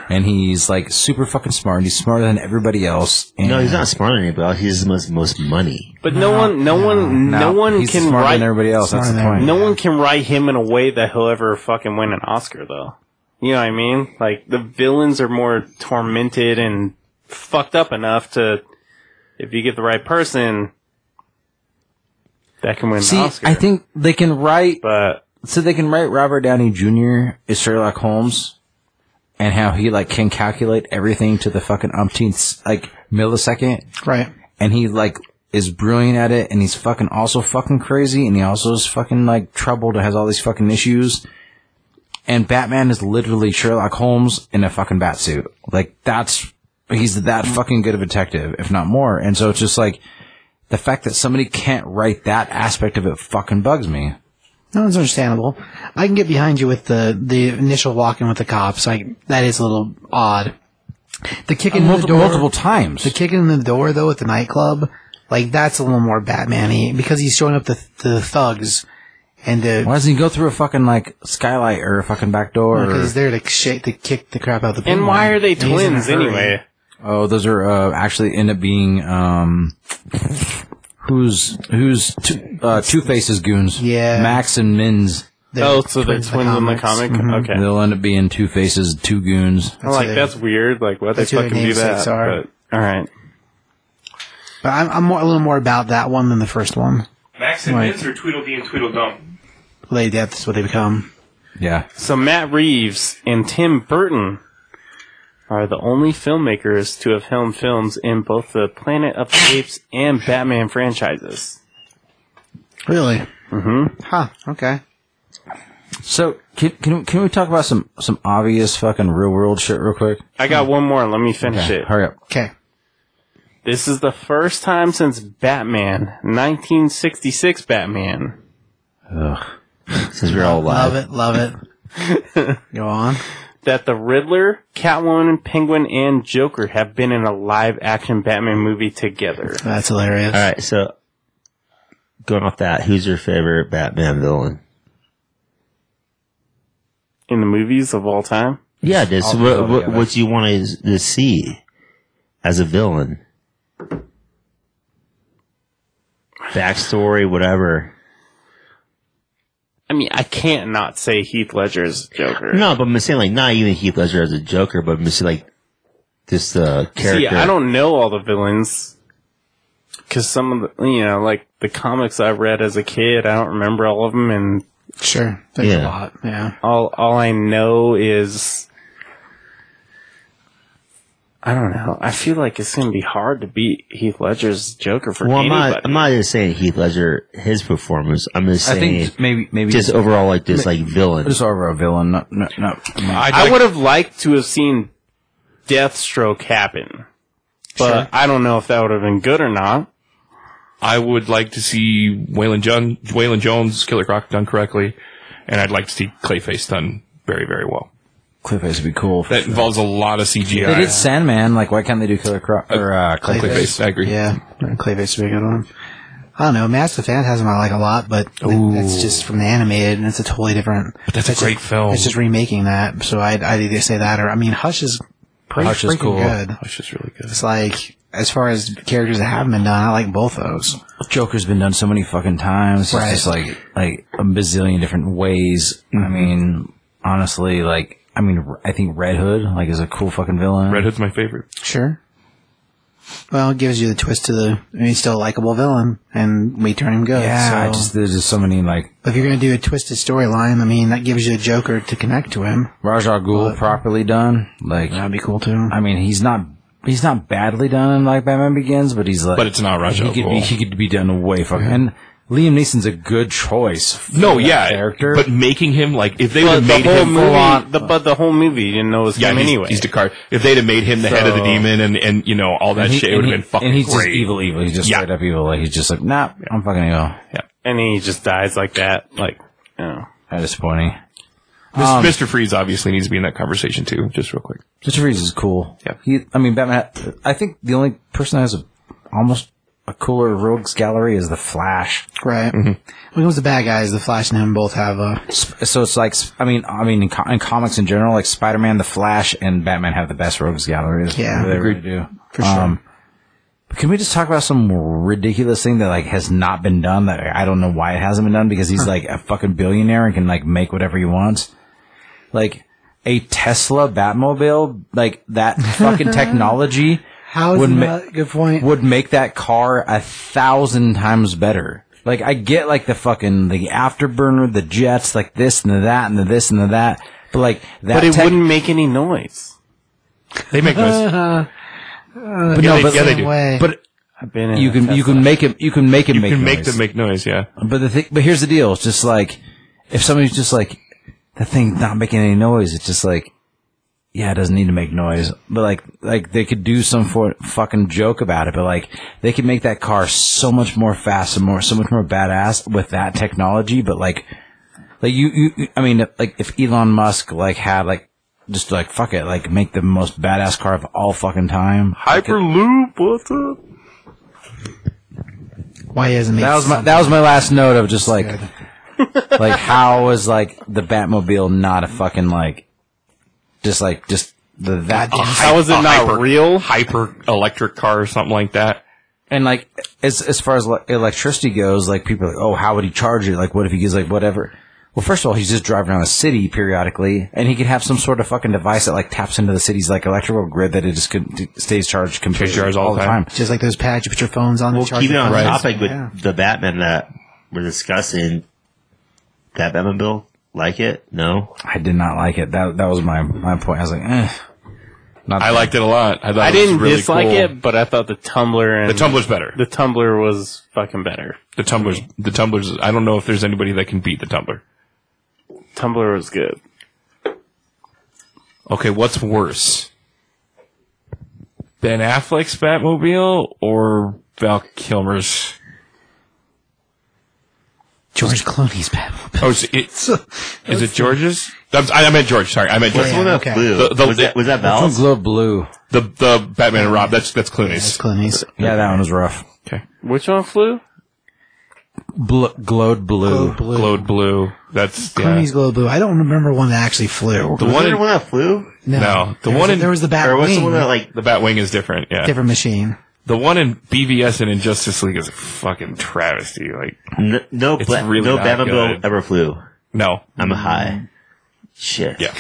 [SPEAKER 1] and he's like super fucking smart. and He's smarter than everybody else. And
[SPEAKER 3] No, he's not smart than anybody. He's the most most money.
[SPEAKER 2] But no, one, no, one, no, one
[SPEAKER 1] he's
[SPEAKER 2] can
[SPEAKER 1] smarter
[SPEAKER 2] write.
[SPEAKER 1] than everybody else. That's the
[SPEAKER 5] Smarter
[SPEAKER 1] point.
[SPEAKER 5] than
[SPEAKER 2] No one can write him in a way that he'll ever fucking win an Oscar, though. You know what I mean? Like the villains are more tormented and fucked up enough to, if you get the right person, that can win
[SPEAKER 1] See,
[SPEAKER 2] an Oscar.
[SPEAKER 1] I think they can write.
[SPEAKER 2] but
[SPEAKER 1] So they can write Robert Downey Jr. as Sherlock Holmes, and how he like can calculate everything to the fucking umpteenth like millisecond,
[SPEAKER 5] Right.
[SPEAKER 1] and he like is brilliant at it, and he's fucking also fucking crazy, and he also is fucking like troubled and has all these fucking issues. And Batman is literally Sherlock Holmes in a fucking bat suit. Like that's he's that fucking good of a detective, if not more. And so it's just like the fact that somebody can't write that aspect of it fucking bugs me.
[SPEAKER 5] No, it's understandable. I can get behind you with the the initial walking with the cops. Like that is a little odd. The kicking in the
[SPEAKER 1] Uh, Multiple,
[SPEAKER 5] door,
[SPEAKER 1] multiple times.
[SPEAKER 5] the kicking in the door though at the nightclub, like that's a little more Batman-y because he's showing up to, to the thugs and the
[SPEAKER 1] Why doesn't he go through a fucking like skylight or a fucking back door?
[SPEAKER 5] because
[SPEAKER 1] Or,
[SPEAKER 5] he's there to shake to kick the crap out of the.
[SPEAKER 2] and
[SPEAKER 5] penguin.
[SPEAKER 2] why are they
[SPEAKER 5] He's in a
[SPEAKER 2] twins
[SPEAKER 5] hurry.
[SPEAKER 2] anyway?
[SPEAKER 1] oh, those are uh, actually end up being um, who's who's two, uh, Two Faces goons?
[SPEAKER 5] Yeah.
[SPEAKER 1] Max and Min's.
[SPEAKER 5] They're
[SPEAKER 2] oh, so they're twins, in the
[SPEAKER 5] comics. Mm-hmm.
[SPEAKER 2] comic. Mm-hmm. Okay,
[SPEAKER 1] They'll end up being Two Faces, two goons.
[SPEAKER 2] I'm like
[SPEAKER 5] what they-
[SPEAKER 2] that's weird. Like why they
[SPEAKER 5] that's who their
[SPEAKER 2] fucking do that?
[SPEAKER 5] namesakes are.
[SPEAKER 2] But all right,
[SPEAKER 5] But I'm, I'm more, a little more about that one than the first one.
[SPEAKER 4] Max and
[SPEAKER 5] Right.
[SPEAKER 4] Minz or Tweedledee and Tweedledum?
[SPEAKER 5] They that's what they become.
[SPEAKER 1] Yeah,
[SPEAKER 2] so Matt Reeves and Tim Burton. Are the only filmmakers to have helmed films in both the Planet of the Apes and Batman franchises.
[SPEAKER 5] Really? Mm-hmm. Huh. Okay.
[SPEAKER 1] So can can can we talk about some some obvious fucking real world shit real quick?
[SPEAKER 2] I got one more. Let me finish it.
[SPEAKER 1] Hurry up.
[SPEAKER 5] Okay.
[SPEAKER 2] This is the first time since Batman, 1966 Batman,
[SPEAKER 3] Since we're all
[SPEAKER 5] Love
[SPEAKER 3] alive.
[SPEAKER 5] it. Love it. Go on.
[SPEAKER 2] that the Riddler, Catwoman, Penguin, and Joker have been in a live action Batman movie together.
[SPEAKER 5] That's hilarious.
[SPEAKER 1] Uh,
[SPEAKER 3] All right, so going off that, who's your favorite Batman villain?
[SPEAKER 2] In the movies of all time?
[SPEAKER 3] Yeah, this.
[SPEAKER 1] I'll
[SPEAKER 3] What,
[SPEAKER 1] go
[SPEAKER 3] what,
[SPEAKER 1] together.
[SPEAKER 3] what do you want to, to see as a villain? Backstory, whatever.
[SPEAKER 2] I mean, I can't not say Heath Ledger's Joker.
[SPEAKER 3] No, but I'm saying like not even Heath Ledger as a Joker, but I'm saying like this uh, character.
[SPEAKER 2] See, I don't know all the villains. Cause some of the, you know, like the comics I read as a kid, I don't remember all of them and
[SPEAKER 5] Sure. There's
[SPEAKER 3] Yeah.
[SPEAKER 5] a lot. Yeah.
[SPEAKER 2] all all I know is I don't know. I feel like it's gonna be hard to beat Heath Ledger's Joker for
[SPEAKER 3] Well, I'm
[SPEAKER 2] anybody.
[SPEAKER 3] not. I'm not just saying Heath Ledger his performance. I'm just
[SPEAKER 1] I
[SPEAKER 3] saying
[SPEAKER 1] think maybe maybe
[SPEAKER 3] just overall like this like villain.
[SPEAKER 1] just over a villain. No, no, no.
[SPEAKER 4] I'd
[SPEAKER 2] I
[SPEAKER 4] like,
[SPEAKER 2] would have liked to have seen Deathstroke happen, but I don't know if that would have been good or not.
[SPEAKER 4] I would like to see Waylon, Jun- Waylon Jones, Killer Croc done correctly, and I'd like to see Clayface done very, very well.
[SPEAKER 1] Clayface would be cool. for
[SPEAKER 4] That
[SPEAKER 1] sure.
[SPEAKER 4] involves a lot of
[SPEAKER 1] They
[SPEAKER 4] CGI.
[SPEAKER 1] did Sandman. Like, why can't they do Killer Croc or uh, Clayface?
[SPEAKER 4] Clayface, I agree.
[SPEAKER 5] Yeah. Clayface would be a good one. I don't know. Mass of Phantasm I like a lot, but th- that's just from the animated, and it's a totally different. But
[SPEAKER 4] that's a great film.
[SPEAKER 5] It's just remaking that, so I'd, I'd either say that or I mean, Hush is pretty
[SPEAKER 1] Hush
[SPEAKER 5] freaking
[SPEAKER 1] is cool.
[SPEAKER 5] good.
[SPEAKER 4] Which is really good.
[SPEAKER 5] It's like as far as characters that haven't been done, I like both those.
[SPEAKER 1] Joker's been done so many fucking times.
[SPEAKER 5] Right.
[SPEAKER 1] It's just like like a bazillion different ways. I mean, honestly, like I mean, I think Red Hood like is a cool fucking villain.
[SPEAKER 4] Red Hood's my favorite.
[SPEAKER 5] Sure. Well, it gives you the twist to the. I mean, he's still a likable villain, and we turn him good.
[SPEAKER 1] Yeah,
[SPEAKER 5] so.
[SPEAKER 1] I just there's just so many like
[SPEAKER 5] But if you're going to do a twisted storyline, I mean, that gives you a Joker to connect to him.
[SPEAKER 1] Raj Al Ghul properly done. Like
[SPEAKER 5] That'd be cool too.
[SPEAKER 1] I mean, he's not he's not badly done like Batman Begins, but he's like
[SPEAKER 4] But it's not Ra's
[SPEAKER 1] he
[SPEAKER 4] al
[SPEAKER 1] could be
[SPEAKER 4] Ghul.
[SPEAKER 1] he could be done way fucking. And Liam Neeson's a good choice. for
[SPEAKER 4] No,
[SPEAKER 1] that
[SPEAKER 4] yeah,
[SPEAKER 1] character.
[SPEAKER 4] but making him like if they would
[SPEAKER 2] But
[SPEAKER 4] have
[SPEAKER 2] the
[SPEAKER 4] made
[SPEAKER 2] whole
[SPEAKER 4] him full
[SPEAKER 2] movie,
[SPEAKER 4] on,
[SPEAKER 2] the, but the whole movie you didn't know it was
[SPEAKER 4] yeah,
[SPEAKER 2] him
[SPEAKER 4] he's,
[SPEAKER 2] anyway.
[SPEAKER 4] he's Descartes. If they'd have made him the head of the
[SPEAKER 2] So-
[SPEAKER 4] demon and and you know all that
[SPEAKER 1] And he-
[SPEAKER 4] shit, it
[SPEAKER 1] and
[SPEAKER 4] would have
[SPEAKER 1] he-
[SPEAKER 4] been fucking
[SPEAKER 1] And he's just
[SPEAKER 4] great.
[SPEAKER 1] evil, evil. He's just
[SPEAKER 4] Yeah.
[SPEAKER 1] straight up evil. Like he's just like, nah, I'm fucking evil.
[SPEAKER 2] and he just dies like that. Like, you know.
[SPEAKER 1] That is funny.
[SPEAKER 4] Mis- Mr. Freeze obviously needs to be in that conversation too. Just real quick.
[SPEAKER 1] Mr. Freeze is cool.
[SPEAKER 4] Yeah.
[SPEAKER 1] He, I mean, Batman. I think the only person that has a almost a cooler rogues gallery is the Flash.
[SPEAKER 5] Right.
[SPEAKER 1] Mm-hmm.
[SPEAKER 5] When it comes to bad guys, the Flash and him both have a.
[SPEAKER 1] Sp- So it's like, I mean, I mean, in, co- in comics in general, like Spider Man, the Flash, and Batman have the best rogues galleries.
[SPEAKER 5] Yeah,
[SPEAKER 1] they really do. For sure. but can we just talk about some ridiculous thing that like has not been done that I don't know why it hasn't been done because he's like a fucking billionaire and can like make whatever he wants. Like a Tesla Batmobile, like that fucking technology
[SPEAKER 5] How is
[SPEAKER 1] Wouldn't ma-
[SPEAKER 5] that? good point.
[SPEAKER 1] would make that car a thousand times better. Like I get like the fucking the afterburner, the jets, like this and the that and the this and the that, but like that.
[SPEAKER 2] but it
[SPEAKER 1] tech-
[SPEAKER 2] wouldn't make any noise.
[SPEAKER 4] They make noise.
[SPEAKER 1] But
[SPEAKER 4] yeah,
[SPEAKER 1] no,
[SPEAKER 4] they-
[SPEAKER 1] but
[SPEAKER 4] yeah, they
[SPEAKER 5] Same
[SPEAKER 4] do.
[SPEAKER 5] way.
[SPEAKER 1] but
[SPEAKER 2] I've been in
[SPEAKER 1] you
[SPEAKER 2] a
[SPEAKER 1] can you
[SPEAKER 2] Tesla.
[SPEAKER 1] can make him you can make him
[SPEAKER 4] You
[SPEAKER 1] make
[SPEAKER 4] can make
[SPEAKER 1] noise.
[SPEAKER 4] them make noise. Yeah.
[SPEAKER 1] But the thing, but here's the deal. It's just like if somebody's just like that thing not making any noise. It's just like yeah, it doesn't need to make noise. But like like they could do some for, fucking joke about it. But like they could make that car so much more fast and more so much more badass with that technology. But like like you, you you- I mean like if Elon Musk like had like. Just like fuck it, like make the most badass car of all fucking time.
[SPEAKER 4] Hyperloop. What's up?
[SPEAKER 5] Why isn't
[SPEAKER 1] That was my that was my last note of just like like how was like the Batmobile not a fucking like just like just the that
[SPEAKER 4] How
[SPEAKER 2] is it not real?
[SPEAKER 4] uh, Hyper electric car or something like that.
[SPEAKER 1] and like as as far as like, electricity goes like people are like oh how would he charge it like what if he gets like whatever well first of all he's just driving around the city periodically and he could have some sort of fucking device that like taps into the city's like electrical grid that it just could, stays charged completely
[SPEAKER 4] charged all
[SPEAKER 1] all
[SPEAKER 4] the
[SPEAKER 1] the
[SPEAKER 4] time.
[SPEAKER 1] time,
[SPEAKER 5] just like those pads you put your phones on.
[SPEAKER 3] Well,
[SPEAKER 5] to charge
[SPEAKER 3] keeping
[SPEAKER 5] your
[SPEAKER 3] on
[SPEAKER 5] phones.
[SPEAKER 3] topic with
[SPEAKER 5] Yeah.
[SPEAKER 3] the Batman that we're discussing, that Batman bill, like it? No.
[SPEAKER 1] I did not like it that that was my my point I was like eh. Not
[SPEAKER 4] I liked it a lot. I, thought
[SPEAKER 2] I
[SPEAKER 4] it was
[SPEAKER 2] didn't
[SPEAKER 4] really
[SPEAKER 2] dislike
[SPEAKER 4] cool.
[SPEAKER 2] it, but I thought the Tumblr and
[SPEAKER 4] The tumbler's better.
[SPEAKER 2] the Tumblr was fucking better.
[SPEAKER 4] The tumblers. The tumblers. I don't know if there's anybody that can beat the tumbler.
[SPEAKER 2] Tumblr was good.
[SPEAKER 4] Okay, what's worse? Ben Affleck's Batmobile or Val Kilmer's?
[SPEAKER 5] George Clooney's Batmobile.
[SPEAKER 4] Oh, is it, is it George's? I'm, I meant George. Sorry, I meant
[SPEAKER 3] What's
[SPEAKER 4] George.
[SPEAKER 3] the one that
[SPEAKER 5] okay.
[SPEAKER 3] flew?
[SPEAKER 4] The- the-
[SPEAKER 3] was that was that
[SPEAKER 1] Which one's
[SPEAKER 3] Val's?
[SPEAKER 1] glow blue
[SPEAKER 4] The the Batman and Rob. That's that's Clooney's.
[SPEAKER 5] That's Clooney's.
[SPEAKER 1] yeah that one was rough
[SPEAKER 4] Okay.
[SPEAKER 2] Which one flew?
[SPEAKER 1] Bl- glowed blue.
[SPEAKER 3] Oh.
[SPEAKER 5] Glow blue.
[SPEAKER 4] Glowed blue. That's yeah.
[SPEAKER 5] Clooney's glow blue. I don't remember one that actually flew.
[SPEAKER 4] the
[SPEAKER 3] Was
[SPEAKER 4] one
[SPEAKER 3] there
[SPEAKER 4] in,
[SPEAKER 3] one that flew?
[SPEAKER 5] No,
[SPEAKER 4] no, the
[SPEAKER 5] There was
[SPEAKER 4] one
[SPEAKER 5] a-
[SPEAKER 4] in-
[SPEAKER 5] there was the
[SPEAKER 3] Or what's the one that
[SPEAKER 5] Batwing.
[SPEAKER 3] like
[SPEAKER 4] the Batwing is different. Yeah.
[SPEAKER 5] Different machine.
[SPEAKER 4] The one in BVS and in Justice League is a fucking travesty. Like
[SPEAKER 3] n- no
[SPEAKER 4] It's
[SPEAKER 3] bla-
[SPEAKER 4] really
[SPEAKER 3] no
[SPEAKER 4] not
[SPEAKER 3] Batman bill
[SPEAKER 4] good.
[SPEAKER 3] ever flew?
[SPEAKER 4] no.
[SPEAKER 3] I'm high. Shit.
[SPEAKER 4] Yeah.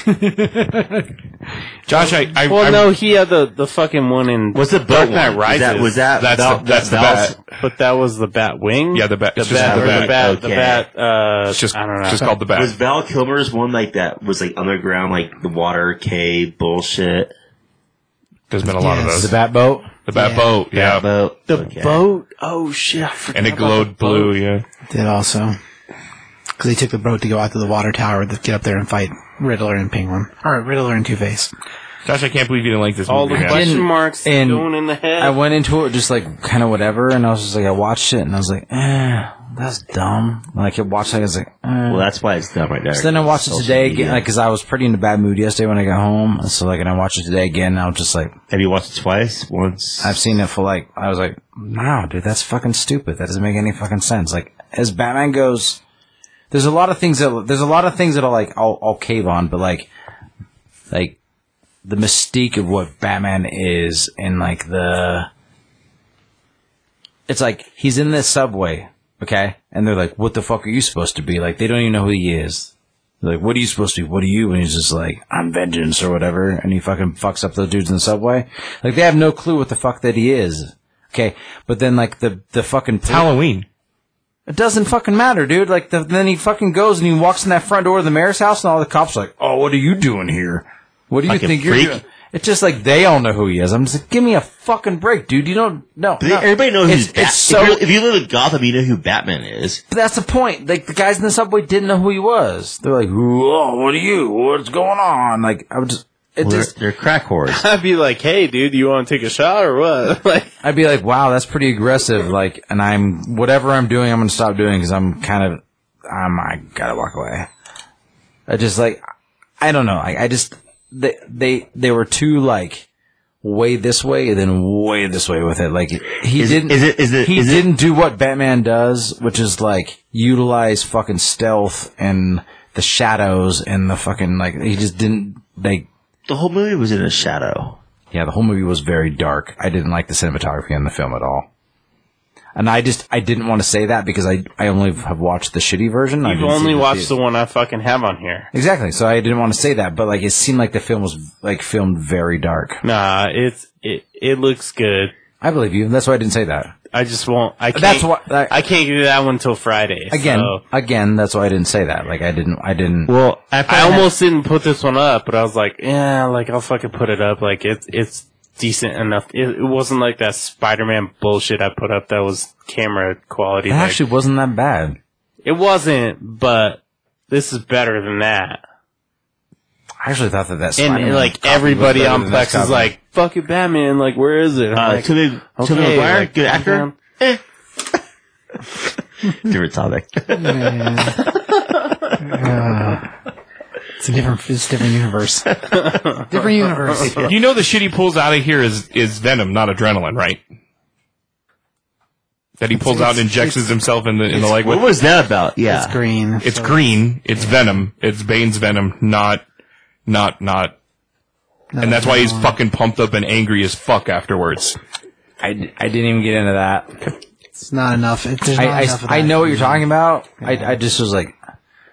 [SPEAKER 4] Josh, I, I
[SPEAKER 2] Well,
[SPEAKER 4] I,
[SPEAKER 2] no, he had the, the fucking one in.
[SPEAKER 3] What's the
[SPEAKER 2] Dark
[SPEAKER 3] boat
[SPEAKER 2] Knight
[SPEAKER 3] one? Was
[SPEAKER 2] Rises?
[SPEAKER 3] that was that
[SPEAKER 4] That's
[SPEAKER 3] Val-
[SPEAKER 4] the- that's the
[SPEAKER 3] Val's-
[SPEAKER 4] Bat.
[SPEAKER 2] But that was the Bat Wing.
[SPEAKER 4] Yeah, the bat.
[SPEAKER 2] The
[SPEAKER 4] just
[SPEAKER 2] bat,
[SPEAKER 4] the
[SPEAKER 2] or the
[SPEAKER 4] bat.
[SPEAKER 2] bat, the
[SPEAKER 3] Okay.
[SPEAKER 2] bat, uh,
[SPEAKER 4] It's just
[SPEAKER 2] I don't know.
[SPEAKER 4] Just called the
[SPEAKER 3] Was
[SPEAKER 4] bat.
[SPEAKER 3] Val Kilmer's one like that was like underground, like the water cave bullshit?
[SPEAKER 4] There's been a lot of
[SPEAKER 5] Yes.
[SPEAKER 4] those.
[SPEAKER 1] The bat boat.
[SPEAKER 4] The bat
[SPEAKER 5] Yeah.
[SPEAKER 4] boat. Yeah.
[SPEAKER 3] Boat.
[SPEAKER 5] The
[SPEAKER 3] Okay.
[SPEAKER 5] boat. Oh shit! I forgot
[SPEAKER 4] And it
[SPEAKER 5] about
[SPEAKER 4] glowed
[SPEAKER 5] the boat.
[SPEAKER 4] blue. Yeah.
[SPEAKER 5] Did also because they took the boat to go out to the water tower to get up there and fight Riddler and Penguin, or Riddler and Two Face.
[SPEAKER 4] Josh, I can't believe you didn't like this
[SPEAKER 2] all the
[SPEAKER 4] movie. man.
[SPEAKER 2] question marks
[SPEAKER 1] and
[SPEAKER 2] going in the head.
[SPEAKER 1] I went into it just like kind of whatever, and I was just like, I watched it, and I was like, eh, that's dumb. Like you watch that, it's like. eh.
[SPEAKER 3] Well, that's why it's done right there.
[SPEAKER 1] So then I watched it
[SPEAKER 3] Social
[SPEAKER 1] today
[SPEAKER 3] media.
[SPEAKER 1] again, like, cause I was pretty in a bad mood yesterday when I got home. And So like, and I watched it today again, and I was just like,
[SPEAKER 3] Have you watched it twice? Once?
[SPEAKER 1] I've seen it for like, I was like, no, dude, that's fucking stupid. That doesn't make any fucking sense. Like, as Batman goes, there's a lot of things that, there's a lot of things that I'll like, I'll, I'll cave on, but like, like, the mystique of what Batman is and like the, it's like, he's in this subway, okay? And they're like, what the fuck are you supposed to be? Like, they don't even know who he is. They're like, what are you supposed to be? What are you? And he's just like, I'm vengeance or whatever. And he fucking fucks up those dudes in the subway. Like, they have no clue what the fuck that he is. Okay. But then, like, the, the fucking.
[SPEAKER 4] Halloween.
[SPEAKER 1] It doesn't fucking matter, dude. Like, the, then he fucking goes and he walks in that front door of the mayor's house and all the cops are like, oh, what are you doing here? What do you
[SPEAKER 3] Fucking
[SPEAKER 1] think you're
[SPEAKER 3] freak.
[SPEAKER 1] doing? It's just like they all know who he is. I'm just like, give me a fucking break, dude. You don't know.
[SPEAKER 3] They- Everybody knows
[SPEAKER 1] It's-
[SPEAKER 3] who's Batman.
[SPEAKER 1] it's so-
[SPEAKER 3] if, you're- if you live in Gotham, you know who Batman is.
[SPEAKER 1] But that's the point. Like the guys in the subway didn't know who he was. They're like, "Whoa, what are you? What's going on?" Like I would just, it
[SPEAKER 3] Well, they're,
[SPEAKER 1] just,
[SPEAKER 3] they're crack whores.
[SPEAKER 2] I'd be like, "Hey, dude, you want to take a shot or what?" like,
[SPEAKER 1] I'd be like, "Wow, that's pretty aggressive." Like, and I'm whatever I'm doing, I'm gonna stop doing because I'm kind of, I'm, I gotta walk away. I just like, I don't know. I, I just they they they were too like way this way and then way this way with it. Like he
[SPEAKER 3] Is it-
[SPEAKER 1] didn't.
[SPEAKER 3] is it- is it-
[SPEAKER 1] he
[SPEAKER 3] is it-
[SPEAKER 1] didn't do what Batman does, which is like utilize fucking stealth and the shadows and the fucking like. He just didn't like.
[SPEAKER 3] the whole movie was in a shadow.
[SPEAKER 1] Yeah, the whole movie was very dark. I didn't like the cinematography in the film at all. And I just I didn't want to say that because I I only have watched the shitty version. I
[SPEAKER 2] you've
[SPEAKER 1] didn't see
[SPEAKER 2] only
[SPEAKER 1] the
[SPEAKER 2] watched the one I fucking have on here.
[SPEAKER 1] Exactly. So I didn't want to say that, but like it seemed like the film was like filmed very dark.
[SPEAKER 2] Nah, it's it it looks good.
[SPEAKER 1] I believe you. That's why I didn't say that.
[SPEAKER 2] I just won't. I can't,
[SPEAKER 1] That's why I,
[SPEAKER 2] I can't do that one till Friday.
[SPEAKER 1] again,
[SPEAKER 2] so.
[SPEAKER 1] again. That's why I didn't say that. Like I didn't. I didn't.
[SPEAKER 2] Well, I almost didn't put this one up, but I was like, yeah, like I'll fucking put it up. Like it's it's decent enough. It, it wasn't like that Spider-Man bullshit I put up that was camera quality.
[SPEAKER 1] it
[SPEAKER 2] Like,
[SPEAKER 1] actually wasn't that bad.
[SPEAKER 2] it wasn't, but this is better than that.
[SPEAKER 1] I actually thought that that.
[SPEAKER 2] And,
[SPEAKER 1] Spider-Man
[SPEAKER 2] like
[SPEAKER 1] copy was
[SPEAKER 2] everybody
[SPEAKER 1] better
[SPEAKER 2] on
[SPEAKER 1] than this
[SPEAKER 2] Plex is
[SPEAKER 1] copy.
[SPEAKER 2] like, fucking Batman, like where is it? I'm
[SPEAKER 3] Uh,
[SPEAKER 2] like,
[SPEAKER 3] Tobey Tobey
[SPEAKER 2] okay,
[SPEAKER 3] Maguire,
[SPEAKER 2] like, uh-huh.
[SPEAKER 3] good
[SPEAKER 2] calm
[SPEAKER 3] actor.
[SPEAKER 2] down.
[SPEAKER 3] Eh. Different topic.
[SPEAKER 5] Man. Uh, it's a different, it's a different universe. different universe.
[SPEAKER 4] You know the shit he pulls out of here is is venom, not adrenaline, right? That he pulls out and injects himself in the in the leg
[SPEAKER 3] what
[SPEAKER 4] with.
[SPEAKER 3] was that about? Yeah.
[SPEAKER 5] It's green.
[SPEAKER 4] It's green. It's venom. It's Bane's venom, not not not. And that's why he's fucking pumped up and angry as fuck afterwards.
[SPEAKER 1] I, I didn't even get into that.
[SPEAKER 5] It's not enough. It, there's
[SPEAKER 1] I,
[SPEAKER 5] not enough of
[SPEAKER 1] I, I
[SPEAKER 5] that.
[SPEAKER 1] know what you're talking about. I, I just was like,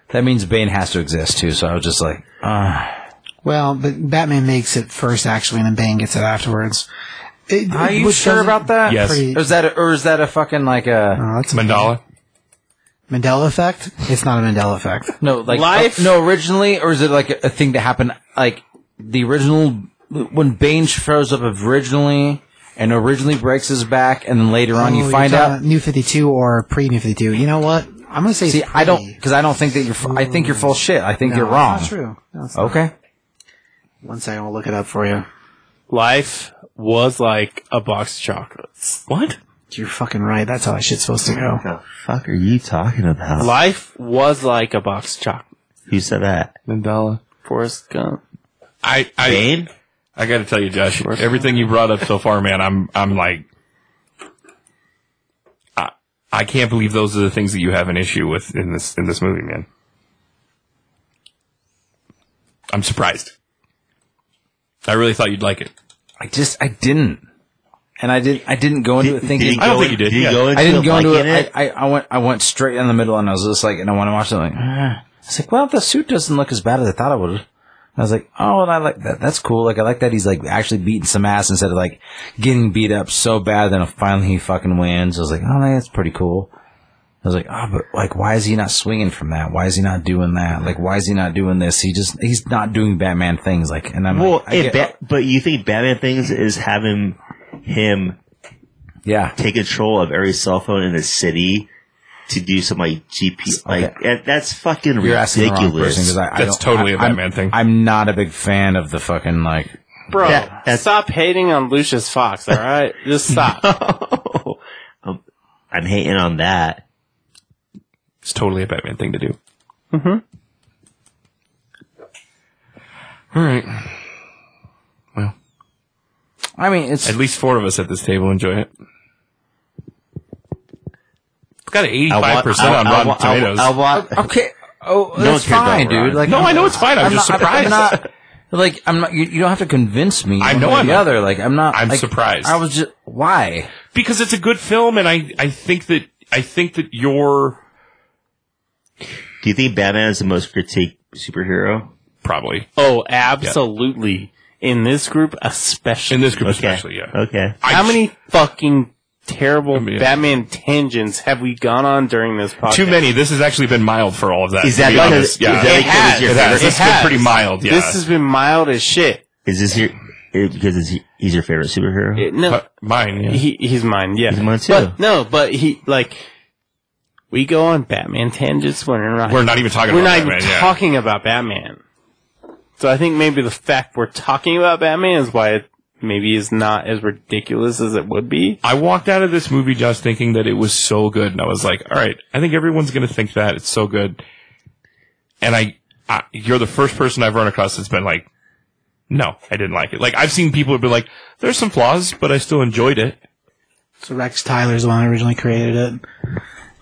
[SPEAKER 1] that means Bane has to exist too. So I was just like,
[SPEAKER 5] Well, but Batman makes it first actually, and then Bane gets it afterwards. It-
[SPEAKER 1] are you
[SPEAKER 5] which
[SPEAKER 1] sure
[SPEAKER 5] doesn't-
[SPEAKER 1] about that?
[SPEAKER 4] Yes.
[SPEAKER 5] Pretty,
[SPEAKER 1] Or is that a, or is that a fucking like a
[SPEAKER 5] Oh, that's a
[SPEAKER 4] Mandala.
[SPEAKER 5] Mandela effect. It's not a Mandela effect.
[SPEAKER 1] no like
[SPEAKER 2] Life-
[SPEAKER 1] uh, no originally or is it like a, a thing that happened like the original when Bane shows up originally and originally breaks his back and then later on
[SPEAKER 5] Oh,
[SPEAKER 1] you
[SPEAKER 5] you're
[SPEAKER 1] find
[SPEAKER 5] talking
[SPEAKER 1] out.
[SPEAKER 5] about New Fifty Two or pre New Fifty Two. You know what? I'm gonna say.
[SPEAKER 1] See,
[SPEAKER 5] pre.
[SPEAKER 1] I don't because I don't think that you're. f- I think you're full shit. I think
[SPEAKER 5] No,
[SPEAKER 1] you're wrong. Oh.
[SPEAKER 5] That's not true. No, it's not.
[SPEAKER 1] Okay.
[SPEAKER 5] One second, we'll look it up for you.
[SPEAKER 2] Life was like a box of chocolates. What?
[SPEAKER 5] You're fucking right. That's how that shit's supposed to go.
[SPEAKER 3] the fuck are you talking about?
[SPEAKER 2] Life was like a box of chocolates.
[SPEAKER 3] Who said that?
[SPEAKER 2] Mandela, Forrest Gump.
[SPEAKER 4] I I
[SPEAKER 3] Bane?
[SPEAKER 4] I got to tell you, Josh, everything you brought up so far, man, I'm I'm like, I I can't believe those are the things that you have an issue with in this in this movie, man. I'm surprised. I really thought you'd like it.
[SPEAKER 1] I just I didn't, and I didn't I didn't go into it thinking.
[SPEAKER 4] I don't think you did,
[SPEAKER 3] Did
[SPEAKER 4] yeah.
[SPEAKER 3] he go into
[SPEAKER 1] I didn't go into
[SPEAKER 3] liking
[SPEAKER 1] it. I, I, I went I went straight in the middle, and I was just like, and I want to watch something. I was like, well, the suit doesn't look as bad as I thought it would. I was like, oh, and I like that. That's cool. Like, I like that he's like actually beating some ass instead of like getting beat up so bad. Then finally he fucking wins. I was like, oh, that's pretty cool. I was like, oh, but like, why is he not swinging from that? Why is he not doing that? Like, why is he not doing this? He just he's not doing Batman things. Like, and I'm
[SPEAKER 3] Well,
[SPEAKER 1] like, I
[SPEAKER 3] hey,
[SPEAKER 1] get-
[SPEAKER 3] Ba- but you think Batman things is having him
[SPEAKER 1] yeah,
[SPEAKER 3] take control of every cell phone in the city to do some like GP like that- that's fucking
[SPEAKER 1] You're asking the wrong person
[SPEAKER 3] ridiculous.
[SPEAKER 1] because I, I
[SPEAKER 4] That's
[SPEAKER 1] don't-
[SPEAKER 4] totally
[SPEAKER 1] I,
[SPEAKER 4] a
[SPEAKER 1] I'm-
[SPEAKER 4] Batman thing.
[SPEAKER 1] I'm not a big fan of the fucking like.
[SPEAKER 2] Bro,
[SPEAKER 3] That- that's-
[SPEAKER 2] stop hating on Lucius Fox,
[SPEAKER 3] Oh,
[SPEAKER 2] alright? Just stop.
[SPEAKER 3] I'm, I'm hating on that.
[SPEAKER 4] It's totally a Batman thing to do. Mm-hmm. All right. Well,
[SPEAKER 1] I mean, it's
[SPEAKER 4] at least four of us at this table enjoy it. It's got an
[SPEAKER 3] I
[SPEAKER 4] eighty-five
[SPEAKER 3] want-
[SPEAKER 4] percent
[SPEAKER 3] I-
[SPEAKER 4] on
[SPEAKER 3] I
[SPEAKER 4] Rotten
[SPEAKER 3] want- I
[SPEAKER 4] Tomatoes.
[SPEAKER 3] I want.
[SPEAKER 1] okay. Oh, that's
[SPEAKER 3] No one cares about
[SPEAKER 1] fine, dude.
[SPEAKER 3] Ron.
[SPEAKER 1] Like,
[SPEAKER 4] no, I know it's fine. I'm,
[SPEAKER 1] I'm
[SPEAKER 4] just
[SPEAKER 1] not-
[SPEAKER 4] surprised.
[SPEAKER 1] I'm not, like, I'm not. You, you don't have to convince me.
[SPEAKER 4] I
[SPEAKER 1] one
[SPEAKER 4] know
[SPEAKER 1] way or
[SPEAKER 4] I'm
[SPEAKER 1] the
[SPEAKER 4] not.
[SPEAKER 1] other. Like, I'm not.
[SPEAKER 4] I'm
[SPEAKER 1] like,
[SPEAKER 4] surprised.
[SPEAKER 1] I was just why.
[SPEAKER 4] because it's a good film, and I, I think that I think that you're
[SPEAKER 3] Do you think Batman is the most critiqued superhero?
[SPEAKER 4] probably
[SPEAKER 2] Oh, absolutely. In this group, especially.
[SPEAKER 4] in this group,
[SPEAKER 3] Okay.
[SPEAKER 4] especially. Yeah.
[SPEAKER 3] Okay.
[SPEAKER 4] I-
[SPEAKER 2] How many fucking terrible
[SPEAKER 4] mean, yeah.
[SPEAKER 2] Batman tangents have we gone on during this podcast?
[SPEAKER 4] Too many. This has actually been mild for all of that.
[SPEAKER 3] Is
[SPEAKER 4] to
[SPEAKER 3] that
[SPEAKER 4] be
[SPEAKER 3] because-
[SPEAKER 4] honest. yeah?
[SPEAKER 3] is that
[SPEAKER 2] It has.
[SPEAKER 3] your
[SPEAKER 2] It has.
[SPEAKER 4] favorite? It's been pretty mild, yeah.
[SPEAKER 2] This has been mild as shit.
[SPEAKER 3] Is this your? It, because it's, he's your favorite superhero.
[SPEAKER 2] It- no,
[SPEAKER 4] But mine. Yeah.
[SPEAKER 2] he, he's mine. Yeah,
[SPEAKER 3] He's mine too.
[SPEAKER 2] But no, but he like we go on Batman tangents when we're not.
[SPEAKER 4] We're not even talking.
[SPEAKER 2] we're
[SPEAKER 4] about
[SPEAKER 2] not
[SPEAKER 4] Batman,
[SPEAKER 2] even
[SPEAKER 4] yeah.
[SPEAKER 2] talking about Batman. So I think maybe the fact we're talking about Batman is why it maybe is not as ridiculous as it would be.
[SPEAKER 4] I walked out of this movie just thinking that it was so good, and I was like, "All right, I think everyone's going to think that it's so good." And I, I, you're the first person I've run across that's been like, "No, I didn't like it." Like I've seen people who've been like, "There's some flaws, but I still enjoyed it."
[SPEAKER 5] So Rex Tyler's the one who originally created it,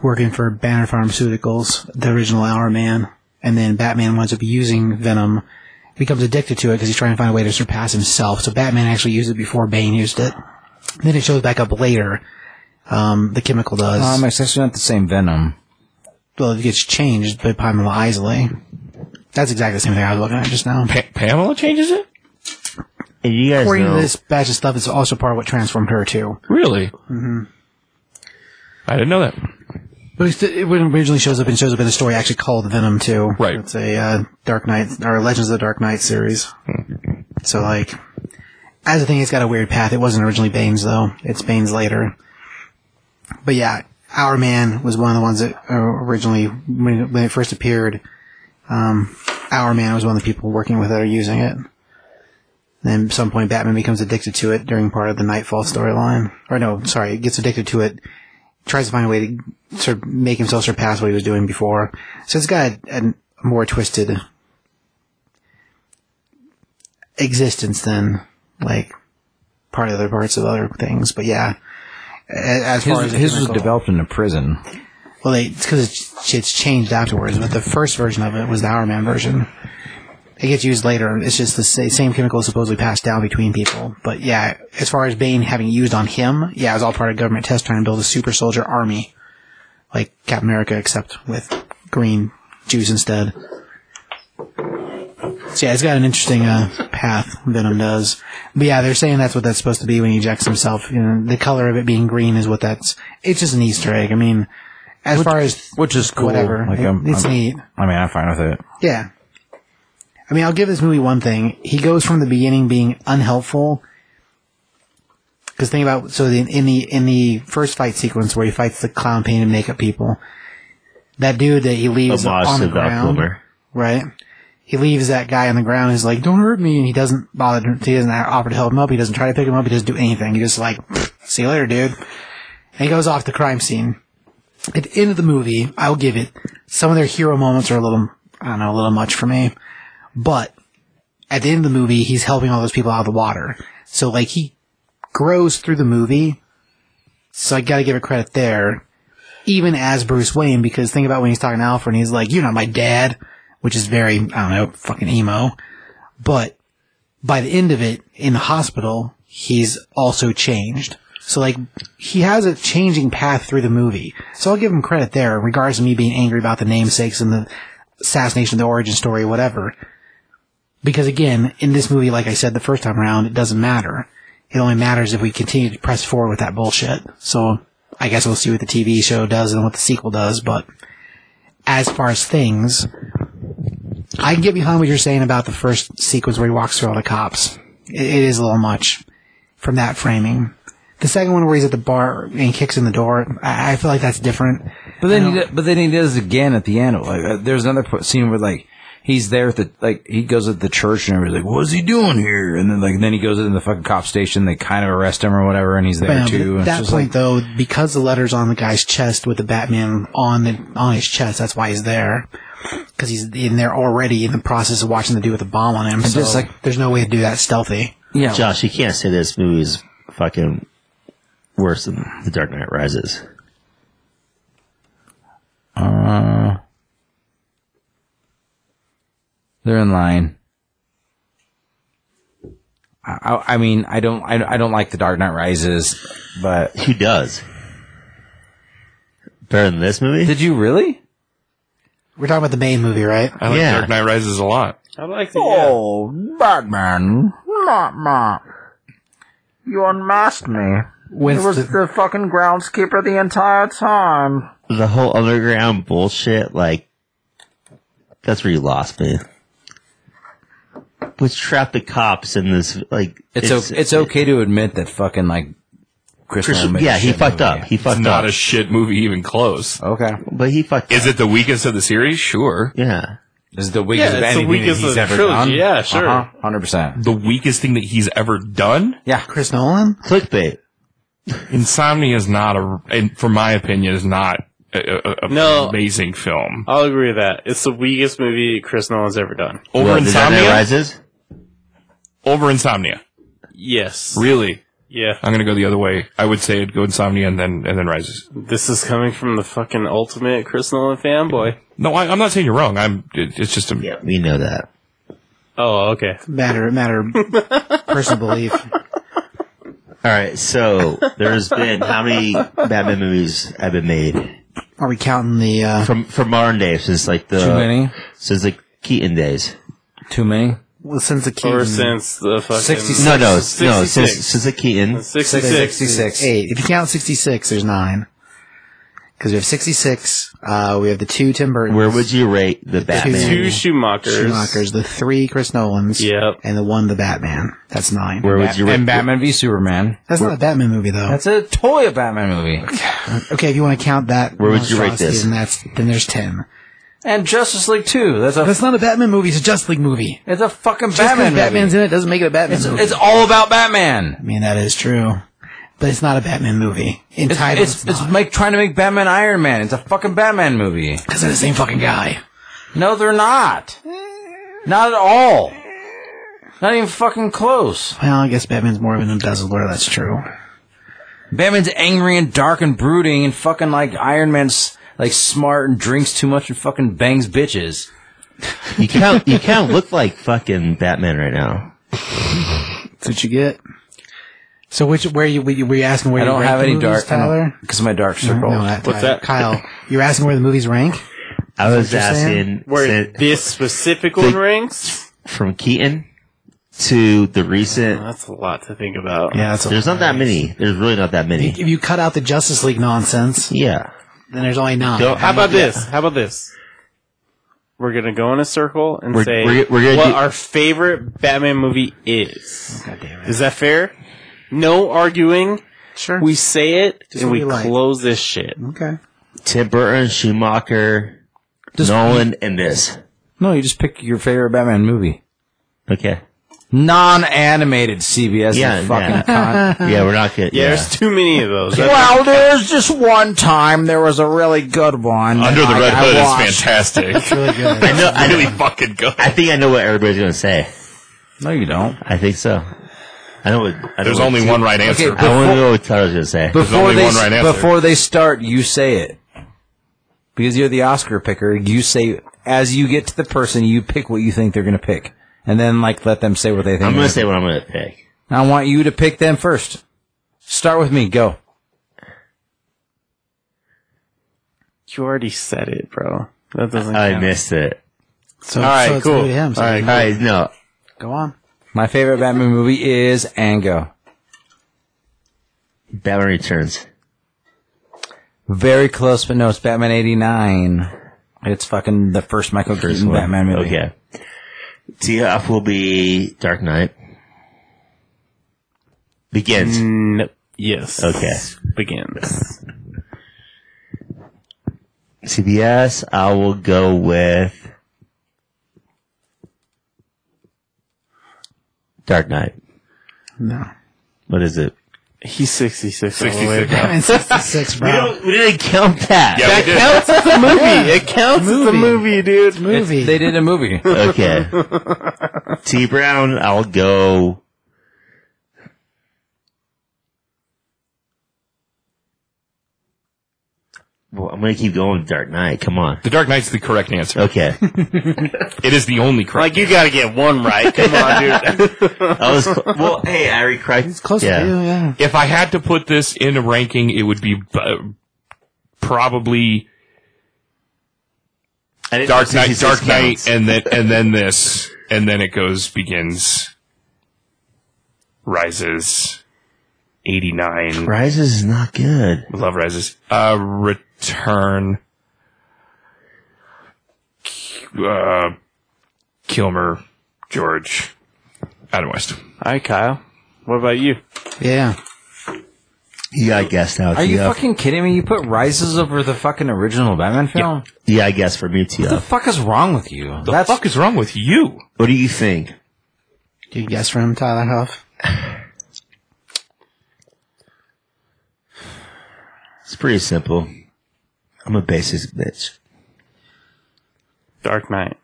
[SPEAKER 5] working for Banner Pharmaceuticals, the original Hour Man, and then Batman winds up using Venom, becomes addicted to it because he's trying to find a way to surpass himself. So Batman actually used it before Bane used it. Then it shows back up later. Um, the chemical does.
[SPEAKER 1] Um, it's actually not the same Venom.
[SPEAKER 5] well, it gets changed by Pamela Isley. That's exactly the same thing I was looking at just now.
[SPEAKER 4] Pa- Pamela changes it.
[SPEAKER 3] and you guys
[SPEAKER 5] According
[SPEAKER 3] know,
[SPEAKER 5] to this batch of stuff, it's also part of what transformed her too.
[SPEAKER 4] Really? Mm-hmm. I didn't know that.
[SPEAKER 5] But it's- it when it originally shows up and shows up in a story actually called Venom too.
[SPEAKER 4] Right.
[SPEAKER 5] It's a uh, Dark Knight or Legends of the Dark Knight series. so like, as a thing, it's got a weird path. It wasn't originally Bane's though. It's Bane's later. But yeah, Our Man was one of the ones that uh, originally when it, when it first appeared. Um, Our Man was one of the people working with it or using it. Then at some point, Batman becomes addicted to it during part of the Nightfall storyline. Or no, sorry, gets addicted to it tries to find a way to sort of make himself surpass what he was doing before. So it's got a, a more twisted existence than like part of other parts of other things. But yeah, a- as far
[SPEAKER 1] His,
[SPEAKER 5] as the
[SPEAKER 1] his was
[SPEAKER 5] chemical-
[SPEAKER 1] developed in a prison.
[SPEAKER 5] well, they, it's because it's, it's changed afterwards. But the first version of it was the Hour Man version. It gets used later. It's just the sa- same chemical supposedly passed down between people. But yeah, as far as Bane having used on him, yeah, it was all part of government test trying to build a super soldier army, like Captain America, except with green juice instead. So yeah, it's got an interesting uh, path Venom does. But yeah, they're saying that's what that's supposed to be when he ejects himself. You know, the color of it being green is what that's. It's just an Easter egg. I mean, as far as
[SPEAKER 1] which is cool.
[SPEAKER 5] whatever,
[SPEAKER 1] Like,
[SPEAKER 5] it-
[SPEAKER 1] I'm-
[SPEAKER 5] it's
[SPEAKER 1] I'm-
[SPEAKER 5] neat.
[SPEAKER 1] I mean, I'm fine with it.
[SPEAKER 5] Yeah. I mean, I'll give this movie one thing. He goes from the beginning being unhelpful. Because think about so in, in the in the first fight sequence where he fights the clown paint and makeup people, that dude that he leaves
[SPEAKER 3] homage
[SPEAKER 5] on
[SPEAKER 3] to
[SPEAKER 5] the
[SPEAKER 3] Val
[SPEAKER 5] ground,
[SPEAKER 3] Kilmer.
[SPEAKER 5] right? He leaves that guy on the ground. He's like, "Don't hurt me," and he doesn't bother. He doesn't offer to help him up. He doesn't try to pick him up. He doesn't do anything. He just like, "See you later, dude." And he goes off the crime scene. At the end of the movie, I'll give it. Some of their hero moments are a little, I don't know, a little much for me. But at the end of the movie, he's helping all those people out of the water. So like he grows through the movie. So I gotta give it credit there. Even as Bruce Wayne, because think about when he's talking to Alfred and he's like, you're not my dad which is very, I don't know, fucking emo. But by the end of it, in the hospital, he's also changed. So like, he has a changing path through the movie. So I'll give him credit there, in regards to me being angry about the namesakes and the assassination of the origin story, whatever. Because again, in this movie, like I said the first time around, it doesn't matter. It only matters if we continue to press forward with that bullshit. So I guess we'll see what the TV show does and what the sequel does, but as far as things, I can get behind what you're saying about the first sequence where he walks through all the cops. It, it is a little much from that framing. The second one where he's at the bar and kicks in the door, I, I feel like that's different.
[SPEAKER 1] But then, he, d- but then he does again at the end. Like, uh, there's another po- scene where like he's there at the like he goes at the church and everybody's like, "What's he doing here?" And then like then he goes in the fucking cop station. They kind of arrest him or whatever, and he's there
[SPEAKER 5] Bam.
[SPEAKER 1] too. And
[SPEAKER 5] At
[SPEAKER 1] it's
[SPEAKER 5] that
[SPEAKER 1] just
[SPEAKER 5] point,
[SPEAKER 1] like,
[SPEAKER 5] though, because the letter's on the guy's chest with the Batman on the, on his chest, that's why he's there. Because he's in there already in the process of watching the dude with the bomb on him. So
[SPEAKER 1] just like-
[SPEAKER 5] there's no way to do that stealthy.
[SPEAKER 1] yeah,
[SPEAKER 3] Josh, you can't say this movie is fucking worse than The Dark Knight Rises.
[SPEAKER 1] they're in line. I, I, I mean, I don't, I, I don't like the Dark Knight Rises, but
[SPEAKER 3] Who does? Better than this movie?
[SPEAKER 1] did you really?
[SPEAKER 5] We're talking about the main movie, right?
[SPEAKER 1] Uh,
[SPEAKER 4] I like
[SPEAKER 3] Yeah.
[SPEAKER 4] Dark Knight Rises a lot.
[SPEAKER 2] I like the yeah.
[SPEAKER 1] Oh, Batman, not ma. You unmasked me.
[SPEAKER 5] When's the,
[SPEAKER 1] the fucking groundskeeper the entire time.
[SPEAKER 3] the whole underground bullshit, like, that's where you lost me. Which trapped the cops in this, like,
[SPEAKER 1] It's it's, it's okay to admit that fucking like Chris.
[SPEAKER 3] Chris-
[SPEAKER 1] Nolan made
[SPEAKER 3] yeah,
[SPEAKER 1] a
[SPEAKER 3] he
[SPEAKER 1] shit
[SPEAKER 3] fucked
[SPEAKER 1] movie.
[SPEAKER 3] up. He
[SPEAKER 4] It's
[SPEAKER 3] fucked
[SPEAKER 4] not
[SPEAKER 3] up.
[SPEAKER 4] a shit movie even close.
[SPEAKER 1] Okay,
[SPEAKER 3] but he fucked
[SPEAKER 4] Is
[SPEAKER 3] up.
[SPEAKER 4] it the weakest of the series? Sure.
[SPEAKER 3] Yeah.
[SPEAKER 1] this is the weakest
[SPEAKER 2] Yeah,
[SPEAKER 1] of
[SPEAKER 2] it's the
[SPEAKER 1] anything
[SPEAKER 2] weakest
[SPEAKER 1] that he's
[SPEAKER 2] of the
[SPEAKER 1] ever
[SPEAKER 2] trilogy.
[SPEAKER 1] done.
[SPEAKER 2] Yeah, sure.
[SPEAKER 1] Uh-huh. hundred percent.
[SPEAKER 4] The weakest thing that he's ever done.
[SPEAKER 1] Yeah,
[SPEAKER 5] Chris Nolan?
[SPEAKER 3] Clickbait.
[SPEAKER 4] Insomnia is not a, and for my opinion, is not a, a, a
[SPEAKER 2] No. Uh,
[SPEAKER 4] amazing film.
[SPEAKER 2] I'll agree with that. It's the weakest movie Chris Nolan's ever done.
[SPEAKER 4] Over
[SPEAKER 3] What, The Dark Knight
[SPEAKER 4] Insomnia.
[SPEAKER 3] Rises?
[SPEAKER 4] Over Insomnia.
[SPEAKER 2] Yes.
[SPEAKER 4] Really.
[SPEAKER 2] Yeah.
[SPEAKER 4] I'm gonna go the other way. I would say it'd go Insomnia and then and then Rises.
[SPEAKER 2] This is coming from the fucking ultimate Chris Nolan fanboy.
[SPEAKER 4] No, I, I'm not saying you're wrong. I'm. It, it's just a.
[SPEAKER 3] Yeah, we know that.
[SPEAKER 2] Oh, okay.
[SPEAKER 5] Matter, matter, of personal belief.
[SPEAKER 3] All right, so there's been how many Batman movies have been made
[SPEAKER 5] Are we counting the, uh,
[SPEAKER 3] from from modern days since like the
[SPEAKER 1] too many,
[SPEAKER 3] since the Keaton days?
[SPEAKER 1] too many.
[SPEAKER 5] well, since the
[SPEAKER 2] Or
[SPEAKER 5] Keaton?
[SPEAKER 2] since the fucking
[SPEAKER 1] 66.
[SPEAKER 3] No, no, no.
[SPEAKER 2] 66.
[SPEAKER 3] Since since the Keaton,
[SPEAKER 2] 66.
[SPEAKER 1] Sixty-six.
[SPEAKER 5] Eight. If you count 66, there's nine. Because we have 66, uh, we have the two Tim Burton's.
[SPEAKER 3] where would you rate the
[SPEAKER 2] Two
[SPEAKER 3] Batman?
[SPEAKER 2] Schumachers.
[SPEAKER 5] Schumachers, the three Chris Nolans,
[SPEAKER 2] Yep.
[SPEAKER 5] and the one the Batman. That's nine.
[SPEAKER 3] Where would you rate?
[SPEAKER 1] And Batman v Superman.
[SPEAKER 5] That's not a Batman movie though.
[SPEAKER 1] That's a toy a Batman movie.
[SPEAKER 5] okay, if you want to count that,
[SPEAKER 3] Where would you rate
[SPEAKER 5] monstrosity,
[SPEAKER 3] this?
[SPEAKER 5] Then that's then there's ten.
[SPEAKER 1] And Justice League too. That's a
[SPEAKER 5] That's not a Batman movie. It's a Justice League movie.
[SPEAKER 1] it's a fucking
[SPEAKER 5] Just 'cause
[SPEAKER 1] Batman
[SPEAKER 5] Batman's
[SPEAKER 1] movie.
[SPEAKER 5] in it doesn't make it a Batman movie.
[SPEAKER 1] It's all about Batman.
[SPEAKER 5] I mean that is true, but it's not a Batman movie. In
[SPEAKER 1] It's
[SPEAKER 5] title,
[SPEAKER 1] it's,
[SPEAKER 5] it's,
[SPEAKER 1] it's make, trying to make Batman Iron Man. It's a fucking Batman movie.
[SPEAKER 5] because they're the same fucking guy.
[SPEAKER 1] No, they're not. Not at all. Not even fucking close.
[SPEAKER 5] Well, I guess Batman's more of an embezzler. That's true.
[SPEAKER 1] Batman's angry and dark and brooding and fucking like Iron Man's like smart and drinks too much and fucking bangs bitches.
[SPEAKER 3] You can't you can't look like fucking Batman right now.
[SPEAKER 5] That's what you get. So which where you were you, were you asking where
[SPEAKER 1] I
[SPEAKER 5] you
[SPEAKER 1] don't
[SPEAKER 5] rank
[SPEAKER 1] have
[SPEAKER 5] the
[SPEAKER 1] any
[SPEAKER 5] movies,
[SPEAKER 1] dark
[SPEAKER 5] Tyler?
[SPEAKER 1] because of my dark circle.
[SPEAKER 5] No, not
[SPEAKER 2] What's
[SPEAKER 5] Tyler.
[SPEAKER 2] that?
[SPEAKER 5] Kyle? You're asking where the movies rank?
[SPEAKER 3] I was
[SPEAKER 5] you're saying?
[SPEAKER 3] asking
[SPEAKER 2] Where
[SPEAKER 3] sin-
[SPEAKER 2] this specific one ranks?
[SPEAKER 3] from Keaton to the recent.
[SPEAKER 2] That's a lot to think about.
[SPEAKER 5] Yeah, that's a
[SPEAKER 3] There's not that many. There's really not that many.
[SPEAKER 5] If you cut out the Justice League nonsense,
[SPEAKER 3] Yeah.
[SPEAKER 5] then there's only 9
[SPEAKER 3] Don't-
[SPEAKER 2] How about this? How about this? We're gonna go in a circle and
[SPEAKER 3] We're-
[SPEAKER 2] say
[SPEAKER 3] we're- we're gonna
[SPEAKER 2] what
[SPEAKER 3] do-
[SPEAKER 2] our favorite Batman movie is.
[SPEAKER 5] God damn it.
[SPEAKER 2] Is that fair? No arguing.
[SPEAKER 5] Sure.
[SPEAKER 2] We say it
[SPEAKER 5] Just
[SPEAKER 2] and
[SPEAKER 5] what
[SPEAKER 2] we
[SPEAKER 5] you like.
[SPEAKER 2] close this shit.
[SPEAKER 5] okay.
[SPEAKER 3] Tim Burton, Schumacher, Nolan, and this.
[SPEAKER 1] No, you just pick your favorite Batman movie.
[SPEAKER 3] Okay.
[SPEAKER 1] Non-animated CBS. you
[SPEAKER 3] Yeah,
[SPEAKER 1] fucking
[SPEAKER 3] yeah.
[SPEAKER 1] cunt.
[SPEAKER 3] Yeah, we're not good.
[SPEAKER 2] Yeah,
[SPEAKER 3] Yeah.
[SPEAKER 2] there's too many of those.
[SPEAKER 1] Well, there's just one time there was a really good one.
[SPEAKER 4] Under the
[SPEAKER 1] I-
[SPEAKER 4] Red
[SPEAKER 1] I
[SPEAKER 4] Hood
[SPEAKER 1] watched.
[SPEAKER 4] is fantastic.
[SPEAKER 5] Really good.
[SPEAKER 3] I know. I know.
[SPEAKER 4] really fucking good.
[SPEAKER 3] I think I know what everybody's gonna say.
[SPEAKER 1] No, you don't.
[SPEAKER 3] I think so. I know. What, I
[SPEAKER 4] There's
[SPEAKER 3] know what-
[SPEAKER 4] only one right answer.
[SPEAKER 1] but-
[SPEAKER 3] I want to know what Tyler's gonna say.
[SPEAKER 4] There's
[SPEAKER 1] Before
[SPEAKER 4] only
[SPEAKER 1] they,
[SPEAKER 4] one right answer.
[SPEAKER 1] before they start, you say it. Because you're the Oscar picker, you say, as you get to the person, you pick what you think they're going to pick. And then, like, let them say what they think.
[SPEAKER 3] I'm gonna say what I'm gonna pick.
[SPEAKER 1] I want you to pick them first. Start with me. Go.
[SPEAKER 2] you already said it, bro. That doesn't.
[SPEAKER 3] I
[SPEAKER 2] count.
[SPEAKER 3] missed it.
[SPEAKER 5] So,
[SPEAKER 2] All right,
[SPEAKER 5] Oh, so it's
[SPEAKER 2] cool.
[SPEAKER 5] new to him. So
[SPEAKER 2] All
[SPEAKER 3] All right, no.
[SPEAKER 5] Go on.
[SPEAKER 1] My favorite Batman movie is and go.
[SPEAKER 3] Batman Returns.
[SPEAKER 1] Very close, but no, it's Batman 89. It's fucking the first Michael Keaton Batman movie.
[SPEAKER 3] Okay. T F will be Dark Knight. Begins.
[SPEAKER 2] No. Yes.
[SPEAKER 3] Okay.
[SPEAKER 2] Begins.
[SPEAKER 3] CBS. I will go with Dark Knight.
[SPEAKER 5] No.
[SPEAKER 3] What is it?
[SPEAKER 2] He's 66.
[SPEAKER 4] 66.
[SPEAKER 2] All the way.
[SPEAKER 5] And 66,
[SPEAKER 3] We
[SPEAKER 5] bro.
[SPEAKER 3] don't. Oh, We didn't count that.
[SPEAKER 4] Yeah, we did.
[SPEAKER 2] It's a movie. It counts. It's a
[SPEAKER 5] Movie.
[SPEAKER 2] movie, dude.
[SPEAKER 5] Movie.
[SPEAKER 1] They did a movie.
[SPEAKER 3] Okay. T Brown, I'll go. Well, I'm gonna keep going with Dark Knight. Come on.
[SPEAKER 4] The Dark Knight's the correct answer.
[SPEAKER 3] Okay.
[SPEAKER 4] It is the only correct.
[SPEAKER 2] Like you got to get one right. Come on, dude.
[SPEAKER 3] I was cl- well. Hey, Ari Craig.
[SPEAKER 5] it's close to you, yeah.
[SPEAKER 4] if I had to put this in a ranking, it would be b- probably
[SPEAKER 3] I didn't
[SPEAKER 4] Dark
[SPEAKER 3] know
[SPEAKER 4] Knight,
[SPEAKER 3] 66
[SPEAKER 4] Dark Knight,
[SPEAKER 3] counts.
[SPEAKER 4] and then and then this, and then it goes begins, rises, eighty nine.
[SPEAKER 3] Rises is not good.
[SPEAKER 4] Love rises. Uh, return. Uh, Kilmer, George, Adam West.
[SPEAKER 2] All right, Kyle. What about you?
[SPEAKER 5] Yeah.
[SPEAKER 3] Yeah, I guess now.
[SPEAKER 1] Are you
[SPEAKER 3] TF.
[SPEAKER 1] fucking kidding me? You put Rises over the fucking original Batman film?
[SPEAKER 3] Yeah, I guess for me,
[SPEAKER 1] What the
[SPEAKER 3] TF.
[SPEAKER 1] fuck is wrong with you?
[SPEAKER 4] The fuck is wrong with you?
[SPEAKER 3] What do you think?
[SPEAKER 5] Do you guess for him, Tyler Huff?
[SPEAKER 3] It's pretty simple. I'm a basic bitch.
[SPEAKER 2] Dark Knight.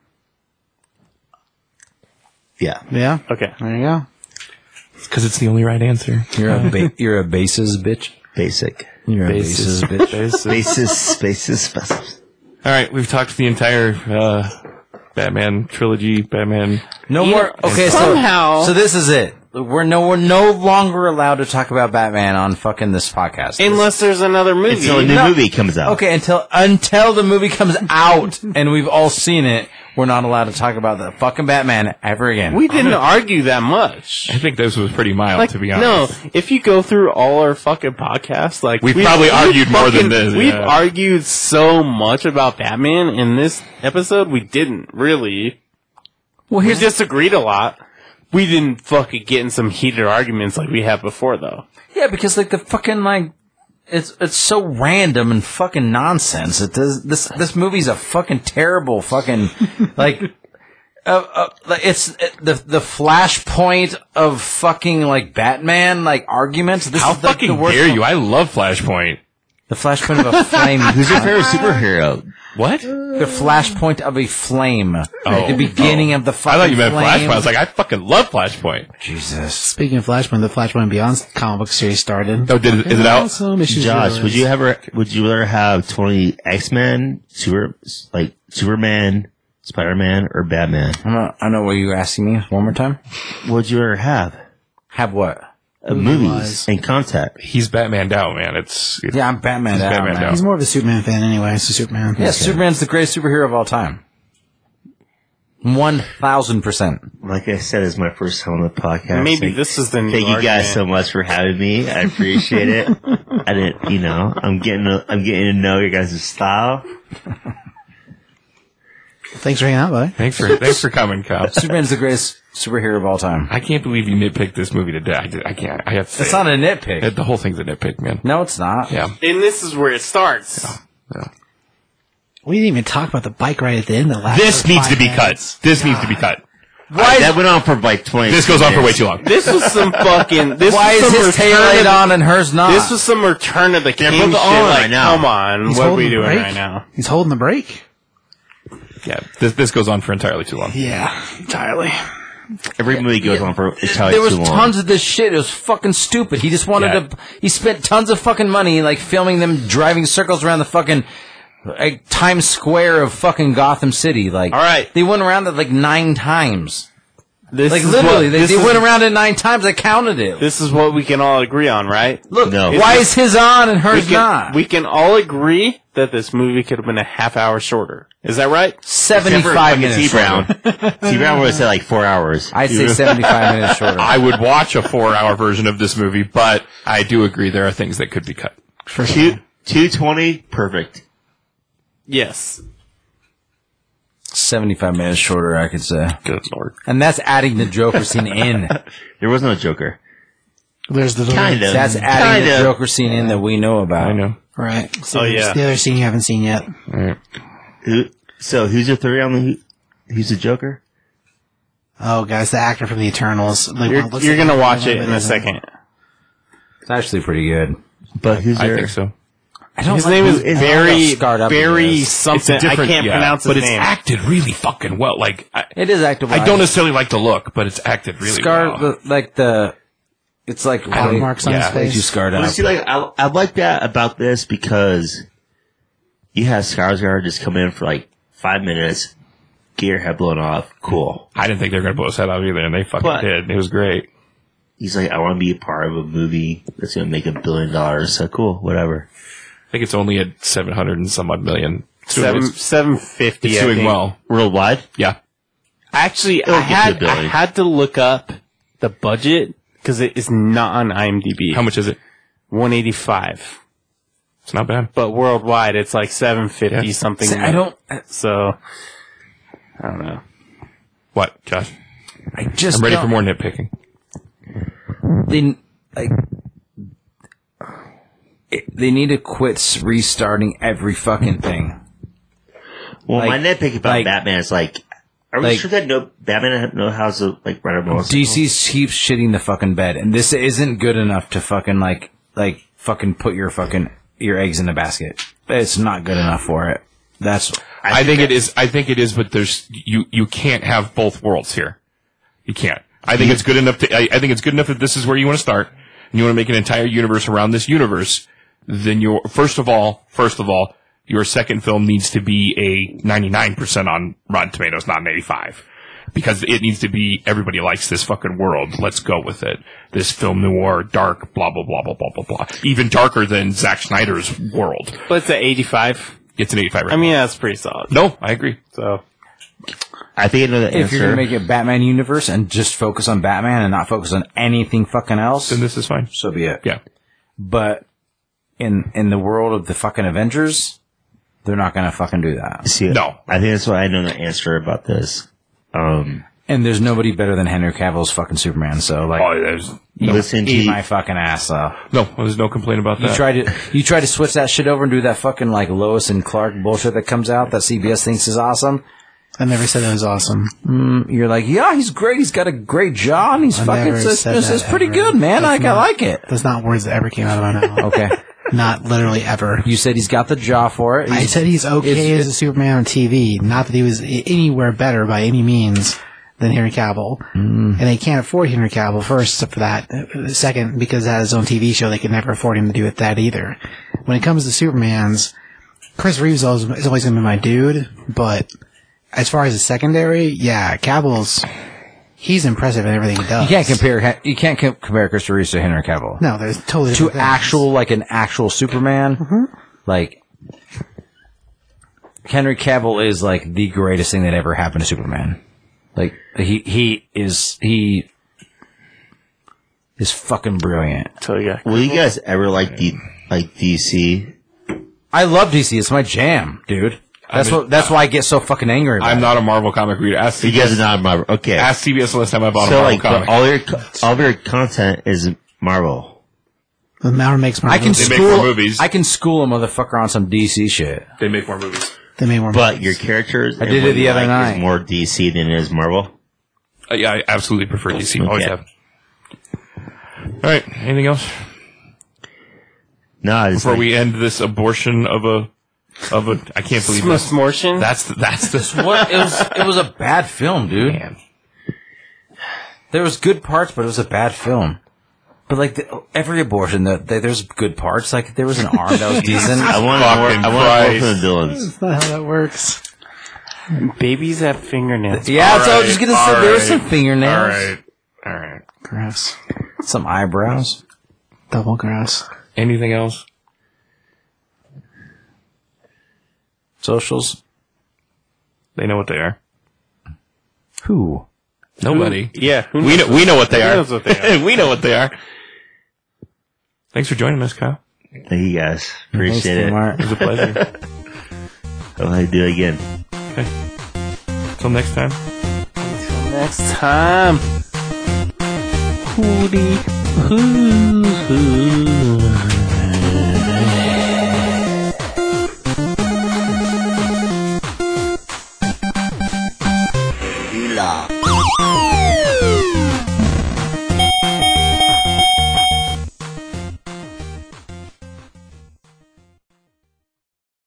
[SPEAKER 3] Yeah.
[SPEAKER 5] Yeah.
[SPEAKER 2] Okay.
[SPEAKER 5] There you go.
[SPEAKER 4] Because it's the only right answer. Uh,
[SPEAKER 1] you're a ba- you're a bases bitch.
[SPEAKER 3] Basic.
[SPEAKER 1] You're
[SPEAKER 2] Bases.
[SPEAKER 1] a bases bitch.
[SPEAKER 3] Basis, basis, basis.
[SPEAKER 4] All right, we've talked the entire uh, Batman trilogy. Batman.
[SPEAKER 1] No more. Okay,
[SPEAKER 6] somehow-
[SPEAKER 1] so so this is it. We're no we're no longer allowed to talk about Batman on fucking this podcast.
[SPEAKER 2] Unless there's another movie.
[SPEAKER 3] Until a new
[SPEAKER 1] No.
[SPEAKER 3] movie comes out.
[SPEAKER 1] okay, until until the movie comes out and we've all seen it, we're not allowed to talk about the fucking Batman ever again.
[SPEAKER 2] we didn't argue that much.
[SPEAKER 4] I think this was pretty mild,
[SPEAKER 2] Like,
[SPEAKER 4] to be honest.
[SPEAKER 2] No, if you go through all our fucking podcasts, like
[SPEAKER 4] We've probably argued more
[SPEAKER 2] fucking-
[SPEAKER 4] than this,
[SPEAKER 2] We've
[SPEAKER 4] yeah.
[SPEAKER 2] argued so much about Batman in this episode. We didn't really. Well, we disagreed a lot. We didn't fucking get in some heated arguments like we have before, though.
[SPEAKER 1] yeah, because like the fucking like. It's it's so random and fucking nonsense. It does this this movie's a fucking terrible fucking like uh, uh, it's uh, the the flashpoint of fucking like Batman like arguments. This
[SPEAKER 4] How
[SPEAKER 1] is, like,
[SPEAKER 4] fucking
[SPEAKER 1] the worst
[SPEAKER 4] dare you? I love Flashpoint.
[SPEAKER 1] The flashpoint of a flame.
[SPEAKER 3] Who's your favorite superhero?
[SPEAKER 4] What?
[SPEAKER 1] the flashpoint of a flame.
[SPEAKER 4] Oh.
[SPEAKER 1] the beginning of the
[SPEAKER 4] I
[SPEAKER 1] fucking
[SPEAKER 4] thought you meant
[SPEAKER 1] flame.
[SPEAKER 4] Flashpoint. I was like, I fucking love Flashpoint.
[SPEAKER 1] Jesus.
[SPEAKER 5] Speaking of Flashpoint, the Flashpoint Beyond comic book series started.
[SPEAKER 4] Oh, did, is it out?
[SPEAKER 5] Awesome issues
[SPEAKER 3] Josh,
[SPEAKER 5] yours.
[SPEAKER 3] would you ever, would you rather have 20 X-Men, Super, like, Superman, Spider-Man, or Batman?
[SPEAKER 1] I don't, I don't know what you were asking me. One more time.
[SPEAKER 3] What would you rather have?
[SPEAKER 1] Have what?
[SPEAKER 3] Uh, movies and content.
[SPEAKER 4] He's Batman out, man. It's, it's
[SPEAKER 1] Yeah, I'm Batman. now,
[SPEAKER 4] Batman
[SPEAKER 1] man.
[SPEAKER 4] now.
[SPEAKER 5] He's more of a Superman fan anyway, so Superman.
[SPEAKER 1] Yeah, Superman's the greatest superhero of all time. One thousand percent.
[SPEAKER 3] Like I said, it's my first time on the podcast.
[SPEAKER 2] Maybe
[SPEAKER 3] Like,
[SPEAKER 2] this is the new
[SPEAKER 3] Thank you guys
[SPEAKER 2] argument.
[SPEAKER 3] so much for having me. I appreciate it. I didn't, you know, I'm getting, i I'm getting to know your guys' style.
[SPEAKER 5] Thanks for hanging out, buddy.
[SPEAKER 4] thanks for thanks for coming, Kyle.
[SPEAKER 1] Superman's the greatest superhero of all time.
[SPEAKER 4] I can't believe you nitpicked this movie to death. I, did- I can't. I have to
[SPEAKER 1] It's
[SPEAKER 4] say
[SPEAKER 1] not a
[SPEAKER 4] it. It-
[SPEAKER 1] nitpick.
[SPEAKER 4] the whole thing's a nitpick, man.
[SPEAKER 1] No, it's not.
[SPEAKER 4] Yeah.
[SPEAKER 2] And this is where it starts.
[SPEAKER 5] We didn't even talk about the bike ride at the end of the last
[SPEAKER 4] This
[SPEAKER 5] five
[SPEAKER 4] needs to be
[SPEAKER 5] minutes.
[SPEAKER 4] cut. This needs to be cut.
[SPEAKER 3] Why? That went on for like 20
[SPEAKER 4] This goes on for way too long.
[SPEAKER 2] This was some fucking. This
[SPEAKER 1] Why
[SPEAKER 2] was
[SPEAKER 1] is
[SPEAKER 2] some
[SPEAKER 1] his tail
[SPEAKER 2] return of
[SPEAKER 1] laid
[SPEAKER 2] the-
[SPEAKER 1] on and hers not?
[SPEAKER 2] This was some return of the king
[SPEAKER 3] both
[SPEAKER 2] shit.
[SPEAKER 3] on right
[SPEAKER 2] Like,
[SPEAKER 3] now.
[SPEAKER 2] come on,
[SPEAKER 5] He's
[SPEAKER 2] what are
[SPEAKER 5] holding
[SPEAKER 2] we
[SPEAKER 5] the
[SPEAKER 2] doing
[SPEAKER 5] brake.
[SPEAKER 2] right now?
[SPEAKER 5] He's holding the brake.
[SPEAKER 4] Yeah. This, this goes on for entirely too long.
[SPEAKER 5] Yeah, entirely.
[SPEAKER 3] Every movie goes on for entirely
[SPEAKER 1] there was
[SPEAKER 3] too long.
[SPEAKER 1] tons of this shit. It was fucking stupid. He just wanted
[SPEAKER 4] Yeah.
[SPEAKER 1] to. He spent tons of fucking money like filming them driving circles around the fucking like, Times Square of fucking Gotham City. Like,
[SPEAKER 2] All right.
[SPEAKER 1] they went around it like nine times.
[SPEAKER 2] This
[SPEAKER 1] Like
[SPEAKER 2] is
[SPEAKER 1] literally,
[SPEAKER 2] what-
[SPEAKER 1] they,
[SPEAKER 2] this
[SPEAKER 1] they
[SPEAKER 2] is-
[SPEAKER 1] went around it nine times. I counted it.
[SPEAKER 2] This is what we can all agree on, right?
[SPEAKER 1] Look,
[SPEAKER 3] No.
[SPEAKER 1] why is his on and
[SPEAKER 2] we
[SPEAKER 1] hers
[SPEAKER 2] can,
[SPEAKER 1] not?
[SPEAKER 2] we can all agree that this movie could have been a half hour shorter. Is that right?
[SPEAKER 1] seventy-five minutes.
[SPEAKER 3] T
[SPEAKER 1] shorter.
[SPEAKER 3] Brown. T Brown would have said like four hours.
[SPEAKER 1] I'd say seventy-five minutes shorter.
[SPEAKER 4] I would watch a four-hour version of this movie, but I do agree there are things that could be cut.
[SPEAKER 3] two two twenty, perfect.
[SPEAKER 2] Yes.
[SPEAKER 1] Seventy-five minutes shorter, I could say,
[SPEAKER 4] Good lord.
[SPEAKER 1] and that's adding the Joker scene in.
[SPEAKER 3] There was no Joker.
[SPEAKER 5] There's the
[SPEAKER 3] Kind of.
[SPEAKER 1] That's adding
[SPEAKER 3] Kinda.
[SPEAKER 1] the Joker scene in that we know about.
[SPEAKER 4] I know.
[SPEAKER 5] right. So
[SPEAKER 2] Oh,
[SPEAKER 5] there's
[SPEAKER 2] yeah.
[SPEAKER 5] the other scene you haven't seen yet.
[SPEAKER 4] All right.
[SPEAKER 3] Who, so who's your three on the? Who's the Joker?
[SPEAKER 5] Oh, guys, the actor from the Eternals. Like,
[SPEAKER 2] You're,
[SPEAKER 5] well, it looks
[SPEAKER 2] you're
[SPEAKER 5] like-
[SPEAKER 2] gonna watch it in a
[SPEAKER 5] Amazing.
[SPEAKER 2] second.
[SPEAKER 1] It's actually pretty good.
[SPEAKER 3] But who's
[SPEAKER 4] I
[SPEAKER 3] there?
[SPEAKER 4] think so.
[SPEAKER 1] I don't
[SPEAKER 2] His
[SPEAKER 1] like-
[SPEAKER 2] name is
[SPEAKER 1] I don't
[SPEAKER 2] Barry
[SPEAKER 1] know how scarred up he
[SPEAKER 2] Barry
[SPEAKER 1] is.
[SPEAKER 4] It's a
[SPEAKER 2] something. I
[SPEAKER 4] different-
[SPEAKER 2] can't
[SPEAKER 4] yeah,
[SPEAKER 2] pronounce his
[SPEAKER 4] But it's
[SPEAKER 2] name.
[SPEAKER 4] acted really fucking well. Like, I,
[SPEAKER 1] It is active.
[SPEAKER 4] I don't necessarily like the look, but it's acted really
[SPEAKER 1] scar
[SPEAKER 4] well.
[SPEAKER 1] the, like the. It's like
[SPEAKER 5] Hog
[SPEAKER 1] why-
[SPEAKER 5] marks on
[SPEAKER 4] yeah,
[SPEAKER 5] his
[SPEAKER 1] why did you
[SPEAKER 5] face.
[SPEAKER 1] scarred
[SPEAKER 3] But
[SPEAKER 1] up.
[SPEAKER 3] see, like, I, I like that about this because you have Skarsgård just come in for like five minutes, get your head blown off, cool.
[SPEAKER 4] I didn't think they were going to blow his head off either, and they fucking
[SPEAKER 3] But-
[SPEAKER 4] did. It was great.
[SPEAKER 3] He's like, I want to be a part of a movie that's going to make a billion dollars. So cool, whatever.
[SPEAKER 4] I think it's only at 700 and some odd million. It's doing-
[SPEAKER 2] Seven
[SPEAKER 4] it's
[SPEAKER 2] seven fifty.
[SPEAKER 4] it's doing well.
[SPEAKER 3] Worldwide,
[SPEAKER 4] Yeah.
[SPEAKER 2] Actually, I
[SPEAKER 3] It'll get
[SPEAKER 2] had
[SPEAKER 3] you a
[SPEAKER 2] I
[SPEAKER 3] billion.
[SPEAKER 2] had to look up the budget because it is not on IMDb.
[SPEAKER 4] How much is it?
[SPEAKER 2] One eighty five.
[SPEAKER 4] It's not bad.
[SPEAKER 2] But worldwide, it's like seven fifty
[SPEAKER 4] Yeah.
[SPEAKER 2] something.
[SPEAKER 1] See, I don't.
[SPEAKER 2] So I don't know.
[SPEAKER 4] What, Josh?
[SPEAKER 1] I just.
[SPEAKER 4] I'm ready
[SPEAKER 1] don't-
[SPEAKER 4] for more nitpicking.
[SPEAKER 1] They like. it- They need to quit s- restarting every fucking thing.
[SPEAKER 3] Well,
[SPEAKER 1] Like-
[SPEAKER 3] my nitpick about
[SPEAKER 1] like-
[SPEAKER 3] Batman is like, are we
[SPEAKER 1] like-
[SPEAKER 3] sure that no Batman know how to like run a motorcycle?
[SPEAKER 1] DC keeps shitting the fucking bed, and this isn't good enough to fucking like like fucking put your fucking your eggs in a basket. It's not good enough for it. That's
[SPEAKER 4] I think it is. I think it is. But there's you. You can't have both worlds here. You can't. I think it's good enough to. I, I think it's good enough that this is where you want to start, and you want to make an entire universe around this universe. Then your first of all, first of all, your second film needs to be a 99% on Rotten Tomatoes, not an 85, because it needs to be everybody likes this fucking world. Let's go with it. This film noir, dark, blah blah blah blah blah blah blah. Even darker than Zack Snyder's world.
[SPEAKER 2] But it's at eighty five.
[SPEAKER 4] It's an 85. Right
[SPEAKER 2] I mean, that's pretty solid.
[SPEAKER 4] no, I agree.
[SPEAKER 2] So
[SPEAKER 3] I think I know the
[SPEAKER 1] if you're gonna
[SPEAKER 3] answer.
[SPEAKER 1] make it Batman universe and just focus on Batman and not focus on anything fucking else,
[SPEAKER 4] Then this is fine.
[SPEAKER 1] so be it.
[SPEAKER 4] Yeah.
[SPEAKER 1] But in in the world of the fucking Avengers, they're not gonna fucking do that.
[SPEAKER 3] See,
[SPEAKER 4] No.
[SPEAKER 3] I think that's why I know the answer about this. Um,
[SPEAKER 1] And there's nobody better than Henry Cavill's fucking Superman. So like,
[SPEAKER 4] Oh, there's E.
[SPEAKER 3] listen to
[SPEAKER 1] eat my fucking ass up.
[SPEAKER 4] no, there's no complaint about
[SPEAKER 1] You
[SPEAKER 4] that.
[SPEAKER 1] try to you try to switch that shit over and do that fucking like Lois and Clark bullshit that comes out that CBS thinks is awesome.
[SPEAKER 5] I never said that was awesome.
[SPEAKER 1] You're like, yeah, he's great. He's got a great jaw. And he's
[SPEAKER 5] I
[SPEAKER 1] fucking.
[SPEAKER 5] never
[SPEAKER 1] It's,
[SPEAKER 5] said
[SPEAKER 1] it's,
[SPEAKER 5] that
[SPEAKER 1] it's pretty
[SPEAKER 5] ever.
[SPEAKER 1] good, man. Like,
[SPEAKER 5] That's
[SPEAKER 1] I
[SPEAKER 5] not-
[SPEAKER 1] like it.
[SPEAKER 5] That's not words that ever came out of my mouth.
[SPEAKER 1] Okay,
[SPEAKER 5] not literally ever.
[SPEAKER 1] you said he's got the jaw for it.
[SPEAKER 5] I
[SPEAKER 1] He's-
[SPEAKER 5] said he's okay
[SPEAKER 1] It's-
[SPEAKER 5] as a Superman on TV. Not that he was a- anywhere better by any means than Henry Cavill,
[SPEAKER 1] Hmm.
[SPEAKER 5] and they can't afford Henry Cavill first for that. Uh, Second, because that is his own TV show, they could never afford him to do it that either. When it comes to Superman's, Chris Reeves always- is always going to be my dude, but as far as the secondary, yeah, Cavill's he's impressive in everything he does.
[SPEAKER 1] you can't compare. You can't com- compare Christopher Reeves to Henry Cavill
[SPEAKER 5] No, there's totally
[SPEAKER 1] to
[SPEAKER 5] different things.
[SPEAKER 1] actual like an actual Superman. Like Henry Cavill is like the greatest thing that ever happened to Superman. Like he he is he is fucking brilliant.
[SPEAKER 2] so yeah.
[SPEAKER 3] Will you guys ever like the like DC?
[SPEAKER 1] I love DC. It's my jam, dude. That's
[SPEAKER 4] I'm a-
[SPEAKER 1] what. That's why I get so fucking angry. About
[SPEAKER 4] I'm
[SPEAKER 1] it.
[SPEAKER 4] not a Marvel comic reader. Ask
[SPEAKER 3] You
[SPEAKER 4] CBS,
[SPEAKER 3] guys are not Marvel. Okay,
[SPEAKER 4] ask CBS the last time I bought
[SPEAKER 3] so
[SPEAKER 4] a Marvel
[SPEAKER 3] like but
[SPEAKER 4] comic.
[SPEAKER 3] all your co- all of your content is Marvel.
[SPEAKER 5] The Marvel makes more.
[SPEAKER 1] I can
[SPEAKER 5] movies.
[SPEAKER 4] make more
[SPEAKER 1] school.
[SPEAKER 4] movies.
[SPEAKER 1] I can school a motherfucker on some DC shit.
[SPEAKER 4] they make more movies.
[SPEAKER 5] They made more.
[SPEAKER 3] But
[SPEAKER 5] movies.
[SPEAKER 3] your characters, I
[SPEAKER 1] did it the other night.
[SPEAKER 3] Is more DC than it is Marvel.
[SPEAKER 4] Uh, yeah, I absolutely prefer DC. Always
[SPEAKER 3] Okay.
[SPEAKER 4] have. All right. Anything else
[SPEAKER 3] No, it's
[SPEAKER 4] before
[SPEAKER 3] like,
[SPEAKER 4] we end this abortion of a of a? I can't believe this.
[SPEAKER 2] Smortion.
[SPEAKER 4] That's the, that's the
[SPEAKER 1] What it was? It was a bad film, dude. There was good parts, but it was a bad film. But like the, every abortion, the, the, there's good parts. Like there was an arm that was decent.
[SPEAKER 3] I want
[SPEAKER 4] Fucking
[SPEAKER 3] more. I want
[SPEAKER 4] Christ.
[SPEAKER 3] more from the villains.
[SPEAKER 5] That's not how that works.
[SPEAKER 2] Babies have fingernails.
[SPEAKER 1] yeah, so I was
[SPEAKER 4] Alright,
[SPEAKER 1] just gonna say there was some
[SPEAKER 4] alright,
[SPEAKER 1] fingernails,
[SPEAKER 4] All right. All right.
[SPEAKER 5] Gross.
[SPEAKER 1] some eyebrows.
[SPEAKER 5] Double gross.
[SPEAKER 4] Anything else?
[SPEAKER 1] Socials.
[SPEAKER 4] They know what they are.
[SPEAKER 1] Who?
[SPEAKER 4] Nobody.
[SPEAKER 2] Yeah. Who
[SPEAKER 4] We know we know what they
[SPEAKER 2] Who
[SPEAKER 4] are.
[SPEAKER 2] knows what they are?
[SPEAKER 4] we know what they are. Thanks for joining us, Kyle.
[SPEAKER 3] Thank you guys.
[SPEAKER 1] Thanks,
[SPEAKER 3] Appreciate it.
[SPEAKER 1] Kmart.
[SPEAKER 4] It was a pleasure.
[SPEAKER 3] I'll have to do it again.
[SPEAKER 4] Till next time.
[SPEAKER 2] Next time. Hootie.
[SPEAKER 3] You love.
[SPEAKER 6] Thank you.